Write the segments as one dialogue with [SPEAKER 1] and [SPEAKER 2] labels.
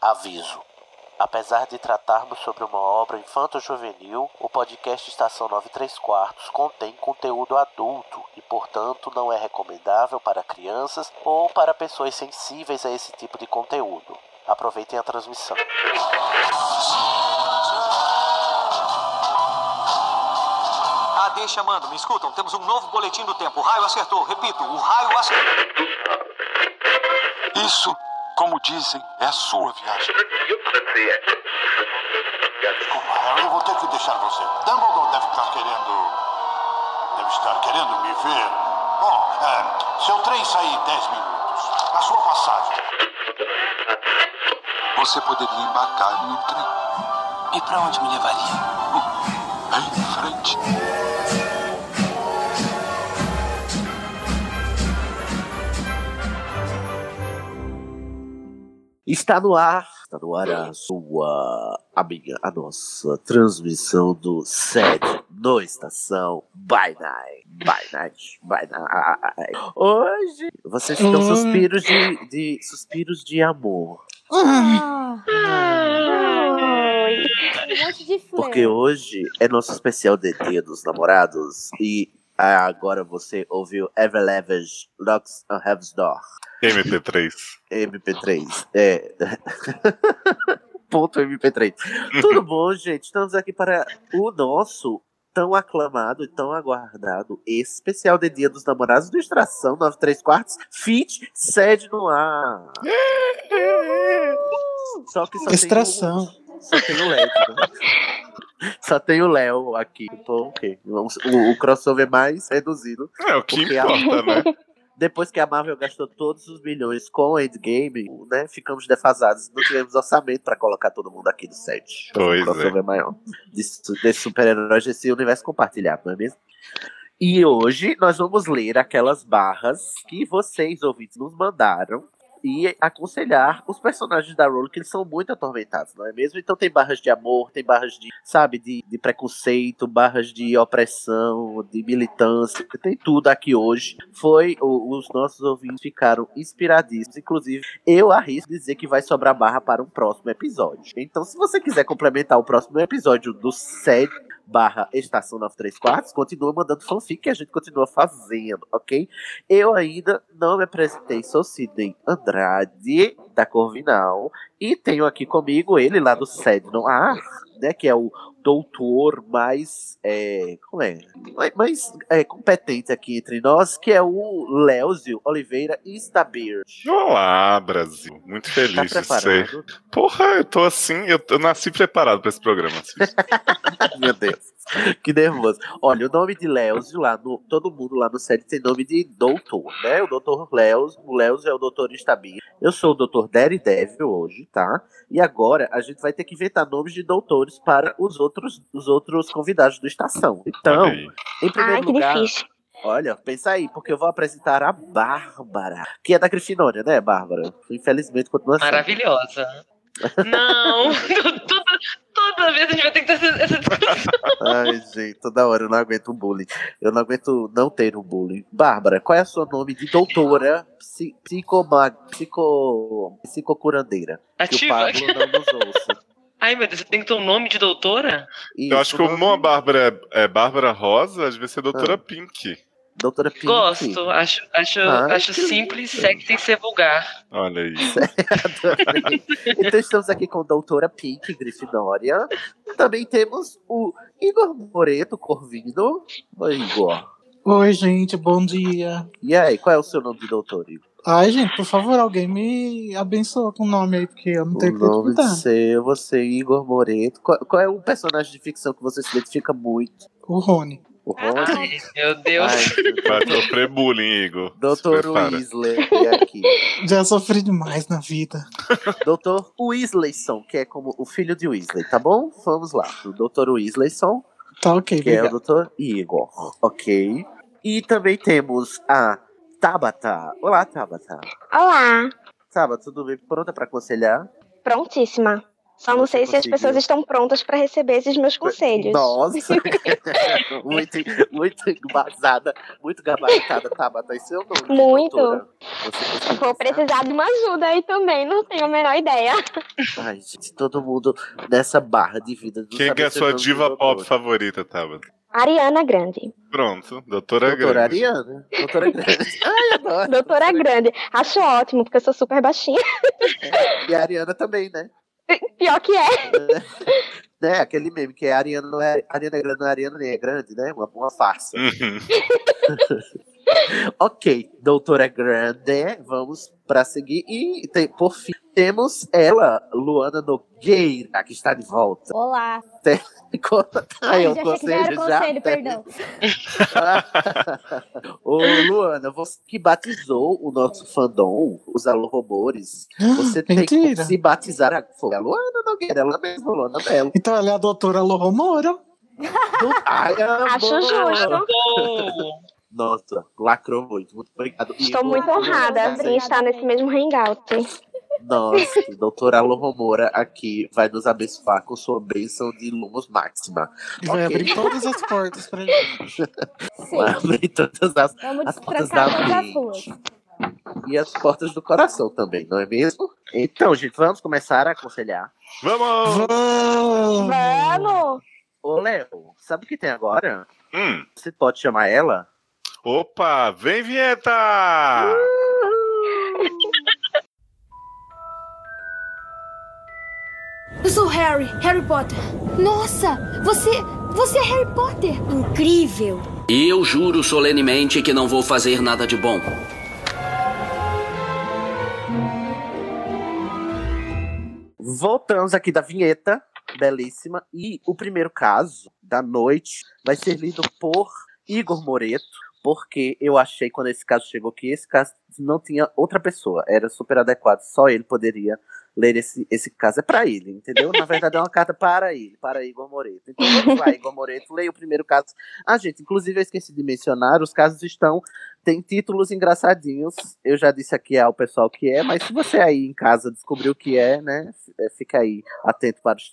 [SPEAKER 1] Aviso. Apesar de tratarmos sobre uma obra infanto-juvenil, o podcast Estação 93 Quartos contém conteúdo adulto e, portanto, não é recomendável para crianças ou para pessoas sensíveis a esse tipo de conteúdo. Aproveitem a transmissão.
[SPEAKER 2] Ah, deixa, mando. Me escutam, temos um novo boletim do tempo. O raio acertou. Repito, o raio acertou.
[SPEAKER 3] Isso, como dizem, é a sua viagem.
[SPEAKER 4] Desculpa, eu vou ter que deixar você. Dumbledore deve estar querendo. Deve estar querendo me ver. Bom, é, seu trem sai em 10 minutos. A sua passagem.
[SPEAKER 3] Você poderia embarcar no trem
[SPEAKER 5] E pra onde me levaria?
[SPEAKER 3] em frente.
[SPEAKER 1] Está no ar, está no ar a sua, a minha, a nossa transmissão do sede no Estação By Night, By Night, By Night. Hoje vocês estão suspiros de, de suspiros de amor,
[SPEAKER 6] Ah,
[SPEAKER 7] Oi.
[SPEAKER 6] um monte de fleur.
[SPEAKER 1] porque hoje é nosso especial de Dia dos Namorados e agora você ouviu Everlevage Lux and Heaven's Door.
[SPEAKER 8] MP3.
[SPEAKER 1] MP3. É. Ponto MP3. Tudo bom, gente? Estamos aqui para o nosso tão aclamado e tão aguardado especial de Dia dos Namorados do Extração 93 Quartos Fit Sede no Ar. Só que só
[SPEAKER 5] Extração.
[SPEAKER 1] tem o, só tem o LED, né? Só tem o Léo aqui. Então, ok. O, o crossover mais reduzido.
[SPEAKER 8] É o que
[SPEAKER 1] Porque a-
[SPEAKER 8] importa, né?
[SPEAKER 1] Depois que a Marvel gastou todos os milhões com o Endgame, né, ficamos defasados. Não tivemos orçamento pra colocar todo mundo aqui do set.
[SPEAKER 8] Pois é.
[SPEAKER 1] Um crossover maior. De, su- de super-heróis desse universo compartilhado, não é mesmo? E hoje nós vamos ler aquelas barras que vocês, ouvintes, nos mandaram e aconselhar os personagens da Rowling, que eles são muito atormentados, não é mesmo? Então tem barras de amor, tem barras de, sabe, de, de preconceito, barras de opressão, de militância, tem tudo aqui hoje. Foi, o- os nossos ouvintes ficaram inspiradíssimos, inclusive eu arrisco dizer que vai sobrar barra para um próximo episódio. Então se você quiser complementar o próximo episódio do set barra Estação 93 Quartos, continua mandando fanfic que a gente continua fazendo, ok? Eu ainda não me apresentei, sou Sidney Andrade, da Corvinal, e tenho aqui comigo ele lá do Sede no Ar, né, que é o doutor mais, é, como é, mais- mais é, competente aqui entre nós, que é o Léozio Oliveira Stabir.
[SPEAKER 8] Olá, Brasil. Muito
[SPEAKER 1] Tá
[SPEAKER 8] feliz de ser.
[SPEAKER 1] preparado?
[SPEAKER 8] Porra, eu tô assim, eu, eu nasci preparado pra esse programa. assim.
[SPEAKER 1] Meu Deus, que nervoso. Olha, o nome de Léozio lá, no, todo mundo lá no Sede tem nome de doutor, né, o doutor Léozio, o Léozio é o doutor Stabir. Eu sou o Dr. Daredevil hoje, tá? E agora a gente vai ter que inventar nomes de doutores para os outros, os outros convidados do Estação. Então,
[SPEAKER 8] Olha aí.
[SPEAKER 1] em primeiro
[SPEAKER 7] Ai, que
[SPEAKER 1] lugar,
[SPEAKER 7] difícil.
[SPEAKER 1] olha, pensa aí, porque eu vou apresentar a Bárbara, que é da Grifinória, né, Bárbara? Infelizmente continua sendo.
[SPEAKER 9] Maravilhosa. Não, toda, toda vez a gente vai ter que ter essa, essa discussão.
[SPEAKER 1] Ai, gente, toda hora eu não aguento um bullying. Eu não aguento não ter um bullying. Bárbara, qual é o seu nome de doutora psi- psicoma- psico, psicocurandeira? Que o
[SPEAKER 9] ativa.
[SPEAKER 1] Pablo não nos ouça.
[SPEAKER 9] Ai, meu Deus, você tem que ter um nome de doutora?
[SPEAKER 8] Eu acho que
[SPEAKER 1] Isso,
[SPEAKER 8] como a Bárbara é, é Bárbara Rosa, devia ser doutora
[SPEAKER 1] Ah.
[SPEAKER 8] Pink.
[SPEAKER 1] Doutora Pink. Ah, então
[SPEAKER 9] Gosto, acho, acho, é
[SPEAKER 1] Ai,
[SPEAKER 9] acho
[SPEAKER 1] que
[SPEAKER 9] simples,
[SPEAKER 1] lindo.
[SPEAKER 9] sexy sem ser vulgar.
[SPEAKER 8] Olha aí.
[SPEAKER 1] Adorei. então estamos aqui com a doutora Pink Grifinória. Também temos o Igor Moreto Corvino. Oi, Igor.
[SPEAKER 5] Oi, gente, bom dia.
[SPEAKER 1] E aí, qual é o seu nome de doutor, Igor?
[SPEAKER 5] Ai, gente, por favor, alguém me abençoa com o nome aí, porque eu não
[SPEAKER 1] O
[SPEAKER 5] tenho como
[SPEAKER 1] nome de
[SPEAKER 5] contar.
[SPEAKER 1] seu, você, Igor Moreto. Qual, qual é o personagem de ficção que você se identifica muito?
[SPEAKER 5] O Rony.
[SPEAKER 1] O
[SPEAKER 6] Ah,
[SPEAKER 1] Rony?
[SPEAKER 6] não.
[SPEAKER 9] Ai, meu Deus.
[SPEAKER 1] Ai, meu Deus.
[SPEAKER 8] Vai sofrer bullying, Igor.
[SPEAKER 1] Doutor
[SPEAKER 8] Se prepara.
[SPEAKER 1] Weasley aqui.
[SPEAKER 5] Já sofri demais na vida.
[SPEAKER 1] Doutor Weasleyson, que é como o filho de Weasley, tá bom? Vamos lá. O Doutor Weasleyson,
[SPEAKER 5] Tá ok,
[SPEAKER 1] que é o
[SPEAKER 5] obrigado.
[SPEAKER 1] Doutor Igor, ok? E também temos a Tabata. Olá, Tabata.
[SPEAKER 7] Olá.
[SPEAKER 1] Tabata, tudo bem? Pronta pra aconselhar?
[SPEAKER 7] Prontíssima. Só não
[SPEAKER 1] Você
[SPEAKER 7] sei se as
[SPEAKER 1] conseguiu.
[SPEAKER 7] pessoas estão prontas para receber esses meus conselhos.
[SPEAKER 1] Nossa! muito, muito basada, muito gabaritada, Tabata. Isso eu não.
[SPEAKER 7] Muito.
[SPEAKER 1] doutora. Você conseguiu
[SPEAKER 7] Vou
[SPEAKER 1] pensar?
[SPEAKER 7] precisar de uma ajuda aí também, não tenho a menor ideia.
[SPEAKER 1] Ai, gente, todo mundo nessa barra de vida. do
[SPEAKER 8] Quem
[SPEAKER 1] saber
[SPEAKER 8] que é a
[SPEAKER 1] ser
[SPEAKER 8] sua
[SPEAKER 1] dono do
[SPEAKER 8] diva
[SPEAKER 1] doutor.
[SPEAKER 8] pop favorita, Tabata?
[SPEAKER 7] Ariana Grande.
[SPEAKER 8] Pronto, doutora,
[SPEAKER 1] Doutora
[SPEAKER 8] Grande.
[SPEAKER 1] Ariana. Doutora Grande. Ai, adoro.
[SPEAKER 7] Doutora Grande. Acho ótimo, porque eu sou super baixinha.
[SPEAKER 1] E a Ariana também, né?
[SPEAKER 7] Pior que é.
[SPEAKER 1] né? Aquele meme que é a Ariana não é Ariana Grande, não é Ariana nem é grande, né? Uma, uma farsa.
[SPEAKER 8] Uhum.
[SPEAKER 1] ok, doutora é Grande, vamos pra seguir. E tem- por fim, temos ela, Luana Nogueira, que está de volta.
[SPEAKER 6] Olá.
[SPEAKER 1] Conta
[SPEAKER 6] Ai,
[SPEAKER 1] aí o
[SPEAKER 6] já achei que já era
[SPEAKER 1] conselho. Já
[SPEAKER 6] conselho, perdão.
[SPEAKER 1] Ô, Luana, você que batizou o nosso fandom, os alorobores, você tem que
[SPEAKER 5] mentira.
[SPEAKER 1] se batizar. a- Foi a Luana Nogueira, ela mesma, Luana Belo.
[SPEAKER 5] Então ela é a doutora Lorro Moura.
[SPEAKER 1] Ai,
[SPEAKER 7] Acho
[SPEAKER 1] amor.
[SPEAKER 7] justo.
[SPEAKER 9] Arrasou!
[SPEAKER 1] Nossa, lacrou muito. Muito obrigado. E
[SPEAKER 7] Estou
[SPEAKER 1] vou-
[SPEAKER 7] muito
[SPEAKER 1] vou-
[SPEAKER 7] honrada
[SPEAKER 1] vou-
[SPEAKER 7] em estar nesse mesmo hangout.
[SPEAKER 1] Nossa, doutora Lomomora aqui vai nos abençoar com sua bênção de Lumos Máxima.
[SPEAKER 5] E vai
[SPEAKER 1] Ok.
[SPEAKER 5] abrir todas as portas pra gente.
[SPEAKER 6] Sim.
[SPEAKER 1] Vai abrir todas as,
[SPEAKER 6] Vamos
[SPEAKER 1] as portas
[SPEAKER 6] destrancar todas
[SPEAKER 1] da
[SPEAKER 6] as ruas.
[SPEAKER 1] mente e as portas do coração também, não é mesmo? Então, gente, vamos começar a aconselhar.
[SPEAKER 8] Vamos!
[SPEAKER 5] Vamos!
[SPEAKER 7] Vamos!
[SPEAKER 1] Ô, Léo, sabe o que tem agora?
[SPEAKER 8] Hum.
[SPEAKER 1] Você pode chamar ela?
[SPEAKER 8] Opa, vem vinheta!
[SPEAKER 10] Eu sou Harry, Harry Potter. Nossa, você, você é Harry Potter. Incrível.
[SPEAKER 11] E eu juro solenemente que não vou fazer nada de bom.
[SPEAKER 1] Voltamos aqui da vinheta, belíssima. E o primeiro caso da noite vai ser lido por Igor Moreto, porque eu achei quando esse caso chegou que esse caso não tinha outra pessoa, era super adequado, só ele poderia ler esse, esse caso. É para ele, entendeu? Na verdade é uma carta para ele, para Igor Moreto. Então vamos lá, Igor Moreto, leia o primeiro caso. Ah, gente, inclusive eu esqueci de mencionar, os casos estão. Tem títulos engraçadinhos. Eu já disse aqui ao pessoal que é, mas se você aí em casa descobriu o que é, né? é, Fica aí atento para os.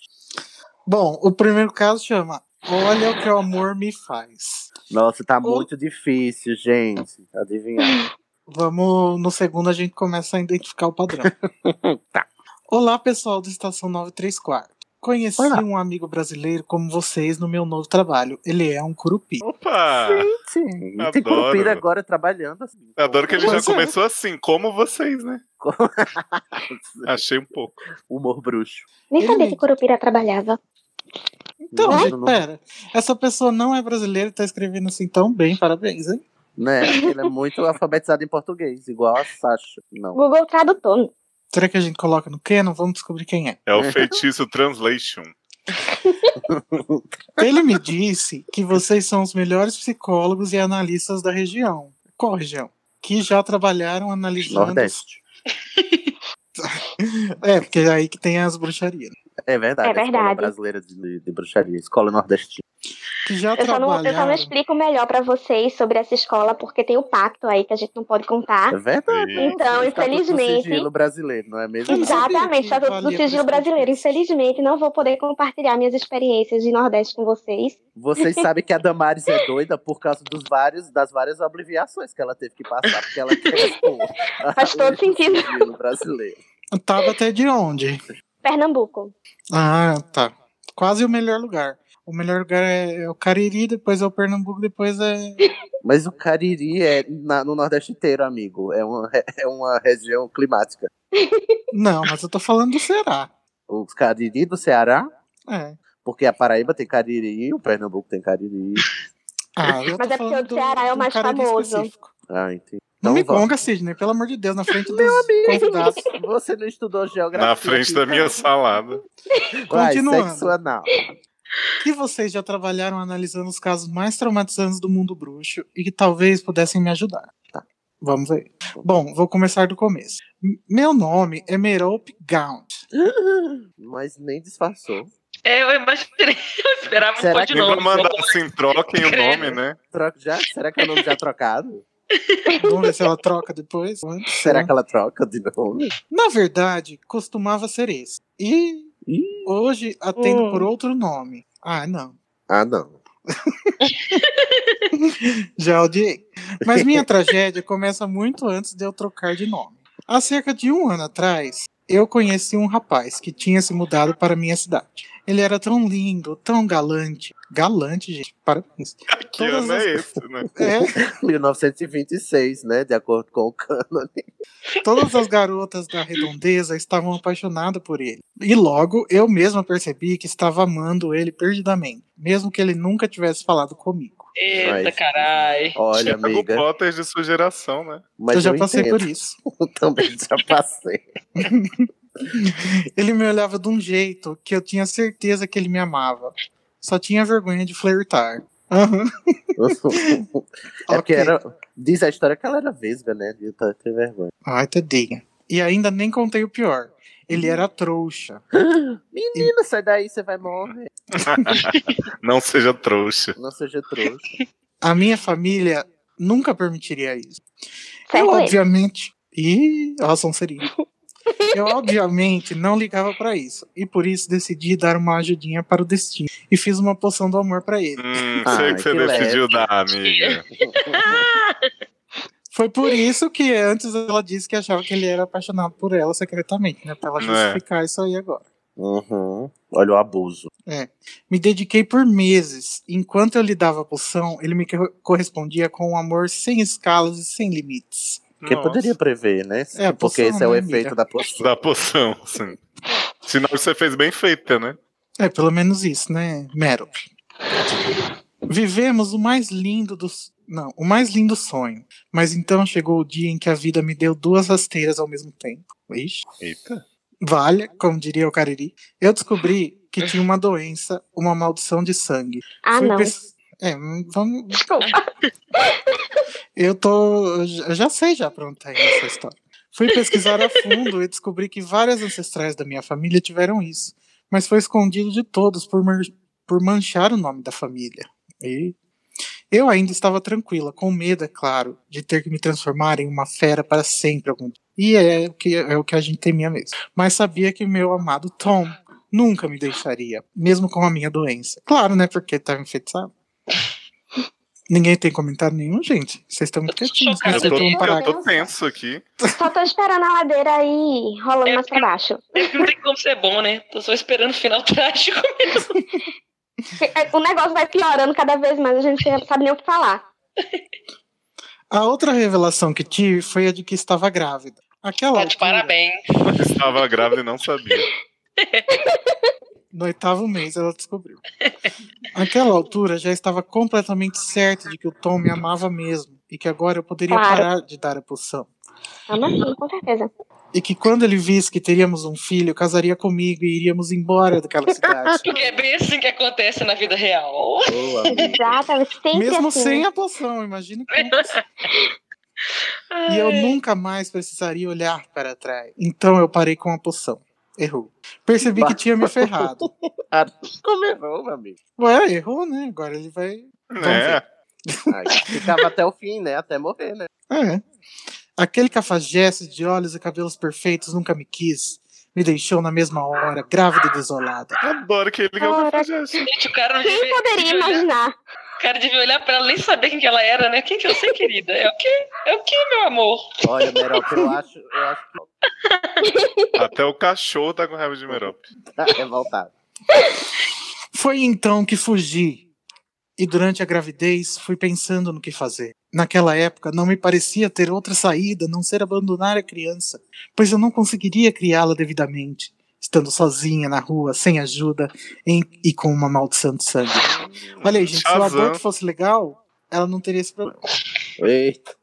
[SPEAKER 5] Bom, o primeiro caso chama Olha o que o amor me faz.
[SPEAKER 1] Nossa, tá muito difícil, gente. Adivinhar.
[SPEAKER 5] Vamos, no segundo a gente começa a identificar o padrão.
[SPEAKER 1] Tá.
[SPEAKER 5] Olá, pessoal do Estação 934. Conheci
[SPEAKER 1] Olá.
[SPEAKER 5] um amigo brasileiro como vocês no meu novo trabalho. Ele é um curupi.
[SPEAKER 8] Opa!
[SPEAKER 1] Sim, tem
[SPEAKER 8] Adoro.
[SPEAKER 1] Curupira agora trabalhando assim.
[SPEAKER 8] Adoro que ele já
[SPEAKER 5] Pois é.
[SPEAKER 8] começou assim, como vocês, né? Achei um pouco.
[SPEAKER 1] Humor bruxo.
[SPEAKER 7] Nem
[SPEAKER 5] Ele
[SPEAKER 7] sabia
[SPEAKER 5] me-
[SPEAKER 7] que Curupira trabalhava.
[SPEAKER 5] Então,
[SPEAKER 1] Não,
[SPEAKER 5] gente,
[SPEAKER 1] não-
[SPEAKER 5] pera. Essa pessoa não é brasileira e tá escrevendo assim tão bem, parabéns, hein?
[SPEAKER 1] Né? Ele é muito alfabetizado em português, igual a Sasha. Não.
[SPEAKER 7] Google Tradutor.
[SPEAKER 5] Será que a gente coloca no Canon? Vamos descobrir quem é.
[SPEAKER 8] É o feitiço translation.
[SPEAKER 5] Ele me disse que vocês são os melhores psicólogos e analistas da região. Qual região? Que já trabalharam analisando.
[SPEAKER 1] Nordeste.
[SPEAKER 5] É, porque é aí que tem as bruxarias. né?
[SPEAKER 1] É verdade.
[SPEAKER 7] É
[SPEAKER 1] a Escola
[SPEAKER 7] verdade.
[SPEAKER 1] brasileira de, de bruxaria, escola nordestina.
[SPEAKER 5] Que já
[SPEAKER 7] Eu só, não, eu só não
[SPEAKER 5] trabalharam.
[SPEAKER 7] explico melhor pra vocês sobre essa escola, porque tem o pacto aí que a gente não pode contar.
[SPEAKER 1] É verdade.
[SPEAKER 8] E-
[SPEAKER 7] Então,
[SPEAKER 1] Estatuto do
[SPEAKER 7] infelizmente.
[SPEAKER 1] sigilo brasileiro, não é mesmo?
[SPEAKER 5] Não sabia
[SPEAKER 7] Exatamente,
[SPEAKER 5] que
[SPEAKER 7] só do,
[SPEAKER 5] valia
[SPEAKER 7] do
[SPEAKER 5] pra
[SPEAKER 7] sigilo
[SPEAKER 5] esse
[SPEAKER 7] brasileiro.
[SPEAKER 5] podcast.
[SPEAKER 7] Infelizmente, não vou poder compartilhar minhas experiências de Nordeste com vocês.
[SPEAKER 1] Vocês sabem que a Damares é doida por causa dos vários, das várias abreviações que ela teve que passar, porque ela quer tipo, expor
[SPEAKER 7] Faz todo sentido.
[SPEAKER 1] o sigilo brasileiro.
[SPEAKER 5] Tava até de onde?
[SPEAKER 7] Pernambuco.
[SPEAKER 5] Ah, tá. Quase o melhor lugar. O melhor lugar é o Cariri, depois é o Pernambuco, depois é.
[SPEAKER 1] Mas o Cariri é na- no Nordeste inteiro, amigo. É uma, re- é uma região climática.
[SPEAKER 5] Não, mas eu tô falando do Ceará.
[SPEAKER 1] Os Cariri do Ceará,
[SPEAKER 5] É.
[SPEAKER 1] porque a Paraíba tem Cariri, o Pernambuco tem Cariri.
[SPEAKER 5] Ah, eu
[SPEAKER 7] Mas
[SPEAKER 5] tô
[SPEAKER 7] é porque
[SPEAKER 5] falando
[SPEAKER 7] o Ceará é o
[SPEAKER 5] do
[SPEAKER 7] mais
[SPEAKER 5] Cariri
[SPEAKER 7] famoso.
[SPEAKER 5] específico.
[SPEAKER 1] Ah, entendi.
[SPEAKER 5] Não me
[SPEAKER 1] Então,
[SPEAKER 5] conga, Sidney, pelo amor de Deus, na frente dos convidados.
[SPEAKER 1] Você não estudou geografia.
[SPEAKER 8] Na frente da minha salada.
[SPEAKER 1] Vai,
[SPEAKER 5] Continuando.
[SPEAKER 1] sexo anal.
[SPEAKER 5] que vocês já trabalharam analisando os casos mais traumatizantes do mundo bruxo e que talvez pudessem me ajudar. Tá. Vamos aí. Bom, vou começar do começo. M- Meu nome é Merope Gaunt.
[SPEAKER 1] Mas nem disfarçou.
[SPEAKER 9] É, eu imaginei, eu esperava
[SPEAKER 1] Será
[SPEAKER 9] um
[SPEAKER 1] que
[SPEAKER 8] Quem vai
[SPEAKER 9] codinome.
[SPEAKER 8] mandar assim, troquem o
[SPEAKER 9] Credo.
[SPEAKER 8] nome, né?
[SPEAKER 1] Troca já? Será que é o nome já trocado?
[SPEAKER 5] Vamos ver se ela troca depois. Antes,
[SPEAKER 1] Será
[SPEAKER 5] né?
[SPEAKER 1] que ela troca de nome?
[SPEAKER 5] Na verdade, costumava ser esse. E Hoje atendo por outro nome. Ah, não.
[SPEAKER 1] Ah, não.
[SPEAKER 5] Já odiei. Mas minha tragédia começa muito antes de eu trocar de nome. Há cerca de um ano atrás, eu conheci um rapaz que tinha se mudado para minha cidade. Ele era tão lindo, tão galante. Galante, gente, parabéns.
[SPEAKER 8] Que ano é esse, né?
[SPEAKER 5] É.
[SPEAKER 1] 1926, né? De acordo com o cânone.
[SPEAKER 5] Todas as garotas da redondeza estavam apaixonadas por ele. E logo eu mesma percebi que estava amando ele perdidamente, mesmo que ele nunca tivesse falado comigo.
[SPEAKER 9] Eita,
[SPEAKER 1] Mas-
[SPEAKER 9] carai.
[SPEAKER 1] Olha,
[SPEAKER 8] Thiago
[SPEAKER 1] amiga.
[SPEAKER 8] Potter de sua geração, né?
[SPEAKER 1] Mas
[SPEAKER 5] eu já passei
[SPEAKER 1] entendo.
[SPEAKER 5] por isso.
[SPEAKER 1] Eu também já passei.
[SPEAKER 5] Ele me olhava de um jeito que eu tinha certeza que ele me amava. Só tinha vergonha de flertar. Aham.
[SPEAKER 1] é porque
[SPEAKER 5] Ok.
[SPEAKER 1] era, diz a história que ela era vesga, né? De tanto ter vergonha.
[SPEAKER 5] Ai, tadinha. E ainda nem contei o pior. Ele era trouxa.
[SPEAKER 1] Menina, sai daí, você vai morrer.
[SPEAKER 8] Não seja trouxa.
[SPEAKER 1] Não seja trouxa.
[SPEAKER 5] A minha família nunca permitiria isso.
[SPEAKER 7] Certo
[SPEAKER 5] eu,
[SPEAKER 7] ele.
[SPEAKER 5] obviamente. Ih, ó, a Sonserina. Eu, obviamente, não ligava pra isso. E por isso decidi dar uma ajudinha para o destino. E fiz uma poção do amor pra ele.
[SPEAKER 8] Hum,
[SPEAKER 1] Ai,
[SPEAKER 8] sei o que você
[SPEAKER 1] que
[SPEAKER 8] decidiu
[SPEAKER 1] leve.
[SPEAKER 8] dar, amiga.
[SPEAKER 5] Foi por isso que antes ela disse que achava que ele era apaixonado por ela secretamente, né? Pra ela
[SPEAKER 8] Né.
[SPEAKER 5] justificar isso aí agora.
[SPEAKER 1] Uhum. Olha o abuso.
[SPEAKER 5] É. Me dediquei por meses. Enquanto eu lhe dava a poção, ele me co- correspondia com um amor sem escalas e sem limites.
[SPEAKER 1] Porque
[SPEAKER 8] Nossa.
[SPEAKER 1] poderia prever, né?
[SPEAKER 5] É, a
[SPEAKER 1] porque
[SPEAKER 5] poção,
[SPEAKER 1] esse é o
[SPEAKER 5] né,
[SPEAKER 1] efeito
[SPEAKER 5] amiga?
[SPEAKER 1] da poção.
[SPEAKER 8] Da poção, sim. Sinal que você fez bem feita, né?
[SPEAKER 5] É, pelo menos isso, né, Merop? Vivemos o mais lindo dos. Não, o mais lindo sonho. Mas então chegou o dia em que a vida me deu duas rasteiras ao mesmo tempo. Ixi.
[SPEAKER 8] Eita.
[SPEAKER 5] Valha, como diria o Cariri. Eu descobri que tinha uma doença, uma maldição de sangue.
[SPEAKER 7] Ah,
[SPEAKER 5] Fui
[SPEAKER 7] não.
[SPEAKER 5] pes- É, hum, vamos.
[SPEAKER 7] Desculpa.
[SPEAKER 5] Eu tô. eu já- Eu já sei já pra onde tá indo essa história. Fui pesquisar a fundo e descobri que várias ancestrais da minha família tiveram isso, mas foi escondido de todos por, mar- por manchar o nome da família. E eu ainda estava tranquila, com medo, é claro, de ter que me transformar em uma fera para sempre algum dia. E é o que é o que a gente temia mesmo. Mas sabia que meu amado Tom nunca me deixaria, mesmo com a minha doença. Claro, né? Porque ele estava enfeitiçado. Ninguém tem comentário nenhum, gente. Vocês estão muito quietinhos. né?
[SPEAKER 9] Cara,
[SPEAKER 5] Mas
[SPEAKER 8] Eu tô,
[SPEAKER 5] vocês vão
[SPEAKER 7] tô-
[SPEAKER 5] parar.
[SPEAKER 8] eu tô tenso aqui.
[SPEAKER 7] Só tô esperando a ladeira aí rolando
[SPEAKER 9] É
[SPEAKER 7] mais pra baixo.
[SPEAKER 9] É que Não tem como ser bom, né? Tô só esperando o final trágico.
[SPEAKER 7] é, O negócio vai piorando cada vez mais, a gente não sabe nem o que falar.
[SPEAKER 5] A outra revelação que tive foi a de que estava grávida. Aquela
[SPEAKER 9] Tá de
[SPEAKER 5] altura,
[SPEAKER 9] parabéns.
[SPEAKER 8] Estava grávida e não sabia.
[SPEAKER 5] no oitavo mês ela descobriu. Aquela altura já estava completamente certa de que o Tom me amava mesmo e que agora eu poderia
[SPEAKER 7] Claro.
[SPEAKER 5] parar de dar a poção.
[SPEAKER 7] Ama Tá sim, com certeza.
[SPEAKER 5] E que quando ele visse que teríamos um filho, casaria comigo e iríamos embora daquela cidade.
[SPEAKER 9] Porque é bem assim que acontece na vida real.
[SPEAKER 1] Boa, amiga.
[SPEAKER 7] Exatamente, sempre
[SPEAKER 5] Mesmo
[SPEAKER 7] assim.
[SPEAKER 5] sem a poção, imagina como que E eu nunca mais precisaria olhar para trás. Então eu parei com a poção. Errou. Percebi que tinha me ferrado.
[SPEAKER 1] Ah, Como errou, meu amigo?
[SPEAKER 5] Ué, errou, né? Agora ele vai.
[SPEAKER 8] Né?
[SPEAKER 1] Ai, ficava até o fim, né? Até morrer, né?
[SPEAKER 5] É. Aquele cafajeste de olhos e cabelos perfeitos nunca me quis. Me deixou na mesma hora, grávida e desolada.
[SPEAKER 8] Adoro que ele que eu
[SPEAKER 7] Ora.
[SPEAKER 8] fazer.
[SPEAKER 9] Gente, o cara não né?
[SPEAKER 7] Quem
[SPEAKER 9] devia,
[SPEAKER 7] poderia
[SPEAKER 9] devia olhar-
[SPEAKER 7] imaginar?
[SPEAKER 9] o cara devia olhar pra ela nem saber quem que ela era, né? Quem que eu sei, querida? É o quê? É o quê, meu amor?
[SPEAKER 1] Olha, Merol, eu acho, eu acho que
[SPEAKER 8] Até o cachorro tá com raiva de Merop.
[SPEAKER 1] tá revoltado.
[SPEAKER 5] Foi então que fugi. E durante a gravidez fui pensando no que fazer. Naquela época não me parecia ter outra saída a não ser abandonar a criança, pois eu não conseguiria criá-la devidamente, estando sozinha na rua, sem ajuda em- e com uma maldição de sangue. Olha aí, gente, se o
[SPEAKER 8] Shazam.
[SPEAKER 5] aborto fosse legal, ela não teria esse problema.
[SPEAKER 1] Eita.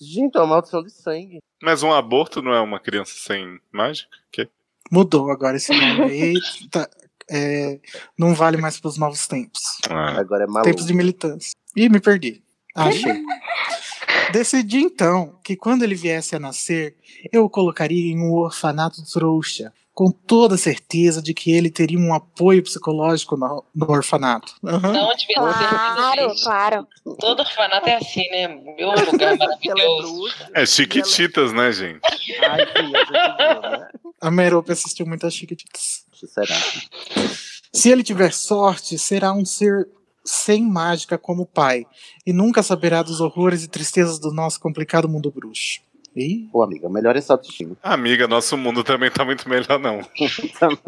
[SPEAKER 1] Gente, é uma maldição de sangue.
[SPEAKER 8] Mas um aborto não é uma criança sem mágica? Que?
[SPEAKER 5] Mudou agora esse nome aí. tá, é, não vale mais para os novos tempos.
[SPEAKER 8] Ah,
[SPEAKER 1] Agora é
[SPEAKER 5] Tempos
[SPEAKER 1] maluco.
[SPEAKER 5] de militância. Ih, me perdi. Achei. Decidi então que quando ele viesse a nascer, eu o colocaria em um orfanato trouxa, com toda certeza de que ele teria um apoio psicológico no, no orfanato. Aham.
[SPEAKER 9] Não devia ser.
[SPEAKER 7] Claro,
[SPEAKER 9] gente.
[SPEAKER 7] claro.
[SPEAKER 9] Todo orfanato é assim, né? Meu lugar
[SPEAKER 1] Ela é
[SPEAKER 9] maravilhoso.
[SPEAKER 1] bruxa.
[SPEAKER 8] É chiquititas, né, gente?
[SPEAKER 1] Ai, que a gente ama, né?
[SPEAKER 5] A Merope assistiu muitas chiquititas.
[SPEAKER 1] sorte, será?
[SPEAKER 5] Se ele tiver sorte, será um ser sem mágica como o pai, e nunca saberá dos horrores e tristezas do nosso complicado mundo bruxo. Ih.
[SPEAKER 1] Pô, amiga, melhor essa autoestima.
[SPEAKER 8] Amiga, nosso mundo também tá muito melhor, não.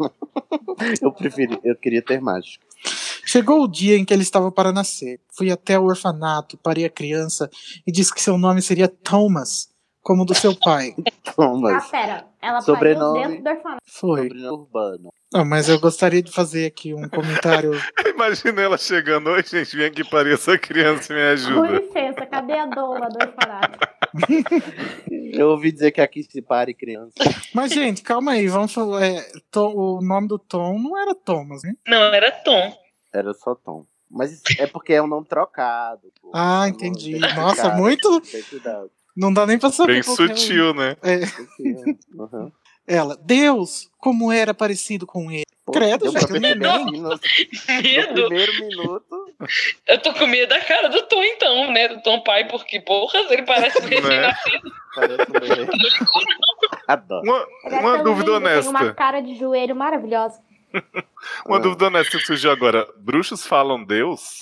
[SPEAKER 1] eu preferi, eu queria ter mágica.
[SPEAKER 5] Chegou o dia em que ele estava para nascer. Fui até o orfanato, parei a criança e disse que seu nome seria Thomas, como o do seu pai.
[SPEAKER 7] Ah,
[SPEAKER 1] Thomas.
[SPEAKER 6] pera. Ela
[SPEAKER 1] Então, Sobrenome.
[SPEAKER 6] pariu dentro do orfanato.
[SPEAKER 5] Foi.
[SPEAKER 1] Urbano.
[SPEAKER 5] Ah, mas eu gostaria de fazer aqui um comentário.
[SPEAKER 8] Imagina ela chegando, oi gente, vem aqui parir essa criança e me
[SPEAKER 6] Com
[SPEAKER 8] ajuda.
[SPEAKER 6] licença, cadê a doula do orfanato?
[SPEAKER 1] Eu ouvi dizer que aqui se pare criança.
[SPEAKER 5] mas, gente, calma aí. Vamos falar. é, Tom- o nome do Tom não era Thomas, né?
[SPEAKER 9] Não, era Tom.
[SPEAKER 1] Era só Tom. Mas isso é porque é um nome trocado. pô.
[SPEAKER 5] Ah,
[SPEAKER 1] É um nome
[SPEAKER 5] entendi.
[SPEAKER 1] bem
[SPEAKER 5] Nossa,
[SPEAKER 1] trocado,
[SPEAKER 5] muito-
[SPEAKER 1] Tem cuidado.
[SPEAKER 5] Não dá nem pra saber.
[SPEAKER 8] Bem
[SPEAKER 5] qual que é o-
[SPEAKER 8] sutil, né?
[SPEAKER 5] É,
[SPEAKER 1] Uhum.
[SPEAKER 5] ela, Deus, como era parecido com ele.
[SPEAKER 1] Pô,
[SPEAKER 5] Credo,
[SPEAKER 1] deu pra
[SPEAKER 5] gente, o
[SPEAKER 1] perceber
[SPEAKER 5] neném.
[SPEAKER 1] assim, no, no
[SPEAKER 9] Medo.
[SPEAKER 1] primeiro minuto.
[SPEAKER 9] Eu tô com medo da cara do Tom, então, né? Do Tom pai, porque, porra, ele parece
[SPEAKER 8] Né?
[SPEAKER 9] um
[SPEAKER 5] é?
[SPEAKER 9] recém-nascido.
[SPEAKER 1] Parece um bebê. Adoro.
[SPEAKER 8] Uma,
[SPEAKER 6] Ele é
[SPEAKER 8] uma
[SPEAKER 6] tão
[SPEAKER 8] dúvida
[SPEAKER 6] lindo, Tem uma
[SPEAKER 8] honesta.
[SPEAKER 6] cara de joelho maravilhosa.
[SPEAKER 8] Uma dúvida honesta que surgiu agora. Bruxos falam Deus?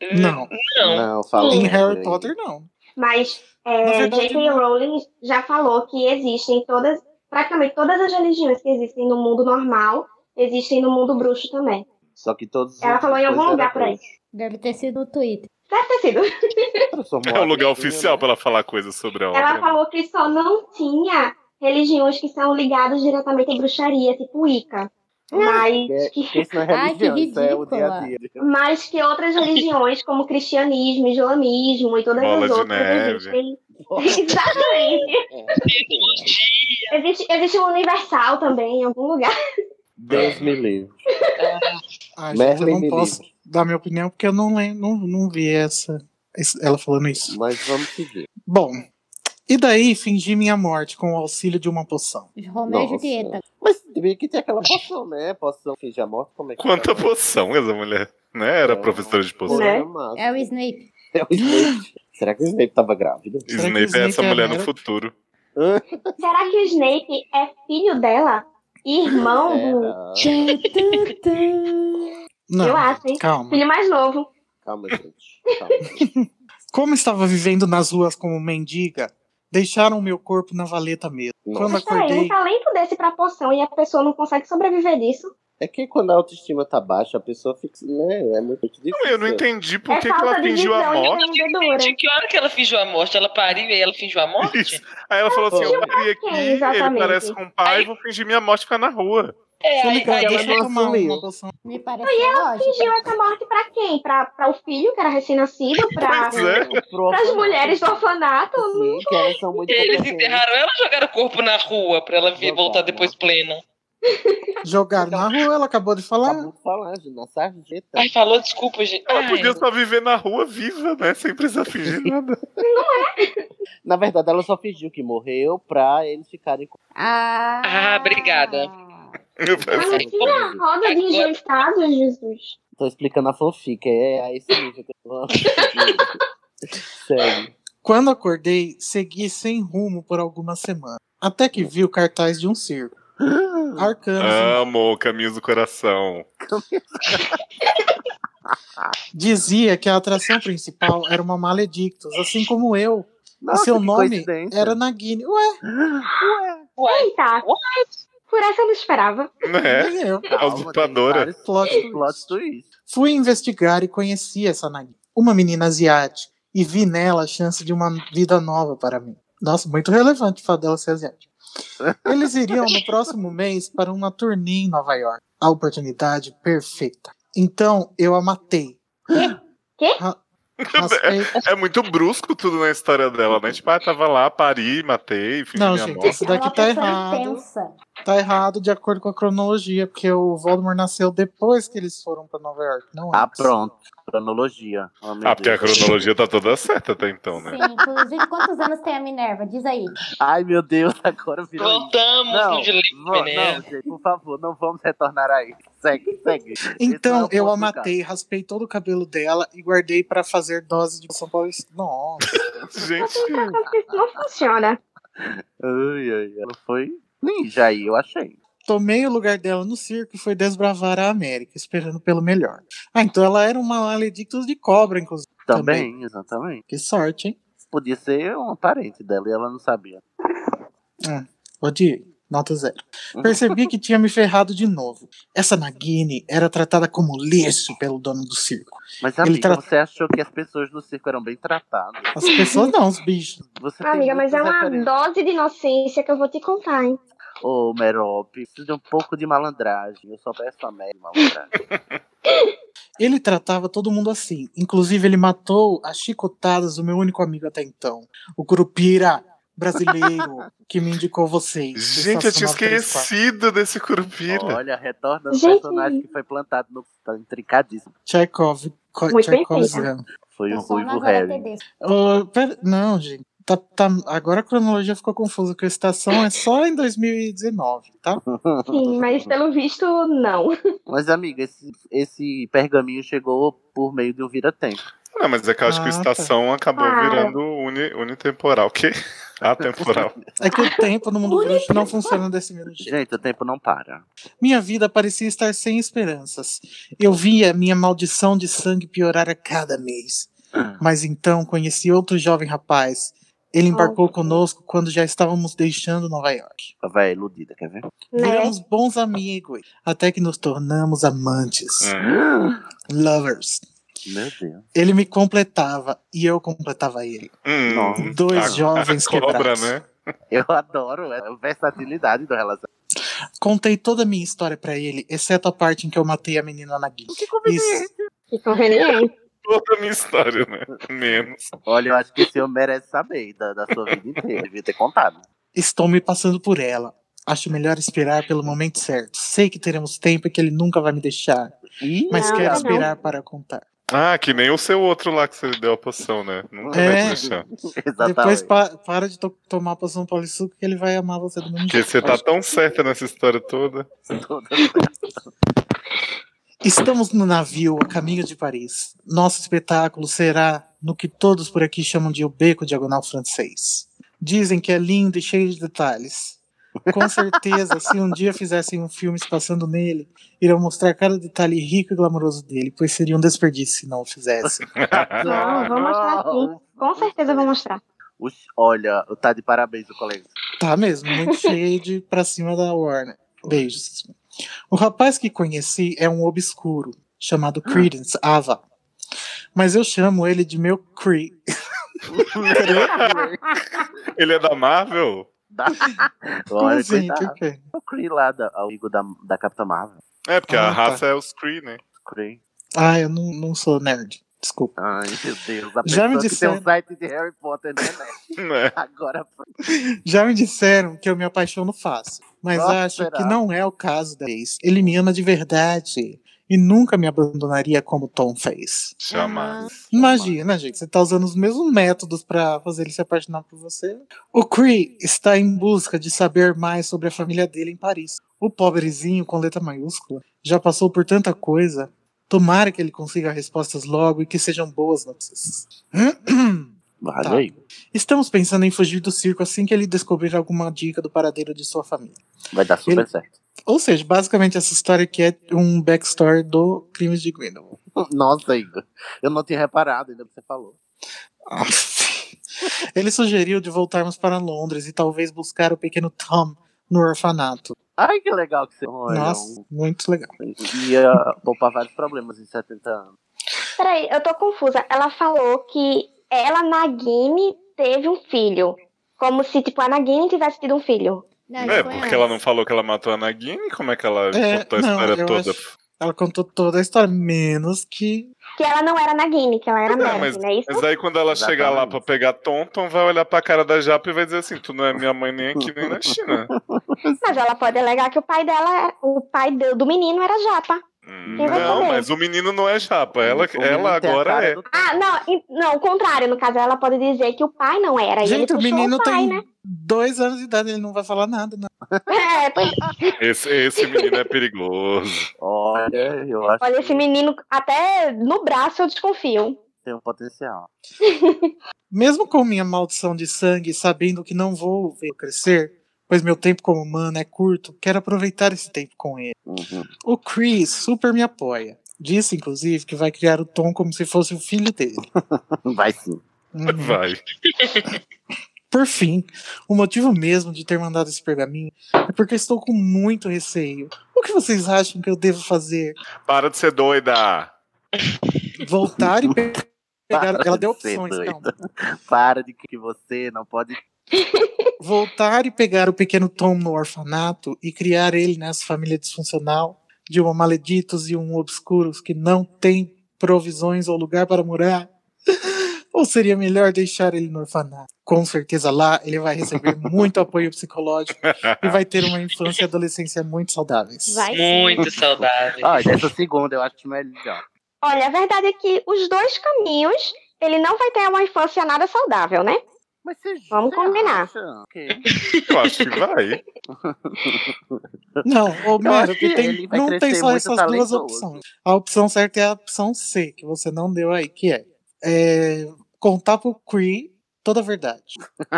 [SPEAKER 9] É.
[SPEAKER 5] Não.
[SPEAKER 9] Não.
[SPEAKER 1] Não, fala.
[SPEAKER 5] Em
[SPEAKER 1] aí.
[SPEAKER 5] Harry Potter, não.
[SPEAKER 7] Mas é,
[SPEAKER 5] Na verdade,
[SPEAKER 7] J.K. Rowling já falou que existem todas, praticamente todas as religiões que existem no mundo normal, existem no mundo bruxo também.
[SPEAKER 1] Só que todos. os
[SPEAKER 7] Ela falou em
[SPEAKER 1] outros
[SPEAKER 7] algum
[SPEAKER 1] dois
[SPEAKER 7] lugar
[SPEAKER 1] eram
[SPEAKER 7] por aí.
[SPEAKER 6] Deve ter sido no Twitter.
[SPEAKER 7] Deve ter sido.
[SPEAKER 1] Transformou
[SPEAKER 8] É o lugar
[SPEAKER 1] a-
[SPEAKER 8] oficial pra ela falar coisas sobre a
[SPEAKER 7] Ela
[SPEAKER 8] obra. né?
[SPEAKER 7] falou que só não tinha religiões que são ligadas diretamente à bruxaria, tipo Wicca.
[SPEAKER 8] Ah.
[SPEAKER 7] Mas
[SPEAKER 1] Que,
[SPEAKER 7] que,
[SPEAKER 1] que isso não é
[SPEAKER 6] Ai, que
[SPEAKER 1] religião, isso é o dia a
[SPEAKER 6] ridícula.
[SPEAKER 1] dia.
[SPEAKER 7] mas que outras religiões, como cristianismo, islamismo e todas
[SPEAKER 8] Bola
[SPEAKER 7] as
[SPEAKER 8] de
[SPEAKER 7] outras,
[SPEAKER 8] neve.
[SPEAKER 7] existem. Exatamente. Existe, existe um universal também em algum lugar.
[SPEAKER 8] É.
[SPEAKER 1] Deus me livre.
[SPEAKER 5] Ah,
[SPEAKER 1] Merlin
[SPEAKER 5] gente, eu não
[SPEAKER 1] me
[SPEAKER 5] posso dar minha opinião porque eu não lembro, não, não vi essa, esse- ela falando isso.
[SPEAKER 1] Mas vamos seguir.
[SPEAKER 5] Bom, e daí fingi minha morte com o auxílio de uma poção.
[SPEAKER 6] Romeu e
[SPEAKER 1] Nossa.
[SPEAKER 6] Julieta.
[SPEAKER 1] Mas também que tem aquela poção, né? Poção que já morre, como é que
[SPEAKER 8] Quanta
[SPEAKER 1] chama?
[SPEAKER 8] poção essa mulher? Não era
[SPEAKER 1] Não.
[SPEAKER 8] professora de poção.
[SPEAKER 1] Poção
[SPEAKER 7] Né?
[SPEAKER 1] no máximo.
[SPEAKER 6] É o Snape.
[SPEAKER 1] É o Snape. Será que o Snape tava grávida?
[SPEAKER 5] Será que
[SPEAKER 8] Snape é
[SPEAKER 5] Snape
[SPEAKER 8] essa
[SPEAKER 5] é
[SPEAKER 8] mulher no
[SPEAKER 5] mero?
[SPEAKER 8] futuro.
[SPEAKER 7] Será que o Snape é filho dela? Irmão
[SPEAKER 8] É,
[SPEAKER 7] do.
[SPEAKER 1] Era.
[SPEAKER 5] Não,
[SPEAKER 7] Eu acho, hein?
[SPEAKER 5] calma.
[SPEAKER 7] Filho mais novo.
[SPEAKER 1] Calma, gente. Calma.
[SPEAKER 5] Como estava vivendo nas ruas como mendiga, deixaram meu corpo na valeta mesmo.
[SPEAKER 1] Nossa.
[SPEAKER 5] Quando
[SPEAKER 7] Mas peraí, um
[SPEAKER 5] acordei,
[SPEAKER 7] talento desse pra poção e a pessoa não consegue sobreviver disso.
[SPEAKER 1] É que quando a autoestima tá baixa, a pessoa fica. Né? É muito difícil.
[SPEAKER 8] Não, eu não entendi por
[SPEAKER 7] é
[SPEAKER 8] que, que
[SPEAKER 7] falta
[SPEAKER 8] ela
[SPEAKER 7] de
[SPEAKER 8] fingiu a
[SPEAKER 7] visão e
[SPEAKER 8] morte.
[SPEAKER 7] empreendedora.
[SPEAKER 9] De que hora que ela fingiu a morte? Ela pariu e ela fingiu a morte?
[SPEAKER 8] Isso. Aí ela falou assim:
[SPEAKER 1] Fingiu
[SPEAKER 8] eu parei
[SPEAKER 7] quem,
[SPEAKER 8] aqui, ele
[SPEAKER 7] exatamente?
[SPEAKER 8] parece com o pai, vou fingir minha morte e ficar na rua.
[SPEAKER 9] É,
[SPEAKER 5] tô
[SPEAKER 9] aí, aí
[SPEAKER 5] ligado,
[SPEAKER 1] ela
[SPEAKER 5] "Ah, deixa eu
[SPEAKER 1] não
[SPEAKER 5] tomar
[SPEAKER 1] assumiu.
[SPEAKER 5] uma poção.
[SPEAKER 6] Me parece lógico.
[SPEAKER 7] Fingiu essa morte pra quem? Pra, pra o filho, que era recém-nascido? Pra,
[SPEAKER 8] Pois é.
[SPEAKER 7] pras mulheres do orfanato?
[SPEAKER 1] Sim, que elas são muito
[SPEAKER 9] Eles
[SPEAKER 1] competentes.
[SPEAKER 9] enterraram ela ou jogaram o corpo na rua pra ela vir
[SPEAKER 1] Jogaram.
[SPEAKER 9] voltar depois plena?
[SPEAKER 5] Jogaram na rua, ela acabou de falar.
[SPEAKER 1] Acabou de falar, gente, na sarjeta.
[SPEAKER 9] Ai, falou, desculpa, gente.
[SPEAKER 8] Ela
[SPEAKER 5] É.
[SPEAKER 9] Ai,
[SPEAKER 8] podia só viver na rua viva, né? Sem precisar fingir nada.
[SPEAKER 1] Na verdade, ela só fingiu que morreu pra eles ficarem com.
[SPEAKER 6] Ah,
[SPEAKER 9] Ah, obrigada. Eu
[SPEAKER 8] É
[SPEAKER 7] Mas não
[SPEAKER 9] pensei, pô,
[SPEAKER 7] tinha roda de enjeitados, Jesus.
[SPEAKER 1] Tô explicando a fanfic, é a esse nível que eu tô. Sério.
[SPEAKER 5] Quando acordei, segui sem rumo por algumas semanas. Até que vi o cartaz de um circo. Arcanos
[SPEAKER 8] Amo Caminhos do Coração.
[SPEAKER 5] dizia que a atração principal era uma Maledictus, assim como eu.
[SPEAKER 1] Nossa,
[SPEAKER 5] e seu
[SPEAKER 1] que
[SPEAKER 5] nome
[SPEAKER 1] coincidência.
[SPEAKER 5] era Nagini. Ué,
[SPEAKER 9] uai,
[SPEAKER 7] Eita.
[SPEAKER 9] What?
[SPEAKER 7] Por essa eu não esperava.
[SPEAKER 8] Né?
[SPEAKER 5] nem eu.
[SPEAKER 8] A usurpadora.
[SPEAKER 1] Vários
[SPEAKER 5] Plot twist.
[SPEAKER 1] É? Plot twist.
[SPEAKER 5] Fui investigar e conheci essa Nagini, uma menina asiática, e vi nela a chance de uma vida nova para mim. Nossa, muito relevante o fato dela ser asiática. Eles iriam no próximo mês para uma turnê em Nova York. A oportunidade perfeita. Então eu a matei.
[SPEAKER 7] Quê?
[SPEAKER 5] Ra- raspei-
[SPEAKER 8] É muito brusco tudo na história dela, né? Tipo, ah, tava lá, pari, matei, fingi
[SPEAKER 5] Não,
[SPEAKER 8] minha
[SPEAKER 5] gente.
[SPEAKER 8] morte.
[SPEAKER 5] Isso daqui
[SPEAKER 6] é uma
[SPEAKER 5] tá
[SPEAKER 6] pessoa
[SPEAKER 5] errado.
[SPEAKER 6] Intensa.
[SPEAKER 5] Tá errado de acordo com a cronologia, porque o Voldemort nasceu depois que eles foram pra Nova York, não
[SPEAKER 1] Ah,
[SPEAKER 5] antes.
[SPEAKER 1] pronto. Cronologia. Oh, meu
[SPEAKER 8] Ah, porque a
[SPEAKER 1] Deus.
[SPEAKER 8] cronologia tá toda certa até então, né?
[SPEAKER 6] Sim, inclusive, quantos anos tem a Minerva? Diz aí.
[SPEAKER 1] Ai, meu Deus, agora virou. isso.
[SPEAKER 9] Voltamos
[SPEAKER 1] Não,
[SPEAKER 9] no dilema,
[SPEAKER 1] vo-
[SPEAKER 9] né?
[SPEAKER 1] não, gente, por favor, não vamos retornar aí. Segue, segue.
[SPEAKER 5] Então,
[SPEAKER 1] Esse é o
[SPEAKER 5] eu a
[SPEAKER 1] ponto do caso.
[SPEAKER 5] matei, raspei todo o cabelo dela e guardei pra fazer dose de São Paulo. Nossa.
[SPEAKER 8] Gente,
[SPEAKER 7] Isso não funciona.
[SPEAKER 1] Ai, ai, ela foi ninja aí, eu achei.
[SPEAKER 5] Tomei o lugar dela no circo e foi desbravar a América, esperando pelo melhor. Ah, então ela era uma maledictus de cobra, inclusive.
[SPEAKER 1] Também, exatamente.
[SPEAKER 5] Que sorte, hein?
[SPEAKER 1] Podia ser um parente dela e ela não sabia.
[SPEAKER 5] Ah, odiei. Nota zero.
[SPEAKER 1] Uhum.
[SPEAKER 5] Percebi que tinha me ferrado de novo. Essa Nagini era tratada como lixo pelo dono do circo.
[SPEAKER 1] Mas,
[SPEAKER 5] Ele
[SPEAKER 1] amiga,
[SPEAKER 5] tra-
[SPEAKER 1] você achou que as pessoas no circo eram bem tratadas.
[SPEAKER 5] As pessoas não, os bichos.
[SPEAKER 1] Você tem
[SPEAKER 7] Amiga, mas é
[SPEAKER 1] Tá muitas
[SPEAKER 7] uma
[SPEAKER 1] referências.
[SPEAKER 7] dose de inocência que eu vou te contar, hein?
[SPEAKER 1] Ô, Merope, preciso de um pouco de malandragem. Eu só peço a média malandragem.
[SPEAKER 5] Ele tratava todo mundo assim. Inclusive, ele matou as chicotadas do meu único amigo até então. O Curupira brasileiro que me indicou vocês.
[SPEAKER 8] Gente, eu tinha
[SPEAKER 5] Estacionado três quadras.
[SPEAKER 8] esquecido desse Curupira.
[SPEAKER 1] Olha, retorna o
[SPEAKER 5] Gente.
[SPEAKER 1] personagem que foi plantado no. Tá intricadíssimo.
[SPEAKER 5] Tchekov. Co-
[SPEAKER 1] Muito bem
[SPEAKER 5] Tchaikovsky.
[SPEAKER 1] Foi o
[SPEAKER 6] Só na
[SPEAKER 1] Ruivo
[SPEAKER 6] Glória
[SPEAKER 1] Harry.
[SPEAKER 6] Tedesco.
[SPEAKER 5] Ô, pera- Não, gente. Tá, tá- Agora a cronologia ficou confusa, porque a estação é só em 2019, tá?
[SPEAKER 7] Sim, mas pelo visto, não.
[SPEAKER 1] Mas, amiga, esse, esse pergaminho chegou por meio de um vira-tempo.
[SPEAKER 8] Não, mas é que eu acho que o
[SPEAKER 5] Ah, tá.
[SPEAKER 8] Estação acabou
[SPEAKER 7] Ah.
[SPEAKER 8] virando uni, unitemporal. Que? Atemporal.
[SPEAKER 5] É que o tempo no mundo bruxo não funciona desse mesmo jeito.
[SPEAKER 1] Gente, o tempo não para.
[SPEAKER 5] Minha vida parecia estar sem esperanças. Eu via minha maldição de sangue piorar a cada mês. Mas então conheci outro jovem rapaz. Ele embarcou conosco quando já estávamos deixando Nova York.
[SPEAKER 1] A véia é iludida, quer ver?
[SPEAKER 7] Né?
[SPEAKER 5] Viramos bons amigos, até que nos tornamos amantes.
[SPEAKER 8] Ah.
[SPEAKER 5] Lovers.
[SPEAKER 1] Meu Deus.
[SPEAKER 5] Ele me completava e eu completava ele.
[SPEAKER 8] Hum,
[SPEAKER 1] Nossa.
[SPEAKER 5] Dois jovens
[SPEAKER 8] cobra,
[SPEAKER 5] quebrados.
[SPEAKER 8] né?
[SPEAKER 1] Eu adoro a versatilidade do relacionamento.
[SPEAKER 5] Contei toda a minha história pra ele, exceto a parte em que eu matei a menina na guia. Isso.
[SPEAKER 7] Que conveniente.
[SPEAKER 8] Toda a minha história, né? Menos.
[SPEAKER 1] Olha, eu acho que esse homem merece saber da, da sua vida inteira. Devia ter contado.
[SPEAKER 5] Estou me passando por ela. Acho melhor esperar pelo momento certo. Sei que teremos tempo e que ele nunca vai me deixar,
[SPEAKER 1] Ih,
[SPEAKER 5] mas
[SPEAKER 7] Não,
[SPEAKER 5] quero
[SPEAKER 7] não.
[SPEAKER 5] esperar para contar.
[SPEAKER 8] Ah, que nem o seu outro lá que você deu a poção, né? Nunca vai
[SPEAKER 5] É.
[SPEAKER 8] te deixar.
[SPEAKER 1] exatamente.
[SPEAKER 5] Depois pa- para de to tomar a poção polissuco que ele vai amar você do mesmo
[SPEAKER 8] Porque
[SPEAKER 5] jeito.
[SPEAKER 8] você tá tão certa nessa história toda.
[SPEAKER 5] Estamos no navio a caminho de Paris. Nosso espetáculo será no que todos por aqui chamam de o beco diagonal francês. Dizem que é lindo e cheio de detalhes. Com certeza, se um dia fizessem um filme se passando nele, irão mostrar cada detalhe rico e glamouroso dele, pois seria um desperdício se não o fizessem.
[SPEAKER 7] Não, vou mostrar sim. Com certeza eu vou mostrar.
[SPEAKER 1] Oxi, Olha, tá de parabéns o colega.
[SPEAKER 5] Tá mesmo, muito shade pra cima da Warner. Beijos. O rapaz que conheci é um obscuro, chamado
[SPEAKER 1] Ah.
[SPEAKER 5] Credence Ava. Mas eu chamo ele de meu Cree.
[SPEAKER 8] Ele é da Marvel?
[SPEAKER 1] Da-
[SPEAKER 5] Como
[SPEAKER 1] Olha,
[SPEAKER 5] assim?
[SPEAKER 1] coitado. é
[SPEAKER 5] Por quê?
[SPEAKER 1] O Kree lá, da, amigo da, da Capitã Marvel.
[SPEAKER 8] É, porque
[SPEAKER 5] Ah,
[SPEAKER 8] a
[SPEAKER 5] tá.
[SPEAKER 8] raça é os Kree, né?
[SPEAKER 1] Kree.
[SPEAKER 5] Ah, eu não, não sou nerd. Desculpa.
[SPEAKER 1] Ai, meu Deus. A
[SPEAKER 5] Já
[SPEAKER 1] pessoa
[SPEAKER 5] me
[SPEAKER 1] que tem
[SPEAKER 5] disseram.
[SPEAKER 1] um site de Harry Potter, né, né?
[SPEAKER 8] Né?
[SPEAKER 1] Agora
[SPEAKER 5] Já me disseram que eu me apaixono fácil, mas
[SPEAKER 1] Nossa,
[SPEAKER 5] acho
[SPEAKER 1] será?
[SPEAKER 5] que não é o caso da vez. Ele me ama de verdade e nunca me abandonaria como Tom fez.
[SPEAKER 8] Jamais.
[SPEAKER 5] Imagina, gente, você tá usando os mesmos métodos pra fazer ele se apaixonar por você. O Cree está em busca de saber mais sobre a família dele em Paris. O pobrezinho, com letra maiúscula, já passou por tanta coisa. Tomara que ele consiga respostas logo e que sejam boas notícias.
[SPEAKER 1] Vale
[SPEAKER 5] Tá.
[SPEAKER 1] aí.
[SPEAKER 5] Estamos pensando em fugir do circo assim que ele descobrir alguma dica do paradeiro de sua família.
[SPEAKER 1] Vai dar super
[SPEAKER 5] Ele-
[SPEAKER 1] certo.
[SPEAKER 5] Ou seja, basicamente essa história aqui é um backstory do Crimes de Grindelwald.
[SPEAKER 1] Nossa, Igor. Eu não tinha reparado ainda que você falou.
[SPEAKER 5] ele sugeriu de voltarmos para Londres e talvez buscar o pequeno Tom no orfanato.
[SPEAKER 1] Ai, que legal que você. Olha,
[SPEAKER 5] Nossa,
[SPEAKER 1] um-
[SPEAKER 5] muito legal.
[SPEAKER 1] Ia poupar vários problemas em 70 anos.
[SPEAKER 7] Peraí, eu tô confusa. Ela falou que ela, Nagini, teve um filho. Como se, tipo, a Nagini tivesse tido um filho.
[SPEAKER 6] Não,
[SPEAKER 8] É,
[SPEAKER 6] foi
[SPEAKER 8] porque ela não
[SPEAKER 6] antes.
[SPEAKER 8] falou que ela matou a Nagini? Como é que ela
[SPEAKER 5] É,
[SPEAKER 8] contou a
[SPEAKER 5] não,
[SPEAKER 8] história
[SPEAKER 5] eu
[SPEAKER 8] toda?
[SPEAKER 5] acho- Ela contou toda a história, menos que.
[SPEAKER 7] Que ela não era Nagini, que ela era
[SPEAKER 8] Ah, Não,
[SPEAKER 7] Merlin,
[SPEAKER 8] mas-
[SPEAKER 7] não é isso?
[SPEAKER 8] Mas aí quando ela
[SPEAKER 1] Exatamente.
[SPEAKER 8] chegar lá pra pegar Tom, Tom vai olhar pra cara da Japa e vai dizer assim, tu não é minha mãe nem aqui nem na China.
[SPEAKER 7] Mas ela pode alegar que o pai dela, o pai do, do menino era Japa.
[SPEAKER 8] Hum,
[SPEAKER 7] Quem vai
[SPEAKER 8] Não,
[SPEAKER 7] saber?
[SPEAKER 8] mas o menino não é Japa, ela,
[SPEAKER 1] O menino
[SPEAKER 8] ela
[SPEAKER 1] tem a
[SPEAKER 8] agora
[SPEAKER 1] cara
[SPEAKER 8] é.
[SPEAKER 1] do-
[SPEAKER 7] Ah, não, e- não, o contrário, no caso, ela pode dizer que o pai não era. e ele
[SPEAKER 5] Gente, o
[SPEAKER 7] puxou
[SPEAKER 5] menino
[SPEAKER 7] o pai,
[SPEAKER 5] tem
[SPEAKER 7] né?
[SPEAKER 5] dois anos de idade, ele não vai falar nada, né? não.
[SPEAKER 7] É, pois,
[SPEAKER 8] Esse, esse menino é perigoso.
[SPEAKER 1] Olha, eu acho
[SPEAKER 7] olha, esse menino, até no braço eu desconfio.
[SPEAKER 1] que tem um potencial.
[SPEAKER 5] Mesmo com minha maldição de sangue, sabendo que não vou ver crescer, pois meu tempo como humano é curto, quero aproveitar esse tempo com ele.
[SPEAKER 1] Uhum.
[SPEAKER 5] O Chris super me apoia. Disse, inclusive, que vai criar o Tom como se fosse o filho dele. Uhum.
[SPEAKER 1] Vai sim.
[SPEAKER 8] Vai.
[SPEAKER 5] Por fim, o motivo mesmo de ter mandado esse pergaminho é porque estou com muito receio. O que vocês acham que eu devo fazer?
[SPEAKER 8] Para de ser doida.
[SPEAKER 5] Voltar e pe- pegar.
[SPEAKER 1] Para
[SPEAKER 5] Ela
[SPEAKER 1] de
[SPEAKER 5] deu
[SPEAKER 1] ser
[SPEAKER 5] opções, então.
[SPEAKER 1] doida.
[SPEAKER 5] calma.
[SPEAKER 1] Para de que você não pode.
[SPEAKER 5] Voltar e pegar o pequeno Tom no orfanato e criar ele nessa família disfuncional de uma maleditos e um obscuros que não tem provisões ou lugar para morar? Ou seria melhor deixar ele no orfanato? Com certeza lá ele vai receber muito apoio psicológico e vai ter uma infância e adolescência muito saudáveis.
[SPEAKER 7] Vai
[SPEAKER 9] Muito saudável.
[SPEAKER 1] Olha, essa Ah, segunda eu acho melhor.
[SPEAKER 7] Olha, a verdade é que os dois caminhos, ele não vai ter uma infância nada saudável, né?
[SPEAKER 1] Mas você
[SPEAKER 7] Vamos combinar.
[SPEAKER 8] Eu acho que vai.
[SPEAKER 5] Não, ô,
[SPEAKER 1] Eu
[SPEAKER 5] Mero,
[SPEAKER 1] acho que
[SPEAKER 5] que tem,
[SPEAKER 1] ele vai
[SPEAKER 5] não tem
[SPEAKER 1] crescer
[SPEAKER 5] só
[SPEAKER 1] muito
[SPEAKER 5] essas duas
[SPEAKER 1] talentoso.
[SPEAKER 5] opções. A opção certa é a opção C, que você não deu aí, que é, é, contar pro Cree toda a verdade.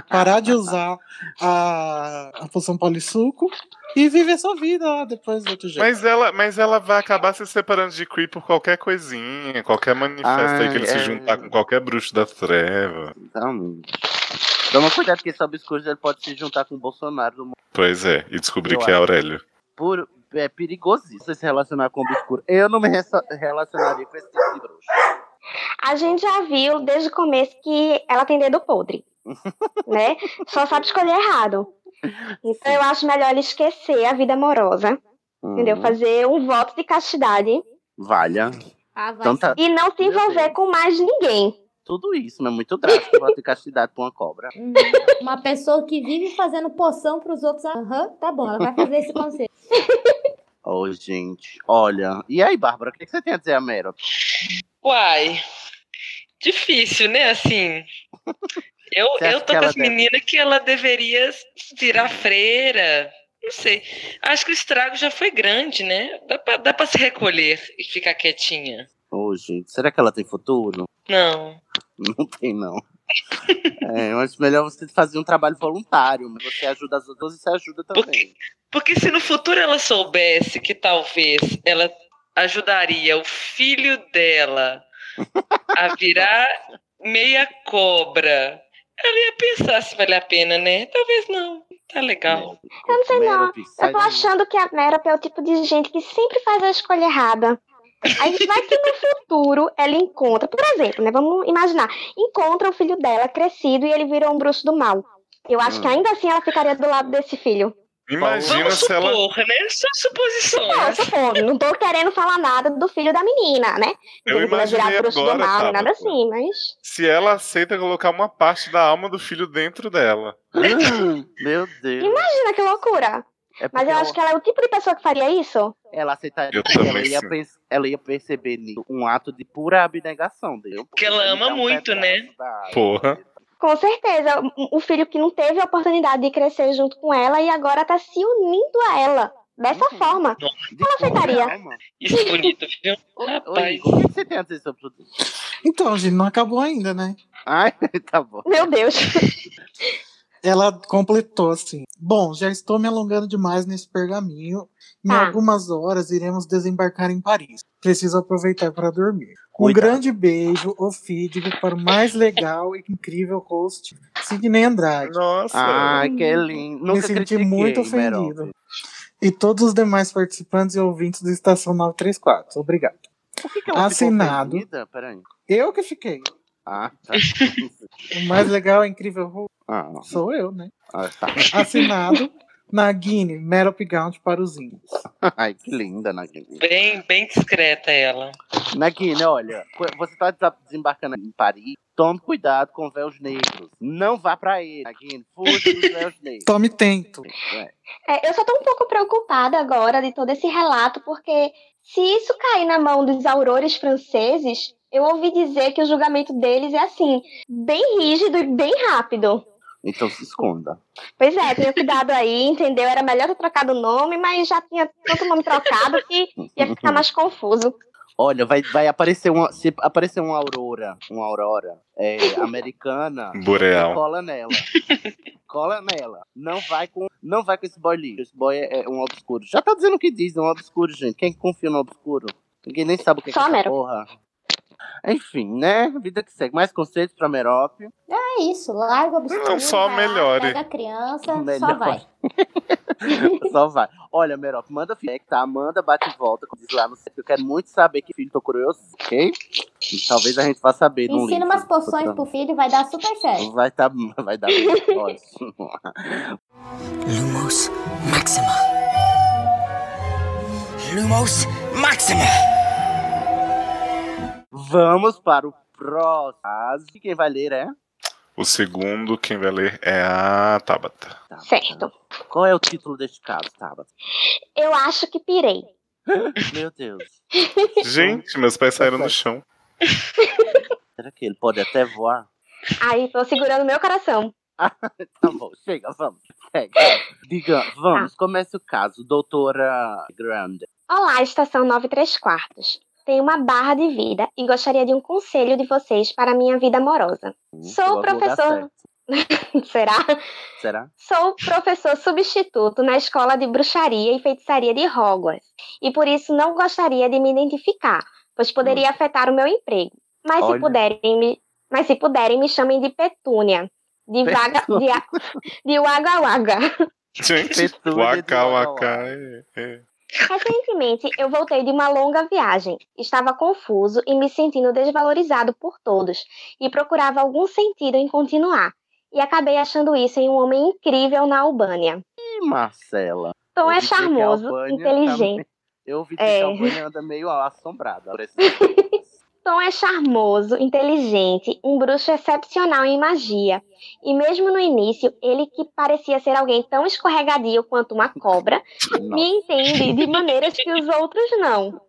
[SPEAKER 5] Parar de usar a, a poção polissuco e viver sua vida lá depois do outro jeito.
[SPEAKER 8] Mas ela, mas ela vai acabar se separando de Cree por qualquer coisinha, qualquer manifesto aí
[SPEAKER 1] Ai,
[SPEAKER 8] que ele se
[SPEAKER 1] é.
[SPEAKER 8] juntar com qualquer bruxo da treva.
[SPEAKER 1] Então, toma cuidado, porque esse obscuro ele pode se juntar com o Bolsonaro. do mundo.
[SPEAKER 8] Pois é, e descobri
[SPEAKER 1] Eu
[SPEAKER 8] que é
[SPEAKER 1] acho.
[SPEAKER 8] Aurélio.
[SPEAKER 1] Por, é perigosíssimo se relacionar com o obscuro. Eu não me ressa- relacionaria com esse tipo de bruxo.
[SPEAKER 7] A gente já viu desde o começo que ela tem dedo podre. né? Só sabe escolher errado. Então eu acho melhor ele esquecer a vida amorosa. Hum, Entendeu?
[SPEAKER 1] Uhum.
[SPEAKER 7] Fazer um voto de castidade
[SPEAKER 1] Valha.
[SPEAKER 6] Ah, vai.
[SPEAKER 1] Então tá-
[SPEAKER 7] e não se envolver com mais ninguém.
[SPEAKER 1] Tudo isso, mas é muito drástico voto de castidade pra uma cobra.
[SPEAKER 6] Uma pessoa que vive fazendo poção pros outros. Aham, tá bom, ela vai fazer esse conselho.
[SPEAKER 1] Ô, gente, olha. E aí, Bárbara, o que que você tem a dizer, a Mero?
[SPEAKER 9] Uai, difícil, né? Assim, eu,
[SPEAKER 1] Você acha
[SPEAKER 9] eu
[SPEAKER 1] que
[SPEAKER 9] tô com
[SPEAKER 1] ela
[SPEAKER 9] as
[SPEAKER 1] deve?
[SPEAKER 9] meninas que ela deveria virar freira. Não sei. Acho que o estrago já foi grande, né? Dá pra, dá pra se recolher e ficar quietinha.
[SPEAKER 1] Ô, gente, será que ela tem futuro?
[SPEAKER 9] Não.
[SPEAKER 1] Não tem, não. É, eu acho melhor você fazer um trabalho voluntário. mas Você ajuda as outras e você ajuda também.
[SPEAKER 9] Porque se no futuro ela soubesse que talvez ela ajudaria o filho dela a virar meia cobra, ela ia pensar se vale a pena, né? Talvez não. Tá legal.
[SPEAKER 7] Eu não sei
[SPEAKER 1] Mero,
[SPEAKER 7] não.
[SPEAKER 1] Pix, Né? sai
[SPEAKER 7] Eu tô
[SPEAKER 1] daí.
[SPEAKER 7] achando que a Merop é o tipo de gente que sempre faz a escolha errada. Aí vai que no futuro ela encontra, por exemplo, né? Vamos imaginar, encontra o filho dela crescido e ele virou um bruxo do mal. Eu acho
[SPEAKER 1] Hum.
[SPEAKER 7] que ainda assim ela ficaria do lado desse filho.
[SPEAKER 8] Imagina
[SPEAKER 9] Vamos
[SPEAKER 8] se ela. Ah,
[SPEAKER 9] supor, né? São
[SPEAKER 7] Não,
[SPEAKER 9] suposições.
[SPEAKER 7] supondo, não tô querendo falar nada do filho da menina, né?
[SPEAKER 8] Eu
[SPEAKER 7] Dele que vai virar
[SPEAKER 8] imaginei
[SPEAKER 7] bruxo do
[SPEAKER 8] agora, tipo.
[SPEAKER 7] mal,
[SPEAKER 8] Tabata.
[SPEAKER 7] nem nada assim, mas.
[SPEAKER 8] Se ela aceita colocar uma parte da alma do filho dentro dela.
[SPEAKER 1] Hum, Meu Deus.
[SPEAKER 7] Imagina que loucura!
[SPEAKER 1] É
[SPEAKER 7] Mas
[SPEAKER 1] porque
[SPEAKER 7] eu acho que ela é o tipo de pessoa que faria isso.
[SPEAKER 1] ela aceitaria.
[SPEAKER 8] Eu também
[SPEAKER 1] ela, ia
[SPEAKER 8] sim.
[SPEAKER 1] pens- ela ia perceber nisso um ato de pura abnegação. Entendeu?
[SPEAKER 9] Porque ela
[SPEAKER 1] Ele
[SPEAKER 9] ama
[SPEAKER 1] dá um
[SPEAKER 9] muito,
[SPEAKER 1] pedaço
[SPEAKER 9] né?
[SPEAKER 1] da-
[SPEAKER 8] Porra.
[SPEAKER 7] Com certeza, o- o filho que não teve a oportunidade de crescer junto com ela e agora tá se unindo a ela. Dessa forma.
[SPEAKER 1] de
[SPEAKER 7] Ela
[SPEAKER 1] pura
[SPEAKER 7] aceitaria.
[SPEAKER 1] né, alma.
[SPEAKER 9] Isso é bonito, viu?
[SPEAKER 1] Ô,
[SPEAKER 9] Rapaz.
[SPEAKER 1] Igor, o que você tem a dizer sobre tudo isso?
[SPEAKER 5] Então, gente, não acabou ainda, né?
[SPEAKER 1] Ai, tá bom.
[SPEAKER 7] Meu Deus.
[SPEAKER 5] Ela completou assim. Bom, já estou me alongando demais nesse pergaminho. Em
[SPEAKER 7] Tá.
[SPEAKER 5] algumas horas iremos desembarcar em Paris. Preciso aproveitar para dormir.
[SPEAKER 1] Cuidado.
[SPEAKER 5] Um grande beijo ofídico para o mais legal e incrível host, Sidney Andrade.
[SPEAKER 8] Nossa.
[SPEAKER 1] Ai, que lindo. Nunca
[SPEAKER 5] é um Me senti
[SPEAKER 1] critiquei,
[SPEAKER 5] muito
[SPEAKER 1] Merope.
[SPEAKER 5] ofendido. E todos os demais participantes e ouvintes do Estação 934. Obrigado.
[SPEAKER 1] Por que, que ela
[SPEAKER 5] Assinado.
[SPEAKER 1] ficou ofendida? Peraí.
[SPEAKER 5] Eu que fiquei.
[SPEAKER 1] Ah, tá.
[SPEAKER 5] O mais legal e incrível host
[SPEAKER 1] Ah,
[SPEAKER 5] sou eu, né?
[SPEAKER 1] ah, tá.
[SPEAKER 5] Assinado. Nagini, Merop Gaunt para os índios.
[SPEAKER 1] Ai, que linda, Nagini.
[SPEAKER 9] Bem, bem discreta ela.
[SPEAKER 1] Nagini, olha, qu- você tá desa- desembarcando em Paris, tome cuidado com véus negros. Não vá pra ele, Nagini. Fuja dos véus negros.
[SPEAKER 5] Tome tento.
[SPEAKER 1] É.
[SPEAKER 7] É, eu só tô um pouco preocupada agora de todo esse relato, porque se isso cair na mão dos aurores franceses, eu ouvi dizer que o julgamento deles é assim, bem rígido e bem rápido.
[SPEAKER 1] Então se esconda.
[SPEAKER 7] Pois é, tenha cuidado aí, entendeu? Era é melhor ter trocado o nome, mas já tinha tanto nome trocado que ia ficar mais confuso.
[SPEAKER 1] Olha, vai, vai aparecer uma. Se aparecer uma aurora, uma aurora é, americana,
[SPEAKER 8] Boreal.
[SPEAKER 1] você cola nela. cola nela. Não vai com, não vai com esse boy lixo. Esse boy é, é um obscuro. Já tá dizendo o que diz, é um obscuro, gente. Quem confia no obscuro? Ninguém nem sabe o que, é que é
[SPEAKER 7] Só
[SPEAKER 1] essa
[SPEAKER 7] Merope.
[SPEAKER 1] porra. Enfim, né? Vida que segue. Mais conceitos pra Merop.
[SPEAKER 6] É isso, larga o obscuro.
[SPEAKER 1] Não, só
[SPEAKER 6] vai lá,
[SPEAKER 1] melhore.
[SPEAKER 6] Pega a criança, só
[SPEAKER 1] Melhor.
[SPEAKER 6] vai.
[SPEAKER 1] Só vai. Olha, Merop, manda feedback, tá? Manda bate e volta, como diz lá no site. Eu quero muito saber que filho, tô curioso, ok? E talvez a gente vá saber. num link.
[SPEAKER 6] Ensina umas
[SPEAKER 5] tá.
[SPEAKER 6] poções pro filho, vai dar super
[SPEAKER 7] É.
[SPEAKER 6] certo.
[SPEAKER 1] Vai, tá, vai dar ótimo.
[SPEAKER 12] Lumos Maxima. Lumos Maxima.
[SPEAKER 1] Vamos para o próximo. caso. E Quem vai ler é?
[SPEAKER 8] O segundo, quem vai ler é a Tabata.
[SPEAKER 7] Certo.
[SPEAKER 1] Tá. Qual é o título deste caso, Tabata?
[SPEAKER 7] Eu acho que pirei.
[SPEAKER 1] Meu Deus.
[SPEAKER 8] Gente, meus pais saíram do chão.
[SPEAKER 1] Será que ele pode até voar?
[SPEAKER 7] Aí tô segurando meu coração.
[SPEAKER 1] Tá bom, chega, vamos. Segue. Diga, vamos,
[SPEAKER 7] Ah.
[SPEAKER 1] comece o caso. Doutora Grande.
[SPEAKER 7] Olá, estação 93 quartos. Tenho uma barra de vida e gostaria de um conselho de vocês para minha vida amorosa. Sou
[SPEAKER 1] logo lugar
[SPEAKER 7] professor. Será?
[SPEAKER 1] Será?
[SPEAKER 7] Sou professor substituto na escola de bruxaria e feitiçaria de Hogwarts e por isso não gostaria de me identificar, pois
[SPEAKER 1] Hum.
[SPEAKER 7] poderia afetar o meu emprego. Mas se
[SPEAKER 10] Olha.
[SPEAKER 7] puderem me, mas se puderem me chamem de Petúnia, de vaga, de, a- de Waga Waga.
[SPEAKER 8] Gente,
[SPEAKER 1] Petúnia de
[SPEAKER 8] waka
[SPEAKER 1] Waka
[SPEAKER 8] waka. é, é.
[SPEAKER 7] Recentemente, eu voltei de uma longa viagem. Estava confuso e me sentindo desvalorizado por todos, e procurava algum sentido em continuar. E acabei achando isso em um homem incrível na Albânia.
[SPEAKER 1] E Marcela?
[SPEAKER 7] Tom é
[SPEAKER 1] Ouvi dizer que a
[SPEAKER 7] charmoso,
[SPEAKER 1] Albânia tá
[SPEAKER 7] inteligente.
[SPEAKER 1] meio- Eu ouvi dizer
[SPEAKER 7] É.
[SPEAKER 1] que a Albânia anda meio assombrada. por esse-
[SPEAKER 7] Tom é charmoso, inteligente, um bruxo excepcional em magia. E mesmo no início, ele que parecia ser alguém tão escorregadio quanto uma cobra, me entende de maneiras que os outros não.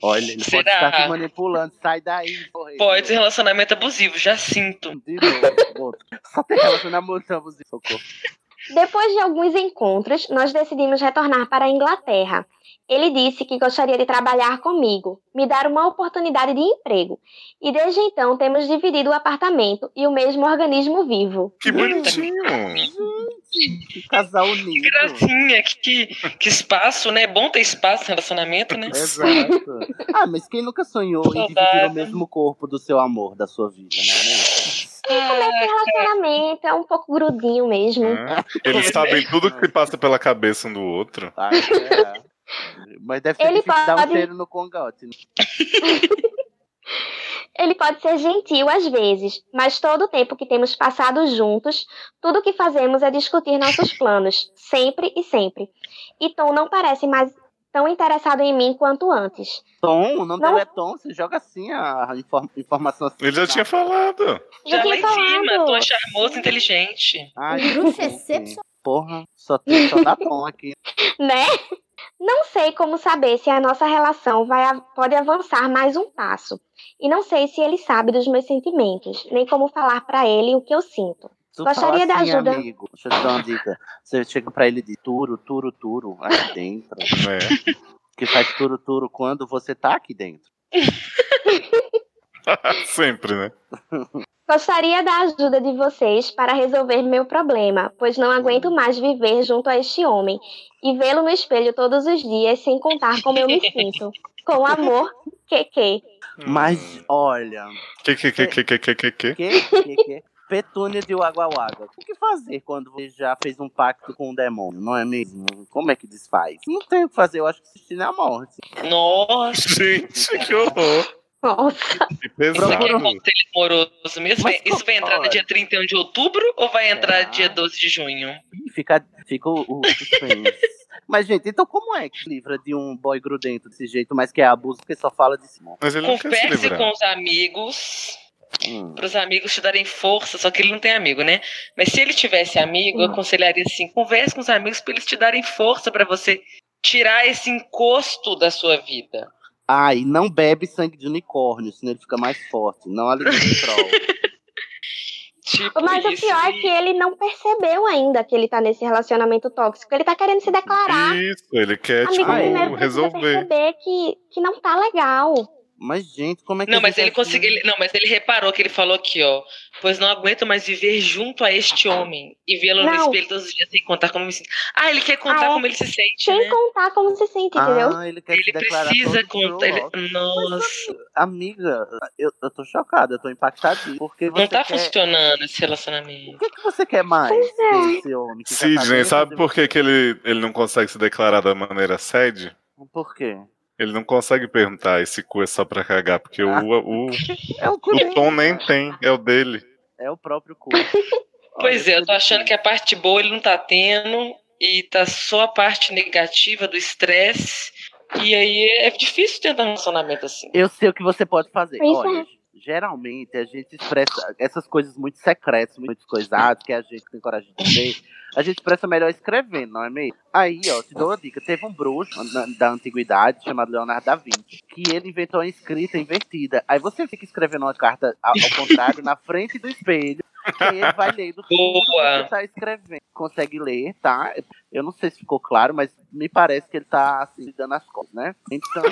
[SPEAKER 1] Olha, ele pode
[SPEAKER 9] Será?
[SPEAKER 1] estar te manipulando. Sai daí, porra.
[SPEAKER 9] Pode ser relacionamento abusivo, já sinto.
[SPEAKER 1] Só tem relacionamento abusivo, socorro.
[SPEAKER 7] Depois de alguns encontros, nós decidimos retornar para a Inglaterra. Ele disse que gostaria de trabalhar comigo, me dar uma oportunidade de emprego. E desde então temos dividido o apartamento e o mesmo organismo vivo.
[SPEAKER 8] Que bonitinho. né?
[SPEAKER 1] Casal unido.
[SPEAKER 9] Que
[SPEAKER 8] Hum.
[SPEAKER 9] gracinha, que, que, que espaço, né? É bom ter espaço no relacionamento, né?
[SPEAKER 8] É.
[SPEAKER 1] Exato. Ah, mas quem nunca sonhou em dividir o mesmo corpo do seu amor, da sua vida, né?
[SPEAKER 7] E como é que o relacionamento é um pouco grudinho mesmo.
[SPEAKER 1] Uhum.
[SPEAKER 8] Eles sabem tudo que se passa pela cabeça um do outro.
[SPEAKER 1] tá, é. Mas deve ser
[SPEAKER 7] Ele
[SPEAKER 1] difícil dar um
[SPEAKER 7] pode-
[SPEAKER 1] cheiro no congote. né?
[SPEAKER 7] Ele pode ser gentil às vezes, mas todo o tempo que temos passado juntos, tudo que fazemos é discutir nossos planos, sempre e sempre. E Tom não parece mais tão interessado em mim quanto antes.
[SPEAKER 1] Tom, o nome
[SPEAKER 7] Não.
[SPEAKER 1] dele é Tom, você joga assim a infor- informação assim.
[SPEAKER 8] Ele já tinha falado.
[SPEAKER 9] Já lá em cima,
[SPEAKER 7] falado.
[SPEAKER 9] tô charmoso inteligente.
[SPEAKER 1] Ai,
[SPEAKER 6] é
[SPEAKER 1] assim. porra, só, tem, só dá Tom aqui.
[SPEAKER 7] Né? Não sei como saber se a nossa relação vai, a- pode avançar mais um passo. E não sei se ele sabe dos meus sentimentos, nem como falar pra ele o que eu sinto.
[SPEAKER 1] Tu
[SPEAKER 7] Gostaria
[SPEAKER 1] fala assim,
[SPEAKER 7] de ajuda.
[SPEAKER 1] Amigo, deixa eu te dar uma dica. Você chega pra ele de turo, turo, turo, aqui dentro.
[SPEAKER 8] É.
[SPEAKER 1] Que faz turo, turo quando você tá aqui dentro.
[SPEAKER 8] Sempre, né?
[SPEAKER 7] Gostaria da ajuda de vocês para resolver meu problema, pois não aguento mais viver junto a este homem e vê-lo no espelho todos os dias sem contar como eu me sinto. Com amor, QQ.
[SPEAKER 1] Mas, olha.
[SPEAKER 8] Que, que, que, que, que, que, que, que?
[SPEAKER 1] Que, que, que? Petúnia de Waguawaga. O que fazer quando você já fez um pacto com um demônio, não é mesmo? Como é que desfaz? Não tem o que fazer, eu acho que assistir na morte.
[SPEAKER 9] Nossa!
[SPEAKER 8] Gente, que horror!
[SPEAKER 7] Nossa!
[SPEAKER 8] Que
[SPEAKER 9] Isso aqui é um
[SPEAKER 8] pesado.
[SPEAKER 9] conselho moroso mesmo? É,
[SPEAKER 1] Mas
[SPEAKER 9] Isso vai entrar no
[SPEAKER 1] olha.
[SPEAKER 9] dia 31 de outubro ou vai
[SPEAKER 7] Ah.
[SPEAKER 9] entrar dia 12 de junho?
[SPEAKER 1] Ih, Fica, fica o, o suspense. Mas, gente, então como é que se livra de um boy grudento desse jeito, mas que é abuso, porque só fala de si?
[SPEAKER 8] Mas ele não quer se
[SPEAKER 9] Converse
[SPEAKER 8] livrar.
[SPEAKER 9] com os amigos,
[SPEAKER 1] Hum.
[SPEAKER 9] para os amigos te darem força, só que ele não tem amigo, né? Mas se ele tivesse amigo, eu
[SPEAKER 1] Hum.
[SPEAKER 9] aconselharia assim: converse com os amigos para eles te darem força para você tirar esse encosto da sua vida.
[SPEAKER 1] Ah, e não bebe sangue de unicórnio, senão ele fica mais forte. Não alimenta o troll.
[SPEAKER 9] Tipo
[SPEAKER 7] Mas o pior é que ele não percebeu ainda que ele tá nesse relacionamento tóxico. Ele tá querendo se declarar.
[SPEAKER 8] Isso, ele quer,
[SPEAKER 7] Amigo,
[SPEAKER 1] é
[SPEAKER 8] tipo,
[SPEAKER 7] primeiro precisa
[SPEAKER 8] resolver.
[SPEAKER 7] perceber que, que não tá legal.
[SPEAKER 1] Mas, gente, como é que.
[SPEAKER 9] Não,
[SPEAKER 1] a
[SPEAKER 9] mas
[SPEAKER 1] gente
[SPEAKER 9] ele
[SPEAKER 1] é-
[SPEAKER 9] conseguiu. ele- Não, mas ele reparou que ele falou aqui, ó. Pois não aguento mais viver junto a este homem e vê-lo no
[SPEAKER 7] Não.
[SPEAKER 9] espelho todos os dias sem contar como me sinto. Ah, ele quer contar
[SPEAKER 7] Ah, é.
[SPEAKER 9] como ele se sente. né?
[SPEAKER 7] Sem contar como se sente, entendeu?
[SPEAKER 1] Ah, ele quer se declarar
[SPEAKER 9] precisa
[SPEAKER 1] todo
[SPEAKER 9] contar.
[SPEAKER 1] pro
[SPEAKER 9] ele-
[SPEAKER 1] outro.
[SPEAKER 9] Nossa.
[SPEAKER 1] Amiga, eu, eu tô chocada, eu tô impactadinha. Porque você
[SPEAKER 9] Não tá
[SPEAKER 1] quer...
[SPEAKER 9] funcionando esse relacionamento.
[SPEAKER 1] O que, que você quer mais desse homem? Que já tá
[SPEAKER 8] Sidney,
[SPEAKER 1] bêbado?
[SPEAKER 8] sabe por que, que ele, ele não consegue se declarar da maneira sede?
[SPEAKER 1] Por quê?
[SPEAKER 8] Ele não consegue perguntar esse cu é só pra cagar, porque o, o,
[SPEAKER 1] Ah. É o,
[SPEAKER 8] o Tom nem tem, é o dele.
[SPEAKER 1] É o próprio cu.
[SPEAKER 9] Pois é, eu tô achando que a parte boa ele não tá tendo e tá só a parte negativa do estresse. E aí é difícil tentar um relacionamento assim.
[SPEAKER 1] Eu sei o que você pode fazer.
[SPEAKER 9] Pois
[SPEAKER 1] Olha, geralmente a gente expressa essas coisas muito secretas, muito coisadas, que a gente tem coragem de dizer. A gente expressa melhor escrevendo, não é mesmo? Aí, ó, te dou uma dica. Teve um bruxo na- da antiguidade chamado Leonardo da Vinci, que ele inventou uma escrita invertida. Aí você fica escrevendo uma carta ao, ao contrário, na frente do espelho, que aí ele vai lendo tudo que
[SPEAKER 9] Boa.
[SPEAKER 1] você tá escrevendo. Consegue ler, tá? Eu não sei se ficou claro, mas me parece que ele tá assim, dando as costas, né? Então.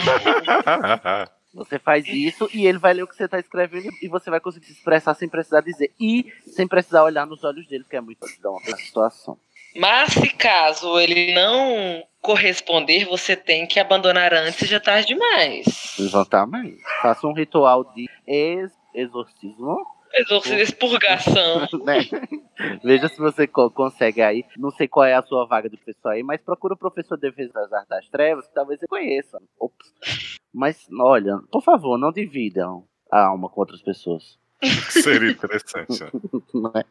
[SPEAKER 1] Você faz isso e ele vai ler o que você tá escrevendo e você vai conseguir se expressar sem precisar dizer. E sem precisar olhar nos olhos dele, que é muito dá uma situação.
[SPEAKER 9] Mas se caso ele não corresponder, você tem que abandonar antes e já tarde demais.
[SPEAKER 1] Exatamente. Faça um ritual de ex exorcismo.
[SPEAKER 9] Exorcismo, expurgação.
[SPEAKER 1] né? Veja se você co- consegue aí. Não sei qual é a sua vaga do pessoal aí, mas procura o professor de defesa das artes das trevas, que talvez você conheça. Ops. Mas, olha, por favor, não dividam a alma com outras pessoas.
[SPEAKER 8] Seria interessante, né?
[SPEAKER 1] Não é?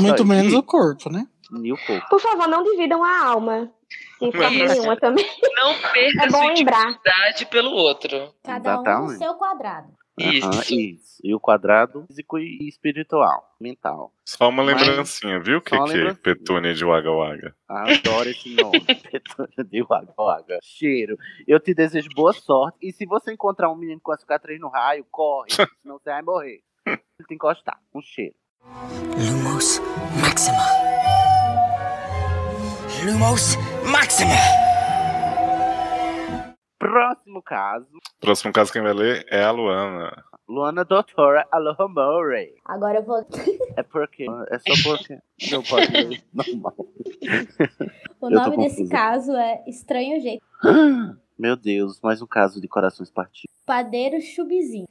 [SPEAKER 5] Muito menos o corpo, né?
[SPEAKER 1] Nem o corpo.
[SPEAKER 7] Por favor, não dividam a alma. De forma
[SPEAKER 9] Isso.
[SPEAKER 7] nenhuma também.
[SPEAKER 9] Não perca
[SPEAKER 7] É bom
[SPEAKER 9] sua
[SPEAKER 7] lembrar.
[SPEAKER 9] intimidade pelo outro.
[SPEAKER 6] Cada um no
[SPEAKER 1] Exatamente.
[SPEAKER 6] seu quadrado.
[SPEAKER 1] Aham,
[SPEAKER 8] Isso.
[SPEAKER 1] isso. E o quadrado físico e espiritual, mental.
[SPEAKER 8] Só uma
[SPEAKER 1] Mas-
[SPEAKER 8] lembrancinha, viu? O que,
[SPEAKER 1] Só uma
[SPEAKER 8] que é
[SPEAKER 1] lembrancinha.
[SPEAKER 8] Petúnia de Waga Waga?
[SPEAKER 1] Ah, Adoro esse nome. Petúnia de Waga Waga. Cheiro. Eu te desejo boa sorte. E se você encontrar um menino com a cicatriz no raio, corre. Senão você vai morrer. Ele te encostar. Um cheiro.
[SPEAKER 13] Lumos Maxima. Lumos Maxima.
[SPEAKER 1] Próximo caso.
[SPEAKER 8] Próximo caso quem vai ler é a Luana.
[SPEAKER 1] Luana Doutora Aloha Murray.
[SPEAKER 6] Agora eu vou.
[SPEAKER 1] É porque. É só porque. Não pode ler. Normal.
[SPEAKER 6] O
[SPEAKER 1] Eu tô
[SPEAKER 6] nome desse
[SPEAKER 1] confuso.
[SPEAKER 6] caso é Estranho Jeito.
[SPEAKER 1] Meu Deus, mais um caso de corações partidos.
[SPEAKER 6] Padeiro Chubizinho.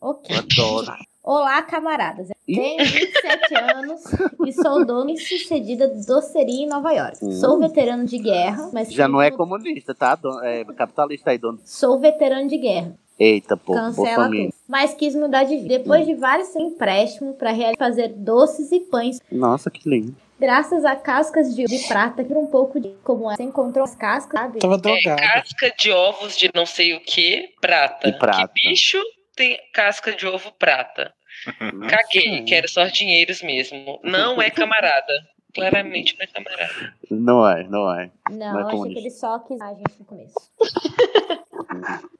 [SPEAKER 6] ok.
[SPEAKER 1] Eu adoro.
[SPEAKER 6] Olá, camaradas.
[SPEAKER 1] Ih.
[SPEAKER 6] Tenho 27 anos e sou dona sucedida de doceria em Nova York.
[SPEAKER 1] Hum.
[SPEAKER 6] Sou veterano de guerra, mas
[SPEAKER 1] Já não é comunista, tá? Don- É capitalista aí, dono.
[SPEAKER 6] sou veterano de guerra.
[SPEAKER 1] Eita, pô.
[SPEAKER 6] Cancela
[SPEAKER 1] Bolsonaro.
[SPEAKER 6] tudo. Mas quis mudar de vida. Depois
[SPEAKER 1] Hum.
[SPEAKER 6] de vários empréstimos para fazer doces e pães,
[SPEAKER 1] Nossa, que lindo.
[SPEAKER 6] graças a cascas de, de prata, que um pouco de como é. Você encontrou as cascas, sabe?
[SPEAKER 9] É, casca de ovos de não sei o que, prata.
[SPEAKER 1] De prata.
[SPEAKER 9] Que bicho tem casca de ovo prata? Caguei, quero só dinheiros mesmo. Não é camarada. Claramente não é camarada.
[SPEAKER 1] Não é, não é.
[SPEAKER 6] Não,
[SPEAKER 1] é
[SPEAKER 6] eu achei que
[SPEAKER 1] comunista.
[SPEAKER 6] ele só quis a gente no começo.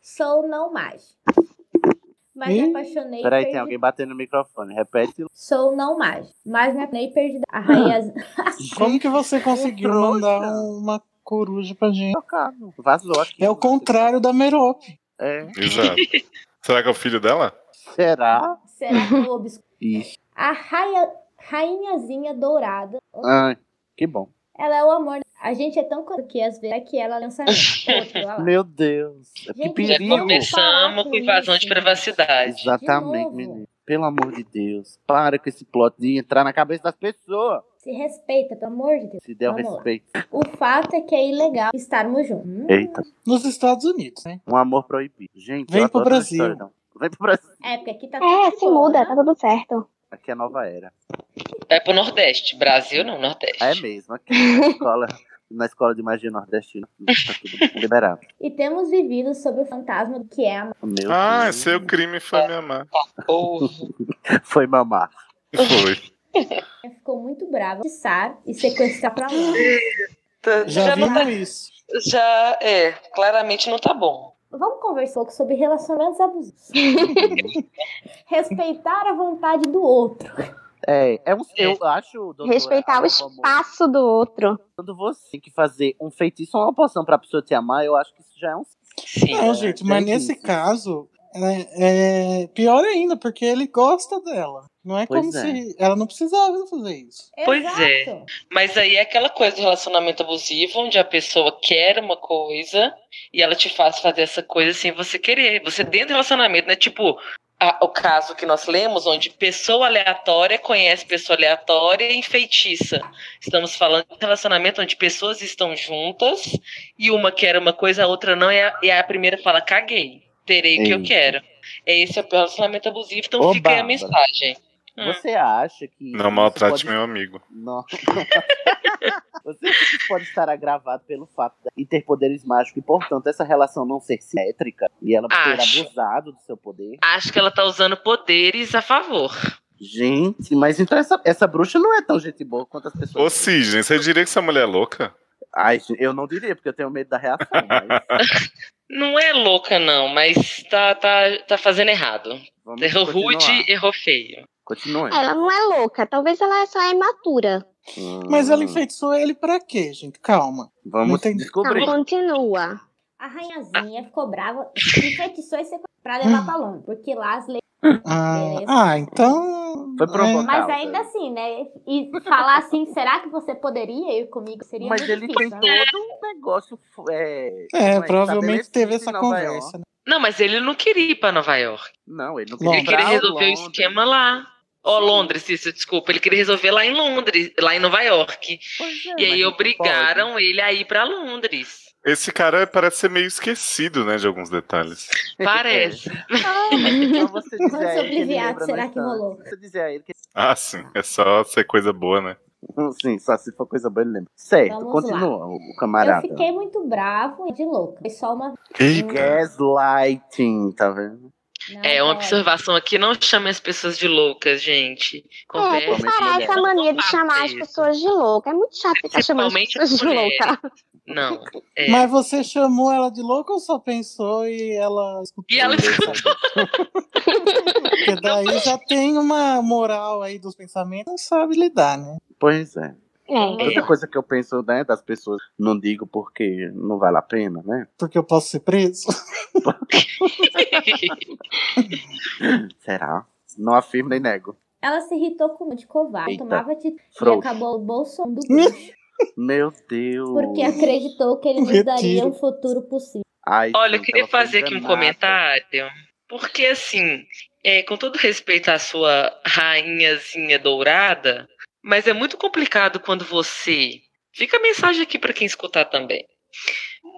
[SPEAKER 6] Sou não mágico. Mas me
[SPEAKER 1] Ih,
[SPEAKER 6] apaixonei.
[SPEAKER 1] Peraí,
[SPEAKER 6] perdi-
[SPEAKER 1] tem alguém batendo no microfone. Repete.
[SPEAKER 6] Sou não mágico. Mas me apaixonei perdida. A rainha.
[SPEAKER 5] Como que você conseguiu
[SPEAKER 6] trouxa.
[SPEAKER 5] mandar uma coruja pra gente?
[SPEAKER 1] Vazou aqui.
[SPEAKER 5] É o contrário da Merop.
[SPEAKER 1] É.
[SPEAKER 8] Exato. Será que é o filho dela?
[SPEAKER 1] Será?
[SPEAKER 6] Será que eu obscu-
[SPEAKER 1] Isso.
[SPEAKER 6] A raia... rainhazinha dourada.
[SPEAKER 1] Ai, que bom.
[SPEAKER 6] Ela é o amor. A gente é tão cor que às vezes é que ela lança outro. olha lá.
[SPEAKER 1] Meu Deus. É que
[SPEAKER 6] Gente, é
[SPEAKER 9] Já
[SPEAKER 1] perigo.
[SPEAKER 9] começamos com invasão de privacidade.
[SPEAKER 1] Exatamente, menino. Pelo amor de Deus. Para com esse plot de entrar na cabeça das pessoas.
[SPEAKER 6] Se respeita, pelo amor de Deus.
[SPEAKER 1] Se der o
[SPEAKER 6] Vamos lá.
[SPEAKER 1] respeito.
[SPEAKER 6] O fato é que é ilegal estarmos juntos. Hum?
[SPEAKER 1] Eita.
[SPEAKER 5] Nos Estados Unidos, né?
[SPEAKER 1] Um amor proibido. Gente,
[SPEAKER 5] Vem
[SPEAKER 1] eu
[SPEAKER 5] pro
[SPEAKER 1] adoro essa
[SPEAKER 5] Brasil.
[SPEAKER 1] história, então. Vem pro Brasil.
[SPEAKER 6] É, porque aqui tá
[SPEAKER 7] É, se muda, tá tudo certo.
[SPEAKER 1] Aqui é a nova era.
[SPEAKER 9] Vai pro Nordeste. Brasil não, Nordeste.
[SPEAKER 1] É mesmo. Aqui na escola, na escola de magia nordestina. Tá tudo liberado.
[SPEAKER 6] E temos vivido sob o fantasma do que é a
[SPEAKER 1] Meu
[SPEAKER 8] ah,
[SPEAKER 1] Deus.
[SPEAKER 8] seu crime foi me amar.
[SPEAKER 1] Foi mamar.
[SPEAKER 8] Foi.
[SPEAKER 6] Maria ficou muito brava, atiçar e sequestrar pra longe.
[SPEAKER 9] Já Já não tá-
[SPEAKER 5] isso.
[SPEAKER 9] Já é, claramente não tá bom.
[SPEAKER 6] Vamos conversar um pouco sobre relacionamentos abusivos. Respeitar a vontade do outro.
[SPEAKER 1] É, é um, eu acho. doutora,
[SPEAKER 7] Respeitar o
[SPEAKER 1] Alva
[SPEAKER 7] espaço do outro.
[SPEAKER 1] quando você tem que fazer um feitiço ou uma poção pra pessoa te amar, eu acho que isso já é um.
[SPEAKER 5] Não, gente, mas
[SPEAKER 1] tem
[SPEAKER 5] nesse
[SPEAKER 1] isso.
[SPEAKER 5] caso é, é pior ainda, porque ele gosta dela. Não é
[SPEAKER 9] Pois
[SPEAKER 5] como
[SPEAKER 9] é.
[SPEAKER 5] se. Ela não precisava fazer isso.
[SPEAKER 9] Pois é. Mas aí é aquela coisa do relacionamento abusivo, onde a pessoa quer uma coisa e ela te faz fazer essa coisa sem você querer. Você dentro do relacionamento, né? Tipo, a- o caso que nós lemos, onde pessoa aleatória conhece pessoa aleatória e enfeitiça. Estamos falando de um relacionamento onde pessoas estão juntas e uma quer uma coisa, a outra não, e a, e a primeira fala, caguei, terei o que eu
[SPEAKER 1] Eita.
[SPEAKER 9] quero. É esse é o pior relacionamento abusivo, então
[SPEAKER 1] Ô,
[SPEAKER 9] fica aí a
[SPEAKER 1] Bárbara,
[SPEAKER 9] mensagem. Hum.
[SPEAKER 1] Você acha que.
[SPEAKER 8] É. Não maltrate
[SPEAKER 1] isso pode-
[SPEAKER 8] meu amigo.
[SPEAKER 1] Não. Você acha que isso pode estar agravado pelo fato de ter poderes mágicos e, portanto, essa relação não ser simétrica e ela ter
[SPEAKER 9] Acho.
[SPEAKER 1] abusado do seu poder?
[SPEAKER 9] Acho que ela tá usando poderes a favor.
[SPEAKER 1] Gente, mas então essa, essa bruxa não é tão gente boa quanto as pessoas.
[SPEAKER 8] Ô, Sidney, você diria que essa mulher é louca?
[SPEAKER 1] Ai, eu não diria, porque eu tenho medo da reação.
[SPEAKER 9] Não é louca, não, mas tá, tá, tá fazendo errado. errou rude,
[SPEAKER 7] continuar.
[SPEAKER 9] errou feio.
[SPEAKER 1] Continue.
[SPEAKER 7] Ela não é louca, talvez ela só é imatura.
[SPEAKER 1] Hum,
[SPEAKER 5] Mas ela enfeitiçou ele pra quê, gente? Calma.
[SPEAKER 1] Vamos
[SPEAKER 7] Não, Tá, continua.
[SPEAKER 6] A rainhazinha ficou brava, enfeitiçou e sequestrou pra levar pra Londres, porque lá as leis.
[SPEAKER 5] Ah, ah, então.
[SPEAKER 1] Foi provocada.
[SPEAKER 6] Mas ainda assim, né? E falar assim, será que você poderia ir comigo? Seria
[SPEAKER 1] Mas
[SPEAKER 6] muito
[SPEAKER 1] ele tem
[SPEAKER 6] difícil, né?
[SPEAKER 1] todo um negócio. É,
[SPEAKER 5] É,
[SPEAKER 1] como que
[SPEAKER 5] provavelmente teve
[SPEAKER 1] estabelecido
[SPEAKER 5] essa
[SPEAKER 1] em Nova
[SPEAKER 5] conversa. né?
[SPEAKER 1] York.
[SPEAKER 9] Não, mas ele não queria ir pra Nova York.
[SPEAKER 1] Não, ele não
[SPEAKER 9] Ele
[SPEAKER 1] queria.
[SPEAKER 9] queria
[SPEAKER 1] pra
[SPEAKER 9] resolver
[SPEAKER 1] Londres.
[SPEAKER 9] o esquema lá. Ó, Londres, isso, desculpa. Ele queria resolver lá em Londres, lá em Nova York.
[SPEAKER 6] é,
[SPEAKER 1] É,
[SPEAKER 9] e aí obrigaram ele a ir pra Londres.
[SPEAKER 8] Esse cara parece ser meio esquecido, né, de alguns detalhes.
[SPEAKER 1] É.
[SPEAKER 9] Parece.
[SPEAKER 1] Então você dizer
[SPEAKER 6] Quantos
[SPEAKER 1] a ele que ele
[SPEAKER 6] obliviados
[SPEAKER 1] lembra
[SPEAKER 6] será
[SPEAKER 1] nós
[SPEAKER 6] que
[SPEAKER 1] tanto.
[SPEAKER 6] rolou?
[SPEAKER 1] Você dizer a ele que
[SPEAKER 8] Ah, sim. É só ser coisa boa, né?
[SPEAKER 1] Sim, só se for coisa boa ele lembra. Certo,
[SPEAKER 6] Vamos
[SPEAKER 1] continua
[SPEAKER 6] lá.
[SPEAKER 1] o camarada.
[SPEAKER 6] Eu fiquei muito bravo e de louca. Foi só uma.
[SPEAKER 1] É, Gaslighting, tá vendo?
[SPEAKER 9] é uma
[SPEAKER 6] é.
[SPEAKER 9] observação aqui. Não chame as pessoas de loucas, gente.
[SPEAKER 7] É, tem que
[SPEAKER 9] Conversa.
[SPEAKER 7] parar essa mania de chamar as pessoas de louca. É muito chato ficar chamando as
[SPEAKER 9] Principalmente
[SPEAKER 7] pessoas de
[SPEAKER 9] mulheres.
[SPEAKER 7] louca.
[SPEAKER 9] Não.
[SPEAKER 5] Mas você chamou ela de louca ou só pensou e ela escutou?
[SPEAKER 9] E ela escutou.
[SPEAKER 5] Porque daí já tem uma moral aí dos pensamentos, não sabe lidar, né?
[SPEAKER 1] Pois é.
[SPEAKER 5] É.
[SPEAKER 1] Outra coisa que eu penso, né, das pessoas, não digo porque não vale a pena, né?
[SPEAKER 5] Porque eu posso ser preso.
[SPEAKER 1] Será? Não afirmo nem nego.
[SPEAKER 6] Ela se irritou com de covarde,
[SPEAKER 1] Eita.
[SPEAKER 6] tomava atitude e
[SPEAKER 1] Frouxo.
[SPEAKER 6] acabou o bolsão do bruxo,
[SPEAKER 1] Meu Deus.
[SPEAKER 6] porque acreditou que ele nos daria
[SPEAKER 1] Retiro.
[SPEAKER 6] um futuro possível.
[SPEAKER 1] Ai,
[SPEAKER 9] Olha, eu
[SPEAKER 1] gente,
[SPEAKER 9] queria
[SPEAKER 1] ela foi
[SPEAKER 9] fazer aqui um
[SPEAKER 1] enganada.
[SPEAKER 9] comentário, porque assim, é, com todo respeito à sua rainhazinha dourada, mas é muito complicado quando você. Fica a mensagem aqui para quem escutar também.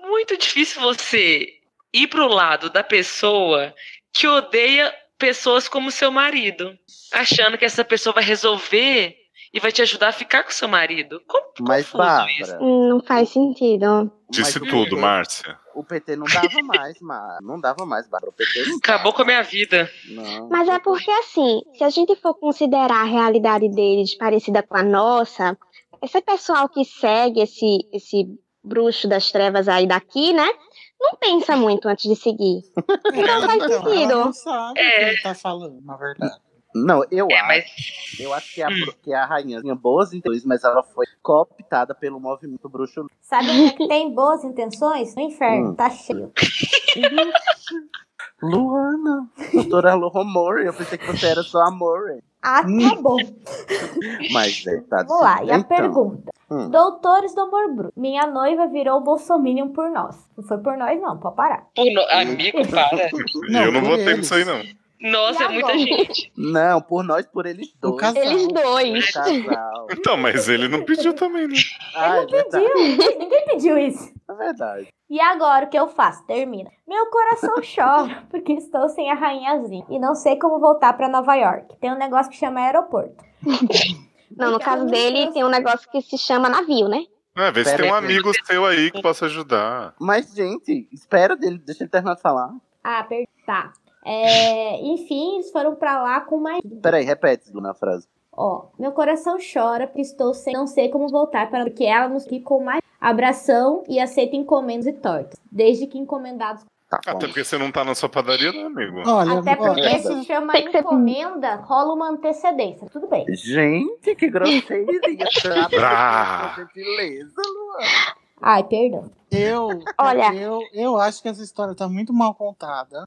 [SPEAKER 9] Muito difícil você ir pro lado da pessoa que odeia pessoas como seu marido, achando que essa pessoa vai resolver e vai te ajudar a ficar com seu marido. Como
[SPEAKER 1] Mas, Bárbara,
[SPEAKER 7] Hum, Não faz sentido.
[SPEAKER 8] Disse
[SPEAKER 1] Mas o
[SPEAKER 8] tudo,
[SPEAKER 1] quê?
[SPEAKER 8] Márcia.
[SPEAKER 1] o PT não dava mais, mas não dava mais, Bárbara. O PT não
[SPEAKER 9] acabou com a minha vida.
[SPEAKER 1] Não.
[SPEAKER 7] Mas é porque, assim, se a gente for considerar a realidade deles parecida com a nossa, esse pessoal que segue esse, esse bruxo das trevas aí daqui, né? Não pensa muito antes de seguir. Então faz
[SPEAKER 5] Então, ela
[SPEAKER 7] sentido. É.
[SPEAKER 5] não sabe o que ele tá falando, na verdade.
[SPEAKER 1] Não, eu
[SPEAKER 9] É,
[SPEAKER 1] acho. Eu acho que a,
[SPEAKER 9] Hum.
[SPEAKER 1] bru- que a rainha tinha boas intenções, mas ela foi cooptada pelo movimento bruxo.
[SPEAKER 6] Sabe onde é que tem boas intenções? No inferno,
[SPEAKER 1] Hum.
[SPEAKER 6] tá cheio.
[SPEAKER 1] Luana, doutora Lu Romore, eu pensei que você era só amor.
[SPEAKER 6] Ah, tá bom.
[SPEAKER 1] Mas é, tá
[SPEAKER 6] Vamos lá,
[SPEAKER 1] dizendo,
[SPEAKER 6] e a
[SPEAKER 1] então.
[SPEAKER 6] pergunta?
[SPEAKER 1] Hum.
[SPEAKER 6] Doutores do amor bruto, minha noiva virou bolsominion por nós. Não foi por nós, não, pode parar.
[SPEAKER 9] amigo, para.
[SPEAKER 8] eu não
[SPEAKER 1] por
[SPEAKER 8] votei
[SPEAKER 1] eles.
[SPEAKER 8] nisso aí, não.
[SPEAKER 9] Nossa,
[SPEAKER 7] Tá
[SPEAKER 9] é muita gente.
[SPEAKER 1] Não, por nós, por eles
[SPEAKER 9] Um
[SPEAKER 1] dois.
[SPEAKER 5] casal. Eles
[SPEAKER 1] dois.
[SPEAKER 8] Então, mas ele não pediu também, né?
[SPEAKER 1] Ah, é verdade.
[SPEAKER 6] Pediu, ninguém pediu isso.
[SPEAKER 1] É verdade.
[SPEAKER 6] E agora o que eu faço? Termina. Meu coração chora porque estou sem a rainhazinha e não sei como voltar pra Nova York. Tem um negócio que chama aeroporto.
[SPEAKER 7] Não, no caso dele tem um negócio que se chama navio, né?
[SPEAKER 8] Ah, vê se
[SPEAKER 1] Pera
[SPEAKER 8] tem um
[SPEAKER 1] aí.
[SPEAKER 8] amigo seu aí que possa ajudar.
[SPEAKER 1] Mas, gente, espera dele, deixa ele terminar de falar.
[SPEAKER 6] Ah, per... tá. É, enfim, eles foram pra lá com uma.
[SPEAKER 1] Peraí, repete Luna, a frase.
[SPEAKER 6] Ó, meu coração chora porque estou sem. Não sei como voltar para porque ela nos ficou mais. Abração e aceita encomendas e tortas, desde que encomendados.
[SPEAKER 1] Tá
[SPEAKER 9] Ah,
[SPEAKER 8] Até porque você não tá na sua padaria, né, amigo?
[SPEAKER 5] Olha,
[SPEAKER 6] Até porque
[SPEAKER 5] olha,
[SPEAKER 6] se chama encomenda, rola uma antecedência. Tudo bem.
[SPEAKER 1] Gente, que grosseria. tá?
[SPEAKER 8] Brá.
[SPEAKER 1] Gentileza.
[SPEAKER 6] Ai, perdão.
[SPEAKER 5] Eu,
[SPEAKER 6] Olha.
[SPEAKER 5] eu, eu acho que essa história tá muito mal contada,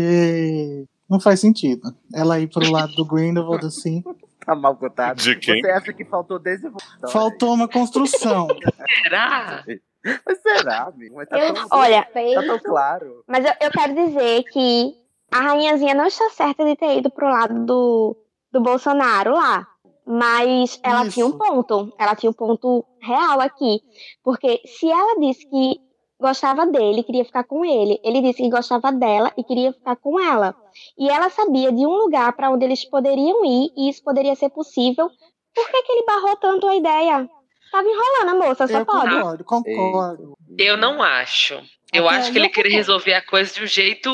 [SPEAKER 5] porque não faz sentido. Ela ir pro lado do Grindelwald assim.
[SPEAKER 1] Tá mal contado.
[SPEAKER 8] De quem?
[SPEAKER 1] Você acha que faltou desenvolvimento?
[SPEAKER 5] Faltou uma construção.
[SPEAKER 7] Ah.
[SPEAKER 9] Será?
[SPEAKER 1] Mas será, amigo? Mas tá
[SPEAKER 6] Eu
[SPEAKER 1] tão,
[SPEAKER 7] Olha,
[SPEAKER 1] tá tão
[SPEAKER 6] Feito.
[SPEAKER 1] claro.
[SPEAKER 7] mas eu, eu quero dizer que a rainhazinha não está certa de ter ido pro lado do, do Bolsonaro lá. Mas ela
[SPEAKER 5] Isso.
[SPEAKER 7] tinha um ponto. Ela tinha um ponto real aqui. Porque se ela disse que gostava dele, queria ficar com ele, ele disse que gostava dela e queria ficar com ela. E ela sabia de um lugar para onde eles poderiam ir e isso poderia ser possível. Por que, que ele barrou tanto a ideia? Tava enrolando a moça, só
[SPEAKER 5] Eu
[SPEAKER 7] pode.
[SPEAKER 5] concordo, concordo.
[SPEAKER 9] Eu não acho. Eu
[SPEAKER 5] Até
[SPEAKER 9] acho
[SPEAKER 5] aí
[SPEAKER 9] que ele
[SPEAKER 5] eu
[SPEAKER 9] queria
[SPEAKER 5] concordo.
[SPEAKER 9] resolver a coisa de um jeito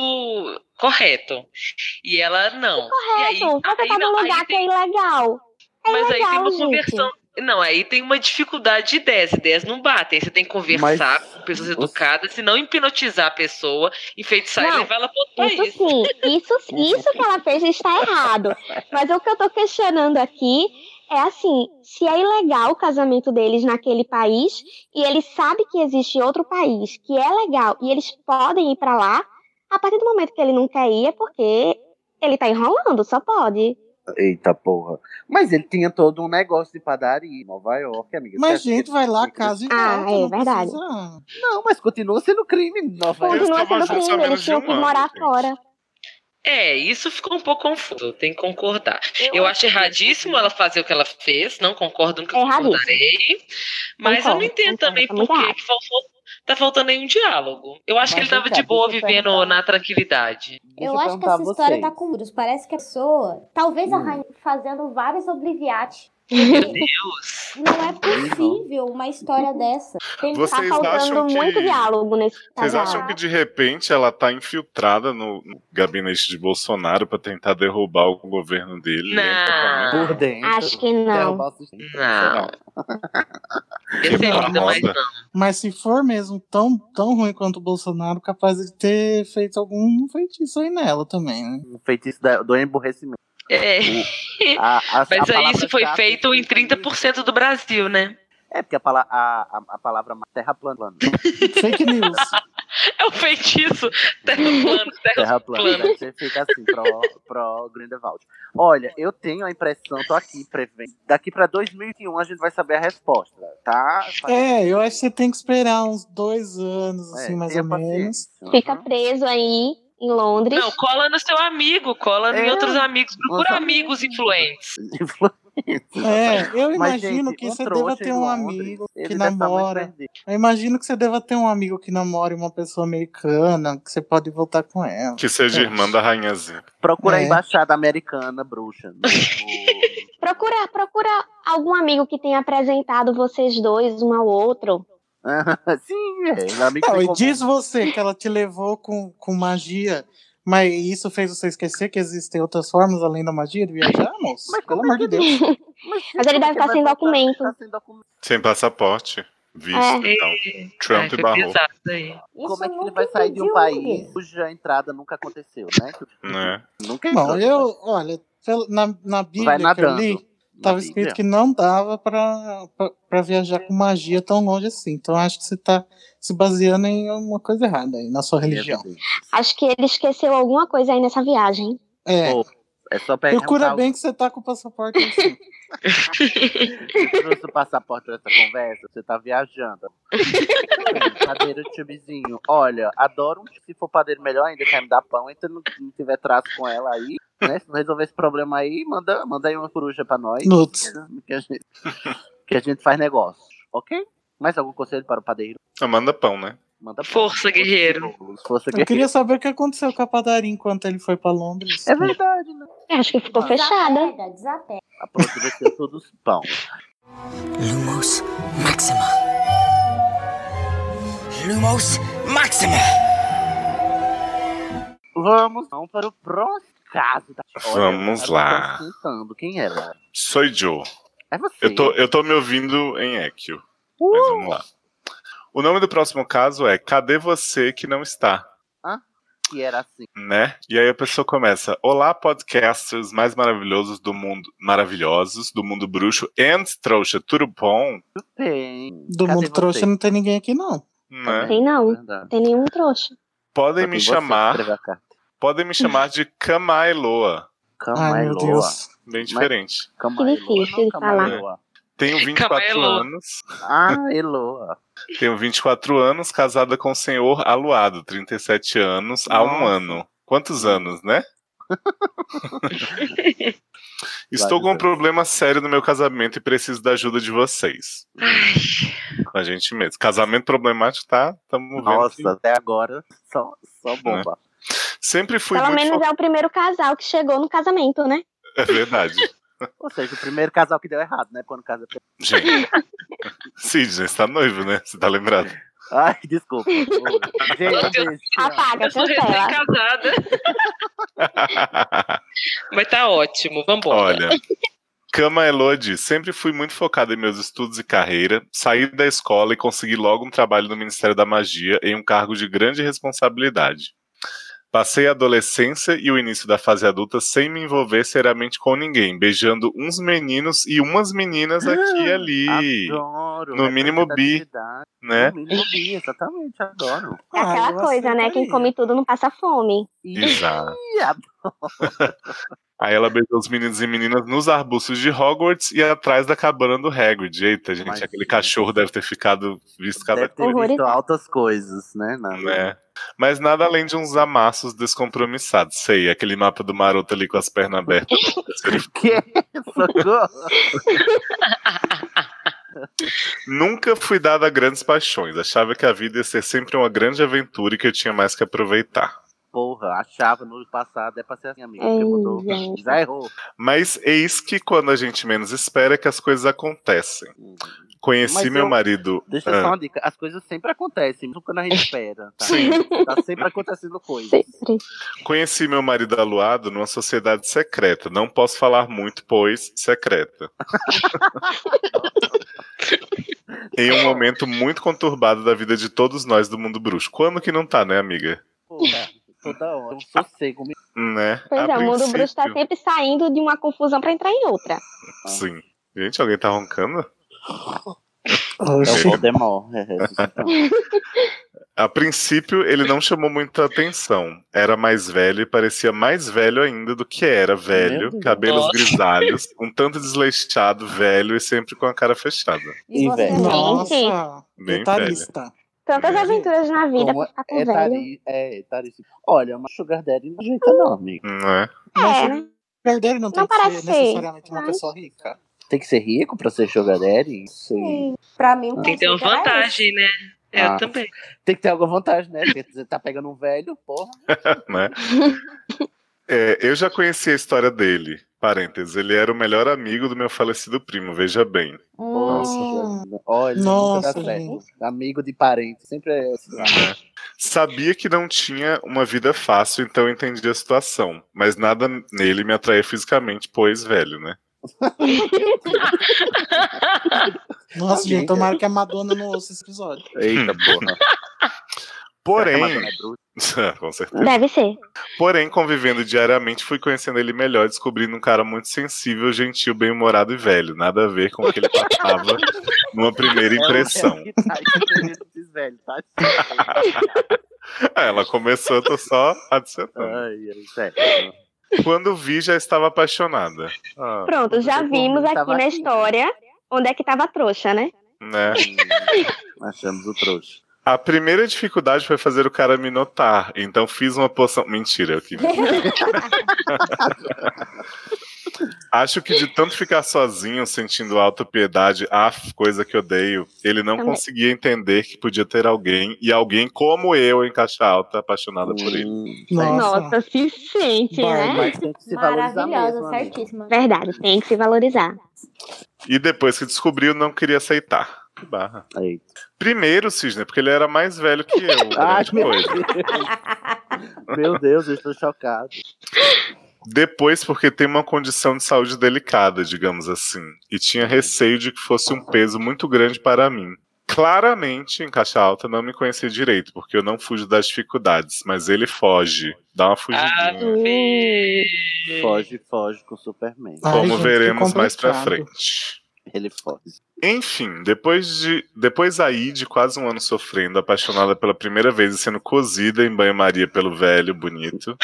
[SPEAKER 9] correto. E ela não. E aí,
[SPEAKER 7] Correto. Você
[SPEAKER 9] aí
[SPEAKER 7] tá num
[SPEAKER 9] não, aí
[SPEAKER 7] lugar que
[SPEAKER 9] tem-
[SPEAKER 7] é ilegal. É
[SPEAKER 9] mas aí
[SPEAKER 7] ilegal,
[SPEAKER 9] tem uma
[SPEAKER 7] gente.
[SPEAKER 9] conversão. Não, aí tem uma dificuldade de ideias. Ideias não batem. Você tem que conversar
[SPEAKER 1] Mas-
[SPEAKER 9] com pessoas
[SPEAKER 1] você-
[SPEAKER 9] educadas, se não hipnotizar a pessoa, enfeitiçar e
[SPEAKER 7] Não,
[SPEAKER 9] levar ela para outro
[SPEAKER 7] Isso
[SPEAKER 9] país.
[SPEAKER 7] sim, isso, isso que ela fez está errado. Mas o que eu tô questionando aqui é assim, se é ilegal o casamento deles naquele país e eles sabem que existe outro país que é legal e eles podem ir pra lá, a partir do momento que ele não quer ir é porque ele tá enrolando, só pode.
[SPEAKER 1] Eita porra. Mas ele tinha todo um negócio de padaria em Nova York, amiga. Você
[SPEAKER 5] Mas,
[SPEAKER 1] acha que
[SPEAKER 5] gente,
[SPEAKER 1] ele-
[SPEAKER 5] vai lá, casa e
[SPEAKER 7] Ah,
[SPEAKER 5] volta.
[SPEAKER 7] é
[SPEAKER 5] não
[SPEAKER 7] verdade.
[SPEAKER 5] precisa-
[SPEAKER 1] Não, mas continua sendo crime em Nova York.
[SPEAKER 7] Continua
[SPEAKER 8] estavam
[SPEAKER 7] sendo
[SPEAKER 8] juntos há
[SPEAKER 7] crime,
[SPEAKER 8] menos
[SPEAKER 7] eles
[SPEAKER 8] de
[SPEAKER 7] tinham
[SPEAKER 8] um
[SPEAKER 7] que
[SPEAKER 8] ano,
[SPEAKER 7] morar
[SPEAKER 8] gente.
[SPEAKER 7] fora. Tá
[SPEAKER 9] É, isso ficou um pouco confuso, tem que concordar. Eu, acho é erradíssimo ela fazer o que ela fez, não concordo, nunca
[SPEAKER 7] É erradíssimo.
[SPEAKER 9] concordarei. Mas eu não
[SPEAKER 7] Concordo,
[SPEAKER 9] entendo
[SPEAKER 7] concordo,
[SPEAKER 9] também
[SPEAKER 7] tá
[SPEAKER 9] por
[SPEAKER 7] muito
[SPEAKER 9] que
[SPEAKER 7] errado.
[SPEAKER 9] que faltou, tá faltando aí um diálogo. Eu acho que
[SPEAKER 1] Mas
[SPEAKER 9] ele tava
[SPEAKER 1] vem cá,
[SPEAKER 9] de boa
[SPEAKER 1] deixa eu
[SPEAKER 9] vivendo
[SPEAKER 1] perguntar.
[SPEAKER 9] na tranquilidade.
[SPEAKER 1] Deixa
[SPEAKER 6] eu acho que
[SPEAKER 1] perguntar
[SPEAKER 6] essa
[SPEAKER 1] a
[SPEAKER 6] história
[SPEAKER 1] vocês.
[SPEAKER 6] tá com muros. Parece que a pessoa, talvez a
[SPEAKER 1] Hum.
[SPEAKER 6] rainha, fazendo vários obliviates.
[SPEAKER 9] Meu
[SPEAKER 6] Porque
[SPEAKER 9] Deus!
[SPEAKER 6] não é possível uma história dessa. Tem
[SPEAKER 7] Tá
[SPEAKER 8] Vocês acham
[SPEAKER 7] faltando
[SPEAKER 8] que-
[SPEAKER 7] muito diálogo nesse
[SPEAKER 8] Vocês
[SPEAKER 7] casal.
[SPEAKER 8] acham que de repente ela tá infiltrada no, no gabinete de Bolsonaro pra tentar derrubar o governo dele? né?
[SPEAKER 9] Não,
[SPEAKER 1] Por dentro.
[SPEAKER 7] Acho que não.
[SPEAKER 1] Derrubar o sistema.
[SPEAKER 9] não. Ia ser
[SPEAKER 8] barrosa.
[SPEAKER 9] lindo, mas não.
[SPEAKER 5] Mas se for mesmo tão, tão ruim quanto o Bolsonaro, capaz de ter feito algum feitiço aí nela também, né?
[SPEAKER 1] Um feitiço da- do emborrecimento.
[SPEAKER 9] É,
[SPEAKER 1] A- a-
[SPEAKER 9] mas
[SPEAKER 1] a
[SPEAKER 9] aí
[SPEAKER 1] palavra
[SPEAKER 9] isso foi
[SPEAKER 1] chave é
[SPEAKER 9] feito em
[SPEAKER 1] desse livro-
[SPEAKER 9] 30% do Brasil, né?
[SPEAKER 1] É, porque a, pala a, a, a palavra ma- terra plana. plana. né?
[SPEAKER 5] Fake news.
[SPEAKER 9] É o feitiço. Terra plana, terra
[SPEAKER 1] Terra plana.
[SPEAKER 9] plana.
[SPEAKER 1] né? Você fica assim, pro, pro Grindelwald. Olha, eu tenho a impressão, tô aqui prevendo. Daqui pra 2021 a gente vai saber a resposta, tá?
[SPEAKER 5] É, eu acho que você tem que esperar uns dois anos,
[SPEAKER 1] É,
[SPEAKER 5] assim, mais
[SPEAKER 1] tenha
[SPEAKER 5] ou menos.
[SPEAKER 1] paciência.
[SPEAKER 7] Fica
[SPEAKER 1] Uhum.
[SPEAKER 7] preso aí em Londres.
[SPEAKER 9] Não, cola no seu amigo, cola em
[SPEAKER 1] É,
[SPEAKER 9] outros amigos. Procura
[SPEAKER 1] outros
[SPEAKER 9] amigos influentes. né?
[SPEAKER 5] É, eu
[SPEAKER 1] Uhum. Mas,
[SPEAKER 5] imagino
[SPEAKER 1] gente,
[SPEAKER 5] que
[SPEAKER 1] um
[SPEAKER 5] você
[SPEAKER 1] trouxa
[SPEAKER 5] deva ter
[SPEAKER 1] em
[SPEAKER 5] um
[SPEAKER 1] Londres,
[SPEAKER 5] amigo
[SPEAKER 1] ele
[SPEAKER 5] que
[SPEAKER 1] deve estar muito
[SPEAKER 5] namora.
[SPEAKER 1] perdido.
[SPEAKER 5] Eu imagino que você deva ter um amigo que namora uma pessoa americana, que você pode voltar com ela.
[SPEAKER 8] Que seja
[SPEAKER 5] Eu
[SPEAKER 8] irmã da rainhazinha.
[SPEAKER 1] Procura a
[SPEAKER 5] É.
[SPEAKER 1] embaixada americana, bruxa. né? Tipo, no- no-
[SPEAKER 7] Procura, procura algum amigo que tenha apresentado vocês dois um ao outro.
[SPEAKER 1] Sim, é. Amigo
[SPEAKER 5] Não,
[SPEAKER 1] sem
[SPEAKER 5] e
[SPEAKER 1] comum.
[SPEAKER 5] diz você que ela te levou com, com magia, mas isso fez você esquecer que existem outras formas além da magia de viajar, moço?
[SPEAKER 1] Mas
[SPEAKER 5] Pelo
[SPEAKER 1] como
[SPEAKER 5] amor
[SPEAKER 1] é que
[SPEAKER 5] de Deus.
[SPEAKER 1] é
[SPEAKER 7] Mas ele deve estar sem documento.
[SPEAKER 1] Tá sem documento.
[SPEAKER 8] Sem passaporte, visto
[SPEAKER 7] É.
[SPEAKER 8] e tal.
[SPEAKER 9] Ai,
[SPEAKER 8] Trump
[SPEAKER 9] foi
[SPEAKER 8] barrou.
[SPEAKER 9] pesado isso aí.
[SPEAKER 6] Isso
[SPEAKER 1] Como é que ele
[SPEAKER 6] nunca
[SPEAKER 1] vai sair de um
[SPEAKER 6] impediu
[SPEAKER 1] país
[SPEAKER 6] ninguém.
[SPEAKER 1] cuja entrada nunca aconteceu, né?
[SPEAKER 8] Né?
[SPEAKER 1] Nunca
[SPEAKER 5] Bom,
[SPEAKER 1] entrou.
[SPEAKER 5] eu, olha, pelo- na, na
[SPEAKER 1] Vai
[SPEAKER 5] Bíblia que eu
[SPEAKER 1] nadando.
[SPEAKER 5] li,
[SPEAKER 1] na
[SPEAKER 5] tava
[SPEAKER 1] Bíblia.
[SPEAKER 5] escrito que não dava pra, pra, pra viajar com magia tão longe assim. Então acho que você tá se baseando em alguma coisa errada aí, na sua religião.
[SPEAKER 7] Acho que ele esqueceu alguma coisa aí nessa viagem.
[SPEAKER 5] É,
[SPEAKER 1] Pô, é só
[SPEAKER 5] procura
[SPEAKER 1] perguntar
[SPEAKER 5] bem que você tá com o passaporte assim. aí sim.
[SPEAKER 1] Você trouxe o passaporte pra essa conversa? Você tá viajando. padeiro tchubizinho. Olha, adoro um se for padeiro melhor ainda, quer me dar pão, então não, não tiver traço com ela aí, né? Se não resolver esse problema aí, manda, manda aí uma coruja pra nós.
[SPEAKER 5] Lutz.
[SPEAKER 1] Que a gente, que a gente faz negócio, ok? Mais algum conselho para o padeiro?
[SPEAKER 8] Ah, manda pão, né?
[SPEAKER 1] Manda pão.
[SPEAKER 9] Força, guerreiro.
[SPEAKER 1] Força,
[SPEAKER 5] Eu
[SPEAKER 1] guerreiro.
[SPEAKER 5] queria saber o que aconteceu com a padaria enquanto ele foi pra Londres.
[SPEAKER 1] É verdade, né?
[SPEAKER 7] Acho que ficou fechada.
[SPEAKER 6] Desapega, desapega.
[SPEAKER 1] A próxima vai ser todos pão.
[SPEAKER 12] Lumos Maxima. Lumos Maxima.
[SPEAKER 1] Vamos então para o próximo caso da
[SPEAKER 8] Vamos
[SPEAKER 1] eu tava
[SPEAKER 8] lá.
[SPEAKER 1] pensando, Quem era?
[SPEAKER 8] Sou Joe.
[SPEAKER 1] É você.
[SPEAKER 8] Eu tô, eu tô me ouvindo em Equio. Mas vamos lá. O nome do próximo caso é Cadê Você Que Não Está?
[SPEAKER 1] Hã? Que era assim.
[SPEAKER 8] Né? E aí a pessoa começa: Olá, podcasters mais maravilhosos do mundo. Maravilhosos, do mundo bruxo. And trouxa, tudo bom?
[SPEAKER 1] Tem.
[SPEAKER 5] Do mundo trouxa não tem ninguém aqui, não.
[SPEAKER 8] Né?
[SPEAKER 7] Tem não. Tem nenhum trouxa.
[SPEAKER 8] Podem
[SPEAKER 1] Só
[SPEAKER 8] me
[SPEAKER 1] tem Tá você que
[SPEAKER 8] chamar.
[SPEAKER 1] escreveu a carta.
[SPEAKER 8] Podem me chamar de Camailoa.
[SPEAKER 1] Ai, meu Camailoa. Deus.
[SPEAKER 8] Bem diferente.
[SPEAKER 7] difícil de falar.
[SPEAKER 8] Tenho 24
[SPEAKER 7] Camailoa.
[SPEAKER 8] anos.
[SPEAKER 1] Ah, Eloa.
[SPEAKER 8] Tenho 24 anos, casada com o senhor Aluado, 37 anos, há um
[SPEAKER 1] Nossa. Hum.
[SPEAKER 8] ano. Quantos anos, né? Estou com um problema sério no meu casamento e preciso da ajuda de vocês. Com a gente mesmo. Casamento problemático, tá? Tamo vendo.
[SPEAKER 1] Nossa,
[SPEAKER 8] que-
[SPEAKER 1] até agora só, só bomba.
[SPEAKER 8] Sempre fui
[SPEAKER 7] Pelo
[SPEAKER 8] muito.
[SPEAKER 7] menos é o primeiro casal que chegou no casamento, né?
[SPEAKER 8] É verdade.
[SPEAKER 1] Ou seja, o primeiro casal que deu errado, né? Quando casa.
[SPEAKER 8] Gente. Sidney, você tá noivo, né? Você tá lembrado?
[SPEAKER 1] Ai, desculpa. Gente, um beijo.
[SPEAKER 7] Apaga,
[SPEAKER 9] Eu sou
[SPEAKER 7] cancela.
[SPEAKER 9] recém-casada. Mas tá ótimo, vambora.
[SPEAKER 8] Olha. Cama Elodie, sempre fui muito focada em meus estudos e carreira, saí da escola e consegui logo um trabalho no Ministério da Magia em um cargo de grande responsabilidade. Passei a adolescência e o início da fase adulta sem me envolver seriamente com ninguém, beijando uns meninos e umas meninas aqui e ali.
[SPEAKER 1] Adoro.
[SPEAKER 8] No mínimo bi,
[SPEAKER 1] representatividade.
[SPEAKER 8] né?
[SPEAKER 1] No mínimo bi, exatamente, adoro.
[SPEAKER 7] É aquela coisa,
[SPEAKER 1] tá
[SPEAKER 7] né? Quem come tudo não passa fome.
[SPEAKER 8] Exato.
[SPEAKER 1] Ih, adoro.
[SPEAKER 8] Aí ela beijou os meninos e meninas nos arbustos de Hogwarts e atrás da cabana do Hagrid. Eita, gente, aquele cachorro deve ter ficado visto cada
[SPEAKER 1] Deve ter
[SPEAKER 8] coisa.
[SPEAKER 1] visto altas coisas, né? Na...
[SPEAKER 8] né? Mas nada além de uns amassos descompromissados. Sei, aquele mapa do maroto ali com as pernas abertas.
[SPEAKER 1] Que? Socorro.
[SPEAKER 8] Nunca fui dada a grandes paixões. Achava que a vida ia ser sempre uma grande aventura e que eu tinha mais que aproveitar.
[SPEAKER 1] Porra, achava no passado, é pra ser assim, amigo.
[SPEAKER 8] Ei,
[SPEAKER 1] Porque mudou.
[SPEAKER 8] gente.
[SPEAKER 1] Já errou.
[SPEAKER 8] Mas eis que quando a gente menos espera é que as coisas acontecem. Conheci
[SPEAKER 1] Uhum. Mas
[SPEAKER 8] meu
[SPEAKER 1] eu-
[SPEAKER 8] marido.
[SPEAKER 1] Deixa
[SPEAKER 8] Ah,
[SPEAKER 1] só uma dica. As coisas sempre acontecem, mesmo quando a gente espera. Tá,
[SPEAKER 8] Sim.
[SPEAKER 1] tá sempre acontecendo coisas.
[SPEAKER 8] Conheci meu marido aluado numa sociedade secreta. Não posso falar muito, pois secreta. em um momento muito conturbado da vida de todos nós do mundo bruxo. Quando que não tá, né, amiga?
[SPEAKER 1] Porra, toda hora. Um sossego. me-
[SPEAKER 8] Né?
[SPEAKER 7] Pois
[SPEAKER 8] A
[SPEAKER 7] é, o mundo bruxo tá
[SPEAKER 8] princípio,
[SPEAKER 7] sempre saindo de uma confusão pra entrar em outra.
[SPEAKER 8] Sim. Gente, alguém tá roncando?
[SPEAKER 1] É o Voldemort. é, ressuscitando.
[SPEAKER 8] A princípio, ele não chamou muita atenção. Era mais velho e parecia mais velho ainda do que era
[SPEAKER 1] Meu
[SPEAKER 8] velho.
[SPEAKER 1] Deus.
[SPEAKER 8] Cabelos
[SPEAKER 1] Nossa.
[SPEAKER 8] grisalhos, um tanto desleixado, velho e sempre com a cara fechada.
[SPEAKER 1] Inveja.
[SPEAKER 5] Nossa,
[SPEAKER 8] Bem velho.
[SPEAKER 5] detalhista.
[SPEAKER 7] Tantas
[SPEAKER 8] Uhum.
[SPEAKER 7] aventuras na vida
[SPEAKER 1] Como
[SPEAKER 7] pra ficar com
[SPEAKER 1] é,
[SPEAKER 7] velho.
[SPEAKER 1] tari, é, tarice. Olha, mas Sugar Daddy não ajeita, não, amigo.
[SPEAKER 8] Não é?
[SPEAKER 7] É,
[SPEAKER 5] Mas Verdadeiro não tem
[SPEAKER 7] Não
[SPEAKER 5] que
[SPEAKER 7] parece
[SPEAKER 5] ser necessariamente uma
[SPEAKER 7] mas-
[SPEAKER 5] pessoa rica.
[SPEAKER 1] Tem que ser rico pra ser Sugar Daddy? Sim.
[SPEAKER 6] Pra mim, o
[SPEAKER 9] Tem que ter uma
[SPEAKER 6] conceito era
[SPEAKER 9] vantagem, né? Eu
[SPEAKER 1] Ah.
[SPEAKER 9] também.
[SPEAKER 1] Tem que ter alguma vantagem, né? Porque você tá pegando um velho, porra.
[SPEAKER 8] né? É, eu já conheci a história dele. Parênteses, ele era o melhor amigo do meu falecido primo, veja bem.
[SPEAKER 6] Hum.
[SPEAKER 1] Nossa. Olha, nunca
[SPEAKER 5] Nossa,
[SPEAKER 1] dá certo.
[SPEAKER 5] gente.
[SPEAKER 1] Amigo de parente, sempre é esse lá.
[SPEAKER 8] né? Sabia que não tinha uma vida fácil, então entendi a situação. Mas nada nele me atraía fisicamente, pois velho, né?
[SPEAKER 5] Nossa,
[SPEAKER 1] Amiga.
[SPEAKER 5] gente, tomara que a Madonna não ouça esse episódio.
[SPEAKER 1] Eita porra.
[SPEAKER 8] Porém,
[SPEAKER 1] Será que a Madonna é bruta?
[SPEAKER 8] com certeza.
[SPEAKER 7] Deve ser.
[SPEAKER 8] Porém, convivendo diariamente, fui conhecendo ele melhor, descobrindo um cara muito sensível, gentil, bem-humorado e velho. Nada a ver com o que ele passava numa primeira
[SPEAKER 1] É o-
[SPEAKER 8] impressão.
[SPEAKER 1] É o que tá escrevendo esses velhos, tá?
[SPEAKER 8] É, Ela começou, eu tô só adicionando.
[SPEAKER 1] Ai, ai, sério.
[SPEAKER 8] Quando vi, já estava apaixonada. Ah,
[SPEAKER 7] Pronto, já vimos aqui na história onde é que tava a trouxa, né?
[SPEAKER 8] né?
[SPEAKER 1] Achamos o trouxa.
[SPEAKER 8] A primeira dificuldade foi fazer o cara me notar, então fiz uma poção. Mentira, eu que. Acho que de tanto ficar sozinho, sentindo autopiedade, ah, coisa que odeio, ele não
[SPEAKER 7] Também.
[SPEAKER 8] conseguia entender que podia ter alguém, e alguém como eu em caixa alta, apaixonada por ele.
[SPEAKER 7] Nossa, se sente, né?
[SPEAKER 1] Mas Hum, tem que se valorizar
[SPEAKER 6] Maravilhosa,
[SPEAKER 1] mesmo, amiga.
[SPEAKER 6] certíssima.
[SPEAKER 7] Verdade, tem que se valorizar.
[SPEAKER 8] E depois que descobriu, não queria aceitar. Que barra.
[SPEAKER 1] Eita.
[SPEAKER 8] Primeiro, Cisne, porque ele era mais velho que eu.
[SPEAKER 1] Ai,
[SPEAKER 8] grande
[SPEAKER 1] meu
[SPEAKER 8] coisa.
[SPEAKER 1] Deus. Meu Deus, eu estou chocado.
[SPEAKER 8] Depois, porque tem uma condição de saúde delicada, digamos assim, e tinha receio de que fosse um peso muito grande para mim. claramente em caixa alta não me conhecia direito, porque eu não fujo das dificuldades, mas ele foge. Dá uma
[SPEAKER 9] Ah, é.
[SPEAKER 8] fugidinha.
[SPEAKER 1] Foge, foge com o Superman.
[SPEAKER 8] Como veremos mais pra frente.
[SPEAKER 1] Ele foge.
[SPEAKER 8] Enfim, depois de depois aí de quase um ano sofrendo, apaixonada pela primeira vez e sendo cozida em banho-maria pelo velho bonito,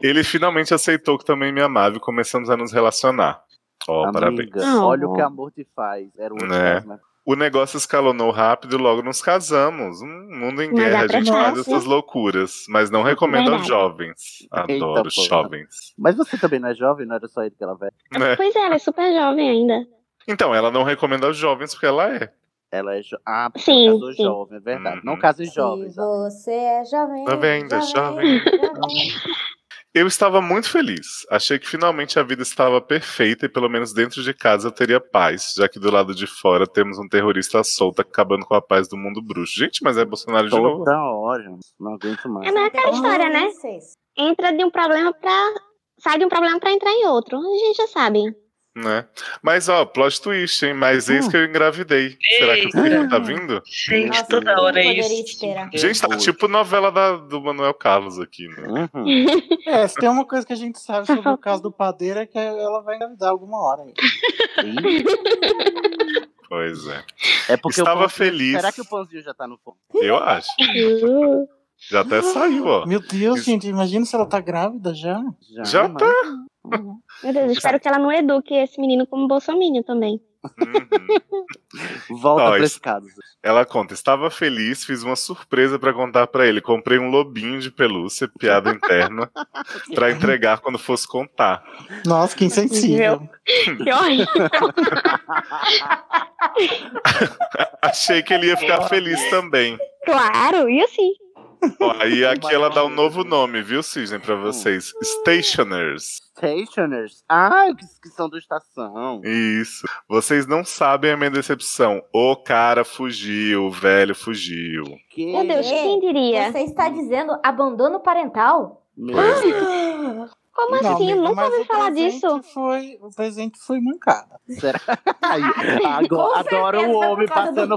[SPEAKER 8] ele finalmente aceitou que também me amava e começamos a nos relacionar. Ó, parabéns.
[SPEAKER 1] Amiga, olha o que amor te faz. Era o outro
[SPEAKER 8] Né?
[SPEAKER 1] caso, né?
[SPEAKER 8] O negócio escalonou rápido e logo nos casamos. Um mundo em
[SPEAKER 1] Mas
[SPEAKER 8] guerra,
[SPEAKER 1] dá
[SPEAKER 8] a
[SPEAKER 1] pra
[SPEAKER 8] gente
[SPEAKER 1] nós,
[SPEAKER 8] faz essas
[SPEAKER 1] né?
[SPEAKER 8] loucuras. Mas não recomendo aos
[SPEAKER 1] é Verdade.
[SPEAKER 8] jovens. Adoro
[SPEAKER 1] Eita, porra.
[SPEAKER 8] jovens.
[SPEAKER 1] Mas você também não é jovem, não era só ele que ela velha.
[SPEAKER 8] Né?
[SPEAKER 7] Pois é, ela é super jovem ainda.
[SPEAKER 8] Então, ela não recomenda aos jovens porque ela é.
[SPEAKER 1] Ela é jo... Ah, porque
[SPEAKER 7] Sim,
[SPEAKER 1] ela casou
[SPEAKER 7] sim.
[SPEAKER 1] jovem, é verdade.
[SPEAKER 8] Uhum.
[SPEAKER 1] Não casem jovens.
[SPEAKER 6] Se você é jovem.
[SPEAKER 8] Jovem ainda, Tá jovem. Eu estava muito feliz. Achei que finalmente a vida estava perfeita e pelo menos dentro de casa eu teria paz, já que do lado de fora temos um terrorista solto acabando com a paz do mundo bruxo. Gente, mas é Bolsonaro de novo.
[SPEAKER 1] Toda hora. Não aguento mais.
[SPEAKER 7] É, mas é
[SPEAKER 6] Então,
[SPEAKER 7] aquela história, né?
[SPEAKER 6] assim,
[SPEAKER 7] Entra de um problema pra. Sai de um problema pra entrar em outro. A gente já sabe.
[SPEAKER 8] Né? Mas ó, plot twist, hein? Mas
[SPEAKER 1] Ah.
[SPEAKER 8] eis que eu engravidei. Será que o
[SPEAKER 9] Ei.
[SPEAKER 8] filho tá vindo?
[SPEAKER 9] Gente, toda hora é isso.
[SPEAKER 8] Gente, tá tipo novela da- do Manuel Carlos aqui, né?
[SPEAKER 5] É, se tem uma coisa que a gente sabe sobre o caso do padeiro é que ela vai engravidar alguma hora. aí.
[SPEAKER 6] É
[SPEAKER 8] Pois é.
[SPEAKER 1] É porque o
[SPEAKER 8] Estava
[SPEAKER 1] pãozinho-
[SPEAKER 8] feliz.
[SPEAKER 1] Será que o pãozinho já tá no fogo?
[SPEAKER 8] Eu acho. Já até saiu, ó.
[SPEAKER 5] Meu Deus, gente, imagina se ela tá grávida já.
[SPEAKER 1] Já, né,
[SPEAKER 8] Já tá.
[SPEAKER 7] Meu Deus, espero que ela não eduque esse menino como bolsominion também.
[SPEAKER 1] Volta
[SPEAKER 8] Ó,
[SPEAKER 1] pra
[SPEAKER 8] es-
[SPEAKER 1] esse caso.
[SPEAKER 8] Uhum. Ela conta, estava feliz, fiz uma surpresa pra contar pra ele. Comprei um lobinho de pelúcia, piada interna, pra entregar quando fosse contar.
[SPEAKER 5] Nossa, que insensível.
[SPEAKER 7] Que horrível.
[SPEAKER 8] Achei que ele ia ficar feliz também.
[SPEAKER 7] Claro, e assim.
[SPEAKER 8] Ó, aí aqui ela dá um novo nome, viu, Cisne,
[SPEAKER 1] Hum.
[SPEAKER 8] pra vocês. Stationers.
[SPEAKER 1] Stationers? Ah, que, que são do estação.
[SPEAKER 8] Isso. Vocês não sabem a minha decepção. O cara fugiu, o velho fugiu.
[SPEAKER 6] Meu Deus, quem
[SPEAKER 7] diria?
[SPEAKER 6] Você está dizendo abandono parental?
[SPEAKER 8] Pois é.
[SPEAKER 7] Como
[SPEAKER 5] Não,
[SPEAKER 7] assim? Eu
[SPEAKER 5] amiga,
[SPEAKER 7] nunca
[SPEAKER 5] mas
[SPEAKER 7] ouvi
[SPEAKER 5] o
[SPEAKER 7] falar
[SPEAKER 5] presente
[SPEAKER 7] disso.
[SPEAKER 5] Foi, o presente foi mancada.
[SPEAKER 1] Será? Aí, agora,
[SPEAKER 6] Com
[SPEAKER 1] adoro
[SPEAKER 6] certeza
[SPEAKER 1] o
[SPEAKER 6] foi
[SPEAKER 1] homem
[SPEAKER 6] por causa
[SPEAKER 1] passando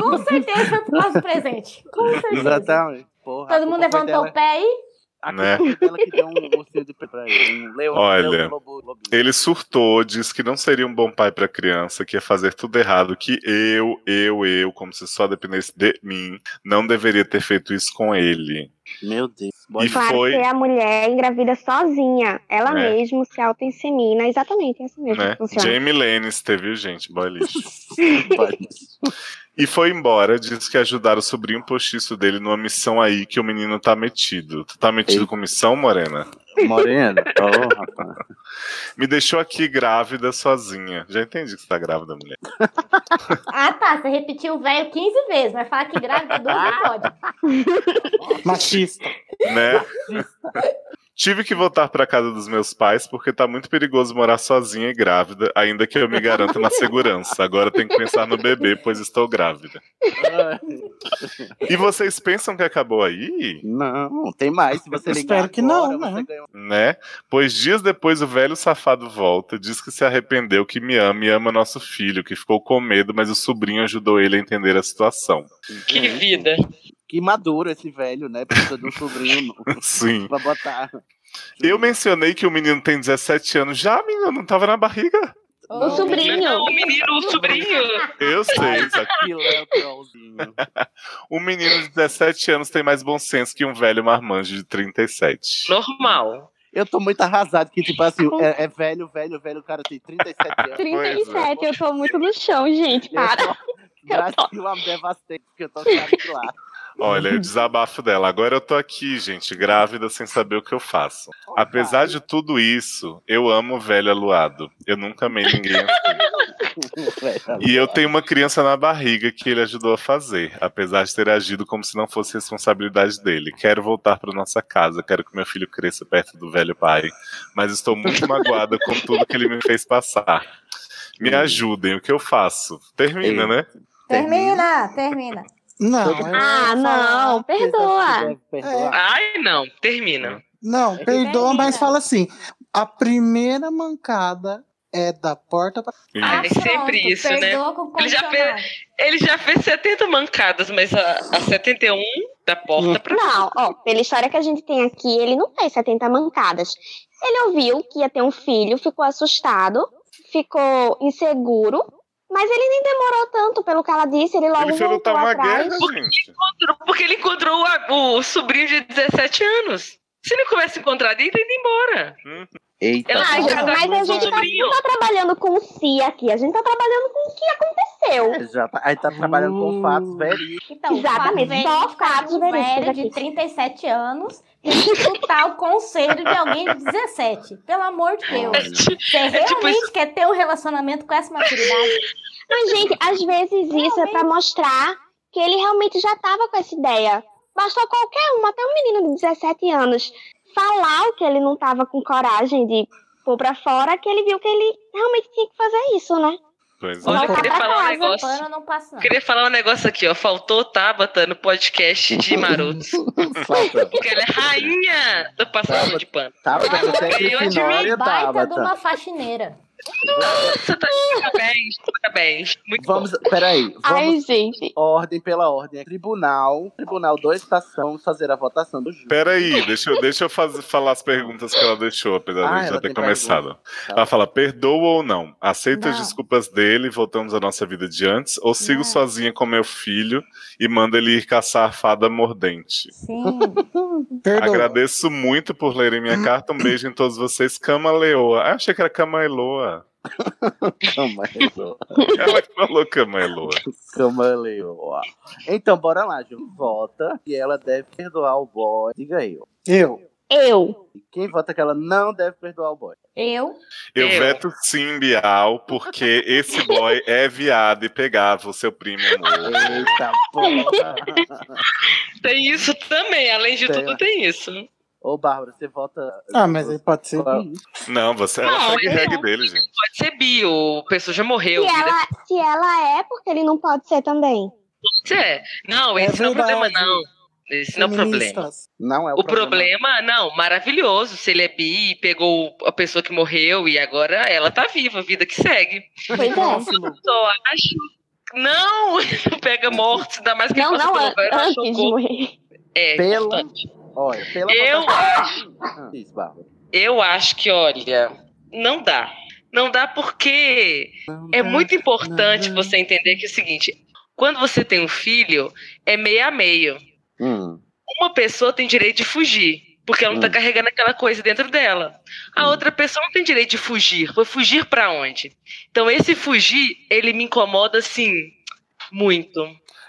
[SPEAKER 6] Com
[SPEAKER 1] pano.
[SPEAKER 6] certeza foi por causa do presente. Com certeza.
[SPEAKER 1] Exatamente. Porra,
[SPEAKER 6] Todo mundo levantou o pé e.
[SPEAKER 1] A culpa
[SPEAKER 8] Né?
[SPEAKER 1] foi dela que deu um ursinho de pé pra ele. Um leão,
[SPEAKER 8] Olha,
[SPEAKER 1] leão lobo, lobo.
[SPEAKER 8] ele surtou, disse que não seria um bom pai pra criança, que ia fazer tudo errado, que eu, eu, eu, como se só dependesse de mim, não deveria ter feito isso com ele.
[SPEAKER 1] Meu Deus.
[SPEAKER 8] E
[SPEAKER 7] Claro
[SPEAKER 8] foi,
[SPEAKER 7] que a mulher engravida sozinha. Ela
[SPEAKER 8] É.
[SPEAKER 7] mesma se auto-insemina. Exatamente, é assim mesmo
[SPEAKER 8] né?
[SPEAKER 7] que funciona.
[SPEAKER 8] Jamie Lannister, viu, gente? Boy lixo. E foi embora, disse que ia ajudar o sobrinho postiço dele numa missão aí que o menino tá metido. Tu tá metido com missão, Morena?
[SPEAKER 1] Morena? Ô, rapaz.
[SPEAKER 8] Me deixou aqui grávida sozinha. Já entendi que você tá grávida, mulher.
[SPEAKER 6] Ah, tá. Você repetiu o velho 15 vezes, mas falar que grávida é duas não pode.
[SPEAKER 5] Machista.
[SPEAKER 8] né? Tive que voltar pra casa dos meus pais porque tá muito perigoso morar sozinha e grávida, ainda que eu me garanta na segurança. Agora tem que pensar no bebê, pois estou grávida.
[SPEAKER 1] É.
[SPEAKER 8] E vocês pensam que acabou aí?
[SPEAKER 1] Não, tem mais. Se você ligar
[SPEAKER 5] Espero que
[SPEAKER 1] agora, um-
[SPEAKER 5] não, né?
[SPEAKER 8] Né? Pois dias depois o velho safado volta, diz que se arrependeu, que me ama e ama nosso filho, que ficou com medo, mas o sobrinho ajudou ele a entender a situação.
[SPEAKER 9] Que
[SPEAKER 1] é
[SPEAKER 9] vida.
[SPEAKER 1] Que maduro esse velho, né? Precisa de um sobrinho
[SPEAKER 8] Sim.
[SPEAKER 1] pra botar.
[SPEAKER 8] Eu mencionei que o menino tem 17 anos. Já, menino, não tava na barriga?
[SPEAKER 7] O sobrinho.
[SPEAKER 9] Não, o menino, o sobrinho.
[SPEAKER 8] Eu sei, isso aqui.
[SPEAKER 1] Que ladrãozinho.
[SPEAKER 8] Um menino de 17 anos tem mais bom senso que um velho marmanjo de 37.
[SPEAKER 9] Normal.
[SPEAKER 1] Eu tô muito arrasado que, tipo assim, é, é velho, velho, velho, o cara tem 37 anos.
[SPEAKER 8] é.
[SPEAKER 1] é
[SPEAKER 7] 37, eu tô muito no chão, gente. Para.
[SPEAKER 1] Brasil, I'm devastated, que eu tô ficando de lado.
[SPEAKER 8] Olha, o desabafo dela. Agora eu tô aqui, gente, grávida, sem saber o que eu faço. Apesar de tudo isso, eu amo o velho aluado. Eu nunca amei ninguém assim. E eu tenho uma criança na barriga que ele ajudou a fazer, apesar de ter agido como se não fosse responsabilidade dele. Quero voltar para nossa casa, quero que meu filho cresça perto do velho pai, mas estou muito magoada com tudo que ele me fez passar. Me ajudem, o que eu faço? Termina, né?
[SPEAKER 6] Termina, termina.
[SPEAKER 5] Não, é, eu
[SPEAKER 7] Ah, não, perdoa.
[SPEAKER 9] Ai, não. Termina.
[SPEAKER 7] né?
[SPEAKER 5] Não, perdoa, mas fala assim: a primeira mancada é da porta pra.
[SPEAKER 9] Ah, é sempre isso, né?
[SPEAKER 6] perdoa com
[SPEAKER 9] Ele já, fez, ele já fez 70 mancadas, mas a, a 71 da porta pra.
[SPEAKER 7] Não, ó, pela história que a gente tem aqui, ele não fez 70 mancadas. Ele ouviu que ia ter um filho, ficou assustado, ficou inseguro, mas ele nem demorou tanto, pelo que ela disse, ele logo
[SPEAKER 8] Ele foi
[SPEAKER 7] voltou
[SPEAKER 8] lutar uma
[SPEAKER 7] atrás.
[SPEAKER 8] guerra, gente.
[SPEAKER 9] Porque ele encontrou a- o sobrinho de 17 anos. Se ele tivesse encontrado, ele iria embora.
[SPEAKER 1] Eita.
[SPEAKER 9] Ela
[SPEAKER 7] Ah,
[SPEAKER 9] foi
[SPEAKER 7] gente,
[SPEAKER 9] casada
[SPEAKER 7] mas
[SPEAKER 9] Tá com
[SPEAKER 7] a
[SPEAKER 9] o
[SPEAKER 7] gente tá,
[SPEAKER 9] sobrinho.
[SPEAKER 7] não tá trabalhando com o si aqui, a gente tá trabalhando com o que aconteceu.
[SPEAKER 1] Já tá, aí tá trabalhando com fatos verídicos.
[SPEAKER 6] Então,
[SPEAKER 7] Exatamente, só fatos
[SPEAKER 6] um
[SPEAKER 7] verídicos
[SPEAKER 6] velho
[SPEAKER 7] aqui.
[SPEAKER 6] de 37 anos tem que escutar o conselho de alguém de 17. Pelo amor de Deus. Você
[SPEAKER 9] É tipo
[SPEAKER 6] realmente
[SPEAKER 9] isso.
[SPEAKER 6] quer ter um relacionamento com essa maturidade?
[SPEAKER 7] Mas, gente, às vezes isso é pra mostrar que ele realmente já tava com essa ideia. Bastou qualquer um, até um menino de 17 anos, falar o que ele não tava com coragem de pôr pra fora, que ele viu que ele realmente tinha que fazer isso, né?
[SPEAKER 8] Pois é.
[SPEAKER 9] Olha, eu queria
[SPEAKER 7] Voltar pra
[SPEAKER 9] falar um
[SPEAKER 7] casa,
[SPEAKER 9] negócio.
[SPEAKER 6] Pano eu não passo, não.
[SPEAKER 9] Queria falar um negócio aqui, ó. Faltou Tabata no podcast de Marotos.
[SPEAKER 1] Falta.
[SPEAKER 9] Porque ela é rainha do passador de pano.
[SPEAKER 1] Tabata, você é
[SPEAKER 9] Ganhou de mim.
[SPEAKER 1] Grifinória,
[SPEAKER 6] Baita de
[SPEAKER 1] Tabata.
[SPEAKER 6] uma faxineira.
[SPEAKER 9] Nossa, tá parabéns, parabéns. Muito
[SPEAKER 1] Vamos, peraí, vamos
[SPEAKER 7] Ai, gente.
[SPEAKER 1] ordem pela ordem. Tribunal, Tribunal 2 Estação, vamos fazer a votação do júri.
[SPEAKER 8] Peraí, deixa eu, deixa eu faz- falar as perguntas que ela deixou, apesar
[SPEAKER 1] Ah,
[SPEAKER 8] de
[SPEAKER 1] ela
[SPEAKER 8] já ter
[SPEAKER 1] tem
[SPEAKER 8] começado.
[SPEAKER 1] Tá.
[SPEAKER 8] Ela fala: perdoa ou não? Aceita as
[SPEAKER 6] Não.
[SPEAKER 8] desculpas dele, voltamos à nossa vida de antes, ou sigo
[SPEAKER 6] Não.
[SPEAKER 8] sozinha com meu filho e mando ele ir caçar a fada mordente.
[SPEAKER 6] Sim.
[SPEAKER 5] Perdoa.
[SPEAKER 8] Agradeço muito por lerem minha carta. Um beijo em todos vocês. Cama Leoa. Ah, achei que era Cama Eloa.
[SPEAKER 1] Camaleoa.
[SPEAKER 8] Ela que falou Cama Eloa.
[SPEAKER 1] Camaleoa. Então, bora lá, Ju. Vota e ela deve perdoar o boy. Diga eu.
[SPEAKER 5] Eu.
[SPEAKER 7] Eu.
[SPEAKER 1] E quem vota que ela não deve perdoar o boy?
[SPEAKER 6] Eu.
[SPEAKER 8] Eu
[SPEAKER 9] Eu.
[SPEAKER 8] veto sim, Bial, porque esse boy é viado e pegava o seu primo morto.
[SPEAKER 1] Eita porra.
[SPEAKER 9] bom. Tem isso também, além de
[SPEAKER 1] Tem,
[SPEAKER 9] tudo,
[SPEAKER 1] ó.
[SPEAKER 9] tem isso.
[SPEAKER 1] Ô, Bárbara, você vota.
[SPEAKER 5] Ah, mas ele pode ser.
[SPEAKER 1] Qual-
[SPEAKER 5] bi.
[SPEAKER 8] Não, você ela
[SPEAKER 7] Não,
[SPEAKER 8] segue
[SPEAKER 9] não.
[SPEAKER 8] reg dele, gente.
[SPEAKER 9] Pode ser bio, o pessoa já morreu.
[SPEAKER 7] Se
[SPEAKER 9] Vida.
[SPEAKER 7] ela, se ela é, porque ele não pode ser também.
[SPEAKER 9] Isso é. Não,
[SPEAKER 5] É
[SPEAKER 9] esse não é o problema,
[SPEAKER 5] verdade.
[SPEAKER 9] não. Esse não é o problema.
[SPEAKER 5] Feministas.
[SPEAKER 1] Não é o,
[SPEAKER 9] O problema, não, maravilhoso. Se ele é bi, pegou a pessoa que morreu e agora ela tá viva, vida que segue.
[SPEAKER 7] Pois é.
[SPEAKER 5] Pedófilo.
[SPEAKER 9] Só acho. Não, pega mortos, ainda mais que
[SPEAKER 7] Não,
[SPEAKER 9] passou
[SPEAKER 7] não,
[SPEAKER 9] pelo
[SPEAKER 7] an-
[SPEAKER 9] velho, ela
[SPEAKER 7] antes de
[SPEAKER 9] chocou.
[SPEAKER 7] morrer.
[SPEAKER 9] É,
[SPEAKER 1] Pelo-
[SPEAKER 9] importante.
[SPEAKER 1] Olha, pela
[SPEAKER 9] Eu
[SPEAKER 1] votação- Ah, Isso, Bárbara.
[SPEAKER 9] Eu acho que, olha, não dá. Não dá porque é muito importante você entender que é o seguinte: quando você tem um filho, é meio a meio.
[SPEAKER 1] Hum.
[SPEAKER 9] Uma pessoa tem direito de fugir, porque ela não tá
[SPEAKER 1] Hum.
[SPEAKER 9] carregando aquela coisa dentro dela. A
[SPEAKER 1] Hum.
[SPEAKER 9] outra pessoa não tem direito de fugir. Foi fugir pra onde? Então, esse fugir, ele me incomoda, assim, muito.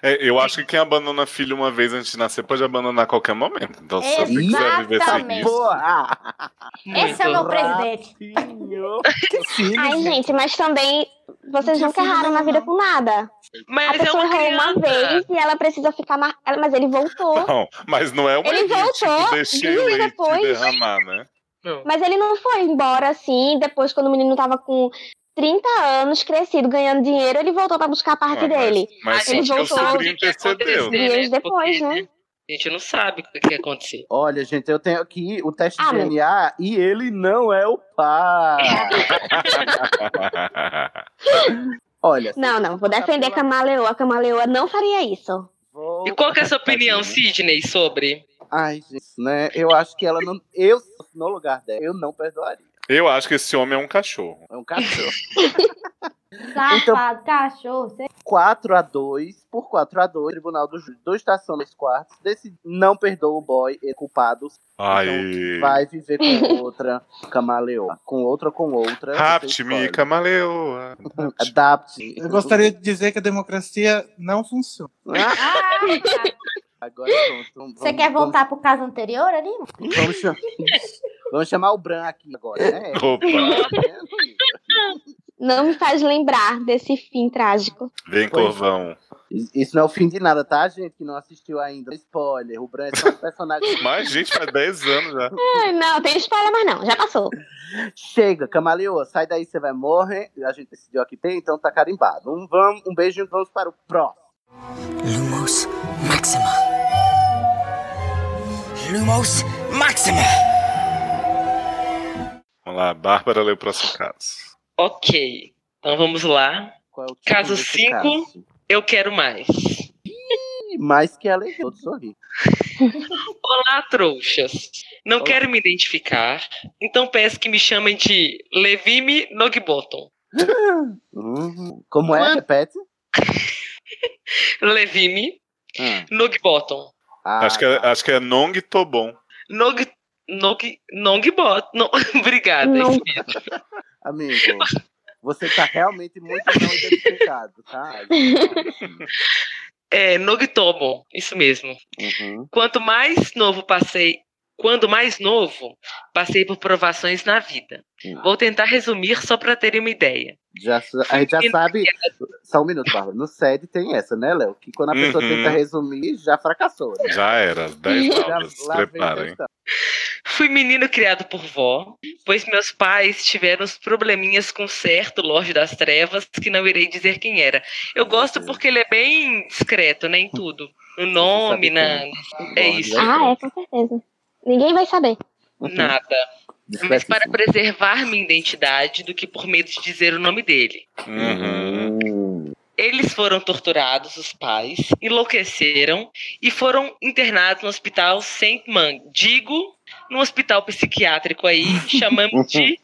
[SPEAKER 8] É, eu acho que quem abandona filho uma vez antes de nascer pode abandonar a qualquer momento. Então, se você quiser viver sem
[SPEAKER 6] Exatamente.
[SPEAKER 8] isso.
[SPEAKER 1] Boa! Ah.
[SPEAKER 6] Esse é o
[SPEAKER 9] muito.
[SPEAKER 6] meu presidente.
[SPEAKER 1] Filho.
[SPEAKER 5] Que filho,
[SPEAKER 7] Ai,
[SPEAKER 5] gente.
[SPEAKER 7] gente, mas também vocês
[SPEAKER 5] Não
[SPEAKER 7] nunca
[SPEAKER 5] tinha
[SPEAKER 7] erraram
[SPEAKER 5] filho,
[SPEAKER 7] na vida
[SPEAKER 5] não.
[SPEAKER 7] com nada. A
[SPEAKER 9] Mas é
[SPEAKER 7] pessoa
[SPEAKER 9] uma
[SPEAKER 7] errou uma
[SPEAKER 9] criança.
[SPEAKER 7] vez e ela precisa ficar mar... ela- Mas ele voltou.
[SPEAKER 8] Não, mas não é uma
[SPEAKER 7] Ele
[SPEAKER 8] vez,
[SPEAKER 7] voltou,
[SPEAKER 8] deixei
[SPEAKER 7] viu,
[SPEAKER 8] o
[SPEAKER 7] e
[SPEAKER 8] leite
[SPEAKER 7] depois-
[SPEAKER 8] derramar, né?
[SPEAKER 9] Não.
[SPEAKER 7] Mas ele não foi embora assim. Depois, quando o menino tava com 30 anos, crescido, ganhando dinheiro, ele voltou pra buscar a parte
[SPEAKER 8] Ah, mas-
[SPEAKER 7] dele.
[SPEAKER 8] Mas
[SPEAKER 9] a
[SPEAKER 8] só
[SPEAKER 7] ele
[SPEAKER 9] gente
[SPEAKER 8] porque
[SPEAKER 9] não
[SPEAKER 8] o
[SPEAKER 7] voltou.
[SPEAKER 9] sabe
[SPEAKER 8] sobrinho
[SPEAKER 9] o que aconteceu,
[SPEAKER 8] intercedeu.
[SPEAKER 7] Dias
[SPEAKER 9] né?
[SPEAKER 7] depois,
[SPEAKER 9] Porque
[SPEAKER 7] né?
[SPEAKER 9] A gente não sabe o que aconteceu.
[SPEAKER 1] Olha, gente, eu tenho aqui o teste
[SPEAKER 7] Ah,
[SPEAKER 1] de
[SPEAKER 7] mas-
[SPEAKER 1] DNA e ele não é o pai. Olha,
[SPEAKER 7] Não, não, vou defender a Camaleoa. A Camaleoa não faria isso.
[SPEAKER 1] vou...
[SPEAKER 9] E qual que é a sua opinião,
[SPEAKER 1] Tadinha.
[SPEAKER 9] Sidney, sobre?
[SPEAKER 1] Ai, gente, né? Eu acho que ela não. Eu, no lugar dela, eu não perdoaria.
[SPEAKER 8] Eu acho que esse homem é um cachorro.
[SPEAKER 1] É um cachorro.
[SPEAKER 6] Safado, cachorro. Você
[SPEAKER 1] 4x2, por 4x2, Tribunal do Júri, dois estação dos quartos, decide, não perdoa o boy, é culpado,
[SPEAKER 8] Aí.
[SPEAKER 1] vai viver com outra camaleoa, com outra ou com outra. você
[SPEAKER 8] Rapt
[SPEAKER 1] escolhe.
[SPEAKER 8] me, camaleoa.
[SPEAKER 1] Adapte.
[SPEAKER 5] Eu gostaria de dizer que a democracia não funciona.
[SPEAKER 1] Ah, Agora pronto. vamos-
[SPEAKER 6] Ah, você quer
[SPEAKER 1] vamos-
[SPEAKER 6] voltar pro caso anterior ali?
[SPEAKER 1] Vamos, chamar, vamos chamar o Bran aqui agora, né?
[SPEAKER 8] Opa,
[SPEAKER 7] Não me faz lembrar desse fim trágico.
[SPEAKER 8] vem
[SPEAKER 1] Pois é.
[SPEAKER 8] corvão.
[SPEAKER 1] Isso não é o fim de nada, tá, gente? Que não assistiu ainda. Spoiler, o Bran é só um personagem.
[SPEAKER 8] Mas, gente, faz 10 anos já.
[SPEAKER 7] Ai, não, tem spoiler, mas não, já passou.
[SPEAKER 1] Chega, camaleoa, sai daí, você vai morrer. A gente decidiu aqui tem, então tá carimbado. Um, vamos, um beijo e vamos para o próximo.
[SPEAKER 12] Lumos Maxima. Lumos Maxima.
[SPEAKER 8] Vamos lá, Bárbara lê o próximo caso.
[SPEAKER 9] Ok. Então vamos lá.
[SPEAKER 1] Qual é o título
[SPEAKER 9] Caso
[SPEAKER 1] desse
[SPEAKER 9] 5,
[SPEAKER 1] caso?
[SPEAKER 9] eu quero mais.
[SPEAKER 1] Ih, Mais que ela errou de sorrir.
[SPEAKER 9] Olá, trouxas. Não quero me identificar, então peço que me chamem de Levime Nogbottom.
[SPEAKER 1] Hum, como é? Repete.
[SPEAKER 9] Levime
[SPEAKER 1] Ah.
[SPEAKER 9] Nogbottom.
[SPEAKER 8] acho, que
[SPEAKER 1] tá.
[SPEAKER 8] é, acho que é Nong Tobon.
[SPEAKER 9] Nog, Nog, Nogbottom. No- Obrigada. é isso mesmo.
[SPEAKER 1] Amigo, você tá realmente muito não identificado, tá?
[SPEAKER 9] É, Nogtobon, isso mesmo. Quanto mais novo passei, quando mais novo, passei por provações na vida. Vou tentar resumir só para terem uma ideia.
[SPEAKER 1] Já, a gente já sabe. Só um minuto, Bárbara. No SED tem essa, né, Léo? Que quando a pessoa
[SPEAKER 8] Uhum.
[SPEAKER 1] tenta resumir, já fracassou. Né?
[SPEAKER 8] Já era, 10
[SPEAKER 1] Já
[SPEAKER 8] aulas.
[SPEAKER 1] lá vem a
[SPEAKER 8] Preparem.
[SPEAKER 1] questão.
[SPEAKER 9] Fui menino criado por vó, pois meus pais tiveram uns probleminhas com certo Lorde das Trevas, que não irei dizer quem era. Eu gosto porque ele é bem discreto, né, em tudo. No nome, na... é isso.
[SPEAKER 1] né?
[SPEAKER 7] Ah, é, com certeza. Ninguém vai saber.
[SPEAKER 9] Nada. Uhum. Mas para preservar minha identidade do que por medo de dizer o nome dele.
[SPEAKER 8] Uhum.
[SPEAKER 9] Eles foram torturados, os pais, enlouqueceram e foram internados no hospital Saint Mang. Digo, num hospital psiquiátrico aí, chamamos de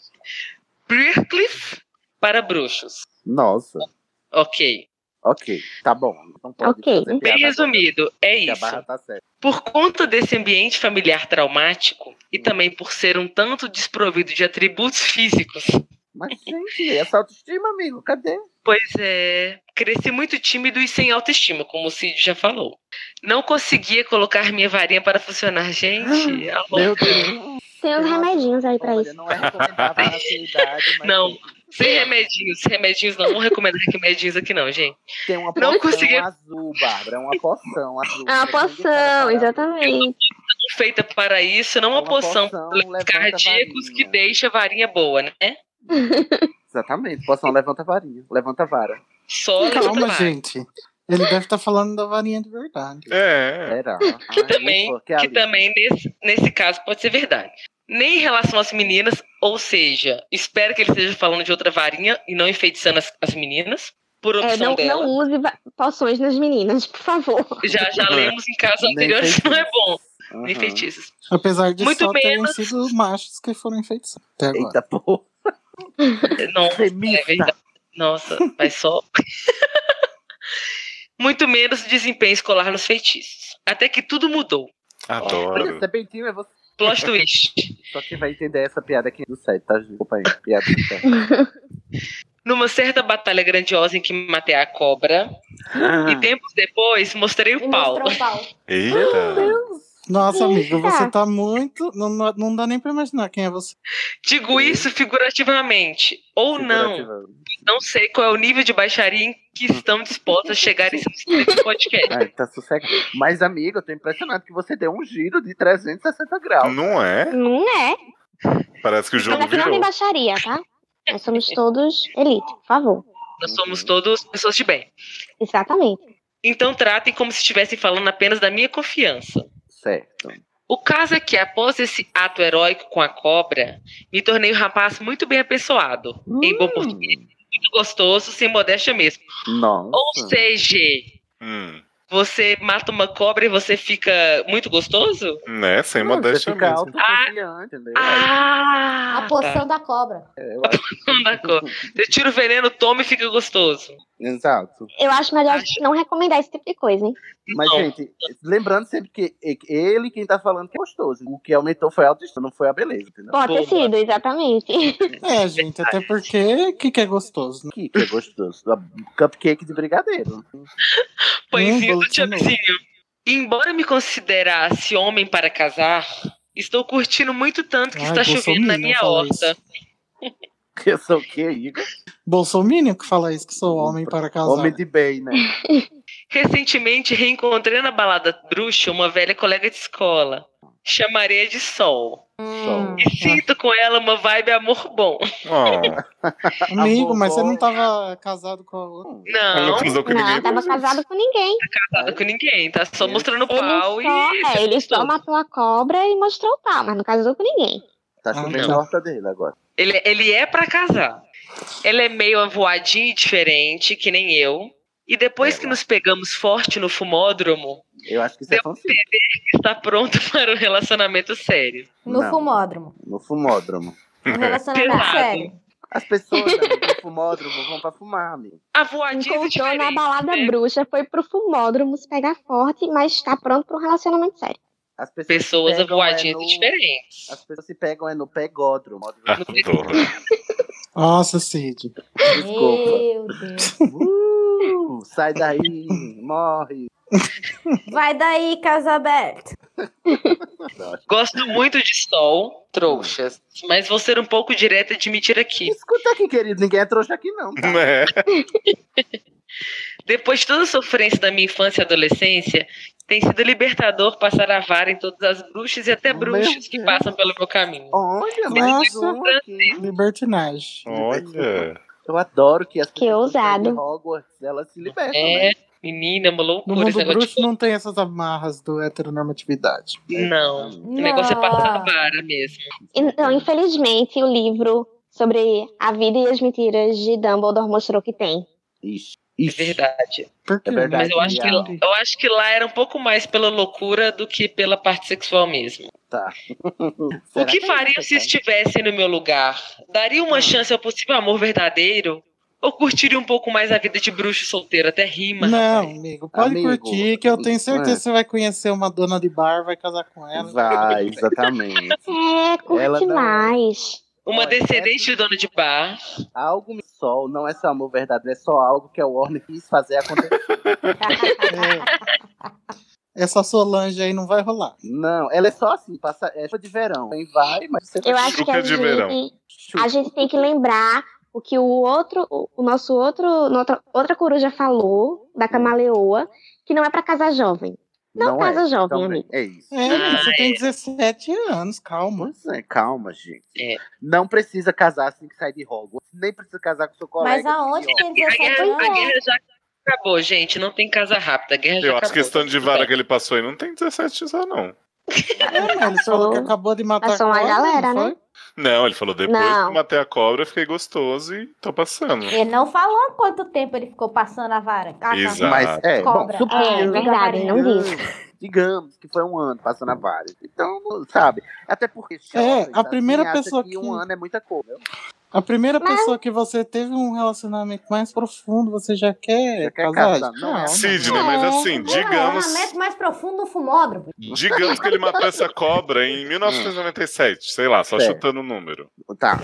[SPEAKER 9] Briarcliff para bruxos.
[SPEAKER 1] Nossa.
[SPEAKER 9] Ok.
[SPEAKER 1] Ok, tá bom. Não pode
[SPEAKER 9] Ok.
[SPEAKER 1] fazer
[SPEAKER 9] Bem
[SPEAKER 1] piada
[SPEAKER 9] resumido, é
[SPEAKER 1] agora, que
[SPEAKER 9] isso.
[SPEAKER 1] A barra tá certa.
[SPEAKER 9] Por conta desse ambiente familiar traumático
[SPEAKER 1] Hum.
[SPEAKER 9] e também por ser um tanto desprovido de atributos físicos,
[SPEAKER 1] Mas, gente, essa autoestima, amigo, cadê?
[SPEAKER 9] Pois é, cresci muito tímido e sem autoestima, como o Cid já falou. Não conseguia colocar minha varinha para funcionar, gente. alô.
[SPEAKER 1] Meu Deus.
[SPEAKER 7] Tem uns remedinhos aí pra isso.
[SPEAKER 1] Não é recomendável na sua idade, mas
[SPEAKER 9] Não, sem remedinhos, remedinhos não, não recomendo remedinhos aqui não, gente.
[SPEAKER 1] tem
[SPEAKER 9] Não
[SPEAKER 1] uma poção
[SPEAKER 9] consegui-
[SPEAKER 1] azul, Bárbara. É uma poção azul.
[SPEAKER 7] É uma poção, exatamente.
[SPEAKER 9] Feita para isso, não uma, poção, para problemas cardíacos que deixa a varinha boa, né?
[SPEAKER 1] Exatamente, poção levanta varinha. Levanta vara.
[SPEAKER 9] Só
[SPEAKER 5] Então, Calma,
[SPEAKER 9] levantar.
[SPEAKER 5] gente. Ele deve estar falando da varinha de verdade.
[SPEAKER 8] É.
[SPEAKER 1] Será?
[SPEAKER 9] Que também, que também nesse, nesse caso pode ser verdade. Nem em relação às meninas, ou seja, espero que ele esteja falando de outra varinha e não enfeitiçando as, as meninas, por opção
[SPEAKER 7] É, não,
[SPEAKER 9] dela.
[SPEAKER 7] não use va- poções nas meninas, por favor.
[SPEAKER 9] Já, já lemos em casos
[SPEAKER 1] Nem Uhum.
[SPEAKER 9] anteriores que não é bom. Nem
[SPEAKER 1] Aham.
[SPEAKER 9] feitiços.
[SPEAKER 5] Apesar de
[SPEAKER 9] Muito
[SPEAKER 5] só terem
[SPEAKER 9] menos.
[SPEAKER 5] sido os machos que foram enfeitiçados. Até agora.
[SPEAKER 1] Eita porra.
[SPEAKER 9] Não, é verdade. Nossa, mas só. Muito menos desempenho escolar nos feitiços. Até que tudo mudou.
[SPEAKER 8] Adoro.
[SPEAKER 1] Serpentinho é você.
[SPEAKER 9] Plot twist.
[SPEAKER 1] Só quem vai entender essa piada aqui do site, tá? Desculpa aí. Piada tá do site.
[SPEAKER 9] Numa certa batalha grandiosa em que matei a cobra.
[SPEAKER 5] Ah.
[SPEAKER 9] E tempos depois mostrei o pau.
[SPEAKER 6] Mostrou o pau.
[SPEAKER 8] Eita.
[SPEAKER 5] Nossa, amigo,
[SPEAKER 7] Eita.
[SPEAKER 5] você tá muito. Não, não, não dá nem pra imaginar quem é você.
[SPEAKER 9] Digo isso figurativamente. Ou não. Não sei qual é o nível de baixaria em que estão dispostos a chegar em seu podcast.
[SPEAKER 1] Ai, tá sossegado. Mas, amigo, eu tô impressionado que você deu um giro de 360 graus.
[SPEAKER 8] Não é?
[SPEAKER 7] Não é.
[SPEAKER 8] Parece que o
[SPEAKER 7] Mas
[SPEAKER 8] jogo
[SPEAKER 7] aqui não tem
[SPEAKER 8] virou.
[SPEAKER 7] baixaria, tá? Nós somos todos elite, por favor.
[SPEAKER 9] Nós somos todos pessoas de bem.
[SPEAKER 7] Exatamente.
[SPEAKER 9] Então tratem como se estivessem falando apenas da minha confiança.
[SPEAKER 1] Certo.
[SPEAKER 9] O caso é que, após esse ato heróico com a cobra, me tornei um rapaz muito bem apessoado. Em
[SPEAKER 1] Hum.
[SPEAKER 9] bom português, muito gostoso, sem modéstia mesmo.
[SPEAKER 1] Nossa.
[SPEAKER 9] Ou seja,
[SPEAKER 8] Hum,
[SPEAKER 9] você mata uma cobra e você fica muito gostoso?
[SPEAKER 8] né? Sem
[SPEAKER 1] Não,
[SPEAKER 8] modéstia
[SPEAKER 1] você fica
[SPEAKER 8] mesmo.
[SPEAKER 1] autoconfiante, entendeu? É,
[SPEAKER 9] Ah!
[SPEAKER 6] A poção da cobra.
[SPEAKER 1] Eu acho.
[SPEAKER 9] da cobra. Você tira o veneno, toma e fica gostoso.
[SPEAKER 1] Exato.
[SPEAKER 7] Eu acho melhor não recomendar esse tipo de coisa, hein?
[SPEAKER 1] Mas,
[SPEAKER 9] Não.
[SPEAKER 1] gente, lembrando sempre que ele quem tá falando que é gostoso. O que aumentou foi a autoestima, não foi a beleza, entendeu?
[SPEAKER 7] Pode ter
[SPEAKER 9] Boa.
[SPEAKER 7] sido, exatamente.
[SPEAKER 5] É, gente, até porque o que, que é gostoso? Né?
[SPEAKER 1] Que, que é gostoso. Cupcake de brigadeiro.
[SPEAKER 9] Pãezinho do
[SPEAKER 5] Hum, bolo de novo.
[SPEAKER 9] Chuckzinho. tipo assim, Embora me considerasse homem para casar, estou curtindo muito tanto que
[SPEAKER 5] Ai,
[SPEAKER 9] está chovendo na
[SPEAKER 5] bolsominion
[SPEAKER 9] minha
[SPEAKER 5] fala isso.
[SPEAKER 9] horta.
[SPEAKER 1] Eu sou o quê, Igor?
[SPEAKER 5] Bolsominion que fala isso, que sou homem para casar.
[SPEAKER 1] Homem de bem, né?
[SPEAKER 9] Recentemente reencontrei na balada bruxa uma velha colega de escola. Chamaria de Sol.
[SPEAKER 1] Só.
[SPEAKER 9] E sinto com ela uma vibe amor bom.
[SPEAKER 8] Oh,
[SPEAKER 5] Amigo,
[SPEAKER 1] Amor,
[SPEAKER 5] mas você
[SPEAKER 1] bom.
[SPEAKER 5] não tava casado com a outra?
[SPEAKER 8] ela não
[SPEAKER 9] Não,
[SPEAKER 8] casou com
[SPEAKER 7] Não,
[SPEAKER 8] ninguém.
[SPEAKER 7] eu tava casado com ninguém.
[SPEAKER 9] casada com ninguém, tá só
[SPEAKER 1] Ele
[SPEAKER 9] mostrando o
[SPEAKER 7] Ele
[SPEAKER 9] pau
[SPEAKER 7] só,
[SPEAKER 9] e.
[SPEAKER 7] é, ele só
[SPEAKER 9] gostoso.
[SPEAKER 7] matou a cobra e mostrou o pau, mas não casou com ninguém.
[SPEAKER 1] Tá
[SPEAKER 5] Ah,
[SPEAKER 1] chovendo
[SPEAKER 5] não.
[SPEAKER 1] a horta dele agora.
[SPEAKER 9] Ele, ele é pra casar. Ela é meio avoadinha e diferente, que nem eu. E depois que nos pegamos forte no fumódromo,
[SPEAKER 1] Eu acho que isso é
[SPEAKER 9] deu
[SPEAKER 1] fanfic.
[SPEAKER 9] entender que está pronto para um relacionamento sério.
[SPEAKER 6] No
[SPEAKER 1] Não.
[SPEAKER 6] fumódromo.
[SPEAKER 1] No fumódromo.
[SPEAKER 6] Um relacionamento
[SPEAKER 9] Pesado.
[SPEAKER 6] sério.
[SPEAKER 1] As pessoas amigo, no fumódromo vão pra fumar, amigo.
[SPEAKER 9] A voadinha é
[SPEAKER 7] Encontrou na balada bruxa, foi pro fumódromo se pegar forte, mas tá pronto pra um relacionamento sério.
[SPEAKER 1] As pessoas,
[SPEAKER 9] Pessoas
[SPEAKER 1] se pegam,
[SPEAKER 9] avoadinhas
[SPEAKER 1] é no-
[SPEAKER 9] e diferentes.
[SPEAKER 1] As pessoas se pegam é no pegódromo.
[SPEAKER 8] Ah, porra.
[SPEAKER 5] Nossa, Cid.
[SPEAKER 9] Ah.
[SPEAKER 1] Desculpa.
[SPEAKER 6] Meu Deus.
[SPEAKER 1] Uh, sai daí, morre.
[SPEAKER 6] Vai daí, Casaberto.
[SPEAKER 9] Gosto muito de sol, trouxas. Mas vou ser um pouco direta e admitir aqui.
[SPEAKER 1] Escuta aqui, querido, ninguém é trouxa aqui, não. tá?
[SPEAKER 8] É.
[SPEAKER 9] Depois de toda a sofrência da minha infância e adolescência, tem sido libertador passar a vara em todas as bruxas e até
[SPEAKER 1] Meu
[SPEAKER 9] bruxos que
[SPEAKER 1] Deus.
[SPEAKER 9] passam pelo meu caminho.
[SPEAKER 1] Olha, mais
[SPEAKER 9] é
[SPEAKER 5] Nossa.
[SPEAKER 1] um aqui.
[SPEAKER 5] Libertinagem.
[SPEAKER 8] Olha.
[SPEAKER 1] Eu adoro que as
[SPEAKER 7] Que ousado.
[SPEAKER 1] de Hogwarts, elas se libertam, né?
[SPEAKER 9] É, menina, uma
[SPEAKER 5] No
[SPEAKER 9] loucura esse
[SPEAKER 5] mundo
[SPEAKER 9] negócio.
[SPEAKER 5] bruxo não tem essas amarras do heteronormatividade.
[SPEAKER 9] de- Não,
[SPEAKER 1] Exatamente.
[SPEAKER 9] o negócio é passar a
[SPEAKER 6] Não.
[SPEAKER 9] vara mesmo.
[SPEAKER 7] E, não, infelizmente, o livro sobre a vida e as mentiras de Dumbledore mostrou que tem.
[SPEAKER 1] Ixi,
[SPEAKER 9] É
[SPEAKER 1] ixi.
[SPEAKER 9] verdade.
[SPEAKER 5] Por quê?
[SPEAKER 1] É verdade,
[SPEAKER 9] Mas eu acho, que,
[SPEAKER 1] real.
[SPEAKER 9] eu acho que lá era um pouco mais pela loucura do que pela parte sexual mesmo.
[SPEAKER 1] Tá.
[SPEAKER 9] O
[SPEAKER 1] Será
[SPEAKER 9] que
[SPEAKER 1] é
[SPEAKER 9] fariam
[SPEAKER 1] isso,
[SPEAKER 9] se
[SPEAKER 1] cara?
[SPEAKER 9] estivessem no meu lugar? Daria uma chance ao possível amor verdadeiro? Ou curtiria um pouco mais a vida de bruxo solteiro? Até rima.
[SPEAKER 5] Não,
[SPEAKER 9] rapaz.
[SPEAKER 5] amigo, pode
[SPEAKER 1] Amigo,
[SPEAKER 5] curtir, que eu tenho certeza
[SPEAKER 1] é.
[SPEAKER 5] que você vai conhecer uma dona de bar, vai casar com
[SPEAKER 9] um
[SPEAKER 5] ela.
[SPEAKER 1] Vai, exatamente.
[SPEAKER 7] É,
[SPEAKER 1] Ela
[SPEAKER 7] curte
[SPEAKER 1] não-
[SPEAKER 7] mais.
[SPEAKER 9] Uma
[SPEAKER 1] Olha,
[SPEAKER 9] descendente de dono de bar.
[SPEAKER 1] Algo me sol, não é só amor verdadeiro, é só algo que a Warner quis fazer acontecer.
[SPEAKER 5] É, Essa Solange aí não vai rolar.
[SPEAKER 1] não, ela é só assim, passa, é show de verão. Quem vai, mas você
[SPEAKER 7] Eu acho que
[SPEAKER 8] Chuca
[SPEAKER 7] a
[SPEAKER 8] de verão.
[SPEAKER 7] gente, a gente tem que lembrar o que o outro, o o nosso outro, outra, outra coruja falou da camaleoa, que não é pra casar jovem. Não,
[SPEAKER 1] é,
[SPEAKER 7] casa jovem,
[SPEAKER 1] também.
[SPEAKER 7] amigo.
[SPEAKER 1] É isso.
[SPEAKER 5] É, menino, você
[SPEAKER 9] Ah,
[SPEAKER 5] tem 17 anos, calma.
[SPEAKER 1] Pois é, calma, gente.
[SPEAKER 9] É.
[SPEAKER 1] Não precisa casar assim que sai de Hogwarts. Nem precisa casar com seu colega.
[SPEAKER 6] Mas aonde
[SPEAKER 1] de
[SPEAKER 6] tem
[SPEAKER 9] A
[SPEAKER 6] 17
[SPEAKER 9] guerra, a
[SPEAKER 6] anos?
[SPEAKER 9] guerra já acabou, gente. Não tem casa rápida. A guerra já
[SPEAKER 8] Eu acho
[SPEAKER 9] acabou.
[SPEAKER 8] que questão de
[SPEAKER 9] Tudo
[SPEAKER 8] vara
[SPEAKER 9] bem.
[SPEAKER 8] que ele passou aí não tem 17 só, não.
[SPEAKER 5] É, mas ele falou que acabou de matar
[SPEAKER 7] Mas são uma
[SPEAKER 5] a cobra,
[SPEAKER 7] galera,
[SPEAKER 5] não
[SPEAKER 7] né?
[SPEAKER 5] foi?
[SPEAKER 8] Não, ele falou, depois
[SPEAKER 7] Não.
[SPEAKER 8] que eu matei a cobra, fiquei gostoso e tô passando.
[SPEAKER 6] Ele não falou quanto tempo ele ficou passando a vara. Ah, tá.
[SPEAKER 8] Exato.
[SPEAKER 1] Mas, é,
[SPEAKER 6] Cobra.
[SPEAKER 1] bom,
[SPEAKER 7] É,
[SPEAKER 1] supondo,
[SPEAKER 7] verdade, não
[SPEAKER 1] digamos,
[SPEAKER 7] disse.
[SPEAKER 1] digamos que foi um ano passando a várias. Então, sabe? Até porque jovens,
[SPEAKER 5] É, a primeira
[SPEAKER 1] assim, acha
[SPEAKER 5] pessoa
[SPEAKER 1] que,
[SPEAKER 5] que-
[SPEAKER 1] um ano é muita coisa.
[SPEAKER 5] A primeira
[SPEAKER 7] Mas-
[SPEAKER 5] pessoa que você teve um relacionamento mais profundo, você já quer,
[SPEAKER 1] Já quer
[SPEAKER 5] casar?
[SPEAKER 1] casar, não é?
[SPEAKER 5] Calma.
[SPEAKER 8] Sidney, mas
[SPEAKER 7] É,
[SPEAKER 8] assim,
[SPEAKER 6] Um
[SPEAKER 8] digamos,
[SPEAKER 6] relacionamento mais profundo no fumódromo.
[SPEAKER 8] digamos que ele matou essa cobra em 1997, sei lá, só
[SPEAKER 1] Certo.
[SPEAKER 8] chutando o número.
[SPEAKER 1] Tá.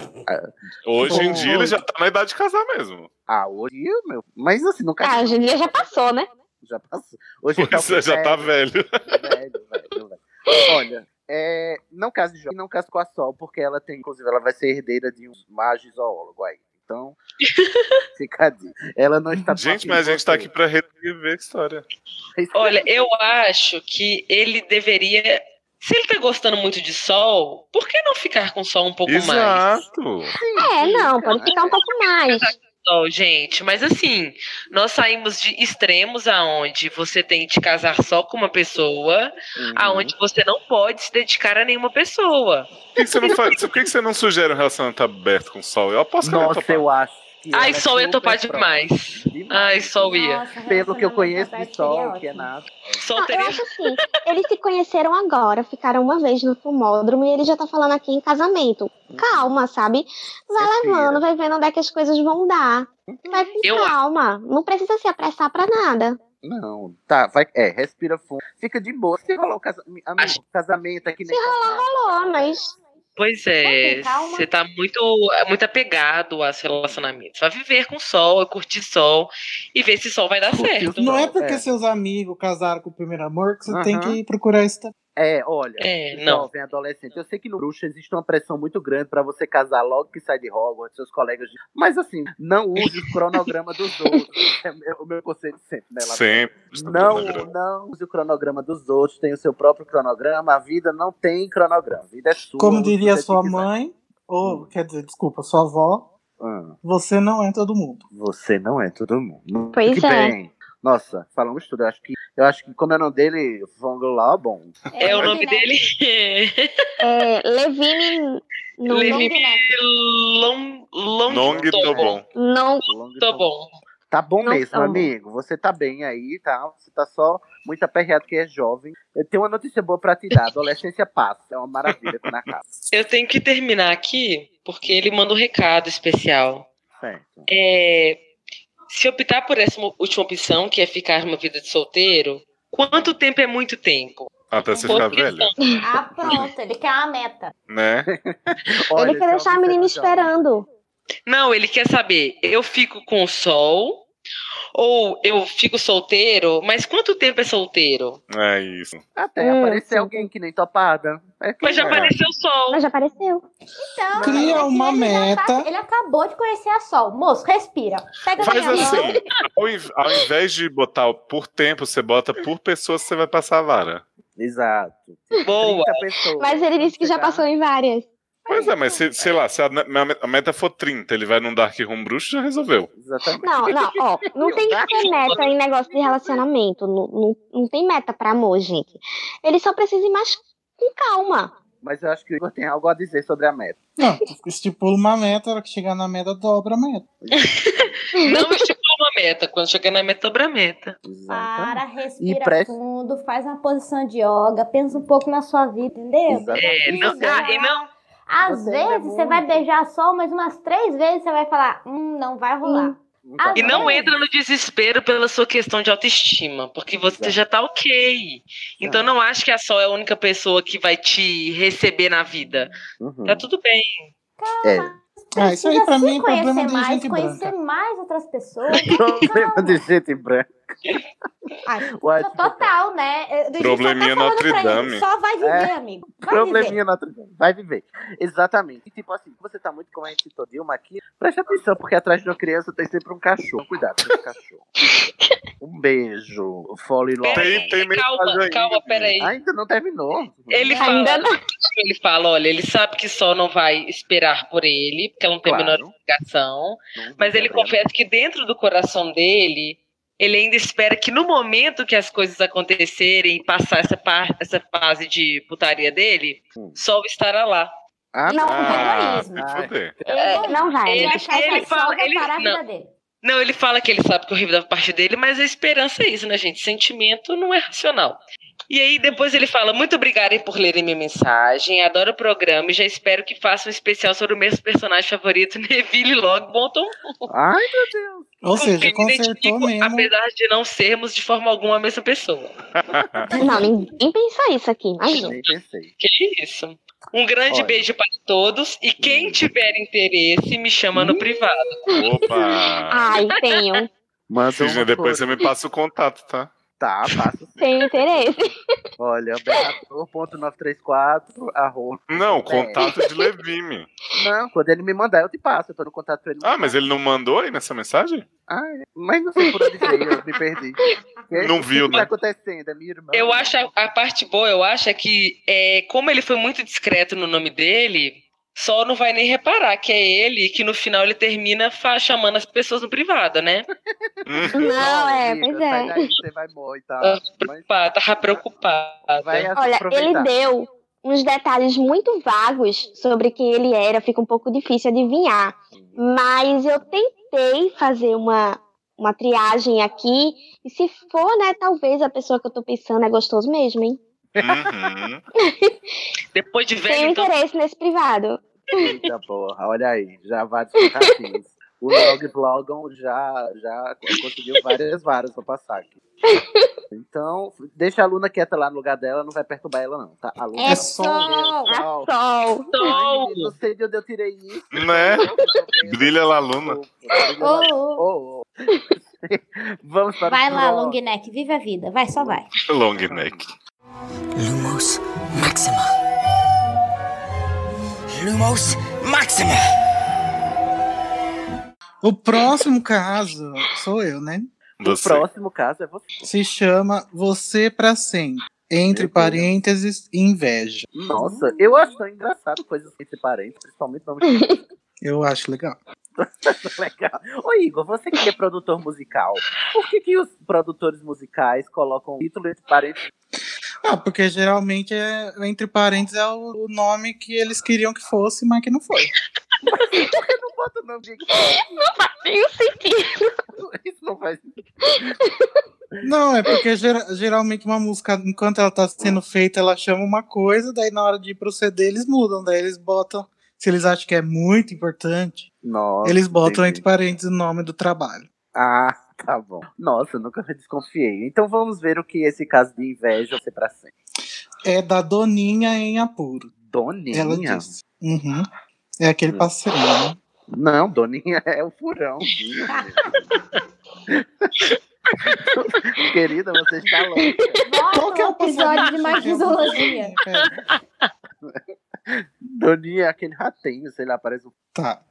[SPEAKER 8] Hoje em
[SPEAKER 5] Foi.
[SPEAKER 8] dia ele já tá na idade de casar mesmo.
[SPEAKER 1] Ah, hoje, meu. Mas assim, nunca
[SPEAKER 7] Ah, hoje em dia já passou, né?
[SPEAKER 1] já passou. Hoje ele tá
[SPEAKER 8] Você já tá velho.
[SPEAKER 1] velho, velho, velho. Olha, é, não case jovem, não case com a Sol, porque ela tem, inclusive, ela vai ser herdeira de um mago zoólogo aí. Então, fica a dica. Ela não está
[SPEAKER 8] Gente, mas a gente tá aqui pra reviver a história.
[SPEAKER 9] Olha, eu acho que ele deveria. Se ele tá gostando muito de sol, por que não ficar com sol um pouco mais?
[SPEAKER 8] Exato.
[SPEAKER 7] É, não,
[SPEAKER 1] né?
[SPEAKER 7] pode ficar um pouco mais.
[SPEAKER 9] Sol, gente, mas assim, nós saímos de extremos aonde você tem de casar só com uma pessoa,
[SPEAKER 1] Uhum.
[SPEAKER 9] aonde você não pode se dedicar a nenhuma pessoa.
[SPEAKER 8] Por que, que você não faz- por que que você não sugere um relacionamento aberto com o sol? Eu aposto que ele ia
[SPEAKER 1] Nossa,
[SPEAKER 8] topar.
[SPEAKER 1] eu acho. que
[SPEAKER 9] Ai,
[SPEAKER 1] ela é
[SPEAKER 9] sol ia
[SPEAKER 1] super
[SPEAKER 9] topar
[SPEAKER 1] pró.
[SPEAKER 9] demais. Ai, sol ia.
[SPEAKER 6] Nossa, um
[SPEAKER 1] Pelo que eu
[SPEAKER 6] relacionamento
[SPEAKER 1] conheço de
[SPEAKER 6] aberto
[SPEAKER 1] Sol,
[SPEAKER 6] seria
[SPEAKER 1] que é
[SPEAKER 6] ótimo.
[SPEAKER 1] nada.
[SPEAKER 9] Sol
[SPEAKER 7] Não, eu
[SPEAKER 9] teria
[SPEAKER 7] acho assim, eles se conheceram agora, ficaram uma vez no fumódromo e ele já tá falando aqui em casamento. Calma, sabe? Vai
[SPEAKER 1] Respira.
[SPEAKER 7] levando, vai vendo onde é que as coisas vão dar. Vai com
[SPEAKER 9] Eu-
[SPEAKER 7] calma, não precisa se apressar pra nada.
[SPEAKER 1] Não, tá, vai. É, respira fundo. Fica de boa. Se rolar um casa, amigo,
[SPEAKER 9] Acho-
[SPEAKER 1] casamento aqui nem.
[SPEAKER 7] Falou, mas
[SPEAKER 9] Pois
[SPEAKER 6] Vamos
[SPEAKER 9] é,
[SPEAKER 6] com calma.
[SPEAKER 9] você tá muito, muito apegado aos relacionamentos. Vai viver com sol, curtir sol e ver se sol vai dar
[SPEAKER 1] Curtir
[SPEAKER 9] certo.
[SPEAKER 1] o
[SPEAKER 5] Não é
[SPEAKER 1] Não,
[SPEAKER 5] porque
[SPEAKER 1] é.
[SPEAKER 5] seus amigos casaram com o primeiro amor que você tem
[SPEAKER 1] Aham.
[SPEAKER 5] que procurar isso também.
[SPEAKER 1] É, olha.
[SPEAKER 9] É, não.
[SPEAKER 1] jovem, adolescente. Eu sei que no bruxo existe uma pressão muito grande pra você casar logo que sai de Hogwarts, seus colegas. de- Mas assim, não use o cronograma dos outros. É o meu- o meu conselho de sempre, né? Laura?
[SPEAKER 8] Sempre.
[SPEAKER 1] Não, não use o cronograma dos outros, tem o seu próprio cronograma. A vida não tem cronograma, a vida é sua.
[SPEAKER 5] Como
[SPEAKER 1] use
[SPEAKER 5] diria
[SPEAKER 1] o que
[SPEAKER 5] sua
[SPEAKER 1] quiser. Hum.
[SPEAKER 5] mãe, ou, quer dizer, desculpa, sua avó,
[SPEAKER 1] Ah,
[SPEAKER 5] você não é todo mundo.
[SPEAKER 1] você não é todo mundo.
[SPEAKER 7] Pois
[SPEAKER 1] que
[SPEAKER 7] é.
[SPEAKER 1] bem. Nossa, falamos tudo. Eu acho que, eu acho que como é o nome dele, Von Lobon.
[SPEAKER 9] É o
[SPEAKER 6] ele,
[SPEAKER 9] nome
[SPEAKER 6] né?
[SPEAKER 9] dele.
[SPEAKER 7] é, Levine Não,
[SPEAKER 9] Levi
[SPEAKER 7] não, não.
[SPEAKER 9] Long, long,
[SPEAKER 8] Long
[SPEAKER 9] tô
[SPEAKER 8] tô bom.
[SPEAKER 7] Não.
[SPEAKER 1] Long
[SPEAKER 9] Tô bom.
[SPEAKER 1] Tá bom
[SPEAKER 7] Não
[SPEAKER 1] mesmo,
[SPEAKER 7] tão bom.
[SPEAKER 1] amigo. Você tá bem aí, tá? Você tá só muito aperreado que é jovem. Eu tenho uma notícia boa pra te dar. Adolescência passa. É uma maravilha aqui na casa.
[SPEAKER 9] Eu tenho que terminar aqui, porque ele manda um recado especial.
[SPEAKER 1] Certo.
[SPEAKER 9] É, se optar por essa mu- última opção, que é ficar uma vida de solteiro, quanto tempo é muito tempo?
[SPEAKER 8] Até
[SPEAKER 9] Um
[SPEAKER 8] você ficar velho,
[SPEAKER 6] Ah, pronto, ele quer uma meta.
[SPEAKER 8] né?
[SPEAKER 7] Ele
[SPEAKER 1] então,
[SPEAKER 7] quer deixar a
[SPEAKER 1] tá
[SPEAKER 7] menina esperando.
[SPEAKER 9] Não, ele quer saber, eu fico com o sol ou eu fico solteiro, mas quanto tempo é solteiro?
[SPEAKER 8] É isso.
[SPEAKER 1] Até
[SPEAKER 7] Hum,
[SPEAKER 1] aparecer
[SPEAKER 7] sim.
[SPEAKER 1] alguém que nem topada. É que
[SPEAKER 9] Mas já
[SPEAKER 8] É.
[SPEAKER 9] apareceu o sol.
[SPEAKER 7] Mas já apareceu.
[SPEAKER 6] Então,
[SPEAKER 5] Cria
[SPEAKER 6] ele-
[SPEAKER 5] uma
[SPEAKER 6] ele já tá-
[SPEAKER 5] meta.
[SPEAKER 6] ele acabou de conhecer a Sol. Moço, respira. Pega
[SPEAKER 8] Faz
[SPEAKER 6] minha mão.
[SPEAKER 8] assim, ao, inv- ao invés de botar o por tempo, você bota por pessoa, você vai passar a vara.
[SPEAKER 1] Exato.
[SPEAKER 9] Boa.
[SPEAKER 1] 30 pessoas. tá?
[SPEAKER 7] Mas ele disse que já
[SPEAKER 1] Chegar-
[SPEAKER 7] passou em várias.
[SPEAKER 8] Pois é, mas se- sei lá, se a, me- a meta for 30, ele vai num Dark Room Bruxo, já resolveu.
[SPEAKER 1] Exatamente.
[SPEAKER 7] Não, não, ó. Não tem que ter meta em negócio de relacionamento. Não, não, não tem meta pra amor, gente. Ele só precisa ir mais com calma.
[SPEAKER 1] Mas eu acho que o Igor tem algo a dizer sobre a meta.
[SPEAKER 5] Não, tu estipula uma meta, a hora que chegar na meta, dobra a meta.
[SPEAKER 9] Não estipula uma meta. Quando chegar na meta, dobra a meta.
[SPEAKER 1] Exatamente.
[SPEAKER 6] Para, respira
[SPEAKER 1] E presta-
[SPEAKER 6] fundo, faz uma posição de yoga, pensa um pouco na sua vida, entendeu?
[SPEAKER 1] Exatamente.
[SPEAKER 9] É, não, ah, e não,
[SPEAKER 6] Às
[SPEAKER 1] Você ainda é
[SPEAKER 6] vezes você vai
[SPEAKER 1] muito.
[SPEAKER 6] beijar a Sol, mas umas três vezes você vai falar, hum, não vai rolar.
[SPEAKER 1] tá
[SPEAKER 9] e não
[SPEAKER 1] bom.
[SPEAKER 9] entra no desespero pela sua questão de autoestima, porque você
[SPEAKER 1] Exato.
[SPEAKER 9] já tá ok. Então não acho que a Sol é a única pessoa que vai te receber na vida.
[SPEAKER 1] Uhum.
[SPEAKER 9] Tá tudo bem.
[SPEAKER 1] É.
[SPEAKER 5] Ah, isso aí
[SPEAKER 6] Precisa
[SPEAKER 5] pra
[SPEAKER 6] se
[SPEAKER 5] mim é
[SPEAKER 6] assim conhecer
[SPEAKER 5] problema de
[SPEAKER 6] mais,
[SPEAKER 5] gente
[SPEAKER 6] conhecer
[SPEAKER 5] branca.
[SPEAKER 6] mais outras pessoas. é
[SPEAKER 1] Problema de gente branca.
[SPEAKER 6] Ai,
[SPEAKER 1] What?
[SPEAKER 6] Total, né? Eu- do jeito que você
[SPEAKER 8] Probleminha
[SPEAKER 6] tá falando
[SPEAKER 8] Notre
[SPEAKER 6] pra ele,
[SPEAKER 8] Dame.
[SPEAKER 6] Só vai viver,
[SPEAKER 1] É.
[SPEAKER 6] amigo. Vai viver.
[SPEAKER 1] Probleminha na Vai viver. Exatamente. E, tipo assim, você tá muito como a gente citou Dilma aqui, preste atenção, porque atrás de uma criança tem sempre um cachorro. Cuidado com esse cachorro. Um beijo. Follow in love.
[SPEAKER 8] Tem- tem meio
[SPEAKER 9] É, calma,
[SPEAKER 8] caso ainda,
[SPEAKER 9] calma, peraí.
[SPEAKER 1] Ainda não terminou.
[SPEAKER 9] Ele
[SPEAKER 7] Ainda
[SPEAKER 9] fala,
[SPEAKER 7] não.
[SPEAKER 9] ele fala, olha, ele sabe que Sol não vai esperar por ele, porque ela não terminou
[SPEAKER 1] Claro.
[SPEAKER 9] a ligação,
[SPEAKER 1] Não
[SPEAKER 9] mas ele
[SPEAKER 1] terminou.
[SPEAKER 9] confessa que dentro do coração dele, ele ainda espera que no momento que as coisas acontecerem e passar essa, par- essa fase de putaria dele,
[SPEAKER 1] Hum.
[SPEAKER 9] Sol estará lá.
[SPEAKER 1] Ah,
[SPEAKER 6] Não,
[SPEAKER 8] Ah,
[SPEAKER 6] egoísmo.
[SPEAKER 8] me foder.
[SPEAKER 6] Ele
[SPEAKER 7] Não vai.
[SPEAKER 9] É, Ele-
[SPEAKER 6] vai achar que
[SPEAKER 9] ele
[SPEAKER 6] a Sol
[SPEAKER 9] fala-
[SPEAKER 6] vai
[SPEAKER 9] ele-
[SPEAKER 6] parar a
[SPEAKER 9] não.
[SPEAKER 6] vida dele.
[SPEAKER 9] Não, ele fala que ele sabe que o horrível da parte dele, mas a esperança é isso, né, gente? Sentimento não é racional. E aí depois ele fala: Muito obrigado por lerem minha mensagem, adoro o programa e já espero que façam um especial sobre o mesmo personagem favorito, Neville Log Bonton.
[SPEAKER 1] Ai, meu Deus.
[SPEAKER 5] Ou seja,
[SPEAKER 9] Porque me
[SPEAKER 5] consertou
[SPEAKER 9] identifico,
[SPEAKER 5] mesmo.
[SPEAKER 9] Apesar de não sermos de forma alguma a mesma pessoa.
[SPEAKER 7] Não, ninguém pensa isso aqui. Imagina.
[SPEAKER 1] Nem pensei.
[SPEAKER 9] Que isso. Um grande
[SPEAKER 1] Olha.
[SPEAKER 9] beijo para todos e quem tiver interesse me chama no privado.
[SPEAKER 1] Ah,
[SPEAKER 8] Opa!
[SPEAKER 7] Ai, tenho.
[SPEAKER 1] Manda
[SPEAKER 8] Cisne,
[SPEAKER 1] uma
[SPEAKER 8] depois
[SPEAKER 1] flor.
[SPEAKER 8] você me passa o contato, tá?
[SPEAKER 1] Tá, passa.
[SPEAKER 7] Tenho interesse.
[SPEAKER 1] Olha, berrador.934, arroba.
[SPEAKER 8] Não, o
[SPEAKER 1] É.
[SPEAKER 8] contato de Levime.
[SPEAKER 1] Não, quando ele me mandar, eu te passo. Eu tô no contato com ele.
[SPEAKER 8] Ah, mas ele não mandou aí nessa mensagem?
[SPEAKER 1] Ah, é. mas não sei por onde veio, eu me perdi. Que-
[SPEAKER 8] Não
[SPEAKER 1] o que
[SPEAKER 8] viu,
[SPEAKER 1] que
[SPEAKER 8] né?
[SPEAKER 1] tá acontecendo? É minha irmã.
[SPEAKER 9] Eu acho a, a parte boa, eu acho é que é, como ele foi muito discreto no nome dele, só não vai nem reparar que é ele e que no final ele termina fa- chamando as pessoas no privado, né?
[SPEAKER 8] Hum,
[SPEAKER 7] Não, é, pois
[SPEAKER 1] amiga, tá sai
[SPEAKER 7] é.
[SPEAKER 1] daí, você vai morrer e tal.
[SPEAKER 9] Ah,
[SPEAKER 1] Mas
[SPEAKER 9] Pá, tava preocupada.
[SPEAKER 1] vai
[SPEAKER 7] Olha,
[SPEAKER 1] aproveitar.
[SPEAKER 7] ele deu uns detalhes muito vagos sobre quem ele era, fica um pouco difícil adivinhar. Mas eu tentei fazer uma, uma triagem aqui, e se for, né, talvez a pessoa que eu tô pensando é gostoso mesmo, hein?
[SPEAKER 8] uhum.
[SPEAKER 9] Depois de
[SPEAKER 7] Tenho
[SPEAKER 9] velho, então,
[SPEAKER 7] interesse nesse privado.
[SPEAKER 1] Eita porra, olha aí, já vários contatinhos. O Log Vlogam já, já conseguiu várias varas pra passar aqui. Então, deixa a Luna quieta lá no lugar dela, não vai perturbar ela, não, tá? A Luna
[SPEAKER 6] É
[SPEAKER 1] Meu
[SPEAKER 6] sol.
[SPEAKER 1] Deus, sol.
[SPEAKER 7] é Sol.
[SPEAKER 1] Ai,
[SPEAKER 9] Sol.
[SPEAKER 1] menino, não sei de onde eu tirei isso.
[SPEAKER 8] Né? Brilha lá, Luna.
[SPEAKER 5] um
[SPEAKER 1] Brilha lá,
[SPEAKER 6] Ô, ô.
[SPEAKER 1] Oh, oh. Vamos para
[SPEAKER 6] Vai
[SPEAKER 1] o
[SPEAKER 6] lá,
[SPEAKER 1] próximo.
[SPEAKER 6] long neck, vive a vida. Vai, só vai.
[SPEAKER 8] Long neck.
[SPEAKER 12] Lumos Maxima. Lumos Maxima.
[SPEAKER 5] O próximo caso sou eu, né?
[SPEAKER 1] O
[SPEAKER 8] Você.
[SPEAKER 1] próximo caso é você.
[SPEAKER 5] Se chama Você Pra Sempre. Entre
[SPEAKER 1] Meu Deus.
[SPEAKER 5] parênteses, inveja.
[SPEAKER 1] Nossa, eu acho tão engraçado coisas entre parentes, principalmente nome de
[SPEAKER 5] Eu acho legal.
[SPEAKER 1] Legal. Ô Igor, você que é produtor musical, por que, que os produtores musicais colocam o título entre parênteses?
[SPEAKER 5] Ah, porque geralmente é, entre parênteses é o, o nome que eles queriam que fosse, mas que não foi.
[SPEAKER 1] Por que não bota o nome de
[SPEAKER 7] Não faz nenhum sentido.
[SPEAKER 1] Isso não faz sentido.
[SPEAKER 5] Não, é porque gera- geralmente uma música, enquanto ela tá sendo feita, ela chama uma coisa, daí na hora de ir pro CD eles mudam, daí eles botam, se eles acham que é muito importante,
[SPEAKER 1] Nossa,
[SPEAKER 5] eles botam
[SPEAKER 1] entendi.
[SPEAKER 5] entre parênteses o nome do trabalho.
[SPEAKER 1] Ah, tá bom. Nossa, eu nunca desconfiei. Então vamos ver o que esse caso de inveja vai ser pra sempre.
[SPEAKER 5] É da Doninha em Apuro.
[SPEAKER 1] Doninha? Hum.
[SPEAKER 5] Ela disse. Uhum. É aquele parceirinho. né?
[SPEAKER 1] Não, Doninha é o furão. Querida, você está louca.
[SPEAKER 5] Qual que é o
[SPEAKER 6] episódio de
[SPEAKER 5] personagem que é o
[SPEAKER 6] magnizologia.
[SPEAKER 5] Doninha?
[SPEAKER 1] Doninha é aquele ratinho, sei lá, parece um.
[SPEAKER 5] Tá.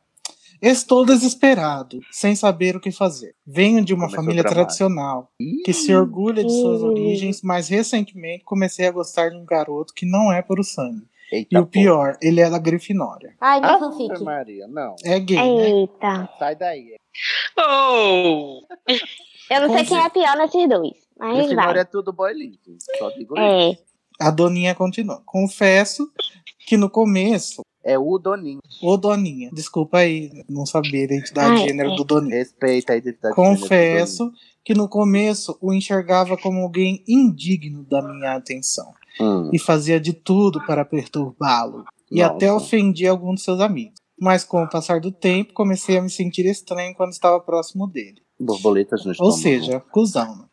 [SPEAKER 5] Estou desesperado, sem saber o que fazer. Venho de uma
[SPEAKER 1] Começou
[SPEAKER 5] família
[SPEAKER 1] dramático.
[SPEAKER 5] tradicional, que se orgulha de suas
[SPEAKER 7] Ih.
[SPEAKER 5] origens, mas recentemente comecei a gostar de um garoto que não é por o sangue.
[SPEAKER 1] Eita,
[SPEAKER 5] E o pior, ele é da Grifinória.
[SPEAKER 6] Ai, minha fanfic.
[SPEAKER 1] porra, Maria, não.
[SPEAKER 5] É gay, né?
[SPEAKER 7] Eita.
[SPEAKER 1] Sai daí.
[SPEAKER 9] Oh!
[SPEAKER 7] Eu não sei
[SPEAKER 5] Consi-
[SPEAKER 7] quem é pior nesses dois, mas
[SPEAKER 1] Grifinória
[SPEAKER 7] vai.
[SPEAKER 1] é tudo boy lindo. Só digo isso.
[SPEAKER 7] É.
[SPEAKER 5] A Doninha continua. Confesso que no começo,
[SPEAKER 1] É o Doninho.
[SPEAKER 5] ô Doninha, desculpa aí não saber a identidade de
[SPEAKER 7] Ai,
[SPEAKER 5] gênero
[SPEAKER 7] é.
[SPEAKER 5] do Doninha.
[SPEAKER 1] Respeita a identidade. de gênero do
[SPEAKER 5] Confesso que no começo o enxergava como alguém indigno da minha atenção
[SPEAKER 1] Doninho. Hum,
[SPEAKER 5] e fazia de tudo para perturbá-lo e até
[SPEAKER 1] nossa.
[SPEAKER 5] ofendia algum de seus amigos. Mas com o passar do tempo, comecei a me sentir estranho quando estava próximo dele.
[SPEAKER 1] Borboletas no
[SPEAKER 5] Ou
[SPEAKER 1] estômago.
[SPEAKER 5] seja, cuzão. Né?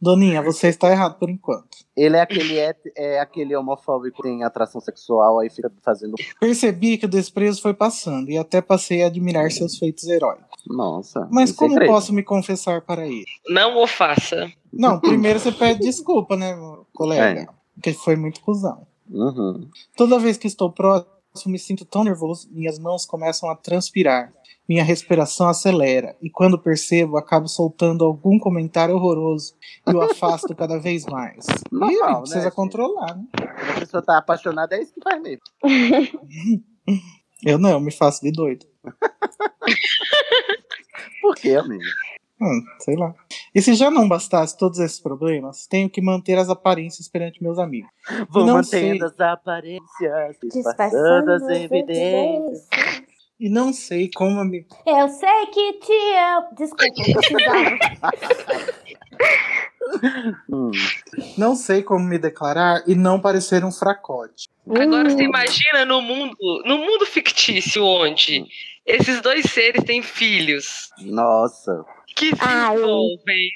[SPEAKER 5] Doninha, você está errado por enquanto.
[SPEAKER 1] Ele é aquele, het- é aquele homofóbico que tem atração sexual, aí fica fazendo.
[SPEAKER 5] Percebi que o desprezo foi passando e até passei a admirar seus feitos heróicos.
[SPEAKER 1] Nossa.
[SPEAKER 5] Mas
[SPEAKER 1] em
[SPEAKER 5] como
[SPEAKER 1] segredo.
[SPEAKER 5] posso me confessar para ele?
[SPEAKER 9] Não o faça.
[SPEAKER 5] Não, primeiro você pede desculpa, né, meu colega? Porque foi muito cuzão.
[SPEAKER 1] Uhum.
[SPEAKER 5] Toda vez que estou próximo, me sinto tão nervoso, minhas mãos começam a transpirar, minha respiração acelera, e quando percebo, acabo soltando algum comentário horroroso e o afasto cada vez mais. e
[SPEAKER 1] Normal,
[SPEAKER 5] aí,
[SPEAKER 1] né,
[SPEAKER 5] precisa
[SPEAKER 1] gente?
[SPEAKER 5] controlar, né?
[SPEAKER 1] Quando a pessoa tá apaixonada, é isso que faz mesmo.
[SPEAKER 5] Eu não, eu me faço de doido.
[SPEAKER 1] Por quê, amigo?
[SPEAKER 5] Hum, sei lá. E se já não bastasse todos esses problemas, tenho que manter as aparências perante meus amigos.
[SPEAKER 1] Vou
[SPEAKER 5] Não
[SPEAKER 1] mantendo
[SPEAKER 5] sei.
[SPEAKER 1] as aparências, disfarçando
[SPEAKER 6] Disfarçando
[SPEAKER 1] as
[SPEAKER 6] as
[SPEAKER 1] evidências.
[SPEAKER 6] evidências.
[SPEAKER 5] E não sei como me
[SPEAKER 6] Eu sei que te amo. Desculpa, eu precisava.
[SPEAKER 1] Hum,
[SPEAKER 5] não sei como me declarar e não parecer um fracote.
[SPEAKER 9] Agora
[SPEAKER 7] Hum.
[SPEAKER 9] você imagina no mundo, no mundo fictício onde esses dois seres têm filhos
[SPEAKER 1] Nossa,
[SPEAKER 9] que se
[SPEAKER 7] Ai.
[SPEAKER 9] envolvem,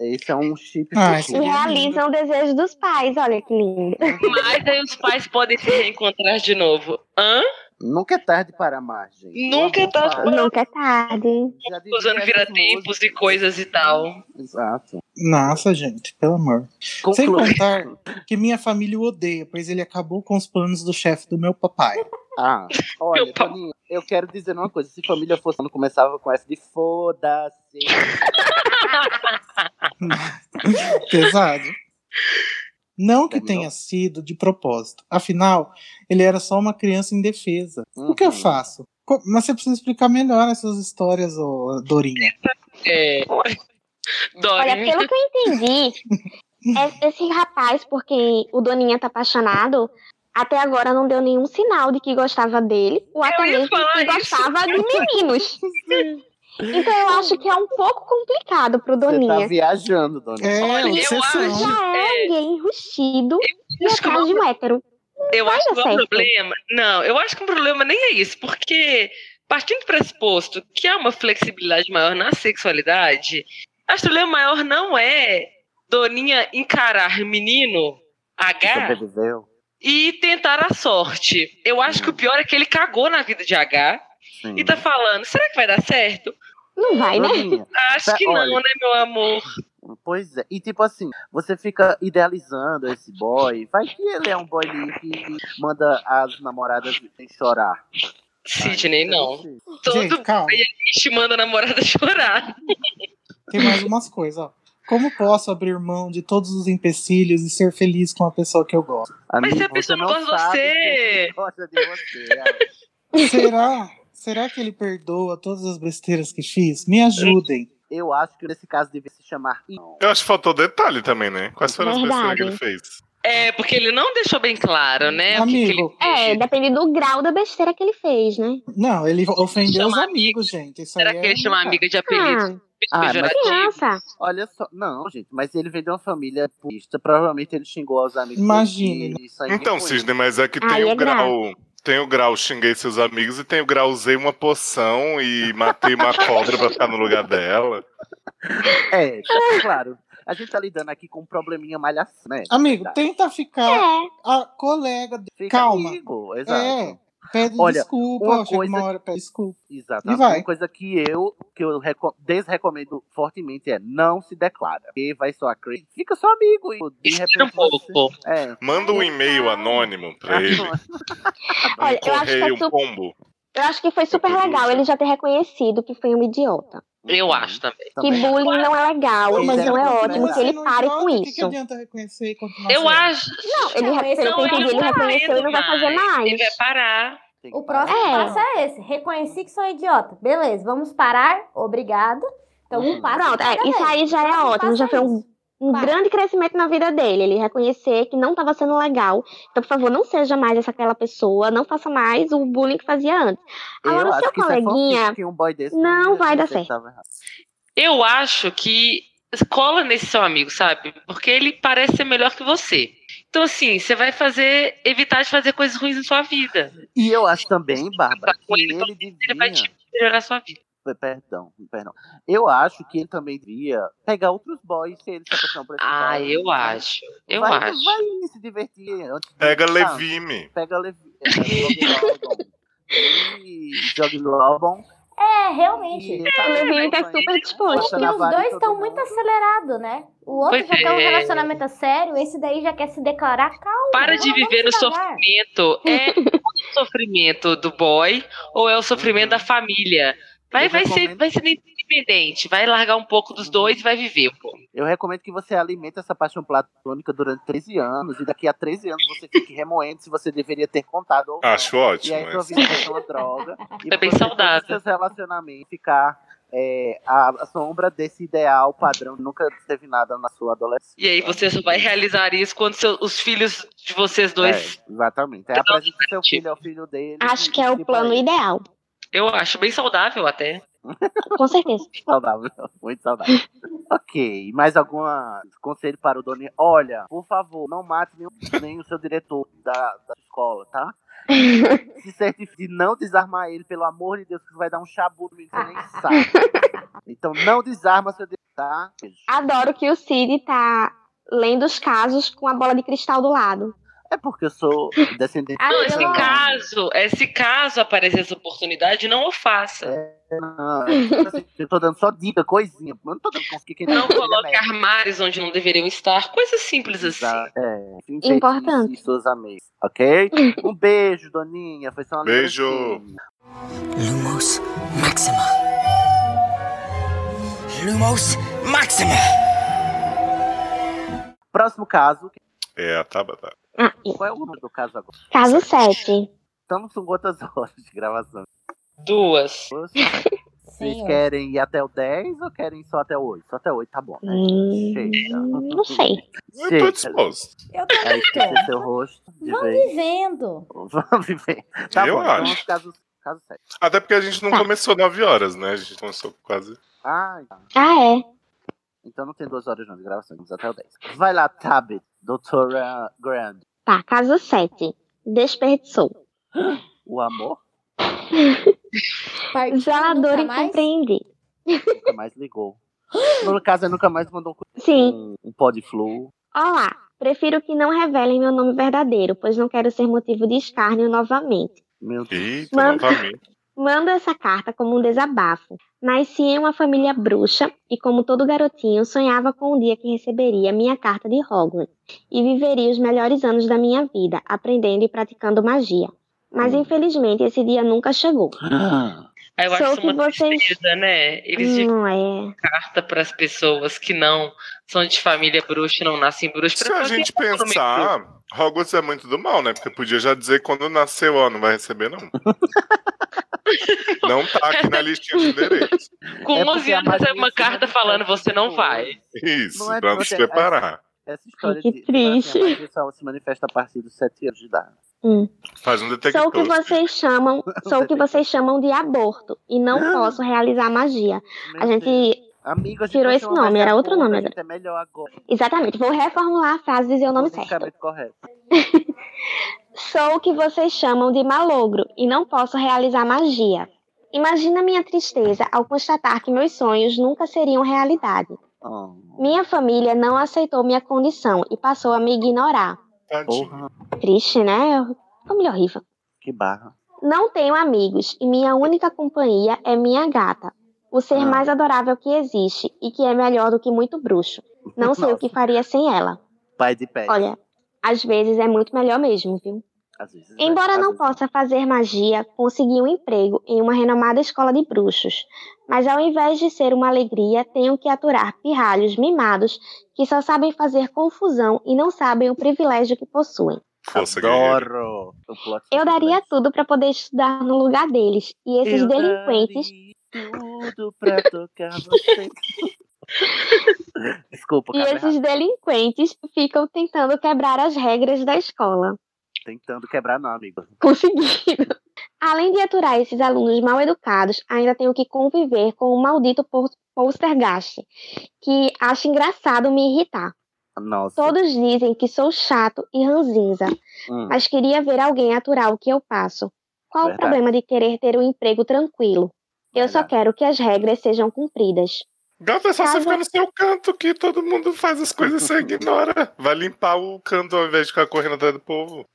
[SPEAKER 1] esse é um chip
[SPEAKER 5] Ah,
[SPEAKER 7] E
[SPEAKER 1] futuro.
[SPEAKER 5] seria lindo.
[SPEAKER 7] realizam o desejo dos pais, olha que lindo.
[SPEAKER 9] mas aí os pais podem se reencontrar de novo. Hã?
[SPEAKER 1] Nunca é tarde para amar, gente.
[SPEAKER 9] Nunca é tarde
[SPEAKER 1] para.
[SPEAKER 7] Nunca é tarde.
[SPEAKER 1] Já devia
[SPEAKER 9] Usando
[SPEAKER 1] essas
[SPEAKER 9] vira-tempos e
[SPEAKER 1] músicas.
[SPEAKER 9] coisas e tal.
[SPEAKER 1] Exato.
[SPEAKER 5] Nossa, gente, pelo amor. Sem
[SPEAKER 1] Conclui.
[SPEAKER 5] contar que minha família o odeia, pois ele acabou com os planos do chefe do meu papai.
[SPEAKER 1] Ah, olha,
[SPEAKER 9] Meu pau.
[SPEAKER 1] Toninho, eu quero dizer uma coisa. Se família fosse, não começava com essa de foda-se.
[SPEAKER 5] Pesado. Não que
[SPEAKER 1] Terminou?
[SPEAKER 5] tenha sido de propósito. Afinal, ele era só uma criança indefesa. O que eu
[SPEAKER 1] Uhum.
[SPEAKER 5] faço? Co- Mas você precisa explicar melhor essas histórias, ô Dorinha.
[SPEAKER 9] É. né?
[SPEAKER 7] Olha,
[SPEAKER 9] Dória.
[SPEAKER 7] pelo que eu entendi, é- esse rapaz por quem o Doninha tá apaixonado, até agora não deu nenhum sinal de que gostava dele, ou até
[SPEAKER 9] ia
[SPEAKER 7] mesmo que
[SPEAKER 9] falar isso.
[SPEAKER 7] gostava de meninos. Então eu acho que é um pouco complicado pro
[SPEAKER 1] Você tá
[SPEAKER 7] Doninha.
[SPEAKER 1] viajando, Doninha.
[SPEAKER 5] É,
[SPEAKER 9] Olha, eu
[SPEAKER 5] obsessão.
[SPEAKER 9] acho-
[SPEAKER 7] Já é
[SPEAKER 9] É.
[SPEAKER 7] alguém enrustido e
[SPEAKER 9] acho que
[SPEAKER 7] atrás de um hétero.
[SPEAKER 9] Eu
[SPEAKER 7] Vai
[SPEAKER 9] acho
[SPEAKER 7] dar
[SPEAKER 9] que o
[SPEAKER 7] certo.
[SPEAKER 9] problema. Não, eu acho que o problema nem é isso, porque partindo do pressuposto que há uma flexibilidade maior na sexualidade, acho que o problema maior não é Doninha encarar menino
[SPEAKER 1] é
[SPEAKER 9] H
[SPEAKER 1] Sobreviveu?
[SPEAKER 9] e tentar a sorte. Eu acho que o pior é que ele cagou na vida de H
[SPEAKER 1] Sim.
[SPEAKER 9] e tá falando: será que vai dar certo?
[SPEAKER 7] Não vai, né?
[SPEAKER 1] Doninha,
[SPEAKER 9] Acho que
[SPEAKER 1] Olha.
[SPEAKER 9] não, né, meu amor?
[SPEAKER 1] Pois é. E tipo assim, você fica idealizando esse boy. Vai que ele é um boy que manda as namoradas chorar.
[SPEAKER 9] Sidney,
[SPEAKER 1] Ai,
[SPEAKER 9] não.
[SPEAKER 1] deve ser.
[SPEAKER 9] Todo
[SPEAKER 5] Gente, calma.
[SPEAKER 9] bicho manda a namorada chorar.
[SPEAKER 5] Tem mais umas coisas, ó. Como posso abrir mão de todos os empecilhos e ser feliz com a pessoa que eu gosto?
[SPEAKER 9] Mas se
[SPEAKER 1] Amigo,
[SPEAKER 9] a pessoa
[SPEAKER 1] você
[SPEAKER 9] não
[SPEAKER 1] não
[SPEAKER 9] gosta de
[SPEAKER 1] sabe
[SPEAKER 9] você-
[SPEAKER 1] Ah, se ele gosta de você.
[SPEAKER 5] Será, Será que ele perdoa todas as besteiras que fiz? Me ajudem.
[SPEAKER 1] Eu acho que nesse caso devia se chamar.
[SPEAKER 8] Eu acho que faltou detalhe também, né? Quais foram as
[SPEAKER 7] Verdade.
[SPEAKER 8] besteiras que ele fez?
[SPEAKER 9] É, porque ele não deixou bem claro, né? o que que ele-
[SPEAKER 7] É, depende do grau da besteira que ele fez, né?
[SPEAKER 5] Não, ele ofendeu os
[SPEAKER 9] Chama
[SPEAKER 5] amigos, gente. Isso
[SPEAKER 9] Será
[SPEAKER 5] aí
[SPEAKER 9] que ele
[SPEAKER 5] é
[SPEAKER 9] chama
[SPEAKER 5] maldade.
[SPEAKER 9] amiga de apelido?
[SPEAKER 1] Ah, mas-
[SPEAKER 9] pejorativo?
[SPEAKER 7] Criança.
[SPEAKER 1] Olha só, não, gente, mas ele vem de uma família purista, provavelmente ele xingou os amigos.
[SPEAKER 5] Imagine.
[SPEAKER 1] dele, isso aí
[SPEAKER 8] Então,
[SPEAKER 1] foi.
[SPEAKER 8] Cisne, mas é que
[SPEAKER 7] Aí
[SPEAKER 8] tem o
[SPEAKER 7] é
[SPEAKER 8] grau. Tem o grau xinguei seus amigos e tem o grau usei uma poção e matei uma cobra pra ficar no lugar dela.
[SPEAKER 1] É, tá, claro. A gente tá lidando aqui com um probleminha malhação, né?
[SPEAKER 5] Amigo,
[SPEAKER 1] Tá.
[SPEAKER 5] tenta ficar
[SPEAKER 7] É.
[SPEAKER 5] a colega. de-
[SPEAKER 1] Fica
[SPEAKER 5] Calma.
[SPEAKER 1] amigo, exato.
[SPEAKER 5] É. Pede
[SPEAKER 1] Olha,
[SPEAKER 5] desculpa.
[SPEAKER 1] uma
[SPEAKER 5] Chega uma
[SPEAKER 1] coisa-
[SPEAKER 5] hora, pede desculpa. E
[SPEAKER 1] Exatamente.
[SPEAKER 5] vai.
[SPEAKER 1] Uma coisa que eu, que eu reco- desrecomendo fortemente é não se declara. Porque vai só a Craig. Fica só amigo. E de repente
[SPEAKER 9] Espera um
[SPEAKER 1] você-
[SPEAKER 9] pouco.
[SPEAKER 1] É.
[SPEAKER 8] Manda um e-mail anônimo pra
[SPEAKER 7] É.
[SPEAKER 8] ele. Um
[SPEAKER 7] Olha, eu acho, que
[SPEAKER 8] correio,
[SPEAKER 7] foi
[SPEAKER 8] um
[SPEAKER 7] super,
[SPEAKER 8] pombo.
[SPEAKER 7] eu acho que foi super legal ele já ter reconhecido que foi um idiota.
[SPEAKER 1] Uhum.
[SPEAKER 9] Eu acho também.
[SPEAKER 7] Que
[SPEAKER 1] Também acho.
[SPEAKER 7] bullying não é legal,
[SPEAKER 1] Não,
[SPEAKER 7] mas
[SPEAKER 1] mas
[SPEAKER 7] não
[SPEAKER 1] ele
[SPEAKER 7] é
[SPEAKER 1] continua
[SPEAKER 7] ótimo que ele
[SPEAKER 5] sendo um
[SPEAKER 7] pare
[SPEAKER 5] idiota,
[SPEAKER 7] com
[SPEAKER 5] O que que
[SPEAKER 7] isso.
[SPEAKER 5] adianta reconhecer e continuar
[SPEAKER 9] Eu
[SPEAKER 5] sendo?
[SPEAKER 1] é.
[SPEAKER 9] acho.
[SPEAKER 7] Não, ele,
[SPEAKER 6] Não,
[SPEAKER 7] re-
[SPEAKER 6] esse
[SPEAKER 7] pelo que eu
[SPEAKER 6] não
[SPEAKER 7] entendi, ele
[SPEAKER 9] tá
[SPEAKER 7] reconheceu e
[SPEAKER 9] indo
[SPEAKER 7] não vai fazer mais.
[SPEAKER 9] Ele vai parar.
[SPEAKER 1] Tem que
[SPEAKER 6] O próximo
[SPEAKER 7] É.
[SPEAKER 6] passo é esse. Reconheci que sou idiota. Beleza, vamos parar. Obrigado. Então, um
[SPEAKER 1] Uhum.
[SPEAKER 6] passo.
[SPEAKER 7] Pronto,
[SPEAKER 6] de cada
[SPEAKER 7] é, isso
[SPEAKER 6] vez.
[SPEAKER 7] aí já é
[SPEAKER 6] Próximo
[SPEAKER 7] ótimo,
[SPEAKER 6] passo
[SPEAKER 7] já
[SPEAKER 6] é
[SPEAKER 7] foi um
[SPEAKER 6] isso.
[SPEAKER 7] um
[SPEAKER 6] Vai.
[SPEAKER 7] grande crescimento na vida dele. Ele reconhecer que não estava sendo legal. Então, por favor, não seja mais essa aquela pessoa, não faça mais o bullying que fazia antes. Agora, o
[SPEAKER 1] Eu
[SPEAKER 7] seu
[SPEAKER 1] acho que isso é
[SPEAKER 7] coleguinha.
[SPEAKER 1] fanfic, que um boy desse
[SPEAKER 7] não
[SPEAKER 1] ia
[SPEAKER 7] vai dar
[SPEAKER 1] reconhecer que
[SPEAKER 7] certo.
[SPEAKER 1] tava errado.
[SPEAKER 9] Eu acho que cola nesse seu amigo, sabe? Porque ele parece ser melhor que você. Então, assim, você vai fazer, evitar de fazer coisas ruins na sua vida.
[SPEAKER 1] E eu acho também, Bárbara, que
[SPEAKER 9] Com ele, então
[SPEAKER 1] ele
[SPEAKER 9] Ele vai te
[SPEAKER 1] devia.
[SPEAKER 9] melhorar a sua vida.
[SPEAKER 1] Perdão, perdão. Eu acho que ele também devia pegar outros boys se ele se apaixonar por esse
[SPEAKER 9] Ah,
[SPEAKER 1] boy.
[SPEAKER 9] eu acho. Eu
[SPEAKER 1] vai,
[SPEAKER 9] acho.
[SPEAKER 1] Vai ele se divertir. Antes de-
[SPEAKER 8] Pega
[SPEAKER 1] Ah,
[SPEAKER 8] Levime.
[SPEAKER 1] Pega Levi. é, Jogue Lobon. E jogue Lobon.
[SPEAKER 6] É, realmente.
[SPEAKER 1] E tá
[SPEAKER 7] O Levine
[SPEAKER 1] bem,
[SPEAKER 7] tá
[SPEAKER 1] então, aí.
[SPEAKER 7] super disposto.
[SPEAKER 1] Passa
[SPEAKER 6] Porque
[SPEAKER 1] na
[SPEAKER 6] os
[SPEAKER 1] vaga em
[SPEAKER 6] dois
[SPEAKER 1] todo
[SPEAKER 6] estão
[SPEAKER 1] mundo.
[SPEAKER 6] muito assim. acelerados, né? O outro
[SPEAKER 9] Pois
[SPEAKER 6] já quer um
[SPEAKER 9] é.
[SPEAKER 6] relacionamento sério, esse daí já quer se declarar. Calma,
[SPEAKER 9] Para
[SPEAKER 6] vamos-
[SPEAKER 9] de
[SPEAKER 6] vamos
[SPEAKER 9] viver no
[SPEAKER 6] devagar.
[SPEAKER 9] sofrimento. É o sofrimento do boy ou é o sofrimento da família? Vai,
[SPEAKER 1] Eu
[SPEAKER 9] vai, ser,
[SPEAKER 1] recomendo-
[SPEAKER 9] vai ser independente. Vai largar um pouco dos dois e vai viver, pô.
[SPEAKER 1] Eu recomendo que você alimente essa paixão platônica durante 13 anos. E daqui a 13 anos você fique remoendo se você deveria ter contado ou não.
[SPEAKER 8] Acho ótimo.
[SPEAKER 1] E aí sua
[SPEAKER 8] essa.
[SPEAKER 1] vida vai ser uma droga. E
[SPEAKER 9] É bem
[SPEAKER 1] você,
[SPEAKER 9] saudável.
[SPEAKER 1] todos os seus relacionamentos ficar é, à à sombra desse ideal padrão. Nunca teve nada na sua adolescência.
[SPEAKER 9] E aí você só vai realizar isso quando seu- os filhos de vocês dois.
[SPEAKER 1] É, exatamente. É a presença do seu filho, é o filho dele.
[SPEAKER 7] Acho que é o
[SPEAKER 1] tipo,
[SPEAKER 7] plano
[SPEAKER 1] aí.
[SPEAKER 7] ideal.
[SPEAKER 9] Eu acho bem saudável até.
[SPEAKER 7] Com certeza.
[SPEAKER 1] Saudável, muito saudável. ok, mais algum conselho para o Doni? Olha, por favor, não mate nem, o- nem o seu diretor da, da escola, tá? Se certifique de não desarmar ele, pelo amor de Deus, que vai dar um chabu no menino, você nem sabe. Então não desarma seu diretor, tá?
[SPEAKER 7] Adoro que o Cid tá lendo os casos com a bola de cristal do lado.
[SPEAKER 1] É porque eu sou descendente
[SPEAKER 6] Ah,
[SPEAKER 9] Não,
[SPEAKER 1] de
[SPEAKER 9] esse
[SPEAKER 6] pelo-
[SPEAKER 9] caso, esse caso aparecer essa oportunidade, não o faça.
[SPEAKER 1] Não, Ah, Eu tô dando só dica, coisinha. Eu não tô dando conselho é que
[SPEAKER 9] Não
[SPEAKER 1] coloca
[SPEAKER 9] coloque armários onde não deveriam estar, coisas simples assim.
[SPEAKER 1] É,
[SPEAKER 7] Importante.
[SPEAKER 1] importante. Suas amigas, ok? Um beijo, Doninha. Foi só uma
[SPEAKER 8] Beijo.
[SPEAKER 1] lembrancinha.
[SPEAKER 12] Lumos Maxima. Lumos Maxima.
[SPEAKER 1] Próximo caso.
[SPEAKER 8] É, a Tabata.
[SPEAKER 7] Ah, isso.
[SPEAKER 1] Qual é o número do caso agora?
[SPEAKER 7] Caso 7.
[SPEAKER 1] Estamos com quantas horas de gravação?
[SPEAKER 9] Duas.
[SPEAKER 1] Vocês
[SPEAKER 6] Senhor.
[SPEAKER 1] querem ir até o 10 ou querem ir só até o 8? Só até o 8 tá bom, né?
[SPEAKER 7] Hum,
[SPEAKER 1] Chega.
[SPEAKER 7] não sei.
[SPEAKER 8] Eu tô
[SPEAKER 1] Chega.
[SPEAKER 8] disposto.
[SPEAKER 6] Eu também
[SPEAKER 1] Aí esquecer
[SPEAKER 6] quero.
[SPEAKER 1] seu rosto de
[SPEAKER 6] Vão
[SPEAKER 1] vez.
[SPEAKER 6] vivendo.
[SPEAKER 1] Vamos viver. Tá
[SPEAKER 8] Eu
[SPEAKER 1] bom, então
[SPEAKER 8] acho.
[SPEAKER 1] vamos caso, caso 7.
[SPEAKER 8] Até porque a gente não
[SPEAKER 7] Tá.
[SPEAKER 8] começou 9 horas, né? A gente começou quase.
[SPEAKER 1] Ah,
[SPEAKER 7] Ah, é.
[SPEAKER 1] então não tem duas horas não de gravação, vamos até o 10. Vai lá, Tabit, doutora Grand.
[SPEAKER 7] Tá, caso 7. Desperdiçou.
[SPEAKER 1] O amor
[SPEAKER 6] Partiu,
[SPEAKER 7] Zelador
[SPEAKER 6] nunca mais.
[SPEAKER 7] incompreendido.
[SPEAKER 1] nunca mais ligou. No caso, ele nunca mais mandou
[SPEAKER 7] Sim.
[SPEAKER 1] um, um pó de flu.
[SPEAKER 7] Olá. Prefiro que não revelem meu nome verdadeiro, pois não quero ser motivo de escárnio novamente.
[SPEAKER 1] Meu Deus.
[SPEAKER 8] Eita,
[SPEAKER 7] Mano.
[SPEAKER 8] novamente.
[SPEAKER 7] Mando essa carta como um desabafo. Nasci em uma família bruxa e, como todo garotinho, sonhava com o dia que receberia minha carta de Hogwarts e viveria os melhores anos da minha vida, aprendendo e praticando magia. Mas,
[SPEAKER 1] Hum.
[SPEAKER 7] infelizmente, esse dia nunca chegou. É
[SPEAKER 9] Aí eu acho
[SPEAKER 7] Sou
[SPEAKER 9] isso uma
[SPEAKER 7] que vocês-
[SPEAKER 9] tristeza, né? Eles deviam
[SPEAKER 7] Não é.
[SPEAKER 9] carta para as pessoas que não são de família bruxa, não nascem bruxa.
[SPEAKER 8] Se
[SPEAKER 9] pra
[SPEAKER 8] a
[SPEAKER 9] fazer um
[SPEAKER 8] gente
[SPEAKER 9] amor no meio do-
[SPEAKER 8] pensar, Hogwarts é muito do mal, né? Porque podia já dizer quando nasceu, ó, não vai receber, não. Não tá aqui na listinha de endereços.
[SPEAKER 9] Com
[SPEAKER 1] É
[SPEAKER 9] 11
[SPEAKER 1] porque a
[SPEAKER 9] anos é
[SPEAKER 1] Maria
[SPEAKER 9] uma
[SPEAKER 1] ensina
[SPEAKER 9] carta falando você não vai.
[SPEAKER 8] Isso,
[SPEAKER 1] Não é
[SPEAKER 8] pra nos
[SPEAKER 1] porque-
[SPEAKER 8] preparar.
[SPEAKER 1] Essa história
[SPEAKER 7] Que
[SPEAKER 1] de fala assim,
[SPEAKER 7] triste.
[SPEAKER 1] a magia só se manifesta a partir dos sete anos de idade.
[SPEAKER 7] Hum.
[SPEAKER 8] Faz um
[SPEAKER 7] Sou o que
[SPEAKER 8] detector.
[SPEAKER 7] vocês chamam, sou o que vocês chamam de aborto e não posso realizar magia. A gente
[SPEAKER 1] Amigo, a gente
[SPEAKER 7] tirou
[SPEAKER 1] vai
[SPEAKER 7] esse
[SPEAKER 1] chamar
[SPEAKER 7] nome,
[SPEAKER 1] mais
[SPEAKER 7] era
[SPEAKER 1] a
[SPEAKER 7] outro
[SPEAKER 1] conta,
[SPEAKER 7] nome
[SPEAKER 1] a
[SPEAKER 7] agora.
[SPEAKER 1] gente É melhor agora.
[SPEAKER 7] Exatamente, vou reformular a frase e dizer o nome certo.
[SPEAKER 1] Politicamente correto.
[SPEAKER 7] Sou o que vocês chamam de malogro e não posso realizar magia. Imagina minha tristeza ao constatar que meus sonhos nunca seriam realidade. Minha família não aceitou minha condição e passou a me ignorar.
[SPEAKER 1] Porra,
[SPEAKER 7] Triste, né? Família horrível.
[SPEAKER 1] que barra.
[SPEAKER 7] Não tenho amigos e minha única companhia é minha gata, o ser
[SPEAKER 1] Ah.
[SPEAKER 7] mais adorável que existe e que é melhor do que muito bruxo. Não sei o que faria sem ela.
[SPEAKER 1] Pai de pé.
[SPEAKER 7] Olha, às vezes é muito melhor mesmo, viu?
[SPEAKER 1] Às vezes, né?
[SPEAKER 7] Embora
[SPEAKER 1] Às
[SPEAKER 7] não
[SPEAKER 1] vezes-
[SPEAKER 7] possa fazer magia, consegui um emprego em uma renomada escola de bruxos. Mas ao invés de ser uma alegria, tenho que aturar pirralhos mimados que só sabem fazer confusão e não sabem o privilégio que possuem.
[SPEAKER 8] Força, guerreira.
[SPEAKER 1] Adoro o plot.
[SPEAKER 7] Eu daria tudo para poder estudar no lugar deles. E esses
[SPEAKER 1] Eu
[SPEAKER 7] delinquentes.
[SPEAKER 1] Tudo pra tocar você. Desculpa,
[SPEAKER 7] E
[SPEAKER 1] cara. tá
[SPEAKER 7] esses delinquentes ficam tentando quebrar as regras da escola.
[SPEAKER 1] Tentando quebrar, não, amigo.
[SPEAKER 7] Conseguindo. Além de aturar esses alunos mal educados, ainda tenho que conviver com o maldito por- poltergeist, que acha engraçado me irritar.
[SPEAKER 1] Nossa.
[SPEAKER 7] Todos dizem que sou chato e ranzinza,
[SPEAKER 1] Hum.
[SPEAKER 7] mas queria ver alguém aturar o que eu passo. Qual o
[SPEAKER 1] Verdade.
[SPEAKER 7] problema de querer ter um emprego tranquilo? Eu só
[SPEAKER 1] Verdade.
[SPEAKER 7] quero que as regras sejam cumpridas.
[SPEAKER 8] Gata, é só você
[SPEAKER 7] Casa-
[SPEAKER 8] ficar no seu canto que todo mundo faz as coisas e você ignora. Vai limpar o canto ao invés de ficar correndo atrás do povo.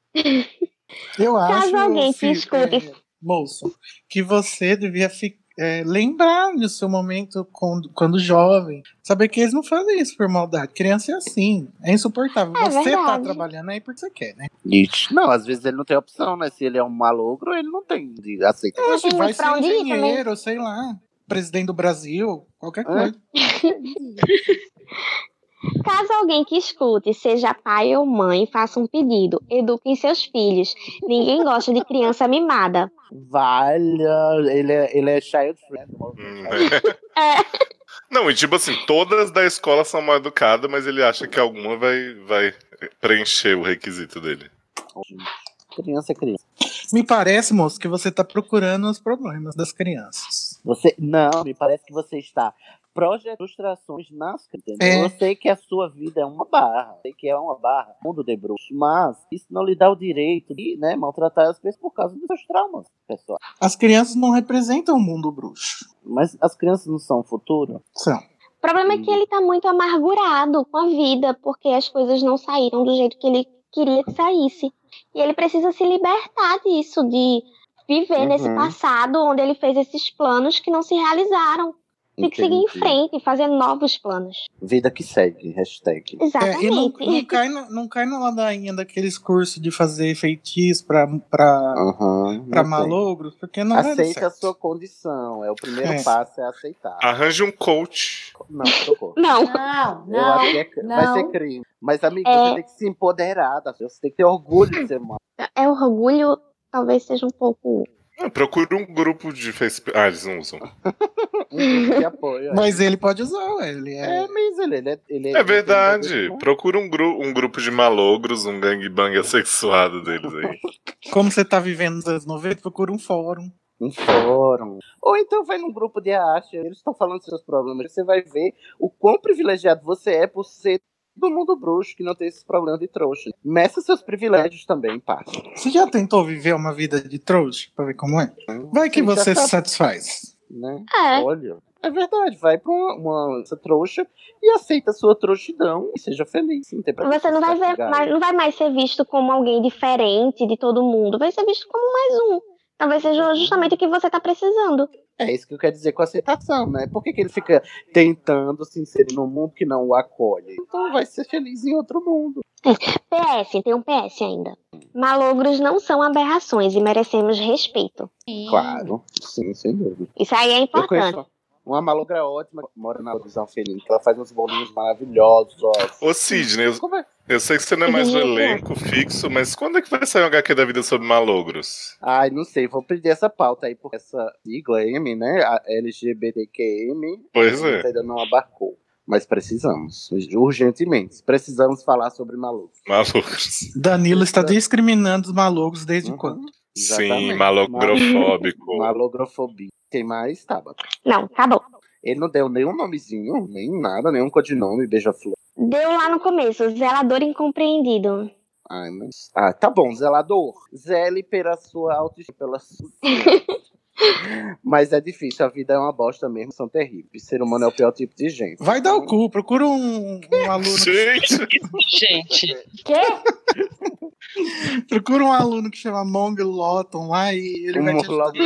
[SPEAKER 5] Eu acho,
[SPEAKER 7] Caso alguém te
[SPEAKER 5] fi-
[SPEAKER 7] escute.
[SPEAKER 5] é, moço, que você devia fi- é, lembrar do seu momento quando, quando jovem. Saber que eles não fazem isso por maldade. Criança é assim. É insuportável.
[SPEAKER 7] É
[SPEAKER 5] você tá
[SPEAKER 7] verdade.
[SPEAKER 5] trabalhando aí porque você quer, né?
[SPEAKER 1] Ixi, Não, às vezes ele não tem opção, né? Se ele é um malogro, ele não tem de aceitar.
[SPEAKER 7] Não
[SPEAKER 5] Poxa,
[SPEAKER 7] tem
[SPEAKER 5] vai
[SPEAKER 7] muito
[SPEAKER 5] ser
[SPEAKER 7] pra onde ir também.
[SPEAKER 5] engenheiro, sei lá. Presidente do Brasil, qualquer coisa.
[SPEAKER 7] Caso alguém que escute, seja pai ou mãe, faça um pedido. Eduquem seus filhos. Ninguém gosta de criança mimada.
[SPEAKER 1] Valha, ele é, ele é child friend.
[SPEAKER 8] Hum, é. Não, e tipo assim, todas da escola são mal educadas, mas ele acha que alguma vai, vai preencher o requisito dele.
[SPEAKER 1] Criança é criança.
[SPEAKER 5] Me parece, moço, que você tá procurando os problemas das crianças.
[SPEAKER 1] Você, não, me parece que você está projetando frustrações nas crianças. entendeu?
[SPEAKER 5] É.
[SPEAKER 1] Eu sei que a sua vida é uma barra. Sei que é uma barra. Mundo de bruxo. Mas isso não lhe dá o direito de né, maltratar as pessoas por causa dos seus traumas, pessoal.
[SPEAKER 5] As crianças não representam o mundo bruxo.
[SPEAKER 1] Mas as crianças não são o futuro?
[SPEAKER 5] São.
[SPEAKER 7] O problema é
[SPEAKER 1] Uhum.
[SPEAKER 7] que ele tá muito amargurado com a vida, porque as coisas não saíram do jeito que ele queria que saísse. E ele precisa se libertar disso, de viver nesse
[SPEAKER 1] Uhum.
[SPEAKER 7] passado onde ele fez esses planos que não se realizaram. Tem que seguir em
[SPEAKER 1] Entendi.
[SPEAKER 7] frente e fazer novos planos.
[SPEAKER 1] Vida que segue, hashtag.
[SPEAKER 7] Tá
[SPEAKER 5] É, e não,
[SPEAKER 7] Exatamente.
[SPEAKER 5] não, cai na, não cai na ladainha daqueles cursos de fazer feitiço pra, pra,
[SPEAKER 1] Uhum,
[SPEAKER 5] pra
[SPEAKER 1] não
[SPEAKER 5] malogros, porque
[SPEAKER 1] tem.
[SPEAKER 5] não vai dar
[SPEAKER 1] Aceita a
[SPEAKER 5] certo.
[SPEAKER 1] sua condição. É o primeiro
[SPEAKER 5] É.
[SPEAKER 1] passo é aceitar.
[SPEAKER 8] Arranje um coach.
[SPEAKER 1] Não, socorro.
[SPEAKER 7] Não.
[SPEAKER 6] Não,
[SPEAKER 1] Eu acho
[SPEAKER 6] não.
[SPEAKER 1] que é-
[SPEAKER 6] não.
[SPEAKER 1] vai ser crime. Mas, amigo,
[SPEAKER 7] É.
[SPEAKER 1] você tem que se empoderar, tá? você tem que ter orgulho de ser humano.
[SPEAKER 7] É orgulho, talvez seja um pouco.
[SPEAKER 8] Ah, Procure um grupo de Facebook. Ah, eles não usam.
[SPEAKER 1] Um grupo de apoio.
[SPEAKER 5] Mas ele pode usar, ué, ele é.
[SPEAKER 1] É mesmo, ele, ele, é- ele
[SPEAKER 8] É verdade.
[SPEAKER 1] né?
[SPEAKER 8] Procura um, gru um grupo de malogros, um gangbang assexuado deles aí.
[SPEAKER 5] Como você tá vivendo nos anos 90, procura um fórum.
[SPEAKER 1] Um fórum. Ou então vai num grupo de arte, eles estão falando dos seus problemas. Você vai ver o quão privilegiado você é por ser do mundo bruxo, que não tem esses problemas de trouxa. Meça seus privilégios também, pá.
[SPEAKER 5] Você já tentou viver uma vida de trouxa pra ver como é? Vai que
[SPEAKER 1] Sim, já
[SPEAKER 5] você se
[SPEAKER 1] sabe.
[SPEAKER 5] satisfaz.
[SPEAKER 1] Né?
[SPEAKER 7] É.
[SPEAKER 1] Olha. É verdade, vai pra uma, uma essa trouxa e aceita a sua trouxidão e seja feliz. Não tem pra que
[SPEAKER 7] Você não
[SPEAKER 1] se
[SPEAKER 7] vai, ver,
[SPEAKER 1] castigar.
[SPEAKER 7] mais- não vai mais ser visto como alguém diferente de todo mundo. Vai ser visto como mais um. Talvez
[SPEAKER 1] Uhum.
[SPEAKER 7] seja justamente o que você tá precisando.
[SPEAKER 1] É isso que eu quero dizer com aceitação, né? Por que, que ele fica tentando se inserir num mundo que não o acolhe? Então vai ser feliz em outro mundo.
[SPEAKER 7] PS, tem um PS ainda. Malogros não são aberrações e merecemos respeito.
[SPEAKER 1] Claro, sim, sem dúvida.
[SPEAKER 7] Isso aí é
[SPEAKER 1] Eu
[SPEAKER 7] importante.
[SPEAKER 1] conheço uma malogra ótima que mora na Luz Alferina, que ela faz uns bolinhos maravilhosos.
[SPEAKER 8] Ô, Sidney, eu,
[SPEAKER 1] Como é?
[SPEAKER 8] Eu sei que você não é mais do elenco fixo, mas quando é que vai sair um HQ da vida sobre malogros?
[SPEAKER 1] Ai, não sei, vou perder essa pauta aí, porque essa sigla M, né? A LGBTQM.
[SPEAKER 8] Pois é.
[SPEAKER 1] Ainda não abarcou. Mas precisamos, urgentemente. Precisamos falar sobre malucos.
[SPEAKER 8] Malogros.
[SPEAKER 5] Danilo está discriminando os malucos
[SPEAKER 1] Uhum.
[SPEAKER 5] desde quando?
[SPEAKER 8] Sim, malogrofóbico.
[SPEAKER 1] Malogrofobia. Tem mais, Tabata?
[SPEAKER 7] Não, tá bom.
[SPEAKER 1] Ele não deu nenhum nomezinho, nem nada, nenhum codinome, beija-flor.
[SPEAKER 7] Deu lá no começo, zelador incompreendido.
[SPEAKER 1] Ai, mas... Ah, tá bom, zelador. Zele pela sua autoestima, pela sua... Mas é difícil, a vida é uma bosta mesmo, são terríveis. Ser humano é o pior tipo de gente.
[SPEAKER 5] Vai dar o cu, procura um, um aluno.
[SPEAKER 8] Gente!
[SPEAKER 9] Gente!
[SPEAKER 5] Quê? procura um aluno que chama Mong Lotton lá e ele
[SPEAKER 1] Um
[SPEAKER 5] vai te
[SPEAKER 1] Mong Lotton.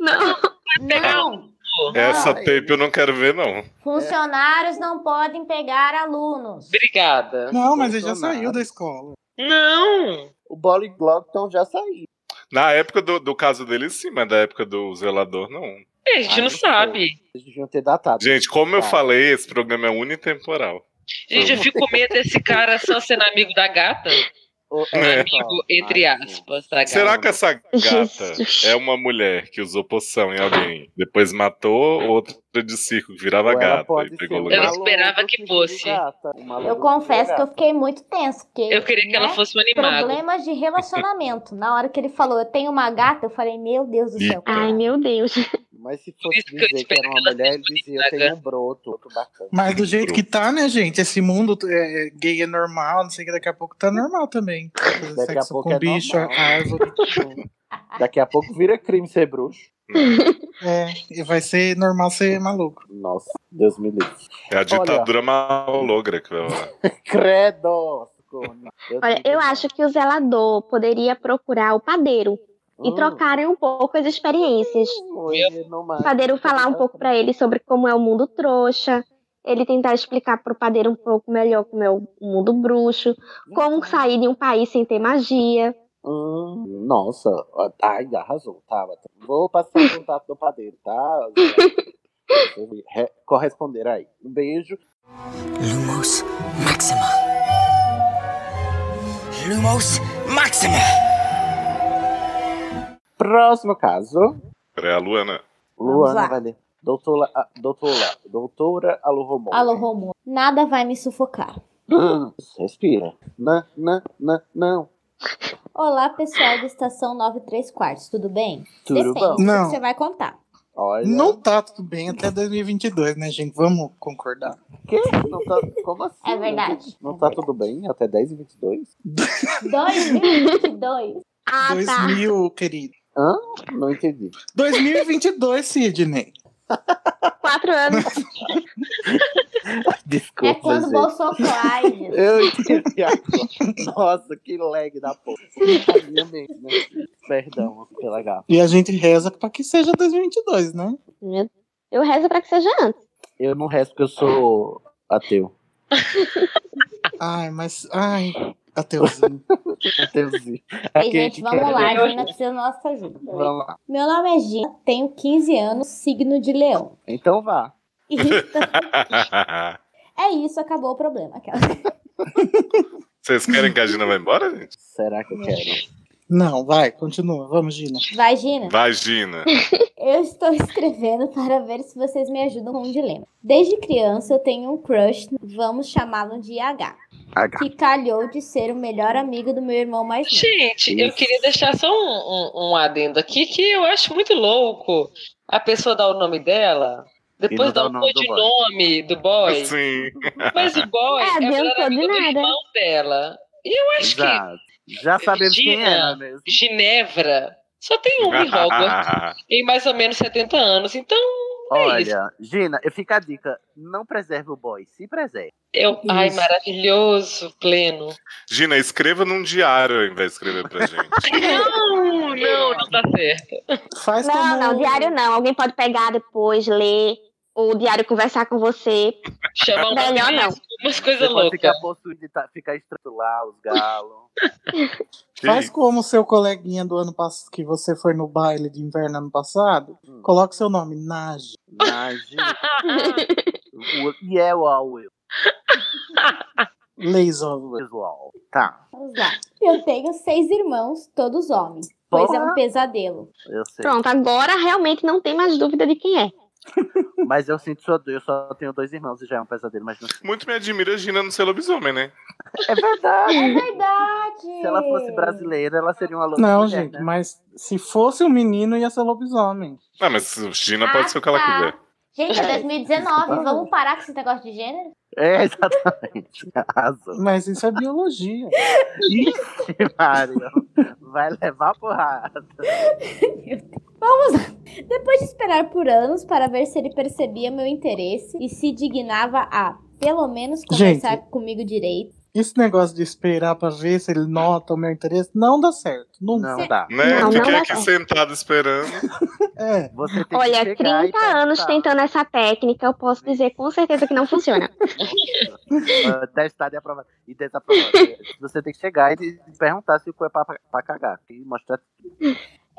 [SPEAKER 7] Não.
[SPEAKER 6] Não!
[SPEAKER 8] Essa tape eu não quero ver, não.
[SPEAKER 6] Funcionários não podem pegar alunos.
[SPEAKER 9] Obrigada.
[SPEAKER 5] Não, mas ele já
[SPEAKER 1] Bolsonaro.
[SPEAKER 5] saiu da escola.
[SPEAKER 9] Não!
[SPEAKER 1] O Bollyglotton já saiu.
[SPEAKER 8] Na época do, do caso dele, sim, mas da época do zelador, não.
[SPEAKER 9] A gente
[SPEAKER 1] Ah,
[SPEAKER 9] não
[SPEAKER 1] não
[SPEAKER 9] sabe.
[SPEAKER 1] Vocês deviam ter datado.
[SPEAKER 8] Gente, como eu
[SPEAKER 1] Tá.
[SPEAKER 8] falei, esse programa é unitemporal.
[SPEAKER 9] Gente, eu fico com medo desse cara só sendo amigo da gata.
[SPEAKER 1] O-
[SPEAKER 8] É.
[SPEAKER 9] Amigo, tipo, entre
[SPEAKER 1] Ai, gente.
[SPEAKER 9] aspas, da gata.
[SPEAKER 8] Será que essa gata
[SPEAKER 7] Jesus.
[SPEAKER 8] é uma mulher que usou poção em alguém, depois matou outra de circo que virava
[SPEAKER 5] é
[SPEAKER 1] Ou ela
[SPEAKER 8] gata
[SPEAKER 1] pode
[SPEAKER 8] e
[SPEAKER 1] ser
[SPEAKER 8] pegou
[SPEAKER 9] Eu
[SPEAKER 8] o
[SPEAKER 1] um
[SPEAKER 8] lugar?
[SPEAKER 9] não esperava
[SPEAKER 1] maluco
[SPEAKER 9] que
[SPEAKER 1] fingindo
[SPEAKER 9] fosse.
[SPEAKER 1] gata, um maluco
[SPEAKER 6] Eu confesso
[SPEAKER 1] fingindo
[SPEAKER 6] que eu
[SPEAKER 1] gata.
[SPEAKER 6] fiquei muito tensa. Porque,
[SPEAKER 9] Eu queria que
[SPEAKER 6] né,
[SPEAKER 9] ela fosse um animado.
[SPEAKER 6] Problemas de relacionamento. Na hora que ele falou, eu tenho uma gata, eu falei, meu Deus do céu.
[SPEAKER 8] Eita.
[SPEAKER 7] Ai, meu Deus.
[SPEAKER 1] Mas se
[SPEAKER 9] Por
[SPEAKER 1] fosse
[SPEAKER 9] isso que eu
[SPEAKER 1] dizer que
[SPEAKER 9] espero
[SPEAKER 1] era uma
[SPEAKER 9] que ela
[SPEAKER 1] mulher, ele
[SPEAKER 9] seja
[SPEAKER 1] dizia, eu tenho um broto, outro bacana.
[SPEAKER 5] Mas do jeito que tá, né, gente? Esse mundo é, gay é normal, não sei o que daqui a pouco tá normal também. Fazer
[SPEAKER 1] Daqui a
[SPEAKER 5] Sexo
[SPEAKER 1] pouco
[SPEAKER 5] com
[SPEAKER 1] é
[SPEAKER 5] bicho,
[SPEAKER 1] normal.
[SPEAKER 5] árvore.
[SPEAKER 1] Daqui a pouco vira crime ser bruxo.
[SPEAKER 5] É, e vai ser normal ser maluco.
[SPEAKER 1] Nossa, Deus me livre.
[SPEAKER 8] É a ditadura malogra que vai lá.
[SPEAKER 1] Credo! socorro.
[SPEAKER 7] Olha,
[SPEAKER 1] digo
[SPEAKER 7] eu
[SPEAKER 1] não.
[SPEAKER 7] acho que o zelador poderia procurar o padeiro e
[SPEAKER 1] Hum,
[SPEAKER 7] trocarem um pouco as experiências.
[SPEAKER 1] hoje não mais.
[SPEAKER 7] O padeiro falar um pouco pra ele sobre como é o mundo trouxa, ele tentar explicar pro padeiro um pouco melhor como é o mundo bruxo, como sair de um país sem ter magia.
[SPEAKER 1] Hum, nossa, ai, arrasou, Tabata. Vou passar o contato do padeiro, tá? Vocês me re- Corresponder aí. Um beijo.
[SPEAKER 2] Lumos Maxima. Lumos Maxima.
[SPEAKER 1] Próximo caso.
[SPEAKER 8] É a Luana.
[SPEAKER 1] Luana
[SPEAKER 6] lá.
[SPEAKER 1] vai ler. Doutora, a- doutora, ah, doutora Alu Romão.
[SPEAKER 6] Alô, Romulo, nada vai me sufocar.
[SPEAKER 1] Hum, Respira. Não, não, não, não.
[SPEAKER 6] Olá, pessoal da Estação 93 Quartos, tudo bem?
[SPEAKER 1] Tudo
[SPEAKER 6] Depende
[SPEAKER 1] bom?
[SPEAKER 6] do
[SPEAKER 5] Não.
[SPEAKER 6] que você vai contar.
[SPEAKER 1] Olha.
[SPEAKER 5] Não tá tudo bem até 2022, né, gente? Vamos concordar.
[SPEAKER 1] Quê? Não tá, como assim?
[SPEAKER 6] É verdade.
[SPEAKER 1] Não tá tudo bem? Até 10 e 22?
[SPEAKER 6] 2022.
[SPEAKER 7] Ah, tá.
[SPEAKER 5] 2000, querido.
[SPEAKER 1] Hã? Não entendi.
[SPEAKER 5] 2022, Sidney.
[SPEAKER 7] Quatro anos.
[SPEAKER 1] Desculpa,
[SPEAKER 6] É quando o
[SPEAKER 1] gente.
[SPEAKER 6] Bolsonaro.
[SPEAKER 1] Eu entendi agora. Nossa, que lag da porra. A minha mente, né? Perdão pela gafa.
[SPEAKER 5] E a gente reza pra que seja 2022, né?
[SPEAKER 7] Meu- Eu rezo pra que seja antes.
[SPEAKER 1] Eu não resto porque eu sou ateu.
[SPEAKER 5] Ai, mas. Ai, ateuzinho.
[SPEAKER 1] Ateuzinho.
[SPEAKER 6] Ei, gente, vamos lá, a
[SPEAKER 1] Vamos
[SPEAKER 6] Gina precisa da nossa ajuda.
[SPEAKER 1] lá.
[SPEAKER 6] Meu nome é Gina, tenho 15 anos, signo de leão.
[SPEAKER 1] Então vá.
[SPEAKER 6] Então, é isso, acabou o problema. Aquela.
[SPEAKER 8] Vocês querem que a Gina vá embora, gente?
[SPEAKER 1] Será que eu quero?
[SPEAKER 5] Não, vai, continua. Vamos, Gina.
[SPEAKER 6] Vai,
[SPEAKER 1] É.
[SPEAKER 6] Gina.
[SPEAKER 8] Vai, Gina.
[SPEAKER 6] Eu estou escrevendo para ver se vocês me ajudam com um dilema. Desde criança eu tenho um crush, vamos chamá-lo de H,
[SPEAKER 1] H.
[SPEAKER 6] que calhou de ser o melhor amigo do meu irmão mais novo.
[SPEAKER 9] Gente, eu
[SPEAKER 1] Isso.
[SPEAKER 9] queria deixar só um, um, um adendo aqui que eu acho muito louco a pessoa dar o nome dela,
[SPEAKER 1] E não
[SPEAKER 9] depois
[SPEAKER 1] dá
[SPEAKER 9] dar
[SPEAKER 1] o
[SPEAKER 9] o
[SPEAKER 1] nome do boy.
[SPEAKER 9] codinome do boy.
[SPEAKER 8] Sim.
[SPEAKER 9] Mas o boy
[SPEAKER 7] É,
[SPEAKER 9] é, o melhor
[SPEAKER 7] adiantou de
[SPEAKER 9] amigo do
[SPEAKER 7] nada.
[SPEAKER 9] irmão dela. E eu acho que
[SPEAKER 1] Exato. Já sabemos quem é,
[SPEAKER 9] Gina.
[SPEAKER 1] não é mesmo?
[SPEAKER 9] Ginevra só tem um em Hogwarts, tem mais ou menos 70 anos. Então, isso.
[SPEAKER 1] Olha, Gina, eu fica a dica. Não preserve o boy, se preserve.
[SPEAKER 9] eu. Ai,
[SPEAKER 5] Isso.
[SPEAKER 9] maravilhoso, pleno.
[SPEAKER 8] Gina, escreva num diário ao invés de escrever pra gente.
[SPEAKER 9] Não, não, não tá certo.
[SPEAKER 5] Faz
[SPEAKER 7] Não,
[SPEAKER 5] como.
[SPEAKER 7] não, diário não. Alguém pode pegar depois, ler, ou o diário conversar com você.
[SPEAKER 9] Chama uma
[SPEAKER 7] Melhor não.
[SPEAKER 9] um assim, umas
[SPEAKER 1] Você
[SPEAKER 9] coisas
[SPEAKER 1] pode
[SPEAKER 9] loucas.
[SPEAKER 1] ficar possuído e tá- ficar estranho lá, os galos.
[SPEAKER 5] Faz como o seu coleguinha do ano passado, que você foi no baile de inverno ano passado.
[SPEAKER 1] Hum.
[SPEAKER 5] Coloca seu nome, Nage.
[SPEAKER 1] Nage. o- E é o Alwell.
[SPEAKER 5] Lays Oswald.
[SPEAKER 1] Tá.
[SPEAKER 6] Vamos lá. Eu tenho seis irmãos, todos homens. Pois é um pesadelo.
[SPEAKER 1] Eu sei.
[SPEAKER 7] Pronto, agora realmente não tem mais dúvida de quem é.
[SPEAKER 1] Mas eu sinto sua dor, eu só tenho dois irmãos e já é um pesadelo, mas não sei.
[SPEAKER 8] Muito me admira a Gina não ser lobisomem, né?
[SPEAKER 1] É verdade.
[SPEAKER 6] É verdade.
[SPEAKER 1] Se ela fosse brasileira, ela seria uma louca.
[SPEAKER 5] Não,
[SPEAKER 1] mulher,
[SPEAKER 5] gente,
[SPEAKER 1] né?
[SPEAKER 5] mas se fosse um menino, ia ser lobisomem.
[SPEAKER 8] Ah, mas Gina pode ser o que ela
[SPEAKER 6] tá.
[SPEAKER 8] quiser.
[SPEAKER 6] Gente, é 2019, vamos parar com esse negócio de gênero?
[SPEAKER 1] É, exatamente. Arrasou.
[SPEAKER 5] Mas isso é biologia.
[SPEAKER 1] Ixi, Mário. Vai levar porrada.
[SPEAKER 6] Vamos lá. Depois de esperar por anos para ver se ele percebia meu interesse e se dignava a, pelo menos, conversar comigo direito.
[SPEAKER 5] Esse negócio de esperar pra ver se ele nota o meu interesse não dá certo. Não,
[SPEAKER 1] Não dá.
[SPEAKER 8] Né?
[SPEAKER 7] Não,
[SPEAKER 8] Fiquei
[SPEAKER 7] não é assim.
[SPEAKER 8] aqui
[SPEAKER 7] dá certo.
[SPEAKER 8] sentado esperando.
[SPEAKER 5] É.
[SPEAKER 1] Você tem
[SPEAKER 7] Olha,
[SPEAKER 1] que chegar
[SPEAKER 7] 30
[SPEAKER 1] e
[SPEAKER 7] anos
[SPEAKER 1] tentar.
[SPEAKER 7] tentando essa técnica, eu posso dizer com certeza que não funciona.
[SPEAKER 1] Ah, Testado e aprovado. E desaprovado. Você tem que chegar e perguntar se o cu é pra, pra cagar. E mostrar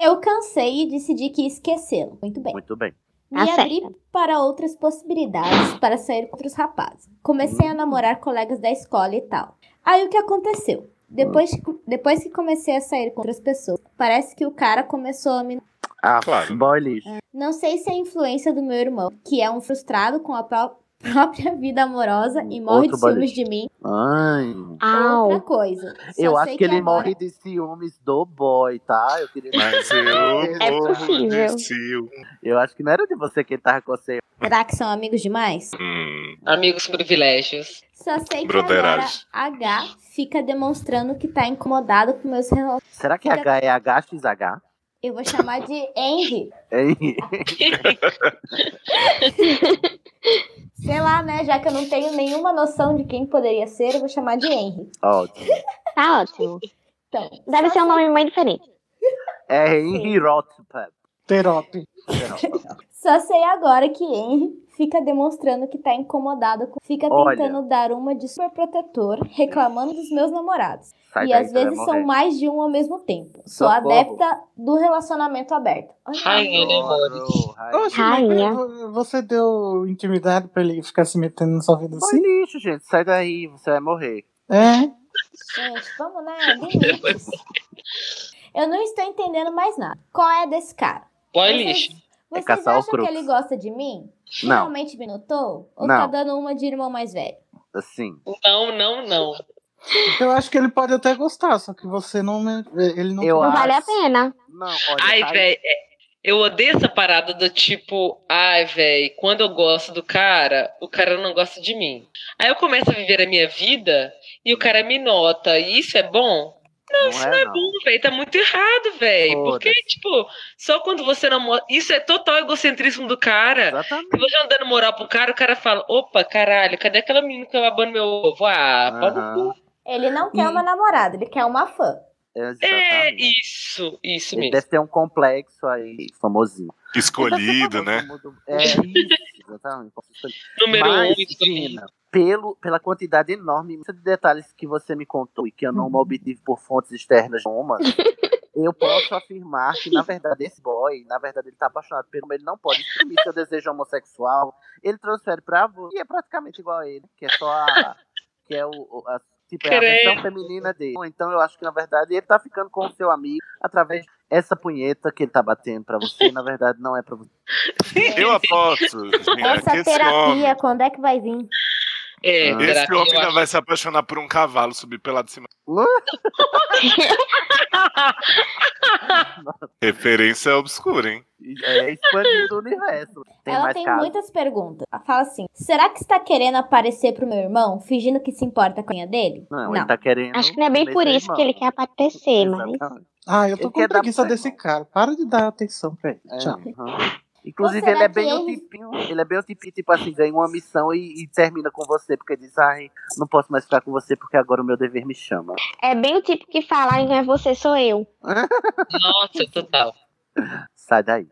[SPEAKER 6] Eu cansei e decidi que ia esquecê-lo. Muito bem.
[SPEAKER 1] muito bem.
[SPEAKER 6] Me
[SPEAKER 7] Tá
[SPEAKER 6] abri para outras possibilidades para sair com outros rapazes. Comecei a namorar colegas da escola e tal. Aí o que aconteceu? Depois, depois que comecei a sair com outras pessoas, parece que o cara começou a me
[SPEAKER 1] Ah,
[SPEAKER 8] Claro.
[SPEAKER 1] boy lixo.
[SPEAKER 6] Não sei se é influência do meu irmão, que é um frustrado com a pró- própria vida amorosa e morre
[SPEAKER 1] Outro
[SPEAKER 6] de ciúmes
[SPEAKER 1] boliche.
[SPEAKER 6] de mim.
[SPEAKER 1] Ai.
[SPEAKER 6] ou Outra
[SPEAKER 7] Au.
[SPEAKER 6] coisa. Só
[SPEAKER 1] Eu acho
[SPEAKER 6] sei
[SPEAKER 1] que, ele
[SPEAKER 6] agora-
[SPEAKER 1] morre de ciúmes do boy, tá? Eu queria.
[SPEAKER 8] Mas eu
[SPEAKER 7] É
[SPEAKER 8] morro de
[SPEAKER 7] possível.
[SPEAKER 8] ciúme.
[SPEAKER 1] Eu acho que não era de você que ele tava com você.
[SPEAKER 6] Será que são amigos demais?
[SPEAKER 8] Hum,
[SPEAKER 9] Amigos privilégios.
[SPEAKER 6] Só sei que agora
[SPEAKER 8] Broderagem.
[SPEAKER 6] H fica demonstrando que tá incomodado com meus relacionamentos.
[SPEAKER 1] Será que H é HXH?
[SPEAKER 6] Eu vou chamar de Henry.
[SPEAKER 1] Hein?
[SPEAKER 6] Sei lá, né? Já que eu não tenho nenhuma noção de quem poderia ser, eu vou chamar de Henry.
[SPEAKER 1] Ótimo.
[SPEAKER 7] Tá ótimo.
[SPEAKER 6] Então,
[SPEAKER 7] Deve ser um nome muito diferente.
[SPEAKER 1] É Henry Rothbard.
[SPEAKER 5] Terope.
[SPEAKER 6] Só sei agora que Henry fica demonstrando que tá incomodado, com... fica
[SPEAKER 1] Olha.
[SPEAKER 6] tentando dar uma de super protetor, reclamando dos meus namorados.
[SPEAKER 1] Sai
[SPEAKER 6] e
[SPEAKER 1] daí,
[SPEAKER 6] às
[SPEAKER 1] você vai
[SPEAKER 6] vezes são
[SPEAKER 1] tá então, é morrer.
[SPEAKER 6] mais de um ao mesmo tempo. Sou
[SPEAKER 1] Socorro.
[SPEAKER 6] adepta do relacionamento aberto.
[SPEAKER 9] Rainha, né, amores?
[SPEAKER 1] Adoro, rainha.
[SPEAKER 5] Oxe, mas
[SPEAKER 7] Rainha.
[SPEAKER 5] você deu intimidade pra ele ficar se metendo na sua vida
[SPEAKER 1] Boy
[SPEAKER 5] assim?
[SPEAKER 1] lixo, gente. Sai daí, você vai morrer.
[SPEAKER 5] É.
[SPEAKER 6] Gente, vamos, né? Limites. Eu não estou entendendo mais nada. Qual é desse cara?
[SPEAKER 9] Boy
[SPEAKER 6] Vocês-
[SPEAKER 9] lixo.
[SPEAKER 1] É
[SPEAKER 6] Vocês
[SPEAKER 1] caçar o
[SPEAKER 6] acham que
[SPEAKER 1] Crux.
[SPEAKER 6] ele gosta de mim?
[SPEAKER 1] Não.
[SPEAKER 6] Realmente me notou? Ou
[SPEAKER 1] Não.
[SPEAKER 6] tá dando uma de irmão mais velho?
[SPEAKER 1] Assim.
[SPEAKER 9] Não, não, não.
[SPEAKER 5] Eu acho que ele pode até gostar, só que você não. me- Ele não.
[SPEAKER 1] Eu
[SPEAKER 7] Não
[SPEAKER 1] acho.
[SPEAKER 7] vale a pena.
[SPEAKER 1] Não, olha. tá
[SPEAKER 9] Ai,
[SPEAKER 1] sai-
[SPEAKER 9] velho. Eu odeio essa parada do tipo, ai, velho, quando eu gosto do cara, o cara não gosta de mim. Aí eu começo a viver a minha vida e o cara me nota. E isso é bom?
[SPEAKER 1] Não
[SPEAKER 9] Isso não é bom, velho. Tá muito errado, velho. Porque,
[SPEAKER 1] Foda-se.
[SPEAKER 9] tipo, só quando você não. mo- Isso é total egocentrismo do cara.
[SPEAKER 1] Exatamente.
[SPEAKER 9] Se você não dando moral pro cara, o cara fala: opa, caralho, cadê aquela menina que eu abano meu ovo? Ah, pode
[SPEAKER 1] Aham,
[SPEAKER 6] Ele não quer uma namorada, ele quer uma fã.
[SPEAKER 9] É
[SPEAKER 1] Exatamente.
[SPEAKER 9] isso, isso
[SPEAKER 1] Ele
[SPEAKER 9] mesmo.
[SPEAKER 1] deve ter um complexo aí, famosinho.
[SPEAKER 8] Escolhido,
[SPEAKER 1] Ele deve
[SPEAKER 8] né?
[SPEAKER 1] ser famoso, É isso, exatamente.
[SPEAKER 9] Número
[SPEAKER 1] Mas,
[SPEAKER 9] 1, um, escolhido.
[SPEAKER 1] Gina, pelo, pela quantidade enorme de detalhes que você me contou e que eu não obtive por fontes externas nenhuma, eu posso afirmar que, na verdade, esse boy, na verdade, ele tá apaixonado pelo ele não pode exprimir seu desejo homossexual. Ele transfere pra você e é praticamente igual a ele, que é só a. que é o. o- A, Tipo, é a versão
[SPEAKER 9] Credo.
[SPEAKER 1] feminina dele. Então eu acho que, na verdade, ele tá ficando com o seu amigo através dessa punheta que ele tá batendo pra você. Na verdade, não é pra você.
[SPEAKER 8] Eu aposto, Gina, que
[SPEAKER 6] Essa
[SPEAKER 8] esse
[SPEAKER 6] terapia,
[SPEAKER 8] homem.
[SPEAKER 6] quando é que vai vir?
[SPEAKER 9] É,
[SPEAKER 1] Ah.
[SPEAKER 9] terapia,
[SPEAKER 8] Esse homem
[SPEAKER 9] eu
[SPEAKER 8] ainda
[SPEAKER 9] acho.
[SPEAKER 8] vai se apaixonar por um cavalo subir pela de cima. Referência obscura, hein?
[SPEAKER 1] É expandindo o universo. Tem
[SPEAKER 6] Ela
[SPEAKER 1] mais
[SPEAKER 6] tem
[SPEAKER 1] casos?
[SPEAKER 6] muitas perguntas. Ela fala assim: será que está querendo aparecer pro meu irmão, fingindo que se importa com a linha dele?
[SPEAKER 1] Não, ele tá querendo.
[SPEAKER 7] Acho que não é bem
[SPEAKER 1] comer
[SPEAKER 7] por
[SPEAKER 1] seu
[SPEAKER 7] isso que ele
[SPEAKER 1] irmão.
[SPEAKER 7] quer aparecer, mas.
[SPEAKER 1] Exatamente.
[SPEAKER 5] Ah, eu tô
[SPEAKER 1] Ele
[SPEAKER 5] com
[SPEAKER 1] quer dar
[SPEAKER 5] preguiça
[SPEAKER 1] pro
[SPEAKER 5] desse
[SPEAKER 1] irmão.
[SPEAKER 5] cara. Para de dar atenção pra ele.
[SPEAKER 1] É,
[SPEAKER 5] Tchau.
[SPEAKER 1] aham. Inclusive,
[SPEAKER 6] Ou será
[SPEAKER 1] ele é
[SPEAKER 6] que
[SPEAKER 1] bem o
[SPEAKER 6] ele-
[SPEAKER 1] tipinho. Ele é bem o tipinho, tipo assim, ganha uma missão e, e termina com você, porque diz, ai, não posso mais ficar com você porque agora o meu dever me chama.
[SPEAKER 7] É bem o tipo que fala, "Ai, não é você, sou eu.
[SPEAKER 9] Nossa, total.
[SPEAKER 1] Sai daí.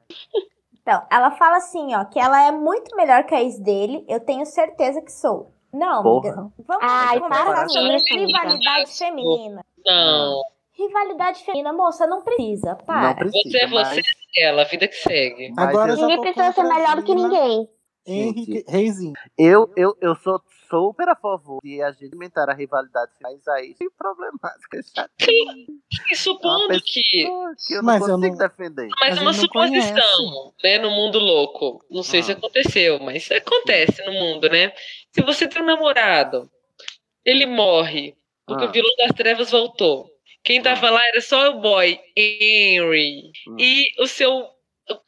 [SPEAKER 6] Então, ela fala assim, ó, que ela é muito melhor que a ex dele, eu tenho certeza que sou. Não, amiga. Vamos
[SPEAKER 7] Ai,
[SPEAKER 6] conversar
[SPEAKER 7] para com
[SPEAKER 6] sobre
[SPEAKER 7] isso, amiga.
[SPEAKER 6] rivalidade feminina.
[SPEAKER 9] Não.
[SPEAKER 6] Rivalidade feminina, moça, não precisa, para.
[SPEAKER 1] Não precisa.
[SPEAKER 9] Você é você,
[SPEAKER 1] mas-
[SPEAKER 9] ela, a vida que segue.
[SPEAKER 1] mas
[SPEAKER 5] Agora
[SPEAKER 1] eu-
[SPEAKER 5] já
[SPEAKER 7] Ninguém
[SPEAKER 5] tô
[SPEAKER 7] precisa ser
[SPEAKER 5] contra a
[SPEAKER 7] melhor do que
[SPEAKER 5] Gina.
[SPEAKER 7] ninguém.
[SPEAKER 5] Henrique Reizinho.
[SPEAKER 1] Eu, eu, eu sou super a favor de a gente aumentar a rivalidade, mas aí tem problemática. chatinho.
[SPEAKER 9] E supondo que.
[SPEAKER 1] que eu não
[SPEAKER 5] Mas eu
[SPEAKER 1] consigo
[SPEAKER 5] não-
[SPEAKER 1] defender.
[SPEAKER 9] Mas é uma suposição,
[SPEAKER 5] conhece.
[SPEAKER 9] né? No mundo louco. Não sei se aconteceu, mas acontece no mundo, né? Se você tem um namorado, ele morre, porque
[SPEAKER 1] Ah.
[SPEAKER 9] o vilão das trevas voltou. Quem tava lá era só o boy, Henry, e o seu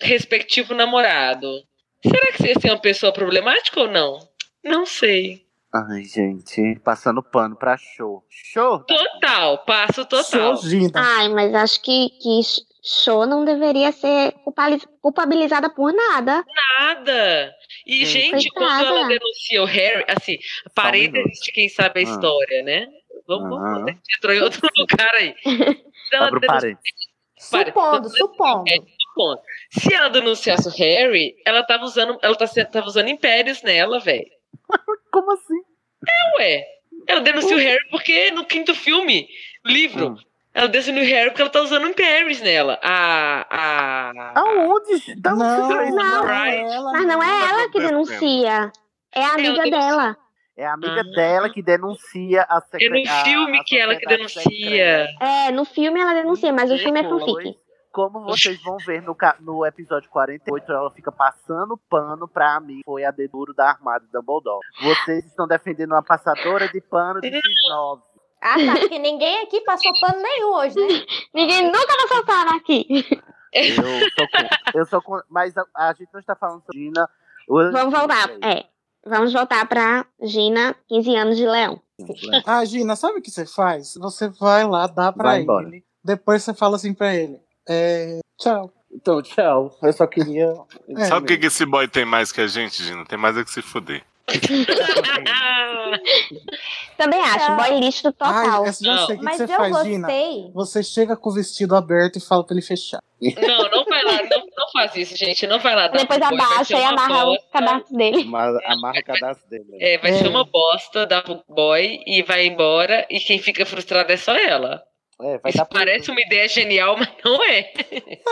[SPEAKER 9] respectivo namorado. Será que você é uma pessoa problemática ou não? Não sei.
[SPEAKER 1] Ai, gente, passando pano pra show. Show!
[SPEAKER 9] Total, passo total.
[SPEAKER 5] Tá.
[SPEAKER 7] Ai, mas acho que, que show não deveria ser culpali- culpabilizada por nada.
[SPEAKER 9] Nada. E,
[SPEAKER 7] Gente,
[SPEAKER 9] gente, quando
[SPEAKER 7] coitada. um
[SPEAKER 9] ela denuncia o Harry, assim, parênteses de quem sabe
[SPEAKER 7] Ah.
[SPEAKER 9] a história, né? Vamos, vamos,
[SPEAKER 1] Aham.
[SPEAKER 9] a gente entrou em outro lugar aí. Se ela
[SPEAKER 1] Abro
[SPEAKER 9] denuncia-
[SPEAKER 1] parênteses.
[SPEAKER 9] pare-
[SPEAKER 6] Supondo,
[SPEAKER 9] denuncia-
[SPEAKER 6] supondo.
[SPEAKER 9] é, supondo. Se ela denunciasse o Harry, ela tava usando, ela tá, se- tava usando impérios nela, velho.
[SPEAKER 1] Como assim?
[SPEAKER 9] É, ué. Ela denuncia o Harry porque no quinto filme, livro,
[SPEAKER 7] Hum.
[SPEAKER 9] ela denuncia o Harry porque ela tá usando impérios nela. A.
[SPEAKER 7] Ah,
[SPEAKER 9] a...
[SPEAKER 1] Aonde? Da onde
[SPEAKER 5] Não,
[SPEAKER 1] você trouxe?
[SPEAKER 7] Não, mas não é ela que denuncia. É a amiga dela.
[SPEAKER 1] É a amiga dela que denuncia a
[SPEAKER 9] É no
[SPEAKER 1] secre- a-
[SPEAKER 9] filme
[SPEAKER 1] a
[SPEAKER 9] que ela que
[SPEAKER 1] sociedade
[SPEAKER 9] denuncia.
[SPEAKER 7] É, no filme ela denuncia, mas o filme é
[SPEAKER 1] Depois,
[SPEAKER 7] fanfic.
[SPEAKER 1] como vocês vão ver no, ca- no episódio 48, ela fica passando pano pra mim. Foi a deduro da armada de Dumbledore. Vocês estão defendendo uma passadora de pano de X9.
[SPEAKER 6] Ah, tá. Porque ninguém aqui passou pano nenhum hoje, né?
[SPEAKER 7] Ninguém nunca vai soltar aqui.
[SPEAKER 1] Eu sou contra. Eu sou contra. Mas a, a gente não está falando sobre Gina. o-
[SPEAKER 7] Vamos voltar. É. Vamos voltar pra Gina, 15 anos de leão.
[SPEAKER 5] Ah, Gina, sabe o que você faz? Você vai lá, dá pra
[SPEAKER 1] Vai
[SPEAKER 5] ele.
[SPEAKER 1] embora.
[SPEAKER 5] Depois você fala assim pra ele. É, tchau. É.
[SPEAKER 1] Então, tchau. Eu só queria.
[SPEAKER 7] É,
[SPEAKER 8] Sabe o que, que esse boy tem mais que a gente, Gina? Tem mais é que se fuder.
[SPEAKER 7] Também acho,
[SPEAKER 6] Não.
[SPEAKER 7] boy lixo total.
[SPEAKER 5] Ai, eu já sei o que, que
[SPEAKER 6] Mas
[SPEAKER 5] você
[SPEAKER 6] eu
[SPEAKER 5] faz, Gina.
[SPEAKER 6] gostei.
[SPEAKER 5] Você chega com o vestido aberto e fala pra ele fechar.
[SPEAKER 9] Não, não vai lá, não, não faz isso, gente. Não vai lá. dar
[SPEAKER 7] Depois
[SPEAKER 9] pro boi, vai ser
[SPEAKER 7] abaixa e
[SPEAKER 9] uma
[SPEAKER 7] amarra o
[SPEAKER 9] bosta.
[SPEAKER 7] cadarço dele.
[SPEAKER 1] Mas amarra o cadastro dele.
[SPEAKER 9] É, vai ser uma bosta, dá pro boy e vai embora. E quem fica frustrada é só ela.
[SPEAKER 1] É, vai
[SPEAKER 9] Isso
[SPEAKER 1] dar pra-
[SPEAKER 9] parece uma ideia genial, mas não é.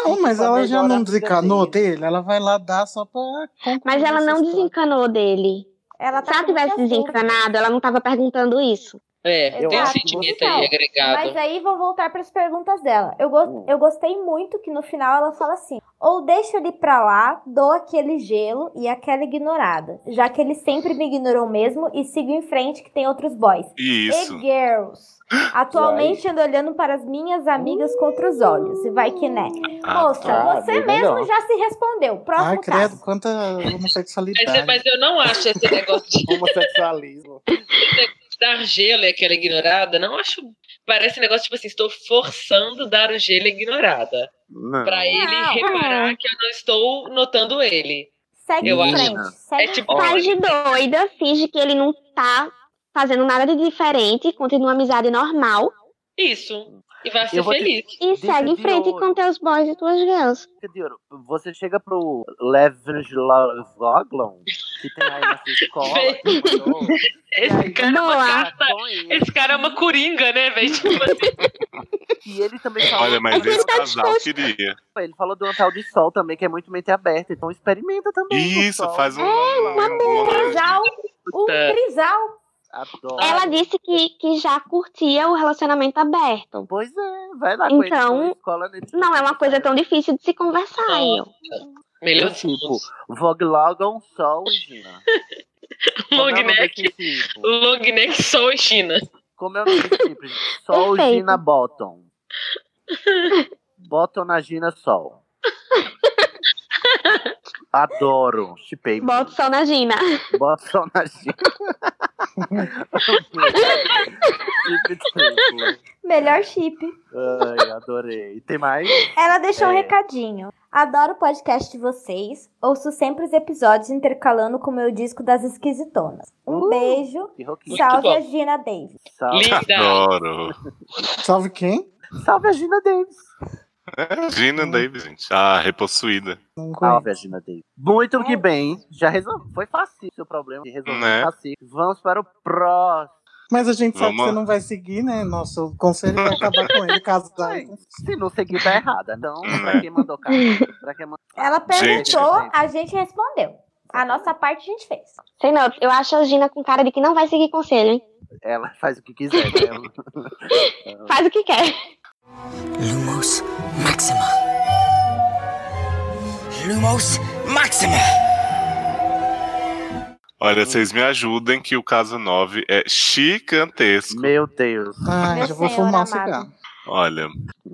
[SPEAKER 5] Não, mas ela já
[SPEAKER 1] agora
[SPEAKER 5] não
[SPEAKER 1] a amiga
[SPEAKER 5] desencanou
[SPEAKER 1] dele.
[SPEAKER 5] dele. Ela vai lá dar só pra. concluir
[SPEAKER 7] Mas ela
[SPEAKER 5] essa
[SPEAKER 7] não
[SPEAKER 5] história.
[SPEAKER 7] desencanou dele.
[SPEAKER 6] Ela
[SPEAKER 7] Se
[SPEAKER 6] tá
[SPEAKER 7] ela
[SPEAKER 6] com
[SPEAKER 7] tivesse
[SPEAKER 6] muitas dúvidas.
[SPEAKER 7] desencanado, ela não é tava perguntando isso.
[SPEAKER 9] É,
[SPEAKER 1] Eu
[SPEAKER 9] tem um
[SPEAKER 1] acho que
[SPEAKER 9] sentimento
[SPEAKER 1] você-
[SPEAKER 9] aí agregado.
[SPEAKER 6] Mas aí vão voltar para as perguntas dela. Eu, gos-
[SPEAKER 1] Hum.
[SPEAKER 6] eu gostei muito que no final ela fala assim: ou deixa ele pra lá, dou aquele gelo e aquela ignorada, já que ele sempre me ignorou mesmo e sigo em frente que tem outros boys.
[SPEAKER 8] E
[SPEAKER 6] E
[SPEAKER 8] isso.
[SPEAKER 6] girls. Atualmente ando olhando para as minhas amigas com outros olhos. E vai que né.
[SPEAKER 9] Ah,
[SPEAKER 6] Moça,
[SPEAKER 8] Adoro.
[SPEAKER 6] você
[SPEAKER 1] bem
[SPEAKER 6] mesmo
[SPEAKER 1] melhor.
[SPEAKER 6] já se
[SPEAKER 5] tá.
[SPEAKER 6] respondeu.
[SPEAKER 5] Ai,
[SPEAKER 6] Próximo
[SPEAKER 5] credo,
[SPEAKER 6] caso.
[SPEAKER 5] quanta
[SPEAKER 9] Mas, eu-
[SPEAKER 5] homossexualidade.
[SPEAKER 9] mas eu não acho esse negócio de
[SPEAKER 1] um Homossexualismo.
[SPEAKER 9] dar gelo e aquela ignorada. Não acho. Parece um negócio tipo assim: estou forçando dar o gelo e ignorada.
[SPEAKER 1] Não.
[SPEAKER 9] Pra ele
[SPEAKER 6] Não.
[SPEAKER 9] reparar que eu não estou notando ele.
[SPEAKER 6] Segue
[SPEAKER 9] Eu
[SPEAKER 6] em
[SPEAKER 9] acho-
[SPEAKER 6] frente. Segue
[SPEAKER 9] É
[SPEAKER 6] em
[SPEAKER 9] tipo.
[SPEAKER 7] Faz de doida, finge que ele não tá fazendo nada de diferente, continua a amizade normal
[SPEAKER 9] Isso. E vai ser
[SPEAKER 1] Eu vou te-
[SPEAKER 9] feliz.
[SPEAKER 7] e
[SPEAKER 1] Deixa
[SPEAKER 7] segue em
[SPEAKER 1] de
[SPEAKER 7] frente
[SPEAKER 1] olho.
[SPEAKER 7] com teus boys e tuas girls.
[SPEAKER 1] Dica de ouro. Você chega pro Leverage Loglon, que tem aí na sua escola, que mandou, um
[SPEAKER 9] Esse cara é uma
[SPEAKER 7] Boa.
[SPEAKER 9] carta.
[SPEAKER 1] com ele,
[SPEAKER 9] Esse cara é uma coringa, né, velho? Tipo assim,
[SPEAKER 1] e ele também falou,
[SPEAKER 8] Olha, mas
[SPEAKER 7] Mas ele
[SPEAKER 8] esse
[SPEAKER 7] tá
[SPEAKER 8] casal
[SPEAKER 7] disposto.
[SPEAKER 8] queria.
[SPEAKER 1] ele falou de um tal de sol também, que é muito mente aberta, então experimenta também. com
[SPEAKER 8] Isso,
[SPEAKER 1] sol.
[SPEAKER 8] faz
[SPEAKER 7] É,
[SPEAKER 8] um.
[SPEAKER 1] uma
[SPEAKER 8] um-
[SPEAKER 6] Trisal. Um
[SPEAKER 9] Puta.
[SPEAKER 6] trisal.
[SPEAKER 1] Adoro.
[SPEAKER 7] Ela disse que, que já curtia o relacionamento aberto.
[SPEAKER 1] Pois é, vai lá com
[SPEAKER 7] Então,
[SPEAKER 1] ele, na escola, ele-
[SPEAKER 7] Não é uma coisa tão difícil de se conversar, eu.
[SPEAKER 9] melhor
[SPEAKER 1] Eu, tipo, Voglogon, sol e Gina. Como é o nome
[SPEAKER 9] Logneck,
[SPEAKER 1] desse tipo?
[SPEAKER 9] Logneck, Sol e né? China.
[SPEAKER 1] Como é o nome desse tipo? Sol
[SPEAKER 7] Perfeito.
[SPEAKER 1] Gina Bottom. Bottom na Gina Sol. Adoro. Chipei.
[SPEAKER 7] Bota o sol na Gina.
[SPEAKER 1] Bota só na Gina. Chip triplo.
[SPEAKER 6] Melhor chip.
[SPEAKER 1] Ai, adorei. Tem mais?
[SPEAKER 6] Ela deixou um
[SPEAKER 1] É.
[SPEAKER 6] recadinho. Adoro o podcast de vocês. Ouço sempre os episódios intercalando com o meu disco das esquisitonas. Um
[SPEAKER 1] Uh.
[SPEAKER 6] beijo.
[SPEAKER 1] Que roquinho.
[SPEAKER 6] Salve
[SPEAKER 9] bom.
[SPEAKER 6] a Gina Davis.
[SPEAKER 1] Salve.
[SPEAKER 9] Linda.
[SPEAKER 8] Adoro.
[SPEAKER 5] Salve quem?
[SPEAKER 1] Salve a Gina Davis.
[SPEAKER 8] É, Gina Davis, gente. Ah, repossuída.
[SPEAKER 5] Não conheço.
[SPEAKER 1] Salve a Gina Davis. Muito que bem. Já resolveu. Foi fácil o seu problema. Resolveu
[SPEAKER 8] Né?
[SPEAKER 1] fácil. Vamos para o próximo.
[SPEAKER 5] Mas a gente sabe
[SPEAKER 8] Vamos
[SPEAKER 5] que você
[SPEAKER 8] lá.
[SPEAKER 5] não vai seguir, né? Nosso conselho vai acabar com ele, casar.
[SPEAKER 1] Ai, Se não seguir, tá errada. Então, pra
[SPEAKER 8] É.
[SPEAKER 1] quem mandou carta? Pra quem mandou...
[SPEAKER 6] Ela perguntou,
[SPEAKER 8] Gente.
[SPEAKER 6] a gente respondeu. A nossa parte a gente fez.
[SPEAKER 7] Sei não, eu acho a Gina com cara de que não vai seguir conselho, hein?
[SPEAKER 1] Ela faz o que quiser, né?
[SPEAKER 7] Faz o que quer.
[SPEAKER 12] Lumos Maxima. Lumos Maxima.
[SPEAKER 8] Olha, vocês me ajudem que o caso 9 é gigantesco.
[SPEAKER 1] Meu Deus.
[SPEAKER 5] Ai,
[SPEAKER 6] Meu
[SPEAKER 5] já vou
[SPEAKER 6] Senhor
[SPEAKER 5] fumar um
[SPEAKER 6] amado.
[SPEAKER 5] cigarro.
[SPEAKER 8] Olha,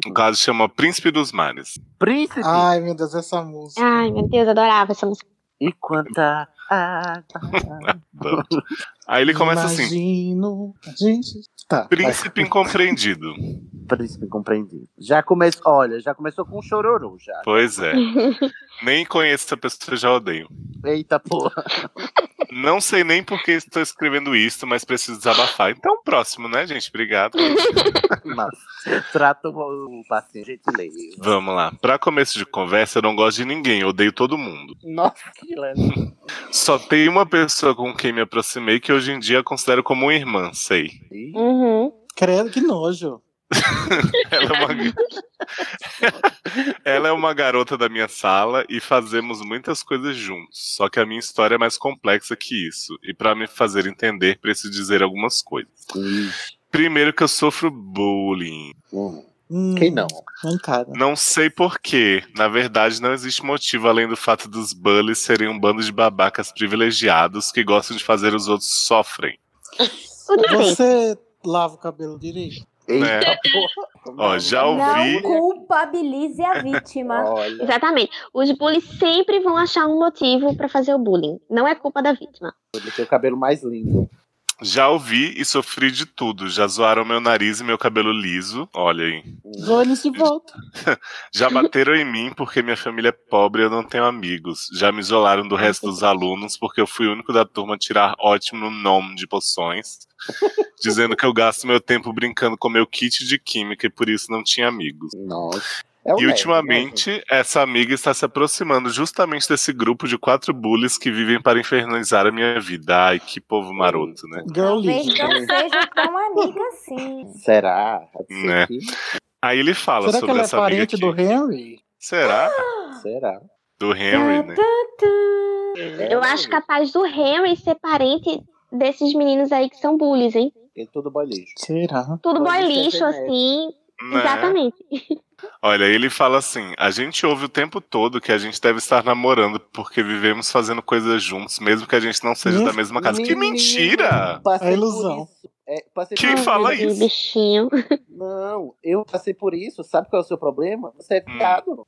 [SPEAKER 8] o caso chama Príncipe dos Mares.
[SPEAKER 1] Príncipe!
[SPEAKER 5] Ai, meu Deus, essa música.
[SPEAKER 7] Ai, meu Deus, adorava essa música.
[SPEAKER 1] E quanta água.
[SPEAKER 8] Aí ele começa assim:
[SPEAKER 5] Imagino. Gente. Tá. vai.
[SPEAKER 8] Príncipe incompreendido.
[SPEAKER 1] Príncipe compreendido. Já começou, olha, já começou com um chororô já.
[SPEAKER 8] Pois é. Nem conheço essa pessoa, já odeio.
[SPEAKER 1] Eita porra.
[SPEAKER 8] Não sei nem por que estou escrevendo isso, mas preciso desabafar. Então, próximo, né, gente? Obrigado.
[SPEAKER 1] Nossa. Trata o o paciente gentileza.
[SPEAKER 8] Vamos lá. Pra começo de conversa, eu não gosto de ninguém, eu odeio todo mundo.
[SPEAKER 1] Nossa, que lance.
[SPEAKER 8] Só tem uma pessoa com quem me aproximei que hoje em dia considero como uma irmã, sei.
[SPEAKER 7] Uhum.
[SPEAKER 5] Credo, que nojo.
[SPEAKER 8] Ela é, uma... Ela é uma garota da minha sala e fazemos muitas coisas juntos. Só que a minha história é mais complexa que isso. E pra me fazer entender, preciso dizer algumas coisas. Primeiro que eu sofro bullying.
[SPEAKER 5] Hum,
[SPEAKER 1] Quem não?
[SPEAKER 5] Mancada.
[SPEAKER 8] Não sei porquê. Na verdade, não existe motivo além do fato dos bullies serem um bando de babacas privilegiados que gostam de fazer os outros sofrem.
[SPEAKER 5] Você lava o cabelo direito?
[SPEAKER 1] Eita
[SPEAKER 8] É.
[SPEAKER 1] porra.
[SPEAKER 8] Ó, já
[SPEAKER 6] Não
[SPEAKER 8] ouvi.
[SPEAKER 6] culpabilize a vítima.
[SPEAKER 1] Olha.
[SPEAKER 7] Exatamente. Os bullies sempre vão achar um motivo pra fazer o bullying. Não é culpa da vítima.
[SPEAKER 1] Ele tem o cabelo mais lindo.
[SPEAKER 8] Já ouvi e sofri de tudo. Já zoaram meu nariz e meu cabelo liso. Olha aí.
[SPEAKER 5] Olhos de volta.
[SPEAKER 8] Já bateram em mim porque minha família é pobre e eu não tenho amigos. Já me isolaram do resto dos alunos porque eu fui o único da turma a tirar ótimo no nome de poções, dizendo que eu gasto meu tempo brincando com meu kit de química e por isso não tinha amigos.
[SPEAKER 1] Nossa. É o
[SPEAKER 8] E
[SPEAKER 1] Ned,
[SPEAKER 8] ultimamente, essa amiga está se aproximando justamente desse grupo de quatro bullies que vivem para infernizar a minha vida. Ai, que povo maroto, né?
[SPEAKER 5] Girl
[SPEAKER 6] Talvez
[SPEAKER 5] lixo.
[SPEAKER 6] não seja tão amiga assim.
[SPEAKER 1] né? Será? Pode ser
[SPEAKER 8] Né.
[SPEAKER 1] que-
[SPEAKER 8] Aí ele fala
[SPEAKER 5] Será que
[SPEAKER 8] sobre
[SPEAKER 5] ela é
[SPEAKER 8] essa amiga
[SPEAKER 5] parente
[SPEAKER 8] aqui.
[SPEAKER 5] do Henry?
[SPEAKER 8] Será?
[SPEAKER 1] Será? É,
[SPEAKER 8] Do
[SPEAKER 6] É,
[SPEAKER 8] Henry, né?
[SPEAKER 7] É. Eu acho capaz do Henry ser parente desses meninos aí que são bullies, hein?
[SPEAKER 1] É tudo boy lixo.
[SPEAKER 5] Será?
[SPEAKER 7] Tudo
[SPEAKER 1] Boy
[SPEAKER 7] boy
[SPEAKER 1] lixo
[SPEAKER 7] lixo,
[SPEAKER 1] é
[SPEAKER 7] assim.
[SPEAKER 8] Né?
[SPEAKER 7] Exatamente.
[SPEAKER 8] Olha, ele fala assim: a gente ouve o tempo todo que a gente deve estar namorando porque vivemos fazendo coisas juntos, mesmo que a gente não seja da mesma casa. Que
[SPEAKER 1] Menino,
[SPEAKER 8] mentira!
[SPEAKER 1] Passei
[SPEAKER 5] É
[SPEAKER 1] por
[SPEAKER 5] ilusão.
[SPEAKER 1] isso. É, passei
[SPEAKER 8] Quem
[SPEAKER 1] por
[SPEAKER 8] fala
[SPEAKER 7] Ai, meu
[SPEAKER 8] isso?
[SPEAKER 7] Bichinho.
[SPEAKER 1] Não, eu passei por isso. Sabe qual é o seu problema? Você é
[SPEAKER 8] Hum.
[SPEAKER 1] viado.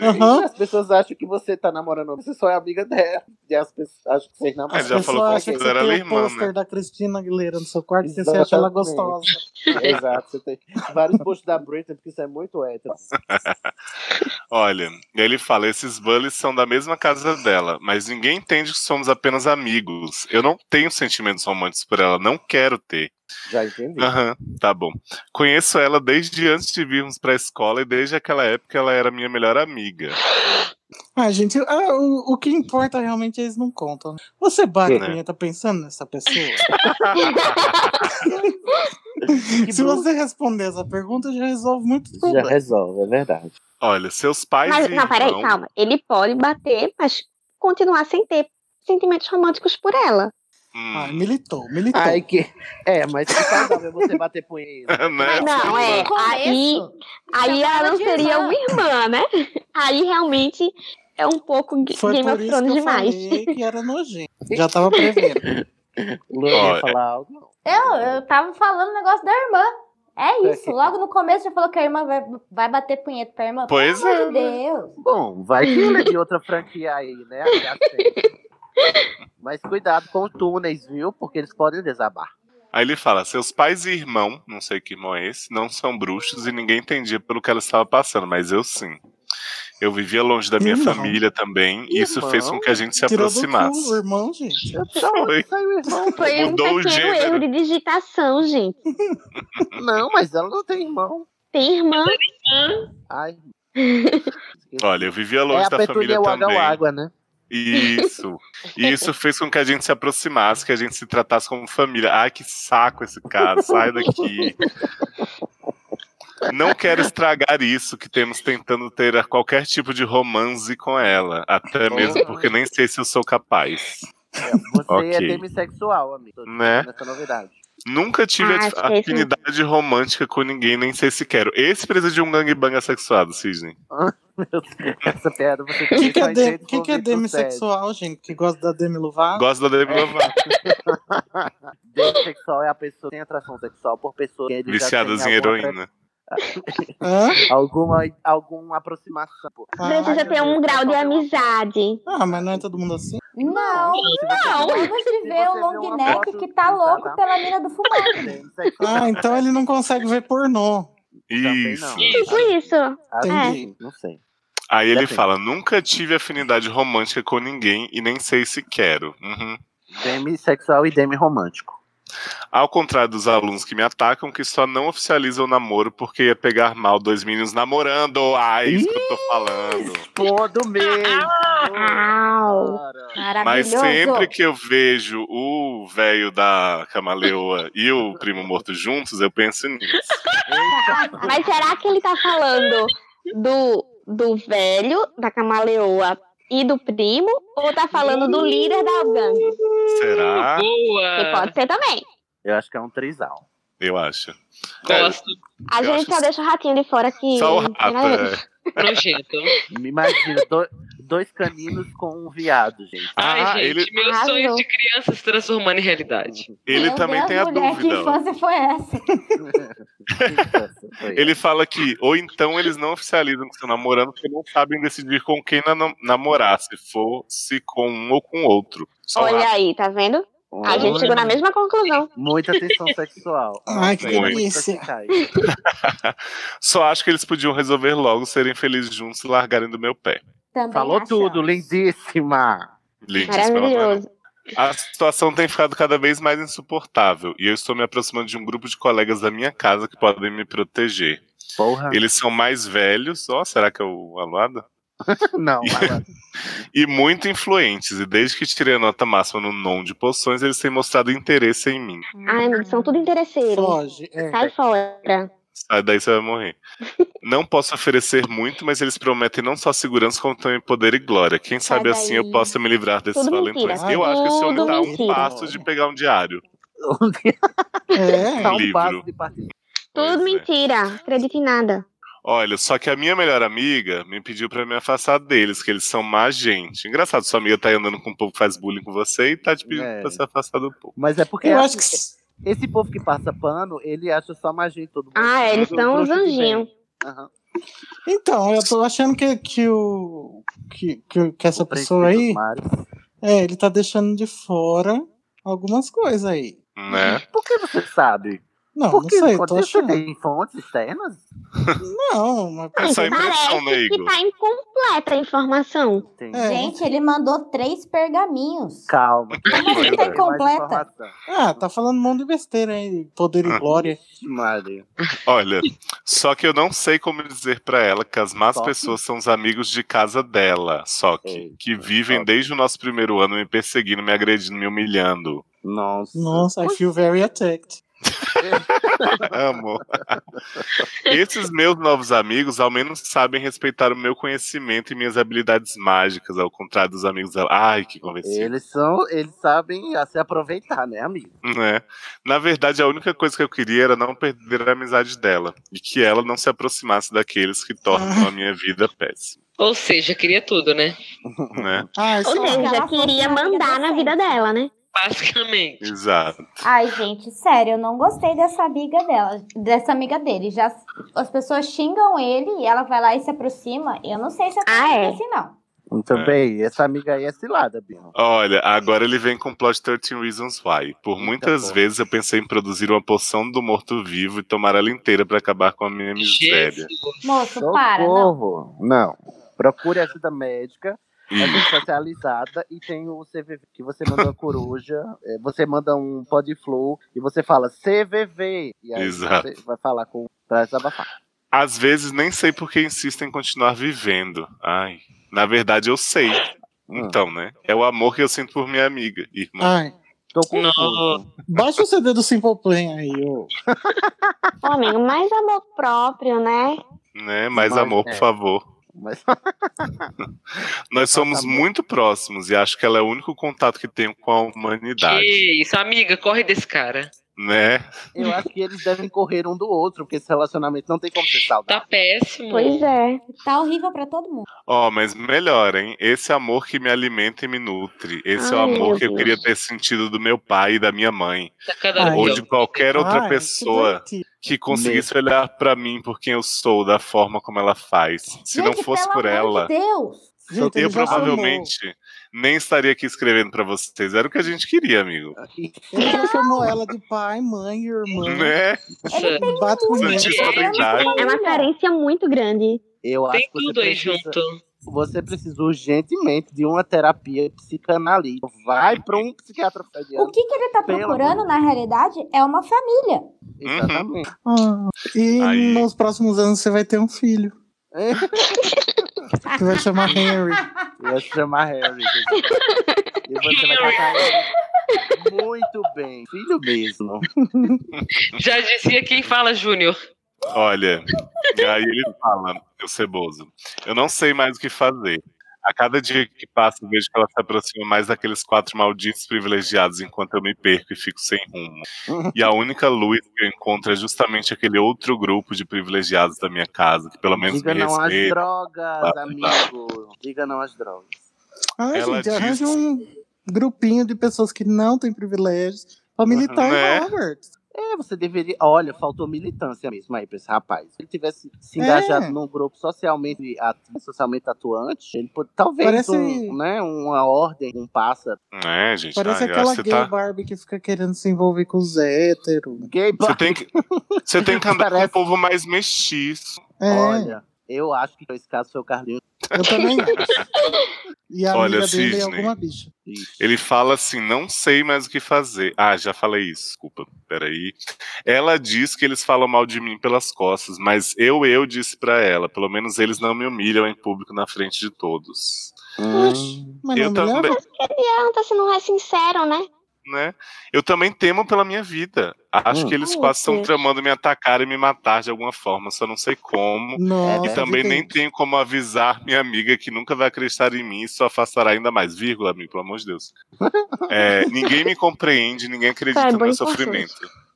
[SPEAKER 5] Aham.
[SPEAKER 1] As pessoas acham que você tá namorando, você só é amiga dela. E as pessoas acham que vocês namoram.
[SPEAKER 8] Mas já
[SPEAKER 5] As
[SPEAKER 8] falou
[SPEAKER 5] pessoas
[SPEAKER 8] com
[SPEAKER 5] acham que você
[SPEAKER 8] certeza, ela é
[SPEAKER 5] tem o
[SPEAKER 8] irmã,
[SPEAKER 5] pôster
[SPEAKER 8] né?
[SPEAKER 5] da Cristina Aguilera no seu quarto e você acha ela
[SPEAKER 1] Exatamente.
[SPEAKER 5] gostosa.
[SPEAKER 1] Exato, você tem vários posts da Britney, porque isso é muito hétero.
[SPEAKER 8] Olha, ele fala: esses bullies são da mesma casa dela, mas ninguém entende que somos apenas amigos. Eu não tenho sentimentos românticos por ela, não quero ter.
[SPEAKER 1] Já entendi.
[SPEAKER 8] Aham, tá bom. Conheço ela desde antes de virmos pra escola e desde aquela época ela era minha melhor amiga.
[SPEAKER 5] Ah, gente, ah, o, o que importa realmente eles não contam. né? Você bate
[SPEAKER 8] Né?
[SPEAKER 5] punheta tá pensando nessa pessoa?
[SPEAKER 8] Ah,
[SPEAKER 1] Que
[SPEAKER 5] Se
[SPEAKER 1] bom.
[SPEAKER 5] você responder essa pergunta, já resolve muito
[SPEAKER 1] Já
[SPEAKER 5] problema.
[SPEAKER 1] resolve, é verdade.
[SPEAKER 8] Olha, seus pais.
[SPEAKER 7] Mas,
[SPEAKER 8] e
[SPEAKER 7] não, peraí,
[SPEAKER 8] irmãos-
[SPEAKER 7] calma. Ele pode bater, mas continuar sem ter sentimentos românticos por ela.
[SPEAKER 8] Hum.
[SPEAKER 5] Ai, Ah, militou, militou.
[SPEAKER 1] Ai, que. É, mas que saudável você bater punheta.
[SPEAKER 8] né?
[SPEAKER 7] Não, é.
[SPEAKER 6] No começo,
[SPEAKER 7] Aí, aí
[SPEAKER 6] chamava
[SPEAKER 7] ela não
[SPEAKER 6] de
[SPEAKER 7] seria
[SPEAKER 6] irmã.
[SPEAKER 7] uma irmã, né? Aí realmente é um pouco G-
[SPEAKER 5] Foi
[SPEAKER 7] Game
[SPEAKER 5] por
[SPEAKER 7] of
[SPEAKER 5] isso que
[SPEAKER 7] Thrones
[SPEAKER 5] eu
[SPEAKER 7] demais.
[SPEAKER 5] falei que era nojento. Já tava prevendo.
[SPEAKER 1] Luan
[SPEAKER 8] Ó,
[SPEAKER 1] ia falar algo.
[SPEAKER 6] Eu, eu tava falando o negócio da irmã. É isso. Logo no começo já falou que a irmã vai, vai bater punheta pra irmã.
[SPEAKER 8] Pois
[SPEAKER 6] Pelo
[SPEAKER 8] é,
[SPEAKER 6] amor de Deus.
[SPEAKER 1] Bom, vai que ele é de outra franquia aí, né? Já sei. Mas cuidado com os túneis, viu? Porque eles podem desabar.
[SPEAKER 8] Aí ele fala: seus pais e irmão, não sei que irmão é esse, não são bruxos e ninguém entendia pelo que ela estava passando, mas eu sim. Eu vivia longe da minha
[SPEAKER 5] Irmão.
[SPEAKER 8] família também, e isso
[SPEAKER 1] Irmão?
[SPEAKER 8] fez com que a gente se
[SPEAKER 5] Tirou do
[SPEAKER 8] aproximasse.
[SPEAKER 5] cu, o irmão, gente.
[SPEAKER 1] Da
[SPEAKER 8] Foi.
[SPEAKER 1] onde saiu o irmão?
[SPEAKER 7] Foi um
[SPEAKER 8] Mudou o
[SPEAKER 7] pequeno
[SPEAKER 8] gênero.
[SPEAKER 7] erro de digitação, gente.
[SPEAKER 1] Não, mas ela não tem irmão.
[SPEAKER 7] Tem irmã.
[SPEAKER 1] Ai.
[SPEAKER 8] Olha, eu vivia
[SPEAKER 1] é
[SPEAKER 8] longe
[SPEAKER 1] a
[SPEAKER 8] da
[SPEAKER 1] Petunia
[SPEAKER 8] família também.
[SPEAKER 1] Água, né?
[SPEAKER 8] Isso. E isso fez com que a gente se aproximasse, que a gente se tratasse como família. Ai, que saco esse cara, sai daqui. Não quero estragar isso que temos tentando ter qualquer tipo de romance com ela. Até
[SPEAKER 1] Uhum.
[SPEAKER 8] mesmo porque nem sei se eu sou capaz.
[SPEAKER 1] Você é
[SPEAKER 8] Ok.
[SPEAKER 1] demissexual, amigo. Tô
[SPEAKER 8] Né?
[SPEAKER 1] dizendo Essa novidade.
[SPEAKER 8] Nunca tive
[SPEAKER 1] Ah,
[SPEAKER 8] ati-
[SPEAKER 1] acho que é isso mesmo.
[SPEAKER 8] afinidade romântica com ninguém, nem sei se quero. Esse precisa de um gangbang assexuado, Sidney.
[SPEAKER 1] Essa piada você
[SPEAKER 5] O que, que, é,
[SPEAKER 1] vai ter
[SPEAKER 5] de, que, que é
[SPEAKER 1] convite do
[SPEAKER 5] demissexual, gente? Que gosta da Demi
[SPEAKER 1] Ah,
[SPEAKER 5] Lovato?
[SPEAKER 8] Gosto da
[SPEAKER 1] é.
[SPEAKER 8] Demi Lovato.
[SPEAKER 1] Demissexual é a pessoa que tem atração sexual por pessoas que ele já
[SPEAKER 8] Viciadas
[SPEAKER 1] tem
[SPEAKER 8] em
[SPEAKER 1] alguma
[SPEAKER 8] heroína.
[SPEAKER 1] alguma, alguma aproximação. pô.
[SPEAKER 7] Precisa ter um grau de amizade.
[SPEAKER 5] Ah, mas não é todo mundo assim?
[SPEAKER 6] Não, não. Acabamos de ver o
[SPEAKER 5] um
[SPEAKER 6] long neck que tá louco pela mina do fumado.
[SPEAKER 5] Ah, então ele não consegue ver pornô.
[SPEAKER 8] Isso.
[SPEAKER 7] Tipo isso.
[SPEAKER 5] Entendi.
[SPEAKER 1] Não sei.
[SPEAKER 8] Aí ele
[SPEAKER 1] Depende.
[SPEAKER 8] fala: nunca tive afinidade romântica com ninguém e nem sei se quero. Uhum.
[SPEAKER 1] Demissexual e demirromântico.
[SPEAKER 8] Ao contrário dos alunos que me atacam, que só não oficializam o namoro porque ia pegar mal dois meninos namorando. Ah, é isso que eu tô falando.
[SPEAKER 1] Pô, do mesmo.
[SPEAKER 8] Mas
[SPEAKER 6] Maravilhoso.
[SPEAKER 8] sempre que eu vejo o velho da camaleoa e o primo morto juntos, eu penso nisso.
[SPEAKER 7] Mas será que ele tá falando do, do velho, da camaleoa e do primo? Ou tá falando do líder da
[SPEAKER 6] Hum.
[SPEAKER 7] gangue?
[SPEAKER 1] Ah,
[SPEAKER 8] Será?
[SPEAKER 7] Que pode ser também.
[SPEAKER 1] Eu acho que é um trisal.
[SPEAKER 8] Eu acho.
[SPEAKER 9] Gosto.
[SPEAKER 7] A
[SPEAKER 1] Eu
[SPEAKER 7] gente
[SPEAKER 1] acho
[SPEAKER 7] só deixa o ratinho de fora que.
[SPEAKER 1] Só o
[SPEAKER 7] não tem nada a ver.
[SPEAKER 1] rato, Me imagino, do- dois caninos com um viado, gente.
[SPEAKER 9] Ai,
[SPEAKER 8] Ah,
[SPEAKER 9] gente, meu sonho de criança se transformando em realidade.
[SPEAKER 8] Ele
[SPEAKER 6] Meu
[SPEAKER 8] também
[SPEAKER 6] Deus,
[SPEAKER 8] tem a
[SPEAKER 6] mulher, Que
[SPEAKER 8] dúvida. ó.
[SPEAKER 6] infância foi essa?
[SPEAKER 8] Ele fala que, ou então eles não oficializam que estão namorando porque não sabem decidir com quem na- namorar, se fosse com um ou com outro. Só o
[SPEAKER 7] Olha
[SPEAKER 8] rato.
[SPEAKER 7] aí, tá vendo? A gente
[SPEAKER 8] Olha.
[SPEAKER 7] chegou na mesma conclusão.
[SPEAKER 1] Muita tensão sexual.
[SPEAKER 5] Ai, que
[SPEAKER 8] Muito.
[SPEAKER 5] delícia.
[SPEAKER 8] Só acho que eles podiam resolver logo serem felizes juntos e largarem do meu pé.
[SPEAKER 6] Também
[SPEAKER 1] Falou
[SPEAKER 6] acho.
[SPEAKER 1] tudo, lindíssima.
[SPEAKER 8] Lindos, pelo amor A situação tem ficado cada vez mais insuportável e eu estou me aproximando de um grupo de colegas da minha casa que podem me proteger.
[SPEAKER 1] Porra.
[SPEAKER 8] Eles são mais velhos, ó, será que é o Aluada?
[SPEAKER 1] Não,
[SPEAKER 8] E muito influentes, e desde que tirei a nota máxima no non de poções, eles têm mostrado interesse em mim.
[SPEAKER 7] Ai, meu, são tudo interesseiros.
[SPEAKER 5] Foge, é.
[SPEAKER 7] Sai fora.
[SPEAKER 8] Sai daí você vai morrer. Não posso oferecer muito, mas eles prometem não só segurança, como também poder e glória. Quem
[SPEAKER 7] Sai
[SPEAKER 8] sabe assim eu
[SPEAKER 7] daí.
[SPEAKER 8] posso me livrar desses
[SPEAKER 7] Tudo
[SPEAKER 8] valentões.
[SPEAKER 7] mentira,
[SPEAKER 8] Eu acho que esse homem
[SPEAKER 7] tudo
[SPEAKER 8] dá um
[SPEAKER 7] mentira.
[SPEAKER 8] passo de pegar um diário.
[SPEAKER 1] Dá
[SPEAKER 8] Um
[SPEAKER 5] É.
[SPEAKER 1] um
[SPEAKER 8] livro.
[SPEAKER 1] passo de partida.
[SPEAKER 7] Tudo mentira. Acredito em nada.
[SPEAKER 8] Olha, só que a minha melhor amiga me pediu pra me afastar deles, que eles são má gente. Engraçado, sua amiga tá aí andando com um povo que faz bullying com você e tá te pedindo
[SPEAKER 1] É.
[SPEAKER 8] pra se afastar do povo.
[SPEAKER 1] Mas é porque
[SPEAKER 8] Eu
[SPEAKER 1] assim,
[SPEAKER 8] acho
[SPEAKER 1] esse povo que passa pano, ele acha só magia em todo mundo.
[SPEAKER 7] Ah, eles
[SPEAKER 1] Tudo
[SPEAKER 7] são os
[SPEAKER 1] trouxa de bem.
[SPEAKER 7] anjinhos.
[SPEAKER 1] Aham.
[SPEAKER 5] Então, eu tô achando que, que, o, que, que, que essa pessoa aí. É, ele tá deixando de fora algumas coisas aí.
[SPEAKER 8] Né?
[SPEAKER 1] Por que você sabe?
[SPEAKER 5] Não,
[SPEAKER 1] Por
[SPEAKER 5] não
[SPEAKER 1] que
[SPEAKER 5] sei,
[SPEAKER 1] quando
[SPEAKER 5] tô
[SPEAKER 1] você
[SPEAKER 5] achando.
[SPEAKER 1] tem fontes externas?
[SPEAKER 5] Não, mas.
[SPEAKER 8] É só impressão, né,
[SPEAKER 7] Parece que
[SPEAKER 8] Igor?
[SPEAKER 7] tá incompleta a informação.
[SPEAKER 5] É,
[SPEAKER 6] Gente, ele mandou três pergaminhos.
[SPEAKER 1] Calma.
[SPEAKER 6] Como assim tá incompleta?
[SPEAKER 5] Ah, tá falando um monte de besteira aí. Poder
[SPEAKER 8] Ah.
[SPEAKER 5] e glória.
[SPEAKER 1] Maria.
[SPEAKER 8] Olha, só que eu não sei como dizer pra ela que as más
[SPEAKER 5] Só que-
[SPEAKER 8] pessoas são os amigos de casa dela, só que,
[SPEAKER 5] é
[SPEAKER 8] que vivem desde o nosso primeiro ano me perseguindo, me agredindo, me humilhando.
[SPEAKER 1] Nossa.
[SPEAKER 5] Nossa, I feel very attacked.
[SPEAKER 8] Amo. Esses meus novos amigos, ao menos, sabem respeitar o meu conhecimento e minhas habilidades mágicas, ao contrário dos amigos dela. Ai, que convencido.
[SPEAKER 1] Eles são, eles sabem a se aproveitar, né, amigo?
[SPEAKER 8] Né? Na verdade, a única coisa que eu queria era não perder a amizade dela e que ela não se aproximasse daqueles que
[SPEAKER 5] Ah.
[SPEAKER 8] tornam a minha vida péssima.
[SPEAKER 9] Ou seja, queria tudo, né?
[SPEAKER 8] Né?
[SPEAKER 7] Ou seja, queria mandar na vida dela, né?
[SPEAKER 9] Basicamente.
[SPEAKER 8] Exato.
[SPEAKER 6] Ai, gente, sério, eu não gostei dessa amiga dela, dessa amiga dele. Já as pessoas xingam ele e ela vai lá e se aproxima. Eu não sei se é ah, assim, não.
[SPEAKER 1] Muito bem, essa amiga aí é cilada, Bino.
[SPEAKER 8] Olha, agora ele vem com plot 13 Reasons Why. Por muitas
[SPEAKER 1] porra.
[SPEAKER 8] vezes eu pensei em produzir uma poção do morto-vivo e tomar ela inteira pra acabar com a minha miséria.
[SPEAKER 6] Moço, para, não.
[SPEAKER 1] Socorro. Não. Procure ajuda médica. É especializada e tem o CVV que você manda uma coruja, é, você manda um podflow e você fala CVV. E aí
[SPEAKER 8] Exato.
[SPEAKER 1] você vai falar com pra desabafar.
[SPEAKER 8] Às vezes nem sei por que insistem em continuar vivendo. Ai,
[SPEAKER 1] Ah. Ah.
[SPEAKER 8] na verdade eu sei. Então, né? É o amor que eu sinto por minha amiga, irmã.
[SPEAKER 5] Ai.
[SPEAKER 1] Tô confuso.
[SPEAKER 5] Baixa o CD do Simple Plan aí, ô.
[SPEAKER 7] Ô, amigo, mais amor próprio, né?
[SPEAKER 8] Né? Mais
[SPEAKER 1] Mas,
[SPEAKER 8] amor,
[SPEAKER 1] é.
[SPEAKER 8] por favor.
[SPEAKER 1] Mas-
[SPEAKER 8] Nós somos muito próximos e acho que ela é o único contato que tenho com a humanidade,
[SPEAKER 9] Que isso, amiga, corre desse cara.
[SPEAKER 8] né?
[SPEAKER 1] Eu acho que eles devem correr um do outro, porque esse relacionamento não tem como ser saudável.
[SPEAKER 9] Tá péssimo.
[SPEAKER 7] Pois é.
[SPEAKER 6] Tá horrível pra todo mundo.
[SPEAKER 8] Ó, mas melhor, hein? Esse amor que me alimenta e me nutre. Esse é o
[SPEAKER 7] Ai,
[SPEAKER 8] amor
[SPEAKER 7] meu
[SPEAKER 8] que eu
[SPEAKER 7] Deus.
[SPEAKER 8] queria ter sentido do meu pai e da minha mãe.
[SPEAKER 9] Tá cada
[SPEAKER 5] Ai,
[SPEAKER 8] ou
[SPEAKER 1] é.
[SPEAKER 9] pior.
[SPEAKER 8] de qualquer outra
[SPEAKER 5] Ai, que
[SPEAKER 8] pessoa
[SPEAKER 5] divertido.
[SPEAKER 8] que conseguisse olhar pra mim por quem eu sou, da forma como ela faz. Se não
[SPEAKER 6] Gente,
[SPEAKER 8] fosse
[SPEAKER 6] pelo
[SPEAKER 8] por
[SPEAKER 6] amor de
[SPEAKER 8] ela,
[SPEAKER 6] Deus!
[SPEAKER 5] Gente,
[SPEAKER 8] eu
[SPEAKER 5] ele já
[SPEAKER 8] provavelmente nem estaria aqui escrevendo pra vocês. Era o que a gente queria, amigo.
[SPEAKER 5] Chamou, ele já chamou ela de pai, mãe e irmã.
[SPEAKER 8] Né?
[SPEAKER 9] Nossa,
[SPEAKER 5] Bate com
[SPEAKER 8] Não
[SPEAKER 5] ele.
[SPEAKER 8] tinha identidade.
[SPEAKER 7] É uma carência muito grande.
[SPEAKER 1] Eu acho
[SPEAKER 9] Tem
[SPEAKER 1] que você
[SPEAKER 9] tudo aí
[SPEAKER 1] precisa,
[SPEAKER 9] junto.
[SPEAKER 1] você precisa urgentemente de uma terapia psicanalítica. Vai pra um psiquiatra
[SPEAKER 6] O
[SPEAKER 1] freudiano.
[SPEAKER 6] que, que ele tá
[SPEAKER 1] Pelo
[SPEAKER 6] procurando, na realidade, é uma família.
[SPEAKER 9] Uhum.
[SPEAKER 1] Exatamente.
[SPEAKER 5] Ah, e
[SPEAKER 8] Aí.
[SPEAKER 5] nos próximos anos você vai ter um filho.
[SPEAKER 1] É.
[SPEAKER 5] Que vai chamar Henry.
[SPEAKER 1] Eu vou chamar Harry. E você vai tratar ele muito bem. Filho mesmo.
[SPEAKER 9] Já dizia quem fala, Júnior.
[SPEAKER 8] Olha, e aí ele fala, o Ceboso, eu não sei mais o que fazer. A cada dia que passa, eu vejo que ela se aproxima mais daqueles quatro malditos privilegiados enquanto eu me perco e fico sem rumo. E a única luz que eu encontro é justamente aquele outro grupo de privilegiados da minha casa, que pelo menos
[SPEAKER 1] Diga
[SPEAKER 8] me
[SPEAKER 1] não às
[SPEAKER 8] respeita.
[SPEAKER 1] drogas, amigo. Diga não às drogas.
[SPEAKER 5] Ai,
[SPEAKER 8] Ela
[SPEAKER 5] gente, arranja
[SPEAKER 8] disse-
[SPEAKER 5] um grupinho de pessoas que não têm privilégios pra militar
[SPEAKER 8] Né?
[SPEAKER 5] em Robert.
[SPEAKER 1] É, você deveria. Olha, faltou militância mesmo aí pra esse rapaz. Se ele tivesse se engajado
[SPEAKER 5] É.
[SPEAKER 1] num grupo socialmente, atu- socialmente atuante, ele pode, talvez
[SPEAKER 5] Parece-
[SPEAKER 1] um, né, uma ordem, um pássaro.
[SPEAKER 8] Né, gente?
[SPEAKER 5] Parece
[SPEAKER 8] Ai, eu acho
[SPEAKER 5] aquela
[SPEAKER 8] que
[SPEAKER 5] gay
[SPEAKER 8] você tá.
[SPEAKER 5] Barbie que fica querendo se envolver com os héteros.
[SPEAKER 1] Gay
[SPEAKER 8] Você
[SPEAKER 1] bar-
[SPEAKER 8] tem que, você tem que andar com
[SPEAKER 1] Parece-
[SPEAKER 8] o povo mais mestiço.
[SPEAKER 5] É,
[SPEAKER 1] Olha, eu acho que nesse caso foi o Carlinhos.
[SPEAKER 5] eu também acho. E a
[SPEAKER 8] Olha,
[SPEAKER 5] amiga dele
[SPEAKER 8] Sidney.
[SPEAKER 5] é alguma bicha.
[SPEAKER 8] Ele fala assim: não sei mais o que fazer. Ah, já falei isso, desculpa. Peraí. Ela diz que eles falam mal de mim pelas costas, mas eu, eu disse pra ela. Pelo menos eles não me humilham em público na frente de todos.
[SPEAKER 5] Oxe, mas
[SPEAKER 8] Eu
[SPEAKER 5] não me
[SPEAKER 8] também,
[SPEAKER 5] leva.
[SPEAKER 7] Pergunta se não é sincero, né?
[SPEAKER 8] né? Eu também temo pela minha vida. Acho
[SPEAKER 1] Hum.
[SPEAKER 8] que
[SPEAKER 5] Ah,
[SPEAKER 8] eles
[SPEAKER 7] Ai,
[SPEAKER 8] quase estão
[SPEAKER 7] Deus.
[SPEAKER 8] tramando me atacar e me matar de alguma forma, só não sei como.
[SPEAKER 5] Nossa,
[SPEAKER 8] E também
[SPEAKER 5] fica-
[SPEAKER 8] nem tenho como avisar minha amiga que nunca vai acreditar em mim e só afastará ainda mais. Vírgula, amigo, pelo amor de Deus. É, ninguém me compreende, ninguém acredita
[SPEAKER 7] Tá, é
[SPEAKER 8] no
[SPEAKER 7] bom
[SPEAKER 8] meu
[SPEAKER 7] e confuso.
[SPEAKER 8] sofrimento.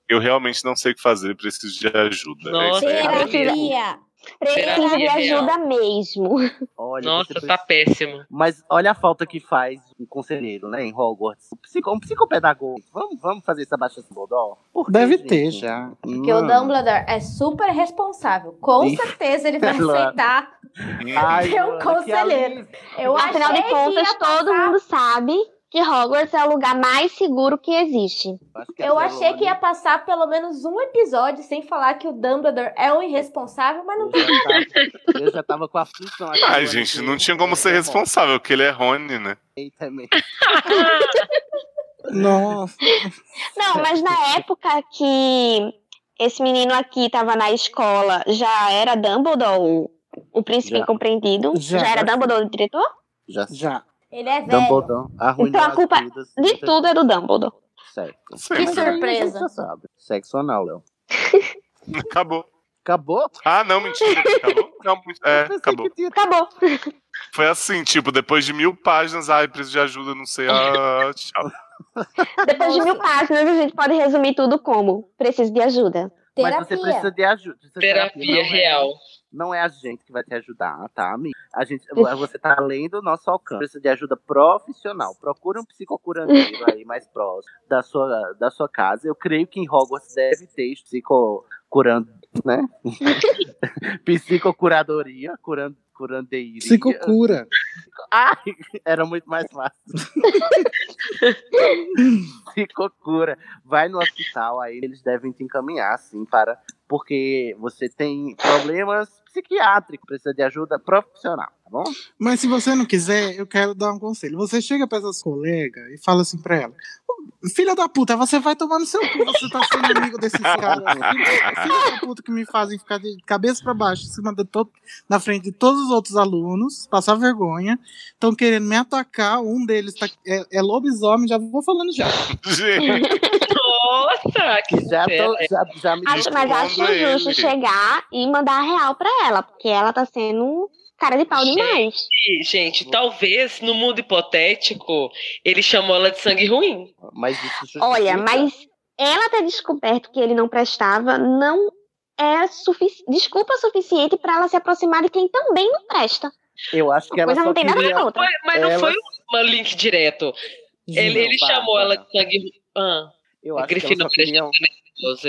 [SPEAKER 8] Eu realmente não sei o que fazer, preciso de ajuda. É isso aí.
[SPEAKER 6] Terapia!
[SPEAKER 7] Precisa de
[SPEAKER 6] é
[SPEAKER 9] Terapia real.
[SPEAKER 7] ajuda mesmo.
[SPEAKER 1] Olha, você
[SPEAKER 9] Nossa,
[SPEAKER 1] precisa-
[SPEAKER 9] tá péssimo.
[SPEAKER 1] Mas olha a falta que faz um conselheiro, né, em Hogwarts. Um, psico, um psicopedagogo. Vamos, vamos fazer essa baixa Dumbledore? Por quê,
[SPEAKER 5] Deve
[SPEAKER 1] gente?
[SPEAKER 5] ter já.
[SPEAKER 6] Porque o
[SPEAKER 1] Mano.
[SPEAKER 6] Dumbledore é super responsável. Com
[SPEAKER 1] Ih.
[SPEAKER 6] certeza ele vai
[SPEAKER 1] Sei lá.
[SPEAKER 6] aceitar
[SPEAKER 1] Ai,
[SPEAKER 6] ser um
[SPEAKER 1] mano, que
[SPEAKER 6] conselheiro.
[SPEAKER 1] alívio.
[SPEAKER 6] Eu
[SPEAKER 7] Afinal
[SPEAKER 6] achei
[SPEAKER 7] de
[SPEAKER 6] que
[SPEAKER 7] contas,
[SPEAKER 6] ia
[SPEAKER 7] todo
[SPEAKER 6] passar-
[SPEAKER 7] mundo sabe que Hogwarts é o lugar mais seguro que existe.
[SPEAKER 1] Acho que é a
[SPEAKER 6] Eu achei que
[SPEAKER 1] Trelawney-
[SPEAKER 6] ia passar pelo menos um episódio sem falar que o Dumbledore é um irresponsável, mas não
[SPEAKER 1] Eu
[SPEAKER 6] tem.
[SPEAKER 1] já tava, eu já tava com a aflição aqui.
[SPEAKER 8] Ai,
[SPEAKER 1] mano,
[SPEAKER 8] gente,
[SPEAKER 1] que-
[SPEAKER 8] não tinha como ser
[SPEAKER 1] eu
[SPEAKER 8] responsável, porque ele é Rony, né?
[SPEAKER 1] morri também.
[SPEAKER 5] Nossa.
[SPEAKER 7] Não, mas na época que esse menino aqui tava na escola, já era Dumbledore o, o príncipe
[SPEAKER 1] Já.
[SPEAKER 7] incompreendido?
[SPEAKER 5] Já,
[SPEAKER 7] Já, era
[SPEAKER 5] já sim.
[SPEAKER 7] Dumbledore o diretor?
[SPEAKER 1] Já
[SPEAKER 5] Já.
[SPEAKER 6] Ele é velho.
[SPEAKER 1] Dumbledore arruinou
[SPEAKER 7] Então a culpa
[SPEAKER 1] as vidas
[SPEAKER 7] De
[SPEAKER 1] muita
[SPEAKER 7] tudo é do Dumbledore.
[SPEAKER 1] gente. Certo.
[SPEAKER 8] Sempre.
[SPEAKER 6] Que
[SPEAKER 8] né?
[SPEAKER 1] A gente
[SPEAKER 6] surpresa.
[SPEAKER 1] já sabe. Sexo anal, Léo.
[SPEAKER 8] Acabou.
[SPEAKER 1] Acabou?
[SPEAKER 8] Ah, não, mentira. Acabou? Não, é,
[SPEAKER 1] Eu pensei
[SPEAKER 8] acabou.
[SPEAKER 1] que tinha-
[SPEAKER 7] Acabou.
[SPEAKER 8] Foi assim, tipo, depois de mil páginas, ai, preciso de ajuda, não sei. Ah, tchau.
[SPEAKER 7] Depois de mil páginas, a gente pode resumir tudo como: preciso de ajuda.
[SPEAKER 1] Mas você precisa
[SPEAKER 6] Terapia.
[SPEAKER 1] de ajuda. Precisa de
[SPEAKER 9] Terapia
[SPEAKER 1] não é-
[SPEAKER 9] real.
[SPEAKER 1] Não é a gente que vai te ajudar, tá, amigo? A gente, você tá além do nosso alcance. Precisa de ajuda profissional. Procure um psicocurandeiro aí mais próximo da sua, da sua casa. Eu creio que em Hogwarts deve ter psicocurando, né? Psicocuradoria, curando, curandeiria.
[SPEAKER 5] Psicocura.
[SPEAKER 1] Ai, era muito mais fácil. Psicocura. Vai no hospital, aí eles devem te encaminhar, assim, para porque você tem problemas psiquiátricos, precisa de ajuda profissional, tá bom?
[SPEAKER 5] Mas se você não quiser, eu quero dar um conselho. Você chega pra essas colegas e fala assim pra ela: Filha da puta, você vai tomar no seu cu, você tá sendo amigo desses caras. né? Filha da puta que me fazem ficar de cabeça pra baixo, em cima de todo, na frente de todos os outros alunos, passar vergonha. Estão querendo me atacar, um deles tá, é, é lobisomem, já vou falando já.
[SPEAKER 9] Nossa, que
[SPEAKER 1] já, tô, já, já me
[SPEAKER 7] Acho, mas acho
[SPEAKER 8] ele.
[SPEAKER 7] justo chegar e mandar a real pra ela, porque ela tá sendo cara de pau demais.
[SPEAKER 9] Ih, Gente, talvez no mundo hipotético ele chamou ela de sangue ruim.
[SPEAKER 1] Mas isso justifica.
[SPEAKER 7] Olha, mas ela ter descoberto que ele não prestava não é sufici- desculpa suficiente pra ela se aproximar de quem também não presta.
[SPEAKER 1] Eu acho que ela
[SPEAKER 7] coisa
[SPEAKER 1] só
[SPEAKER 7] não tem nada
[SPEAKER 1] queria...
[SPEAKER 7] com a outra.
[SPEAKER 9] Foi- mas não
[SPEAKER 1] Ela-
[SPEAKER 9] foi um link direto. Ele, ele
[SPEAKER 1] Não,
[SPEAKER 9] chamou
[SPEAKER 1] Bárbara,
[SPEAKER 9] ela de sangue ruim. Ah,
[SPEAKER 1] Eu
[SPEAKER 9] a
[SPEAKER 1] acho que ela
[SPEAKER 9] Grifina
[SPEAKER 1] só queria... um-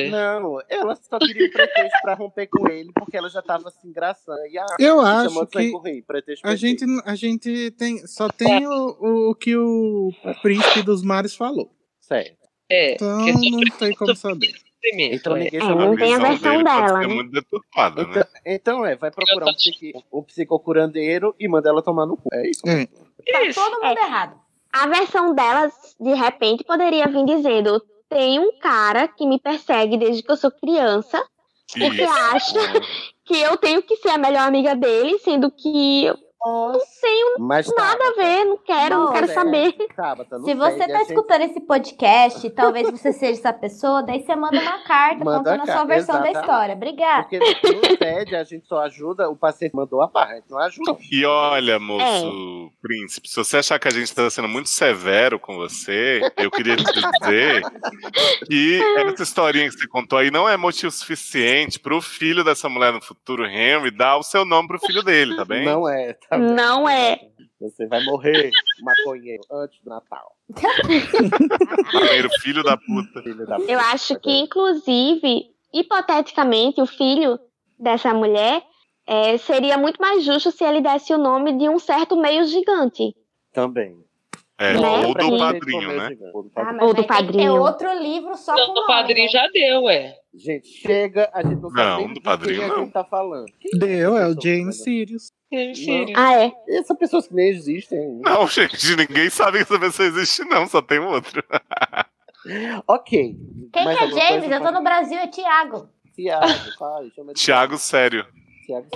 [SPEAKER 1] Não, ela só queria um pretexto pra romper com ele, porque ela já tava se engraçando. E, ah,
[SPEAKER 5] Eu
[SPEAKER 1] me
[SPEAKER 5] acho
[SPEAKER 1] chamou de sangue
[SPEAKER 5] que
[SPEAKER 1] ruim, pretexto,
[SPEAKER 5] A
[SPEAKER 1] pretexto.
[SPEAKER 5] gente, a gente tem, só tem o, o que o príncipe dos mares falou.
[SPEAKER 1] Certo.
[SPEAKER 9] É,
[SPEAKER 5] Então
[SPEAKER 9] que é só
[SPEAKER 5] não tem como saber.
[SPEAKER 9] primeiro.
[SPEAKER 1] Então
[SPEAKER 9] é.
[SPEAKER 1] ninguém
[SPEAKER 7] É,
[SPEAKER 1] chamou
[SPEAKER 7] não
[SPEAKER 1] ele.
[SPEAKER 7] tem a versão
[SPEAKER 8] dele pode
[SPEAKER 7] dela,
[SPEAKER 8] ser
[SPEAKER 7] né?
[SPEAKER 8] muito deturpada, né?
[SPEAKER 1] Então, então é, vai procurar um, psiqui, um psicocurandeiro e manda ela tomar no cu. É isso?
[SPEAKER 5] É.
[SPEAKER 6] Tá
[SPEAKER 9] Isso.
[SPEAKER 6] todo mundo errado.
[SPEAKER 7] A versão dela, de repente, poderia vir dizendo: tem um cara que me persegue desde que eu sou criança, porque
[SPEAKER 8] Isso.
[SPEAKER 7] acha que eu tenho que ser a melhor amiga dele, sendo que eu não tenho
[SPEAKER 1] Mas tá,
[SPEAKER 7] nada a ver, não quero, não,
[SPEAKER 6] Não,
[SPEAKER 7] quero
[SPEAKER 6] né?
[SPEAKER 7] saber.
[SPEAKER 1] Sábado, não
[SPEAKER 6] Se você
[SPEAKER 1] perde,
[SPEAKER 6] tá
[SPEAKER 1] a gente
[SPEAKER 6] escutando esse podcast, talvez você seja essa pessoa, daí você manda uma carta
[SPEAKER 1] Manda
[SPEAKER 6] contando
[SPEAKER 1] a
[SPEAKER 6] a sua
[SPEAKER 1] carta,
[SPEAKER 6] versão da
[SPEAKER 1] exatamente.
[SPEAKER 6] história. Obrigada.
[SPEAKER 1] Porque no TED a gente só ajuda, o paciente mandou a barra, a gente não ajuda.
[SPEAKER 8] E olha, moço príncipe, se você achar que a gente tá sendo muito severo com você, eu queria te dizer que essa historinha que você contou aí não é motivo suficiente pro filho dessa mulher no futuro, Henry, dar o seu nome pro filho dele, tá bem?
[SPEAKER 1] Não é, tá bem.
[SPEAKER 7] Não é.
[SPEAKER 1] Você vai morrer, maconheiro, antes do Natal.
[SPEAKER 8] Primeiro filho da puta.
[SPEAKER 1] Filho da
[SPEAKER 7] Eu acho que, inclusive, hipoteticamente, o filho dessa mulher eh, seria muito mais justo se ele desse o nome de um certo meio gigante.
[SPEAKER 1] Também.
[SPEAKER 8] É,
[SPEAKER 7] Né?
[SPEAKER 8] ou do
[SPEAKER 7] Sim.
[SPEAKER 8] padrinho, né?
[SPEAKER 1] Ou do
[SPEAKER 6] Ah,
[SPEAKER 1] padrinho.
[SPEAKER 6] mas
[SPEAKER 7] Ou
[SPEAKER 6] vai
[SPEAKER 7] do
[SPEAKER 6] ter que ter
[SPEAKER 7] padrinho.
[SPEAKER 6] outro livro só
[SPEAKER 9] Não,
[SPEAKER 6] com
[SPEAKER 9] o
[SPEAKER 6] nome,
[SPEAKER 9] padrinho
[SPEAKER 6] né?
[SPEAKER 9] já deu, é. ué.
[SPEAKER 1] Gente, chega, a gente não,
[SPEAKER 8] Não,
[SPEAKER 1] sabe nem
[SPEAKER 8] do
[SPEAKER 1] de
[SPEAKER 8] padrinho,
[SPEAKER 1] quem a
[SPEAKER 8] não.
[SPEAKER 1] gente tá falando. Quem
[SPEAKER 5] Deu, é
[SPEAKER 1] essa
[SPEAKER 5] o
[SPEAKER 1] pessoa?
[SPEAKER 5] James Sirius.
[SPEAKER 9] Ele filho.
[SPEAKER 7] Ah, é.
[SPEAKER 1] Essas pessoas que nem existem ainda.
[SPEAKER 8] Não, gente, ninguém sabe que essa pessoa existe, não, só tem outro.
[SPEAKER 1] Ok.
[SPEAKER 6] Quem
[SPEAKER 1] mais
[SPEAKER 6] que é
[SPEAKER 1] alguma coisa?
[SPEAKER 6] James? Eu tô no Brasil, é Thiago.
[SPEAKER 1] Tiago, pai, chama de
[SPEAKER 8] Tiago, sério.
[SPEAKER 1] Tiago.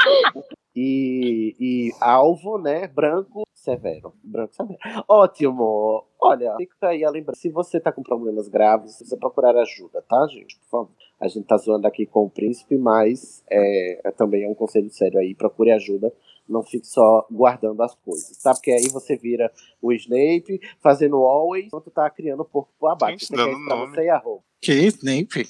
[SPEAKER 1] E, e alvo, né? Branco severo. Branco severo. Ótimo! Olha, fica aí a lembrança. Se você tá com problemas graves, precisa procurar ajuda, tá, gente? Por favor. A gente tá zoando aqui com o príncipe, mas é, é também é um conselho sério aí. Procure ajuda. Não fique só guardando as coisas, tá? Porque aí você vira o Snape fazendo always enquanto tá criando o porco pro abate.
[SPEAKER 8] Gente,
[SPEAKER 1] Você quer
[SPEAKER 8] dando
[SPEAKER 1] isso pra
[SPEAKER 8] nome.
[SPEAKER 1] você e a roupa.
[SPEAKER 5] Que Snape?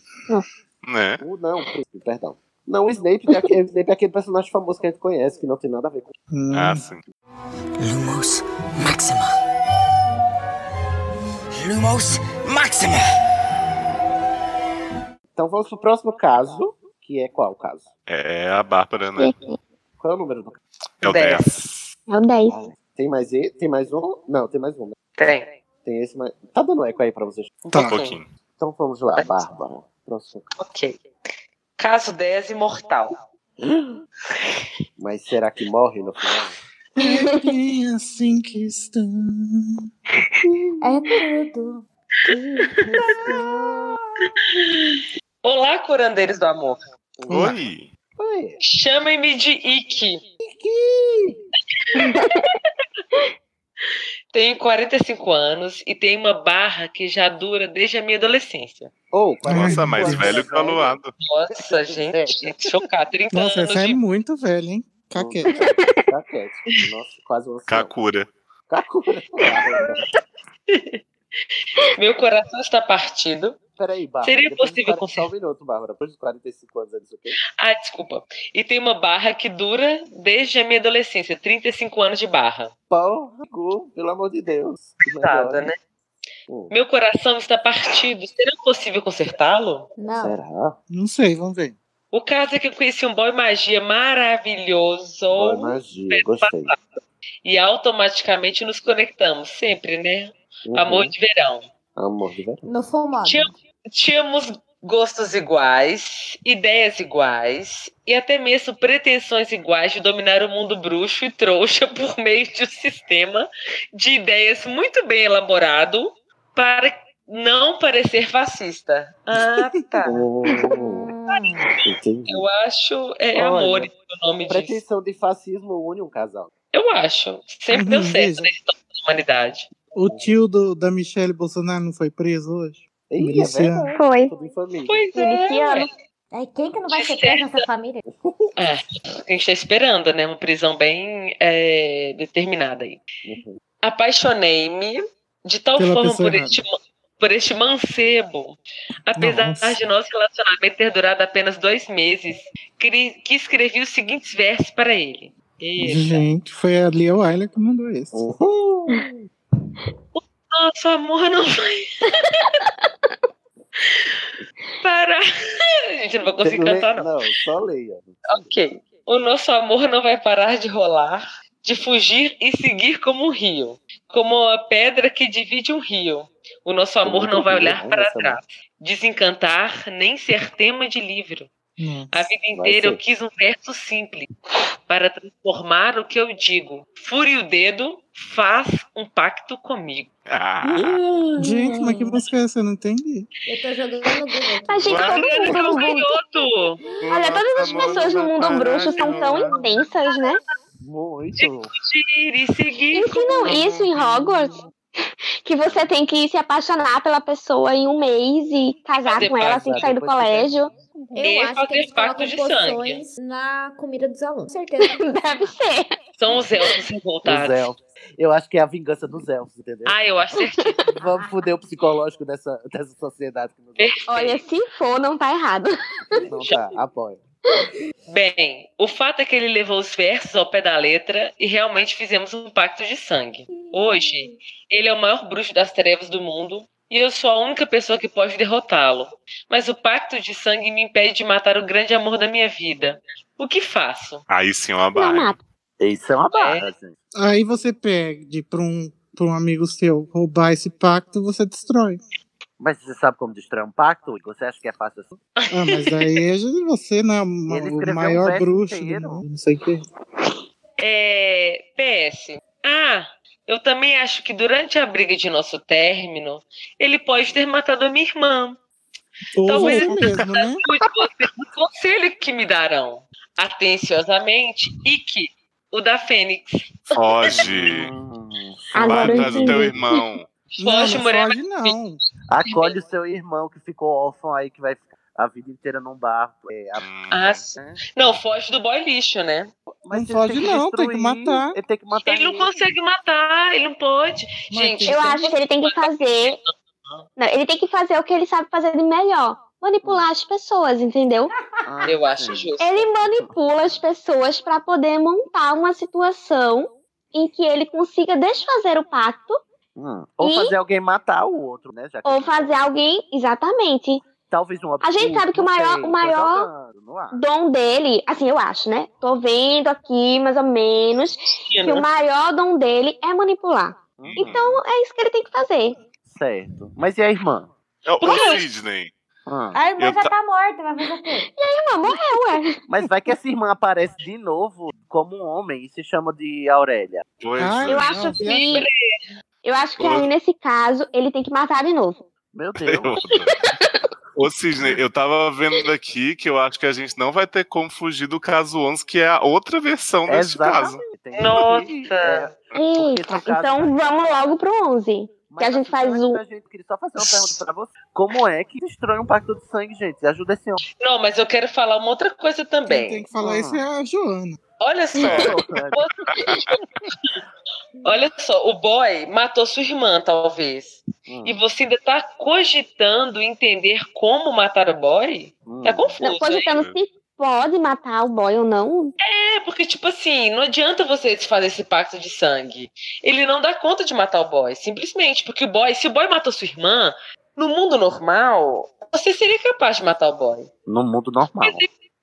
[SPEAKER 8] Né?
[SPEAKER 1] O não, príncipe, perdão. Não, o Snape, é aquele, Snape é aquele personagem famoso que a gente conhece, que não tem nada a ver com
[SPEAKER 5] Hum.
[SPEAKER 8] Ah, sim.
[SPEAKER 12] Lumos Maxima. Lumos Maxima.
[SPEAKER 1] Então vamos pro próximo caso, que é qual o caso?
[SPEAKER 8] É a Bárbara, né?
[SPEAKER 1] Qual é o número do caso?
[SPEAKER 8] É o
[SPEAKER 9] Dez.
[SPEAKER 8] 10.
[SPEAKER 7] É o 10.
[SPEAKER 1] Tem mais e? Tem mais um? Não, tem mais um. né?
[SPEAKER 9] Tem.
[SPEAKER 1] Tem esse mais. Tá dando eco aí pra vocês.
[SPEAKER 5] Tá.
[SPEAKER 8] Um pouquinho.
[SPEAKER 1] Então vamos lá, Bárbara. Próximo.
[SPEAKER 9] Ok. Caso 10, imortal.
[SPEAKER 1] Mas será que morre no final?
[SPEAKER 5] É bem assim que estão.
[SPEAKER 6] É tudo.
[SPEAKER 9] Olá, curandeiros do amor.
[SPEAKER 8] Oi!
[SPEAKER 1] Oi.
[SPEAKER 9] Chamem-me de Iki. Tenho 45 anos e tenho uma barra que já dura desde a minha adolescência.
[SPEAKER 1] Ou
[SPEAKER 8] Nossa, mais
[SPEAKER 5] Oi.
[SPEAKER 8] velho que tá o Aluado.
[SPEAKER 9] Nossa, gente, chocado. 30
[SPEAKER 5] Nossa,
[SPEAKER 9] anos
[SPEAKER 5] essa é
[SPEAKER 9] de
[SPEAKER 5] muito velha, hein? Caquete.
[SPEAKER 1] Caquete. tá Nossa, quase um ancião.
[SPEAKER 8] Kakura.
[SPEAKER 1] Kakura.
[SPEAKER 9] Meu coração está partido.
[SPEAKER 1] Peraí, Bárbara.
[SPEAKER 9] Seria
[SPEAKER 1] depois dos
[SPEAKER 9] possível
[SPEAKER 1] 40 Só um minuto, Bárbara. Depois dos 45 anos, eles o quê?
[SPEAKER 9] Ah, desculpa. E tem uma barra que dura desde a minha adolescência, 35 anos de barra.
[SPEAKER 1] Porra, Gu, pelo amor de Deus. Que
[SPEAKER 9] Tada,
[SPEAKER 1] melhor.
[SPEAKER 9] né?
[SPEAKER 1] Hum,
[SPEAKER 9] Meu coração está partido. Será possível consertá-lo?
[SPEAKER 6] Não.
[SPEAKER 1] Será?
[SPEAKER 5] Não sei, vamos ver.
[SPEAKER 9] O caso é que eu conheci um boy magia maravilhoso
[SPEAKER 1] Boa magia, gostei.
[SPEAKER 9] e automaticamente nos conectamos, sempre, né?
[SPEAKER 1] Uhum.
[SPEAKER 9] Amor de verão.
[SPEAKER 6] Ah.
[SPEAKER 1] Amor de verdade.
[SPEAKER 6] No full modo.
[SPEAKER 9] Tinha- Tínhamos gostos iguais, ideias iguais e até mesmo pretensões iguais de dominar o mundo bruxo e trouxa por meio de um sistema de ideias muito bem elaborado para não parecer fascista. Ah, tá.
[SPEAKER 6] Hum.
[SPEAKER 9] Eu acho é
[SPEAKER 1] Olha,
[SPEAKER 9] amor o nome disso.
[SPEAKER 1] Pretensão de fascismo une um casal.
[SPEAKER 9] Eu acho. Sempre
[SPEAKER 1] Uhum.
[SPEAKER 9] deu certo né?
[SPEAKER 5] Veja.
[SPEAKER 9] na história da humanidade.
[SPEAKER 5] O tio do- da Michelle Bolsonaro não foi preso hoje?
[SPEAKER 1] Ih, é
[SPEAKER 5] Miliciano.
[SPEAKER 1] verdade. Tudo em família.
[SPEAKER 9] Pois é.
[SPEAKER 7] Miliciano.
[SPEAKER 6] É, quem que não vai ser preso nessa família?
[SPEAKER 9] É, a gente está esperando, né? Uma prisão bem é, determinada aí. Apaixonei-me de tal
[SPEAKER 5] Pela
[SPEAKER 9] forma
[SPEAKER 5] pessoa
[SPEAKER 9] por este, ma- por este mancebo. Apesar
[SPEAKER 5] Nossa.
[SPEAKER 9] de nosso relacionamento ter durado apenas dois meses, cri- que escrevi os seguintes versos para ele. Eita.
[SPEAKER 5] Gente, foi a Lia Wyler que mandou esse.
[SPEAKER 1] Uhum.
[SPEAKER 9] Nosso amor não vai. parar. A gente não vai conseguir
[SPEAKER 1] Lê-
[SPEAKER 9] cantar, não.
[SPEAKER 1] Não, só leia.
[SPEAKER 9] Ok. O nosso amor não vai parar de rolar, de fugir e seguir como um rio, como a pedra que divide um rio. O nosso amor
[SPEAKER 1] um
[SPEAKER 9] não vai
[SPEAKER 1] né?
[SPEAKER 9] olhar para trás, desencantar nem ser tema de livro.
[SPEAKER 5] Não.
[SPEAKER 9] A vida
[SPEAKER 1] Vai
[SPEAKER 9] inteira eu
[SPEAKER 1] ser.
[SPEAKER 9] quis um verso simples para transformar o que eu digo. Fure o dedo, faz um pacto comigo.
[SPEAKER 8] Ah,
[SPEAKER 1] Ah,
[SPEAKER 5] Gente, mas que música é essa? Eu não entendi.
[SPEAKER 6] Eu tô jogando no Google aqui.
[SPEAKER 7] A gente,
[SPEAKER 8] Vai,
[SPEAKER 7] todo
[SPEAKER 9] Olha,
[SPEAKER 7] mundo no mundo.
[SPEAKER 9] um garoto!
[SPEAKER 7] Olha, todas as pessoas no mundo bruxo são tão intensas, né?
[SPEAKER 1] Muito.
[SPEAKER 9] Fugir e seguir
[SPEAKER 7] Ensinam isso em Hogwarts? Que você tem que se apaixonar pela pessoa em um mês e casar
[SPEAKER 9] Fazer
[SPEAKER 7] com ela,
[SPEAKER 9] pacto.
[SPEAKER 7] tem que sair do colégio.
[SPEAKER 9] E
[SPEAKER 6] Eu acho que
[SPEAKER 9] fazer
[SPEAKER 6] eles colocam
[SPEAKER 9] pacto de
[SPEAKER 6] poções na comida dos alunos. Com certeza.
[SPEAKER 7] Deve ser.
[SPEAKER 9] São os elfos
[SPEAKER 1] Os
[SPEAKER 9] revoltados.
[SPEAKER 1] elfos. Eu acho que é a vingança dos elfos, entendeu?
[SPEAKER 9] Ah, eu acho certinho.
[SPEAKER 1] Vamos foder o psicológico dessa, dessa sociedade que nos
[SPEAKER 7] Olha,
[SPEAKER 9] Perfeito.
[SPEAKER 7] se for, não tá errado.
[SPEAKER 1] não tá. Apoia.
[SPEAKER 9] Bem, o fato é que ele levou os versos ao pé da letra e realmente fizemos um pacto de sangue. Hoje, ele é o maior bruxo das trevas do mundo e eu sou a única pessoa que pode derrotá-lo. Mas o pacto de sangue me impede de matar o grande amor da minha vida. O que faço?
[SPEAKER 8] Aí sim é uma
[SPEAKER 7] Não
[SPEAKER 8] barra.
[SPEAKER 7] mata.
[SPEAKER 1] Isso é uma barra, gente.
[SPEAKER 5] Aí você pede pra um, pra um amigo seu roubar esse pacto, você destrói.
[SPEAKER 1] Mas você sabe como destruir um pacto? Igor? Você acha que é fácil assim?
[SPEAKER 5] Ah, mas aí você não é ma-
[SPEAKER 1] Ele escreveu
[SPEAKER 5] o
[SPEAKER 1] um
[SPEAKER 5] maior
[SPEAKER 1] verso
[SPEAKER 5] bruxo do
[SPEAKER 1] inteiro.
[SPEAKER 5] mundo, não sei o quê.
[SPEAKER 9] É. PS. Ah, eu também acho que durante a briga de nosso término, ele pode ter matado a minha irmã.
[SPEAKER 5] Ou
[SPEAKER 9] Talvez-
[SPEAKER 5] você mesmo, né?
[SPEAKER 9] Escute vocês o conselho que me darão atenciosamente e que o da Fênix
[SPEAKER 8] Foge. Vai
[SPEAKER 7] Agora eu
[SPEAKER 8] atrás do teu
[SPEAKER 7] entendi.
[SPEAKER 8] irmão.
[SPEAKER 5] Não, não
[SPEAKER 9] foge, Morena.
[SPEAKER 5] foge, não.
[SPEAKER 1] Acolhe o seu irmão que ficou órfão aí, que vai ficar a vida inteira num bar. é, a-
[SPEAKER 9] Ah, sim. Não, foge do boy lixo, né?
[SPEAKER 1] Mas
[SPEAKER 5] Não
[SPEAKER 1] ele
[SPEAKER 5] pode não, tem que
[SPEAKER 1] destruir,
[SPEAKER 5] matar.
[SPEAKER 1] Ele tem que matar
[SPEAKER 9] Ele não consegue matar, ele não pode.
[SPEAKER 5] Mas
[SPEAKER 9] Gente,
[SPEAKER 5] Tá tem
[SPEAKER 7] Eu acho que ele tem que fazer. Não, ele tem que fazer o que ele sabe fazer de melhor. Manipular as pessoas, entendeu?
[SPEAKER 1] Ah,
[SPEAKER 9] Eu
[SPEAKER 5] É.
[SPEAKER 9] acho
[SPEAKER 1] sim.
[SPEAKER 9] justo.
[SPEAKER 7] Ele manipula as pessoas pra poder montar uma situação em que ele consiga desfazer o pacto
[SPEAKER 1] Hum. Ou
[SPEAKER 7] E-
[SPEAKER 1] fazer alguém matar o outro, né? Já que
[SPEAKER 7] ou fazer alguém. Exatamente.
[SPEAKER 1] Talvez um
[SPEAKER 7] A gente sabe que o
[SPEAKER 1] não
[SPEAKER 7] maior-
[SPEAKER 1] sei,
[SPEAKER 7] o
[SPEAKER 1] tô
[SPEAKER 7] maior-
[SPEAKER 1] jogando no ar.
[SPEAKER 7] dom dele, assim, eu acho, né? Tô vendo aqui, mais ou menos, que
[SPEAKER 9] né?
[SPEAKER 7] o maior dom dele é manipular.
[SPEAKER 8] Hum.
[SPEAKER 7] Então é isso que ele tem que fazer.
[SPEAKER 1] Hum, Certo. Mas e a irmã?
[SPEAKER 8] É Ô, ô, Sidney.
[SPEAKER 1] Hum.
[SPEAKER 6] A irmã
[SPEAKER 8] Eu
[SPEAKER 6] já
[SPEAKER 8] ta-
[SPEAKER 6] tá morta, vai fazer o quê?
[SPEAKER 7] Não, morreu, ué.
[SPEAKER 1] Mas vai que essa irmã aparece de novo como um homem e se chama de Aurélia.
[SPEAKER 8] Pois
[SPEAKER 5] Ai,
[SPEAKER 8] é.
[SPEAKER 7] Eu
[SPEAKER 5] Não,
[SPEAKER 7] acho
[SPEAKER 5] viado.
[SPEAKER 7] que. Eu acho que aí, nesse caso, ele tem que matar de novo.
[SPEAKER 1] Meu
[SPEAKER 8] um
[SPEAKER 1] Deus.
[SPEAKER 8] Ô, Sidney, eu tava vendo aqui que eu acho que a gente não vai ter como fugir do caso 11, que é a outra versão deste caso.
[SPEAKER 1] Exatamente. Tem um que- É,
[SPEAKER 9] Nossa.
[SPEAKER 7] Eita,
[SPEAKER 1] são casos-
[SPEAKER 7] então vamos logo pro 11.
[SPEAKER 1] Mas
[SPEAKER 7] a gente
[SPEAKER 1] assim,
[SPEAKER 7] faz
[SPEAKER 1] antes
[SPEAKER 7] o-
[SPEAKER 1] da gente queria só fazer uma pergunta pra você. Como é que destrói um pacto de sangue, gente? Ajuda esse homem.
[SPEAKER 9] Não, mas eu quero falar uma outra coisa
[SPEAKER 5] Quem tem
[SPEAKER 9] também.
[SPEAKER 5] que falar
[SPEAKER 1] Ah.
[SPEAKER 5] isso é a Joana.
[SPEAKER 9] Olha só.
[SPEAKER 8] É.
[SPEAKER 1] né,
[SPEAKER 9] Olha só, o boy matou sua irmã, talvez.
[SPEAKER 1] Hum,
[SPEAKER 9] E você ainda tá cogitando entender como matar o boy?
[SPEAKER 1] hum.
[SPEAKER 9] Tá confuso.
[SPEAKER 7] Não, cogitando
[SPEAKER 8] né?
[SPEAKER 7] se pode matar o boy ou não.
[SPEAKER 9] É, porque, tipo assim, não adianta você fazer esse pacto de sangue. Ele não dá conta de matar o boy, simplesmente. Porque o boy, se o boy matou sua irmã, no mundo normal, você seria capaz de matar o boy.
[SPEAKER 1] No mundo normal.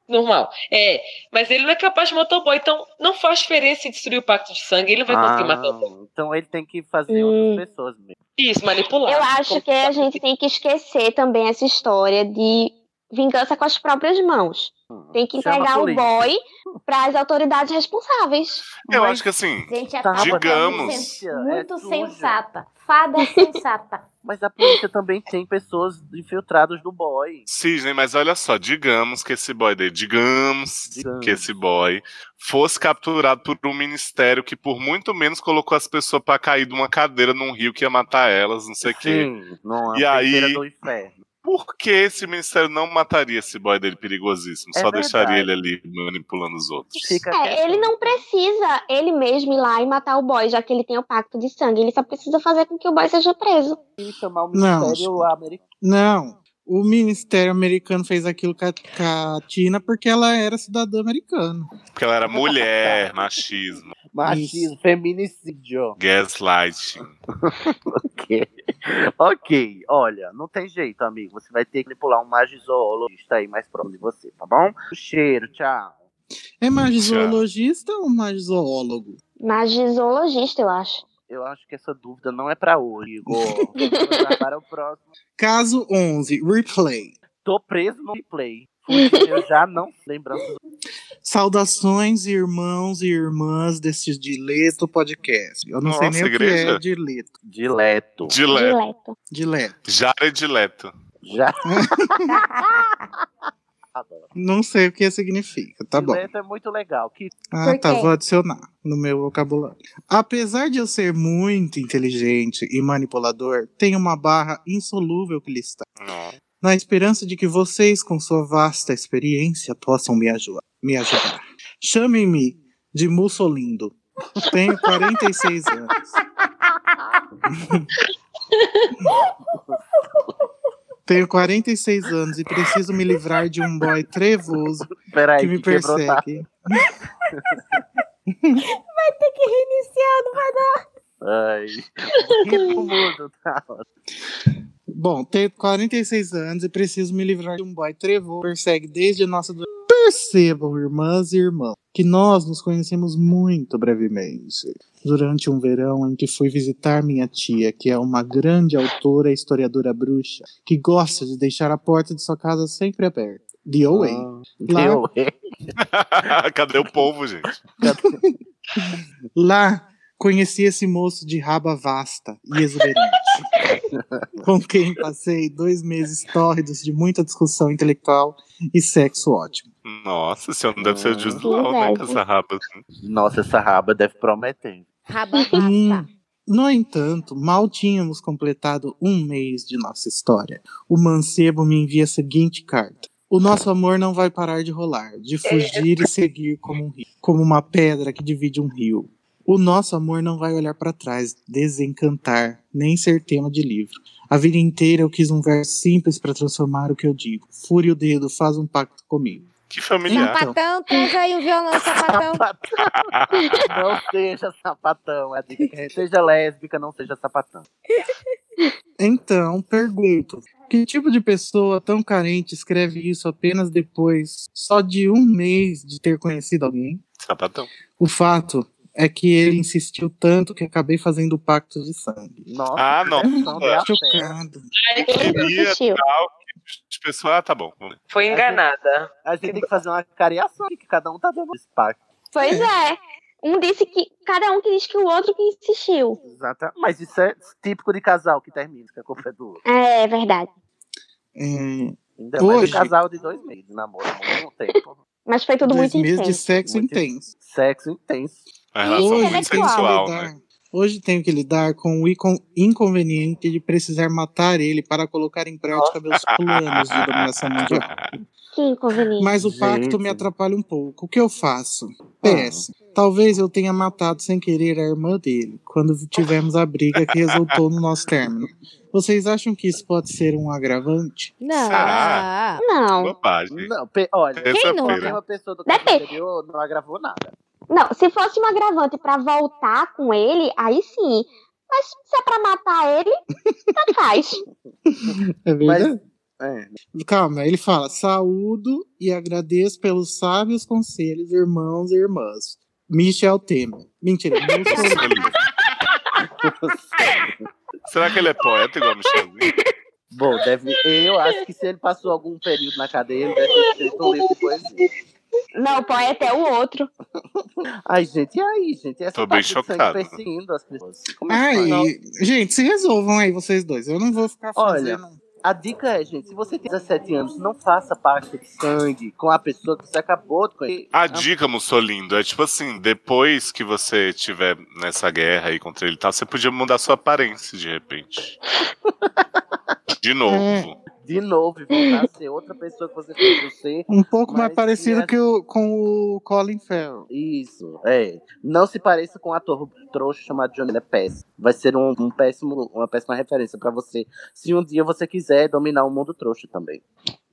[SPEAKER 9] Normal. É, mas ele não é capaz de matar o boy. Então, não faz diferença se destruir o pacto de sangue. Ele não vai conseguir matar o boy.
[SPEAKER 1] Ah, então ele tem que fazer
[SPEAKER 7] Hum.
[SPEAKER 1] outras pessoas mesmo.
[SPEAKER 9] Isso, manipular.
[SPEAKER 7] Eu acho que a gente tem que esquecer também essa história de vingança com as próprias mãos. Tem que
[SPEAKER 9] Chama
[SPEAKER 7] entregar
[SPEAKER 9] a
[SPEAKER 7] o
[SPEAKER 9] polícia.
[SPEAKER 7] boy para as autoridades responsáveis.
[SPEAKER 8] Eu acho que assim,
[SPEAKER 6] Gente, a Fada
[SPEAKER 8] digamos.
[SPEAKER 6] é muito sen- muito sensata. Fada é sensata.
[SPEAKER 1] Mas a polícia também tem pessoas infiltradas no boy.
[SPEAKER 8] Cisne, mas olha só, digamos que esse boy dele, digamos, que esse boy fosse capturado por um ministério que por muito menos colocou as pessoas pra cair de uma cadeira num rio que ia matar elas, não sei o quê.
[SPEAKER 1] Sim, numa
[SPEAKER 8] e
[SPEAKER 1] peixeira
[SPEAKER 8] aí,
[SPEAKER 1] do inferno.
[SPEAKER 8] por que esse ministério não mataria esse boy dele perigosíssimo?
[SPEAKER 7] É
[SPEAKER 8] Só deixaria ele
[SPEAKER 7] verdade.
[SPEAKER 8] ali manipulando os outros.
[SPEAKER 7] É, ele não precisa ele mesmo ir lá e matar o boy, já que ele tem o pacto de sangue. Ele só precisa fazer com que o boy seja preso.
[SPEAKER 1] Chamar o
[SPEAKER 5] Não.
[SPEAKER 1] ministério americano.
[SPEAKER 5] Não. O Ministério Americano fez aquilo com a, com a Tina porque ela era cidadã americana.
[SPEAKER 8] Porque ela era mulher, machismo,
[SPEAKER 1] Machismo, feminicídio.
[SPEAKER 8] gaslighting.
[SPEAKER 1] ok. Ok, olha, não tem jeito, amigo. Você vai ter que manipular um magizoologista aí mais próximo de você, tá bom? Cheiro, tchau.
[SPEAKER 5] É magizoologista ou magizoólogo?
[SPEAKER 7] Magizoologista, eu acho.
[SPEAKER 1] Eu acho que essa dúvida não é pra hoje, Igor. para o próximo.
[SPEAKER 5] Caso 11, replay.
[SPEAKER 1] Tô preso no replay. Fugiu, Eu já não lembranças.
[SPEAKER 5] Saudações, irmãos e irmãs desse dileto podcast. Eu não sei nem o que é dileto.
[SPEAKER 1] Dileto.
[SPEAKER 8] Dileto.
[SPEAKER 5] Dileto.
[SPEAKER 8] Jara é dileto.
[SPEAKER 1] Já.
[SPEAKER 5] Não sei o que significa, tá bom.
[SPEAKER 1] Dileto é muito legal. Que...
[SPEAKER 5] Ah, tá, vou adicionar no meu vocabulário. Apesar de eu ser muito inteligente e manipulador, tem uma barra insolúvel que lhe está. Na esperança de que vocês, com sua vasta experiência, possam me ajudar. Me ajudar. Chamem-me de Mussolindo. Tenho 46 anos. Tenho 46 anos e preciso me livrar de um boy trevoso
[SPEAKER 1] Peraí,
[SPEAKER 5] que me
[SPEAKER 1] que quebrou, tá?
[SPEAKER 5] persegue.
[SPEAKER 6] Vai ter que reiniciar, não vai dar.
[SPEAKER 1] Ai. Rico mudo, tá?
[SPEAKER 5] Bom, tenho 46 anos e preciso me livrar de um boy trevoso que persegue desde a nossa adolescência. Percebam, irmãs e irmãos, que nós nos conhecemos muito brevemente. Durante um verão em que fui visitar minha tia, que é uma grande autora e historiadora bruxa, que gosta de deixar a porta de sua casa sempre aberta. The Away. Lá,
[SPEAKER 8] Cadê o povo, gente?
[SPEAKER 5] Lá conheci esse moço de raba vasta e exuberante, com quem passei dois meses tórridos de muita discussão intelectual e sexo ótimo.
[SPEAKER 8] Nossa, esse homem deve ser o Jude
[SPEAKER 5] Que
[SPEAKER 8] Law, né?
[SPEAKER 5] velho.
[SPEAKER 8] Com essa raba.
[SPEAKER 1] Nossa, essa raba deve prometer.
[SPEAKER 5] Hum, no entanto, mal tínhamos completado um mês de nossa história. O mancebo me envia a seguinte carta. O nosso amor não vai parar de rolar, de fugir e seguir como um rio, como uma pedra que divide um rio. O nosso amor não vai olhar para trás, desencantar, nem ser tema de livro. A vida inteira eu quis um verso simples para transformar o que eu digo. Fure o dedo, faz um pacto comigo.
[SPEAKER 8] Que familiar.
[SPEAKER 6] Sapatão, traz aí um violão, sapatão.
[SPEAKER 1] Não seja sapatão, é a dica que a gente- Seja lésbica, não seja sapatão.
[SPEAKER 5] Então, pergunto: que tipo de pessoa tão carente escreve isso apenas depois só de um mês de ter conhecido alguém?
[SPEAKER 8] Sapatão.
[SPEAKER 5] O fato é que ele insistiu tanto que acabei fazendo o pacto de sangue.
[SPEAKER 8] ah, não.
[SPEAKER 1] é um
[SPEAKER 5] é.
[SPEAKER 7] é.
[SPEAKER 5] Chocado.
[SPEAKER 9] é
[SPEAKER 8] Queria tal que as pessoas. Ah, tá bom.
[SPEAKER 9] Foi enganada.
[SPEAKER 1] A gente tem que fazer uma cariação aqui, que cada um tá dando esse pacto.
[SPEAKER 7] Pois é. Um disse que. Cada um que diz que o outro que insistiu.
[SPEAKER 1] Exata. Mas isso é típico de casal que termina, que a culpa é do outro.
[SPEAKER 7] É, é verdade.
[SPEAKER 5] É,
[SPEAKER 1] Ainda mais
[SPEAKER 5] hoje-
[SPEAKER 1] um casal de dois meses de namoro, há muito tempo.
[SPEAKER 7] Mas foi tudo
[SPEAKER 5] Dois
[SPEAKER 7] muito
[SPEAKER 5] meses de
[SPEAKER 7] intenso.
[SPEAKER 5] sexo intenso.
[SPEAKER 1] Sexo intenso.
[SPEAKER 8] A
[SPEAKER 7] relação
[SPEAKER 5] Hoje
[SPEAKER 7] muito
[SPEAKER 5] tenho que
[SPEAKER 7] sexual,
[SPEAKER 5] lidar-
[SPEAKER 7] é né?
[SPEAKER 5] Hoje tenho que lidar com o incon- inconveniente de precisar matar ele para colocar em prática meus planos de dominação mundial.
[SPEAKER 7] Que inconveniente.
[SPEAKER 5] Mas o pacto me atrapalha um pouco. O que eu faço?
[SPEAKER 1] Ah.
[SPEAKER 5] PS. Talvez eu tenha matado sem querer a irmã dele, quando tivemos a briga que resultou no nosso término. Vocês acham que isso pode ser um agravante?
[SPEAKER 6] Não.
[SPEAKER 1] Será?
[SPEAKER 7] Não. é
[SPEAKER 8] Bobagem.
[SPEAKER 1] Não, pe- olha,
[SPEAKER 5] Quem
[SPEAKER 1] se
[SPEAKER 5] nunca?
[SPEAKER 1] tem uma pessoa do caso anterior, não agravou nada.
[SPEAKER 7] Não, se fosse um agravante pra voltar com ele, aí sim. Mas se é pra matar ele, tanto faz.
[SPEAKER 5] É verdade? Calma, ele fala: saúdo e agradeço pelos sábios conselhos, irmãos e irmãs. Michel Temer. Mentira, Mussolini.
[SPEAKER 8] Será que ele é poeta igual Michel?
[SPEAKER 1] Bom, deve, eu acho que se ele passou algum período na cadeia, ele deve ter escrito um livro de poesia.
[SPEAKER 7] Não, o poeta é o outro.
[SPEAKER 1] Ai, gente, e aí, gente? Essa
[SPEAKER 8] Tô bem
[SPEAKER 1] parte do sangue
[SPEAKER 8] chocado.
[SPEAKER 1] perseguindo as pessoas. Como é que faz?
[SPEAKER 5] Ai, gente, se resolvam aí vocês dois. Eu não vou ficar
[SPEAKER 1] Olha,
[SPEAKER 5] fazendo.
[SPEAKER 1] a dica é, gente, se você tem 17 anos, não faça pacto de sangue com a pessoa que você acabou de conhecer. Então,
[SPEAKER 8] A dica, Mussolindo, é tipo assim, depois que você tiver nessa guerra aí contra ele e tal, você podia mudar sua aparência de repente.
[SPEAKER 7] Hum.
[SPEAKER 8] De novo.
[SPEAKER 1] De novo, e voltar a ser outra pessoa que você quer ser.
[SPEAKER 5] Um pouco
[SPEAKER 1] Mas
[SPEAKER 5] mais parecido
[SPEAKER 1] que a-
[SPEAKER 5] que o, com o Colin Farrell.
[SPEAKER 1] Isso, é. Não se pareça com um ator trouxa chamado Johnny Depp. Vai ser um, um péssimo, uma péssima referência pra você. Se um dia você quiser dominar o mundo trouxa também.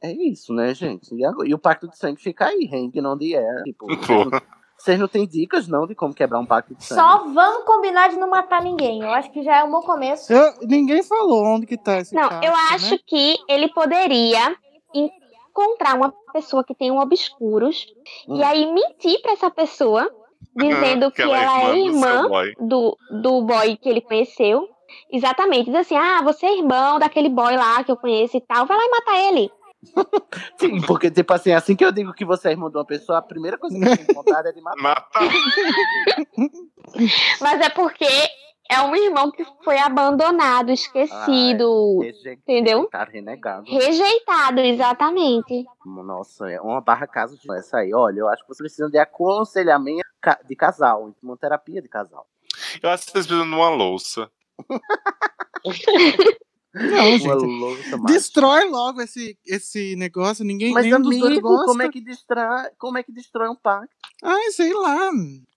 [SPEAKER 1] É isso, né, gente? E, agora- e o Pacto de Sangue fica aí, hanging onde é. Tipo, vocês não- vocês não têm dicas, não, de como quebrar um Pacto de Sangue?
[SPEAKER 6] Só vamos combinar de não matar ninguém. Eu acho que já é um bom começo.
[SPEAKER 5] Eu- ninguém falou onde que tá esse
[SPEAKER 7] Não,
[SPEAKER 5] cara,
[SPEAKER 7] eu acho
[SPEAKER 5] né?
[SPEAKER 7] que ele poderia encontrar uma pessoa que tem um obscuros
[SPEAKER 5] Hum.
[SPEAKER 7] e aí mentir pra essa pessoa, dizendo que, ela é irmã
[SPEAKER 8] boy.
[SPEAKER 7] do, do boy que ele conheceu. Exatamente, diz assim: ah, você é irmão daquele boy lá que eu conheço e tal, vai lá e mata ele.
[SPEAKER 1] Sim, porque, tipo assim, assim que eu digo que você é irmão de uma pessoa, a primeira coisa que eu tenho vontade é de matar.
[SPEAKER 7] Mas é porque é um irmão que foi abandonado, esquecido,
[SPEAKER 1] Reje-
[SPEAKER 7] entendeu?
[SPEAKER 1] Tá renegado.
[SPEAKER 7] Rejeitado, exatamente.
[SPEAKER 1] Nossa, é uma barra caso de essa aí. Olha, eu acho que você precisa de aconselhamento ca- de casal, uma terapia de casal.
[SPEAKER 8] Eu acho que vocês precisam de uma louça.
[SPEAKER 5] Não,
[SPEAKER 1] Uma
[SPEAKER 5] gente.
[SPEAKER 1] louça mais.
[SPEAKER 5] Destrói logo esse, esse negócio. Ninguém
[SPEAKER 1] Mas
[SPEAKER 5] nenhum dos dois
[SPEAKER 1] amigo,
[SPEAKER 5] gosta.
[SPEAKER 1] como é que destrói, como é que destrói um pacto?
[SPEAKER 5] Ai, sei lá.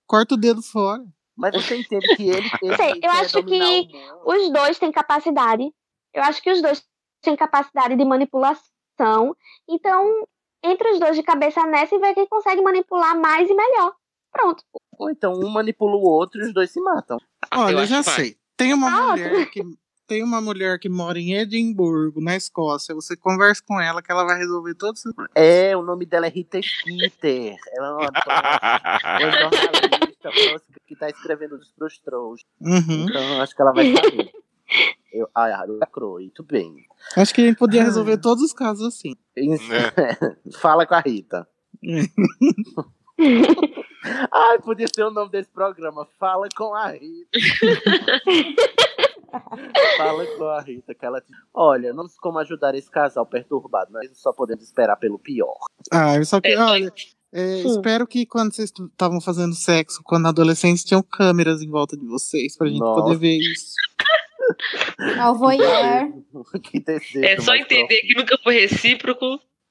[SPEAKER 5] Corta o dedo fora.
[SPEAKER 1] Mas você entende que ele, ele
[SPEAKER 7] Sei, eu
[SPEAKER 1] quer
[SPEAKER 7] acho
[SPEAKER 1] dominar o
[SPEAKER 7] que os dois têm capacidade. Eu acho que os dois têm capacidade de manipulação. Então, entre os dois de cabeça nessa e ver quem consegue manipular mais e melhor. Pronto.
[SPEAKER 1] Ou então um manipula o outro e os dois se matam.
[SPEAKER 5] Olha,
[SPEAKER 1] Eu
[SPEAKER 5] eu já
[SPEAKER 1] acho que vai.
[SPEAKER 5] sei. Tem uma
[SPEAKER 7] Ah,
[SPEAKER 5] mulher que tem uma mulher que mora em Edimburgo, na Escócia. Você conversa com ela que ela vai resolver todos os problemas.
[SPEAKER 1] É, o nome dela é Rita Skeeter. Ela é uma, uma jornalista música que tá escrevendo os pros trouxas.
[SPEAKER 5] Uhum.
[SPEAKER 1] Então eu acho que ela vai saber. Eu, ai, ai, lacrou, muito bem.
[SPEAKER 5] Acho que a gente
[SPEAKER 1] Ah.
[SPEAKER 5] podia resolver todos os casos assim.
[SPEAKER 1] Isso. Fala com a Rita. Ai, podia ser o nome desse programa. Fala com a Rita. Fala com a Rita, que ela. Olha, não sei como ajudar esse casal perturbado, mas só podemos esperar pelo pior.
[SPEAKER 5] Ah, eu só que, olha, é,
[SPEAKER 1] Hum.
[SPEAKER 5] espero que quando vocês tu- estavam fazendo sexo, quando adolescentes, tinham câmeras em volta de vocês pra gente
[SPEAKER 1] Nossa.
[SPEAKER 5] poder ver isso.
[SPEAKER 6] Ao voyeur.
[SPEAKER 1] que desejo.
[SPEAKER 9] É só
[SPEAKER 1] mas
[SPEAKER 9] entender que nunca foi recíproco.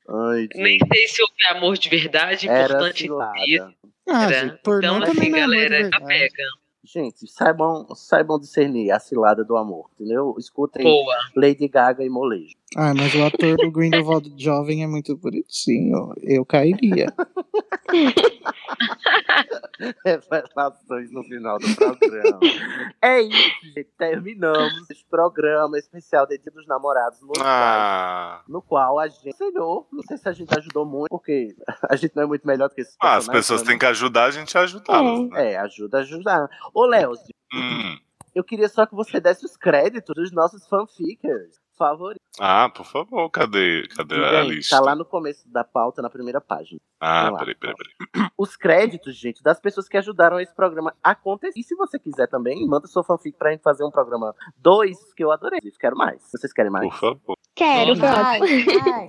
[SPEAKER 1] pronto. Ai,
[SPEAKER 9] Nem sei se houve amor de verdade.
[SPEAKER 1] Era
[SPEAKER 9] Importante
[SPEAKER 1] cilada.
[SPEAKER 9] isso.
[SPEAKER 5] Ah,
[SPEAKER 9] Era.
[SPEAKER 5] gente, pornô
[SPEAKER 9] então,
[SPEAKER 5] também
[SPEAKER 9] assim,
[SPEAKER 5] não é amor de
[SPEAKER 9] galera, já
[SPEAKER 5] verdade.
[SPEAKER 9] pega.
[SPEAKER 1] Gente, saibam, saibam discernir a cilada do amor, entendeu? Escutem
[SPEAKER 9] Boa.
[SPEAKER 1] Lady Gaga e Molejo.
[SPEAKER 5] Ah, mas o ator do Grindelwald jovem é muito bonitinho. Eu cairia.
[SPEAKER 1] Revelações no final do programa. é isso, gente. Terminamos esse programa especial de Dia dos Namorados no,
[SPEAKER 8] Ah.
[SPEAKER 1] no qual a gente aconselhou. Não sei se a gente ajudou muito, porque a gente não é muito melhor do que esses
[SPEAKER 8] Ah, as
[SPEAKER 1] personagens.
[SPEAKER 8] pessoas
[SPEAKER 1] né?
[SPEAKER 8] têm que ajudar a gente a ajudá-las. Né?
[SPEAKER 1] É, ajuda, ajuda. Ô, Léo,
[SPEAKER 8] Hum.
[SPEAKER 1] eu queria só que você desse os créditos dos nossos fanfickers favoritos.
[SPEAKER 8] Ah, por favor, cadê, cadê
[SPEAKER 1] Diga
[SPEAKER 8] a
[SPEAKER 1] aí, Tá
[SPEAKER 8] lista?
[SPEAKER 1] lá no começo da pauta, na primeira página.
[SPEAKER 8] Ah,
[SPEAKER 1] Vamos lá.
[SPEAKER 8] peraí, peraí, peraí.
[SPEAKER 1] os créditos, gente, das pessoas que ajudaram esse programa a acontecer. E se você quiser também, manda sua fanfic pra gente fazer um programa 2, que eu adorei. Quero mais. Vocês querem mais?
[SPEAKER 8] Por favor.
[SPEAKER 7] Quero,
[SPEAKER 8] Nossa.
[SPEAKER 7] pronto.
[SPEAKER 6] Ai,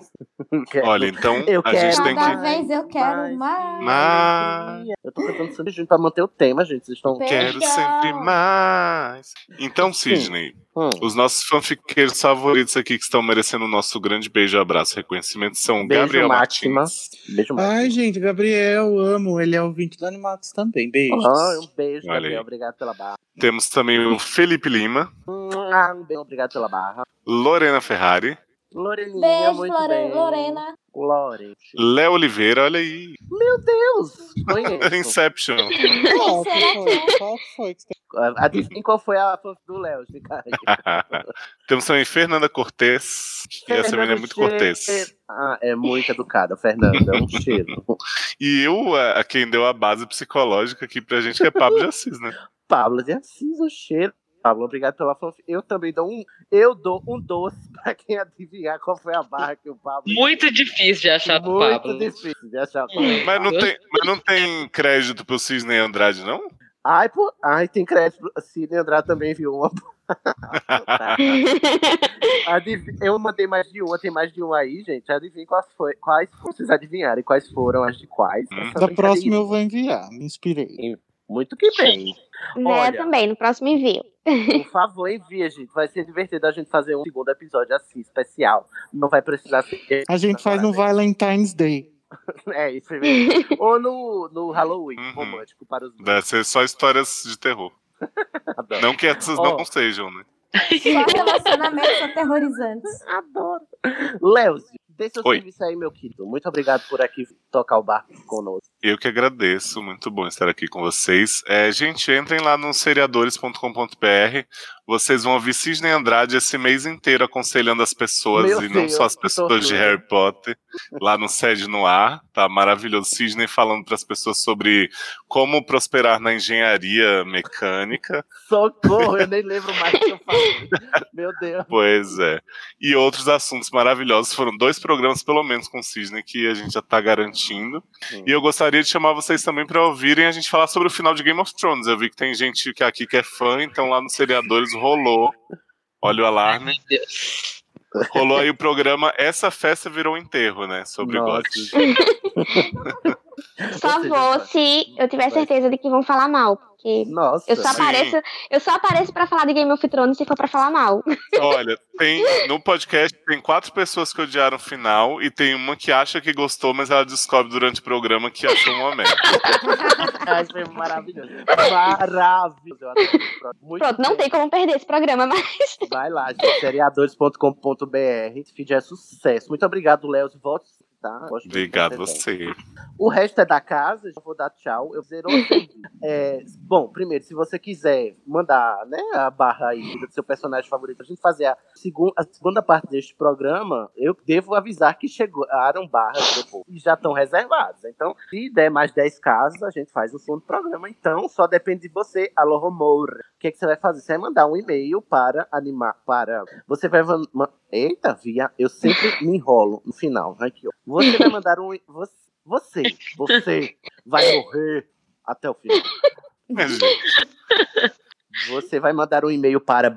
[SPEAKER 1] Quero.
[SPEAKER 8] Olha, então
[SPEAKER 1] é, Eu
[SPEAKER 8] a
[SPEAKER 1] quero
[SPEAKER 8] gente tem
[SPEAKER 6] Cada
[SPEAKER 8] que.
[SPEAKER 6] vez eu quero mais.
[SPEAKER 8] Mas
[SPEAKER 1] Eu tô cantando sempre junto pra manter o tema, gente. Vocês estão.
[SPEAKER 8] quero
[SPEAKER 6] Perdão.
[SPEAKER 8] sempre mais. Então,
[SPEAKER 1] Sim.
[SPEAKER 8] Sidney,
[SPEAKER 1] Hum.
[SPEAKER 8] os nossos fanfiqueiros favoritos aqui que estão merecendo o nosso grande beijo, abraço, reconhecimento são
[SPEAKER 1] Beijo,
[SPEAKER 8] Gabriel
[SPEAKER 1] Máxima.
[SPEAKER 8] Martins.
[SPEAKER 1] um Beijo mais.
[SPEAKER 5] Ai, gente, Gabriel, eu amo. Ele é ouvinte do Animax também. Beijos.
[SPEAKER 1] Ah, um beijo,
[SPEAKER 8] Olha
[SPEAKER 1] Gabriel.
[SPEAKER 8] aí.
[SPEAKER 1] Obrigado pela barra.
[SPEAKER 8] Temos também o Felipe Lima,
[SPEAKER 1] Ah, um beijo, obrigado pela barra.
[SPEAKER 8] Lorena Ferrari,
[SPEAKER 1] Loreninha,
[SPEAKER 6] Beijo,
[SPEAKER 1] muito
[SPEAKER 6] Lore-
[SPEAKER 1] bem.
[SPEAKER 6] Lorena.
[SPEAKER 1] Loren.
[SPEAKER 8] Léo Oliveira, olha aí.
[SPEAKER 1] Meu Deus! Conheço.
[SPEAKER 8] Inception.
[SPEAKER 5] Qual que
[SPEAKER 6] Será que
[SPEAKER 5] foi? Qual que foi? que você-
[SPEAKER 1] Adivinha qual foi a fanfic do Léo, cara.
[SPEAKER 8] Temos também Fernanda Cortez. E essa menina é muito cortês.
[SPEAKER 1] um Ah, é muito educada, Fernanda. É um cheiro.
[SPEAKER 8] E eu, é a a quem deu a base psicológica aqui pra gente, que é Pablo de é Assis, né?
[SPEAKER 1] Pablo de Assis, o cheiro. Pablo, obrigado pela fanfic. Eu também dou um, eu dou um doce pra quem adivinhar qual foi a barra que o Pablo.
[SPEAKER 9] Muito difícil de achar do
[SPEAKER 1] Muito
[SPEAKER 9] Pablo.
[SPEAKER 1] difícil de achar.
[SPEAKER 8] Hum, Mas não, tem, mas não tem crédito pro Cisne Andrade, não?
[SPEAKER 1] Ai, pô, ai, tem crédito. Sidney Andrade também viu uma. Adiv- Eu mandei mais de uma, tem mais de uma aí, gente. Adivinha quais foi. Quais vocês adivinharem quais foram as de quais.
[SPEAKER 8] Hum.
[SPEAKER 1] Essa
[SPEAKER 5] Da
[SPEAKER 1] brincadeira.
[SPEAKER 5] próxima eu vou enviar, me inspirei.
[SPEAKER 1] Muito que bem.
[SPEAKER 7] Né,
[SPEAKER 1] Olha.
[SPEAKER 7] eu também, no próximo envio.
[SPEAKER 1] Por favor, envia, gente. Vai ser divertido a gente fazer um segundo episódio assim, especial. Não vai precisar ser.
[SPEAKER 5] A gente faz um no Valentine's Day.
[SPEAKER 1] É isso mesmo. Ou no, no Halloween,
[SPEAKER 8] Uhum.
[SPEAKER 1] romântico para os.
[SPEAKER 8] Deve ser só histórias de terror. não que essas não sejam, né?
[SPEAKER 6] Só relacionamentos aterrorizantes.
[SPEAKER 1] Adoro. Léo, dê seu
[SPEAKER 8] Oi.
[SPEAKER 1] serviço aí, meu querido. Muito obrigado por aqui tocar o barco conosco.
[SPEAKER 8] Eu que agradeço, muito bom estar aqui com vocês. É, gente, entrem lá no seriadores.com.br. Vocês vão ouvir Cisne Andrade esse mês inteiro aconselhando as pessoas
[SPEAKER 14] Meu
[SPEAKER 8] e não
[SPEAKER 14] Deus,
[SPEAKER 8] só as
[SPEAKER 14] que
[SPEAKER 8] pessoas de
[SPEAKER 14] tortura.
[SPEAKER 8] Harry Potter lá no Sede no Ar. Tá maravilhoso. Cisne falando para as pessoas sobre como prosperar na engenharia mecânica.
[SPEAKER 1] Socorro, eu nem lembro mais o que eu falei. Meu Deus.
[SPEAKER 8] Pois é. E outros assuntos maravilhosos. Foram dois programas, pelo menos, com o Cisne, que a gente já tá garantindo. E eu gostaria de chamar vocês também para ouvirem a gente falar sobre o final de Game of Thrones. Eu vi que tem gente que aqui que é fã, então lá nos seriadores rolou. Olha o alarme. Rolou aí o programa Essa Festa Virou um Enterro, né? Sobre
[SPEAKER 1] Nossa.
[SPEAKER 8] GOT.
[SPEAKER 7] Só vou se eu tiver certeza de que vão falar mal. Porque
[SPEAKER 1] Nossa.
[SPEAKER 7] eu só
[SPEAKER 8] Sim.
[SPEAKER 7] apareço, eu só apareço pra falar de Game of Thrones se for pra falar mal.
[SPEAKER 8] Olha, tem, no podcast tem quatro pessoas que odiaram o final e tem uma que acha que gostou, mas ela descobre durante o programa que achou uma merda.
[SPEAKER 1] Ai, foi maravilhoso. Maravilhoso. Eu adoro esse programa. Muito
[SPEAKER 7] Pronto, não tem como perder esse programa, mas.
[SPEAKER 1] Vai lá, gente. Seriadores.com.br. Esse feed é sucesso. Muito obrigado, Léo. Volte, tá? Gosto muito de
[SPEAKER 8] Obrigado
[SPEAKER 1] você, velho.
[SPEAKER 8] você.
[SPEAKER 1] O resto é da casa, já vou dar tchau. Eu zerou o serviço. é, Bom, primeiro, se você quiser mandar né, a barra aí do seu personagem favorito, a gente fazer a, segun- a segunda parte deste programa, eu devo avisar que chegaram barras depois e já estão reservadas. Então, se der mais 10 casos, a gente faz um segundo programa. Então, só depende de você. Alô, Romor. O que, é que você vai fazer? Você vai mandar um e-mail para animar. Para. Você vai. van- ma- Eita, via. Eu sempre me enrolo no final. Aqui, ó. Você vai mandar um. e- Você você, você vai morrer até o final.
[SPEAKER 8] Tá
[SPEAKER 1] Você vai mandar um e-mail para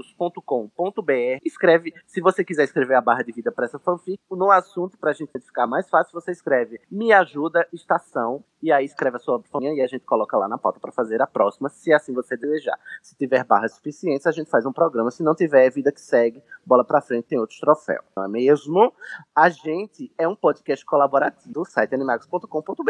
[SPEAKER 1] berrador.934@animagos.com.br. Escreve, se você quiser escrever a barra de vida para essa fanfic, no assunto para a gente ficar mais fácil, você escreve "Me ajuda estação" e aí escreve a sua fanfic e a gente coloca lá na pauta para fazer a próxima, se assim você desejar. Se tiver barras suficientes, a gente faz um programa. Se não tiver, é vida que segue. Bola pra frente, tem outros troféus. Não é mesmo? A gente é um podcast colaborativo do site animagos.com.br.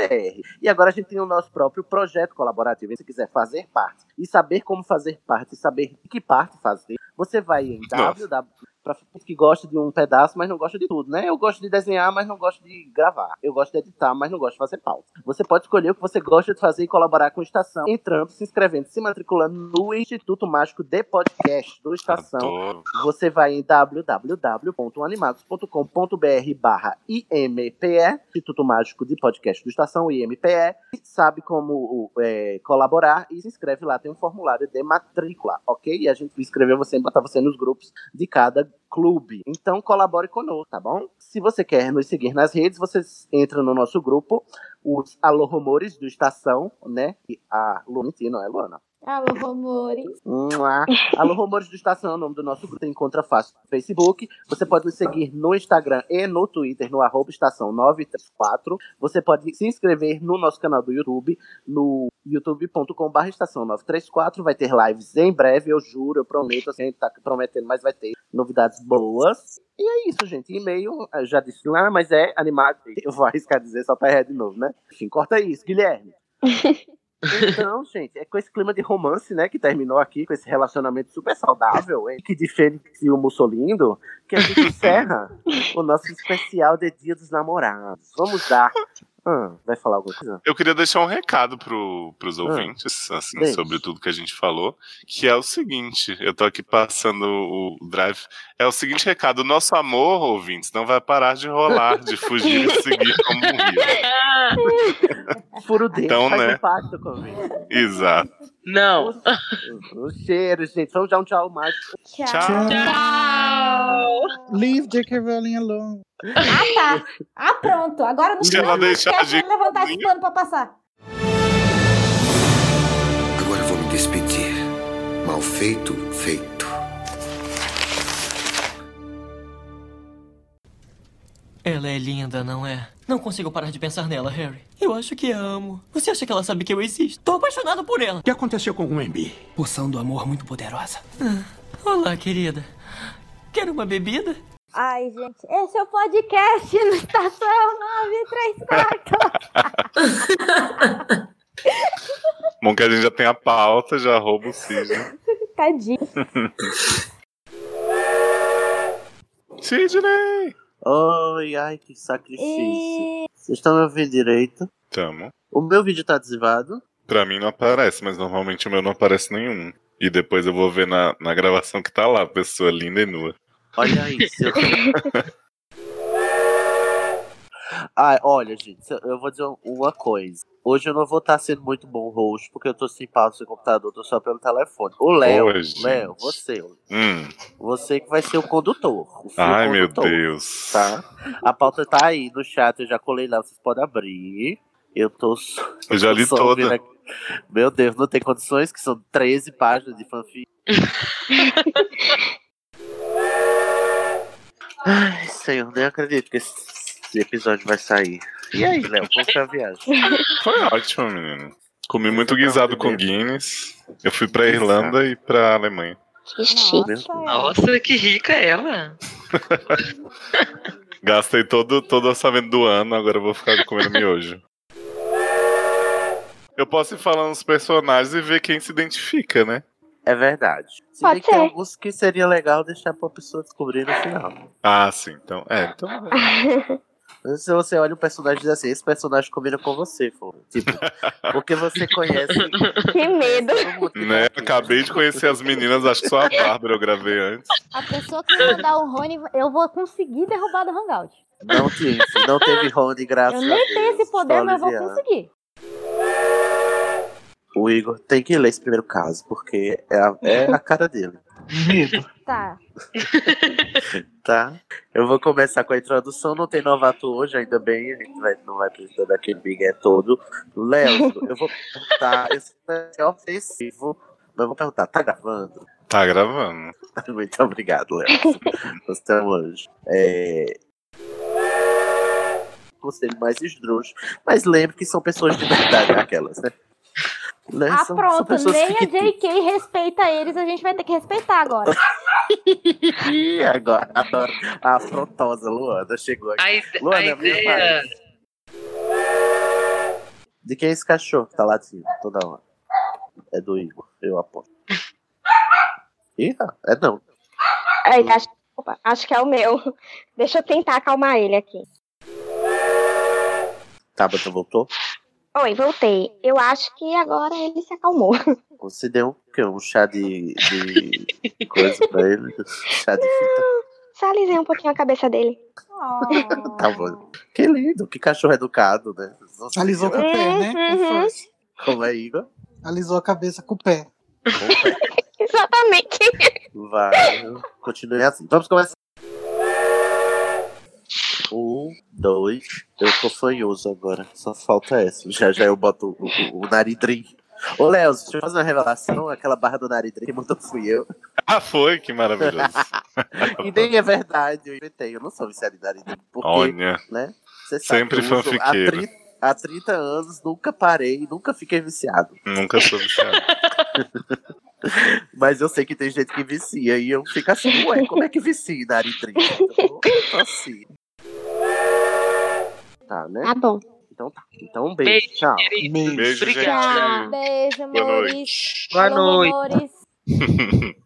[SPEAKER 1] E agora a gente tem o nosso próprio projeto colaborativo. Se quiser fazer parte e saber como fazer parte, e saber de que parte fazer, você vai em
[SPEAKER 14] Nossa.
[SPEAKER 1] www para que gosta de um pedaço, mas não gosta de tudo, né? Eu gosto de desenhar, mas não gosto de gravar. Eu gosto de editar, mas não gosto de fazer pauta. Você pode escolher o que você gosta de fazer e colaborar com a Estação, entrando, se inscrevendo, se matriculando no Instituto Mágico de Podcast do Estação.
[SPEAKER 8] Adoro.
[SPEAKER 1] Você vai em www.animados.com.br barra IMPE, Instituto Mágico de Podcast do Estação, IMPE, e sabe como é, colaborar e se inscreve lá, tem um formulário de matrícula, ok? E a gente escreveu você e botar você nos grupos de cada clube. Então colabore conosco, tá bom? Se você quer nos seguir nas redes, você entra no nosso grupo, os Alô Rumores do Estação, né? E a Lu, mentira, não é Luana?
[SPEAKER 6] Alô, rumores.
[SPEAKER 1] Mua. Hum, ah. Alô, Rumores do Estação é o nome do nosso grupo. Você encontra fácil no Facebook. Você pode nos seguir no Instagram e no Twitter, no arroba estação 934. Você pode se inscrever no nosso canal do YouTube, no youtube.com.br estação 934. Vai ter lives em breve, eu juro, eu prometo. Assim, a gente tá prometendo, mas vai ter novidades boas. E é isso, gente. E-mail, eu já disse lá, mas é animado. Eu vou arriscar dizer só pra errar de novo, né? Enfim, corta isso, Guilherme. Então, gente, é com esse clima de romance, né, que terminou aqui, com esse relacionamento super saudável, hein, que diferencia o Mussolindo, que a gente encerra o nosso especial de Dia dos Namorados. Vamos dar Ah, vai falar alguma coisa?
[SPEAKER 8] Eu queria deixar um recado pro, pros
[SPEAKER 1] Ah.
[SPEAKER 8] ouvintes, assim,
[SPEAKER 1] Deixe.
[SPEAKER 8] sobre tudo que a gente falou, que é o seguinte, eu tô aqui passando o o drive, é o seguinte recado, o nosso amor, ouvintes, não vai parar de rolar, de fugir e seguir como um rio.
[SPEAKER 1] Furo dele,
[SPEAKER 8] Então,
[SPEAKER 1] faz
[SPEAKER 8] né?
[SPEAKER 1] um pacto comigo.
[SPEAKER 8] Exato.
[SPEAKER 9] Não.
[SPEAKER 1] Um cheiro, gente. Vamos dar um tchau mágico.
[SPEAKER 6] Tchau.
[SPEAKER 5] Tchau.
[SPEAKER 9] Tchau.
[SPEAKER 5] Leave J.K. Rowling alone.
[SPEAKER 6] Ah, tá. Ah, pronto. Agora não
[SPEAKER 8] Se
[SPEAKER 6] tem
[SPEAKER 8] ela
[SPEAKER 6] mais
[SPEAKER 8] deixar
[SPEAKER 6] podcast
[SPEAKER 8] de-
[SPEAKER 6] pra levantar esse pano pra passar.
[SPEAKER 12] Agora vou me despedir. Mal feito, feito.
[SPEAKER 14] Ela é linda, não é? Não consigo parar de pensar nela, Harry. Eu acho que a amo. Você acha que ela sabe que eu existo? Tô apaixonado por ela.
[SPEAKER 12] O que aconteceu com o Wemby? Poção do amor muito poderosa.
[SPEAKER 14] Ah, Olá, querida. Quer uma bebida?
[SPEAKER 6] Ai, gente, esse é o podcast no
[SPEAKER 15] tá
[SPEAKER 6] Estação 934.
[SPEAKER 8] Bom que a gente já tem a pauta, já rouba o Cid. né?
[SPEAKER 6] Tadinho.
[SPEAKER 8] Sidney!
[SPEAKER 1] Oi, ai, que sacrifício. Vocês estão me ouvindo direito?
[SPEAKER 8] Tamo.
[SPEAKER 1] O meu vídeo tá desivado?
[SPEAKER 8] Pra mim não aparece, mas normalmente o meu não aparece nenhum. E depois eu vou ver na, na gravação que tá lá, pessoa linda e nua.
[SPEAKER 1] Olha isso. Ai, Ah, olha, gente, se eu- eu vou dizer um, uma coisa. Hoje eu não vou estar sendo muito bom host, porque eu tô sem pau no seu computador, tô só pelo telefone. Ô, Léo,
[SPEAKER 8] Boa, gente.
[SPEAKER 1] Léo, você,
[SPEAKER 8] Hum.
[SPEAKER 1] você que vai ser o condutor. O fio
[SPEAKER 8] Ai, meu
[SPEAKER 1] condutor.
[SPEAKER 8] Deus.
[SPEAKER 1] tá? A pauta tá aí no chat, eu já colei lá, vocês podem abrir. Eu tô. só-
[SPEAKER 8] Eu já li
[SPEAKER 1] só né?
[SPEAKER 8] toda.
[SPEAKER 1] ouvindo aqui. Meu Deus, não tem condições, que são 13 páginas de fanfic. Ai, senhor, nem acredito que esse episódio vai sair. E aí, Léo, como foi a viagem?
[SPEAKER 8] Foi ótimo, menino. Comi muito guisado com Guinness. Eu fui
[SPEAKER 1] é.
[SPEAKER 8] pra Irlanda e pra Alemanha.
[SPEAKER 9] Nossa, que rica ela.
[SPEAKER 8] Gastei todo, todo o orçamento do ano, agora eu vou ficar comendo miojo. Eu posso ir falando os personagens e ver quem se identifica, né?
[SPEAKER 1] É verdade. Se bem
[SPEAKER 7] Pode
[SPEAKER 1] que tem
[SPEAKER 7] ser.
[SPEAKER 1] alguns que seria legal deixar pra pessoa descobrir no final.
[SPEAKER 8] Ah, sim, então. É, então.
[SPEAKER 1] Se você olha o personagem e diz assim, esse personagem combina com você, pô. Tipo, porque você conhece
[SPEAKER 7] Que medo.
[SPEAKER 8] Né?
[SPEAKER 1] assim. tá
[SPEAKER 8] Acabei de conhecer as meninas, acho que só a Bárbara eu gravei antes.
[SPEAKER 15] A pessoa que me mandar o Rony, eu vou conseguir derrubar do Hangout.
[SPEAKER 1] Não tive, não teve Rony, graças
[SPEAKER 15] Eu nem
[SPEAKER 1] a Deus.
[SPEAKER 15] tenho esse poder,
[SPEAKER 1] Só
[SPEAKER 15] mas eu vou
[SPEAKER 1] aliviar.
[SPEAKER 15] conseguir.
[SPEAKER 1] O Igor tem que ler esse primeiro caso, porque é a, é a cara dele,
[SPEAKER 15] Tá.
[SPEAKER 1] tá? Eu vou começar com a introdução, não tem novato hoje, ainda bem, a gente vai- não vai precisar daquele Big É todo. Léo, eu vou perguntar, eu sei que é ofensivo, mas eu vou perguntar, tá gravando?
[SPEAKER 8] Tá gravando.
[SPEAKER 1] Muito obrigado, Léo. Você é um anjo. É... Conselho mais esdrúxulo, mas lembre que são pessoas de verdade, aquelas, né? Né?
[SPEAKER 15] Ah,
[SPEAKER 1] São- são
[SPEAKER 15] pronto.
[SPEAKER 1] pessoas
[SPEAKER 15] Nem a
[SPEAKER 1] fictícias.
[SPEAKER 15] JK respeita eles, a gente vai ter que respeitar agora.
[SPEAKER 1] Ih, agora, adoro. A afrontosa Luana chegou aqui.
[SPEAKER 9] A, ide-
[SPEAKER 1] Luana,
[SPEAKER 9] a
[SPEAKER 1] minha
[SPEAKER 9] ideia.
[SPEAKER 1] De quem é esse cachorro que tá latindo toda hora? É do Igor, eu aposto. Ih, é não.
[SPEAKER 7] Ai, acho, opa, acho que é o meu. Deixa eu tentar acalmar ele aqui.
[SPEAKER 1] Tabata voltou?
[SPEAKER 7] Oi, voltei. Eu acho que agora ele se acalmou.
[SPEAKER 1] Você deu um, quê? um chá de, de coisa pra ele? Chá de fita?
[SPEAKER 7] Só alisei um pouquinho a cabeça dele.
[SPEAKER 1] Tá bom. Que lindo, que cachorro educado, né? Não sei
[SPEAKER 5] Alisou com o pé, né? Com
[SPEAKER 7] Uhum.
[SPEAKER 5] força.
[SPEAKER 1] Como é, Igor?
[SPEAKER 5] Alisou a cabeça com o pé.
[SPEAKER 7] Exatamente.
[SPEAKER 1] Vai, continue assim. Vamos começar. Um, dois. Eu tô fanhoso agora. Só falta essa. Já já eu boto o, o, o naridrim. Ô, Léo, deixa eu fazer uma revelação. Aquela barra do naridrim que mudou fui eu.
[SPEAKER 8] Ah, foi, que maravilhoso.
[SPEAKER 1] E nem é verdade, eu inventei. Eu não sou viciado em naridrim. Porque,
[SPEAKER 8] Olha.
[SPEAKER 1] né? Você
[SPEAKER 8] Sempre
[SPEAKER 1] eu uso há
[SPEAKER 8] fanfiqueiro.
[SPEAKER 1] 30, há 30 anos, nunca parei, nunca fiquei viciado.
[SPEAKER 8] Nunca soube se
[SPEAKER 1] Mas eu sei que tem gente que vicia e eu fico assim, ué, como é que vicia Naritrim? Eu tô assim. Tá, né?
[SPEAKER 7] Tá bom.
[SPEAKER 1] Então tá. Então um beijo. Tchau.
[SPEAKER 8] Beijo, gente.
[SPEAKER 6] Beijo,
[SPEAKER 8] Boa
[SPEAKER 6] amores.
[SPEAKER 8] noite.
[SPEAKER 6] Alô,
[SPEAKER 9] noite.
[SPEAKER 6] amores.
[SPEAKER 8] é.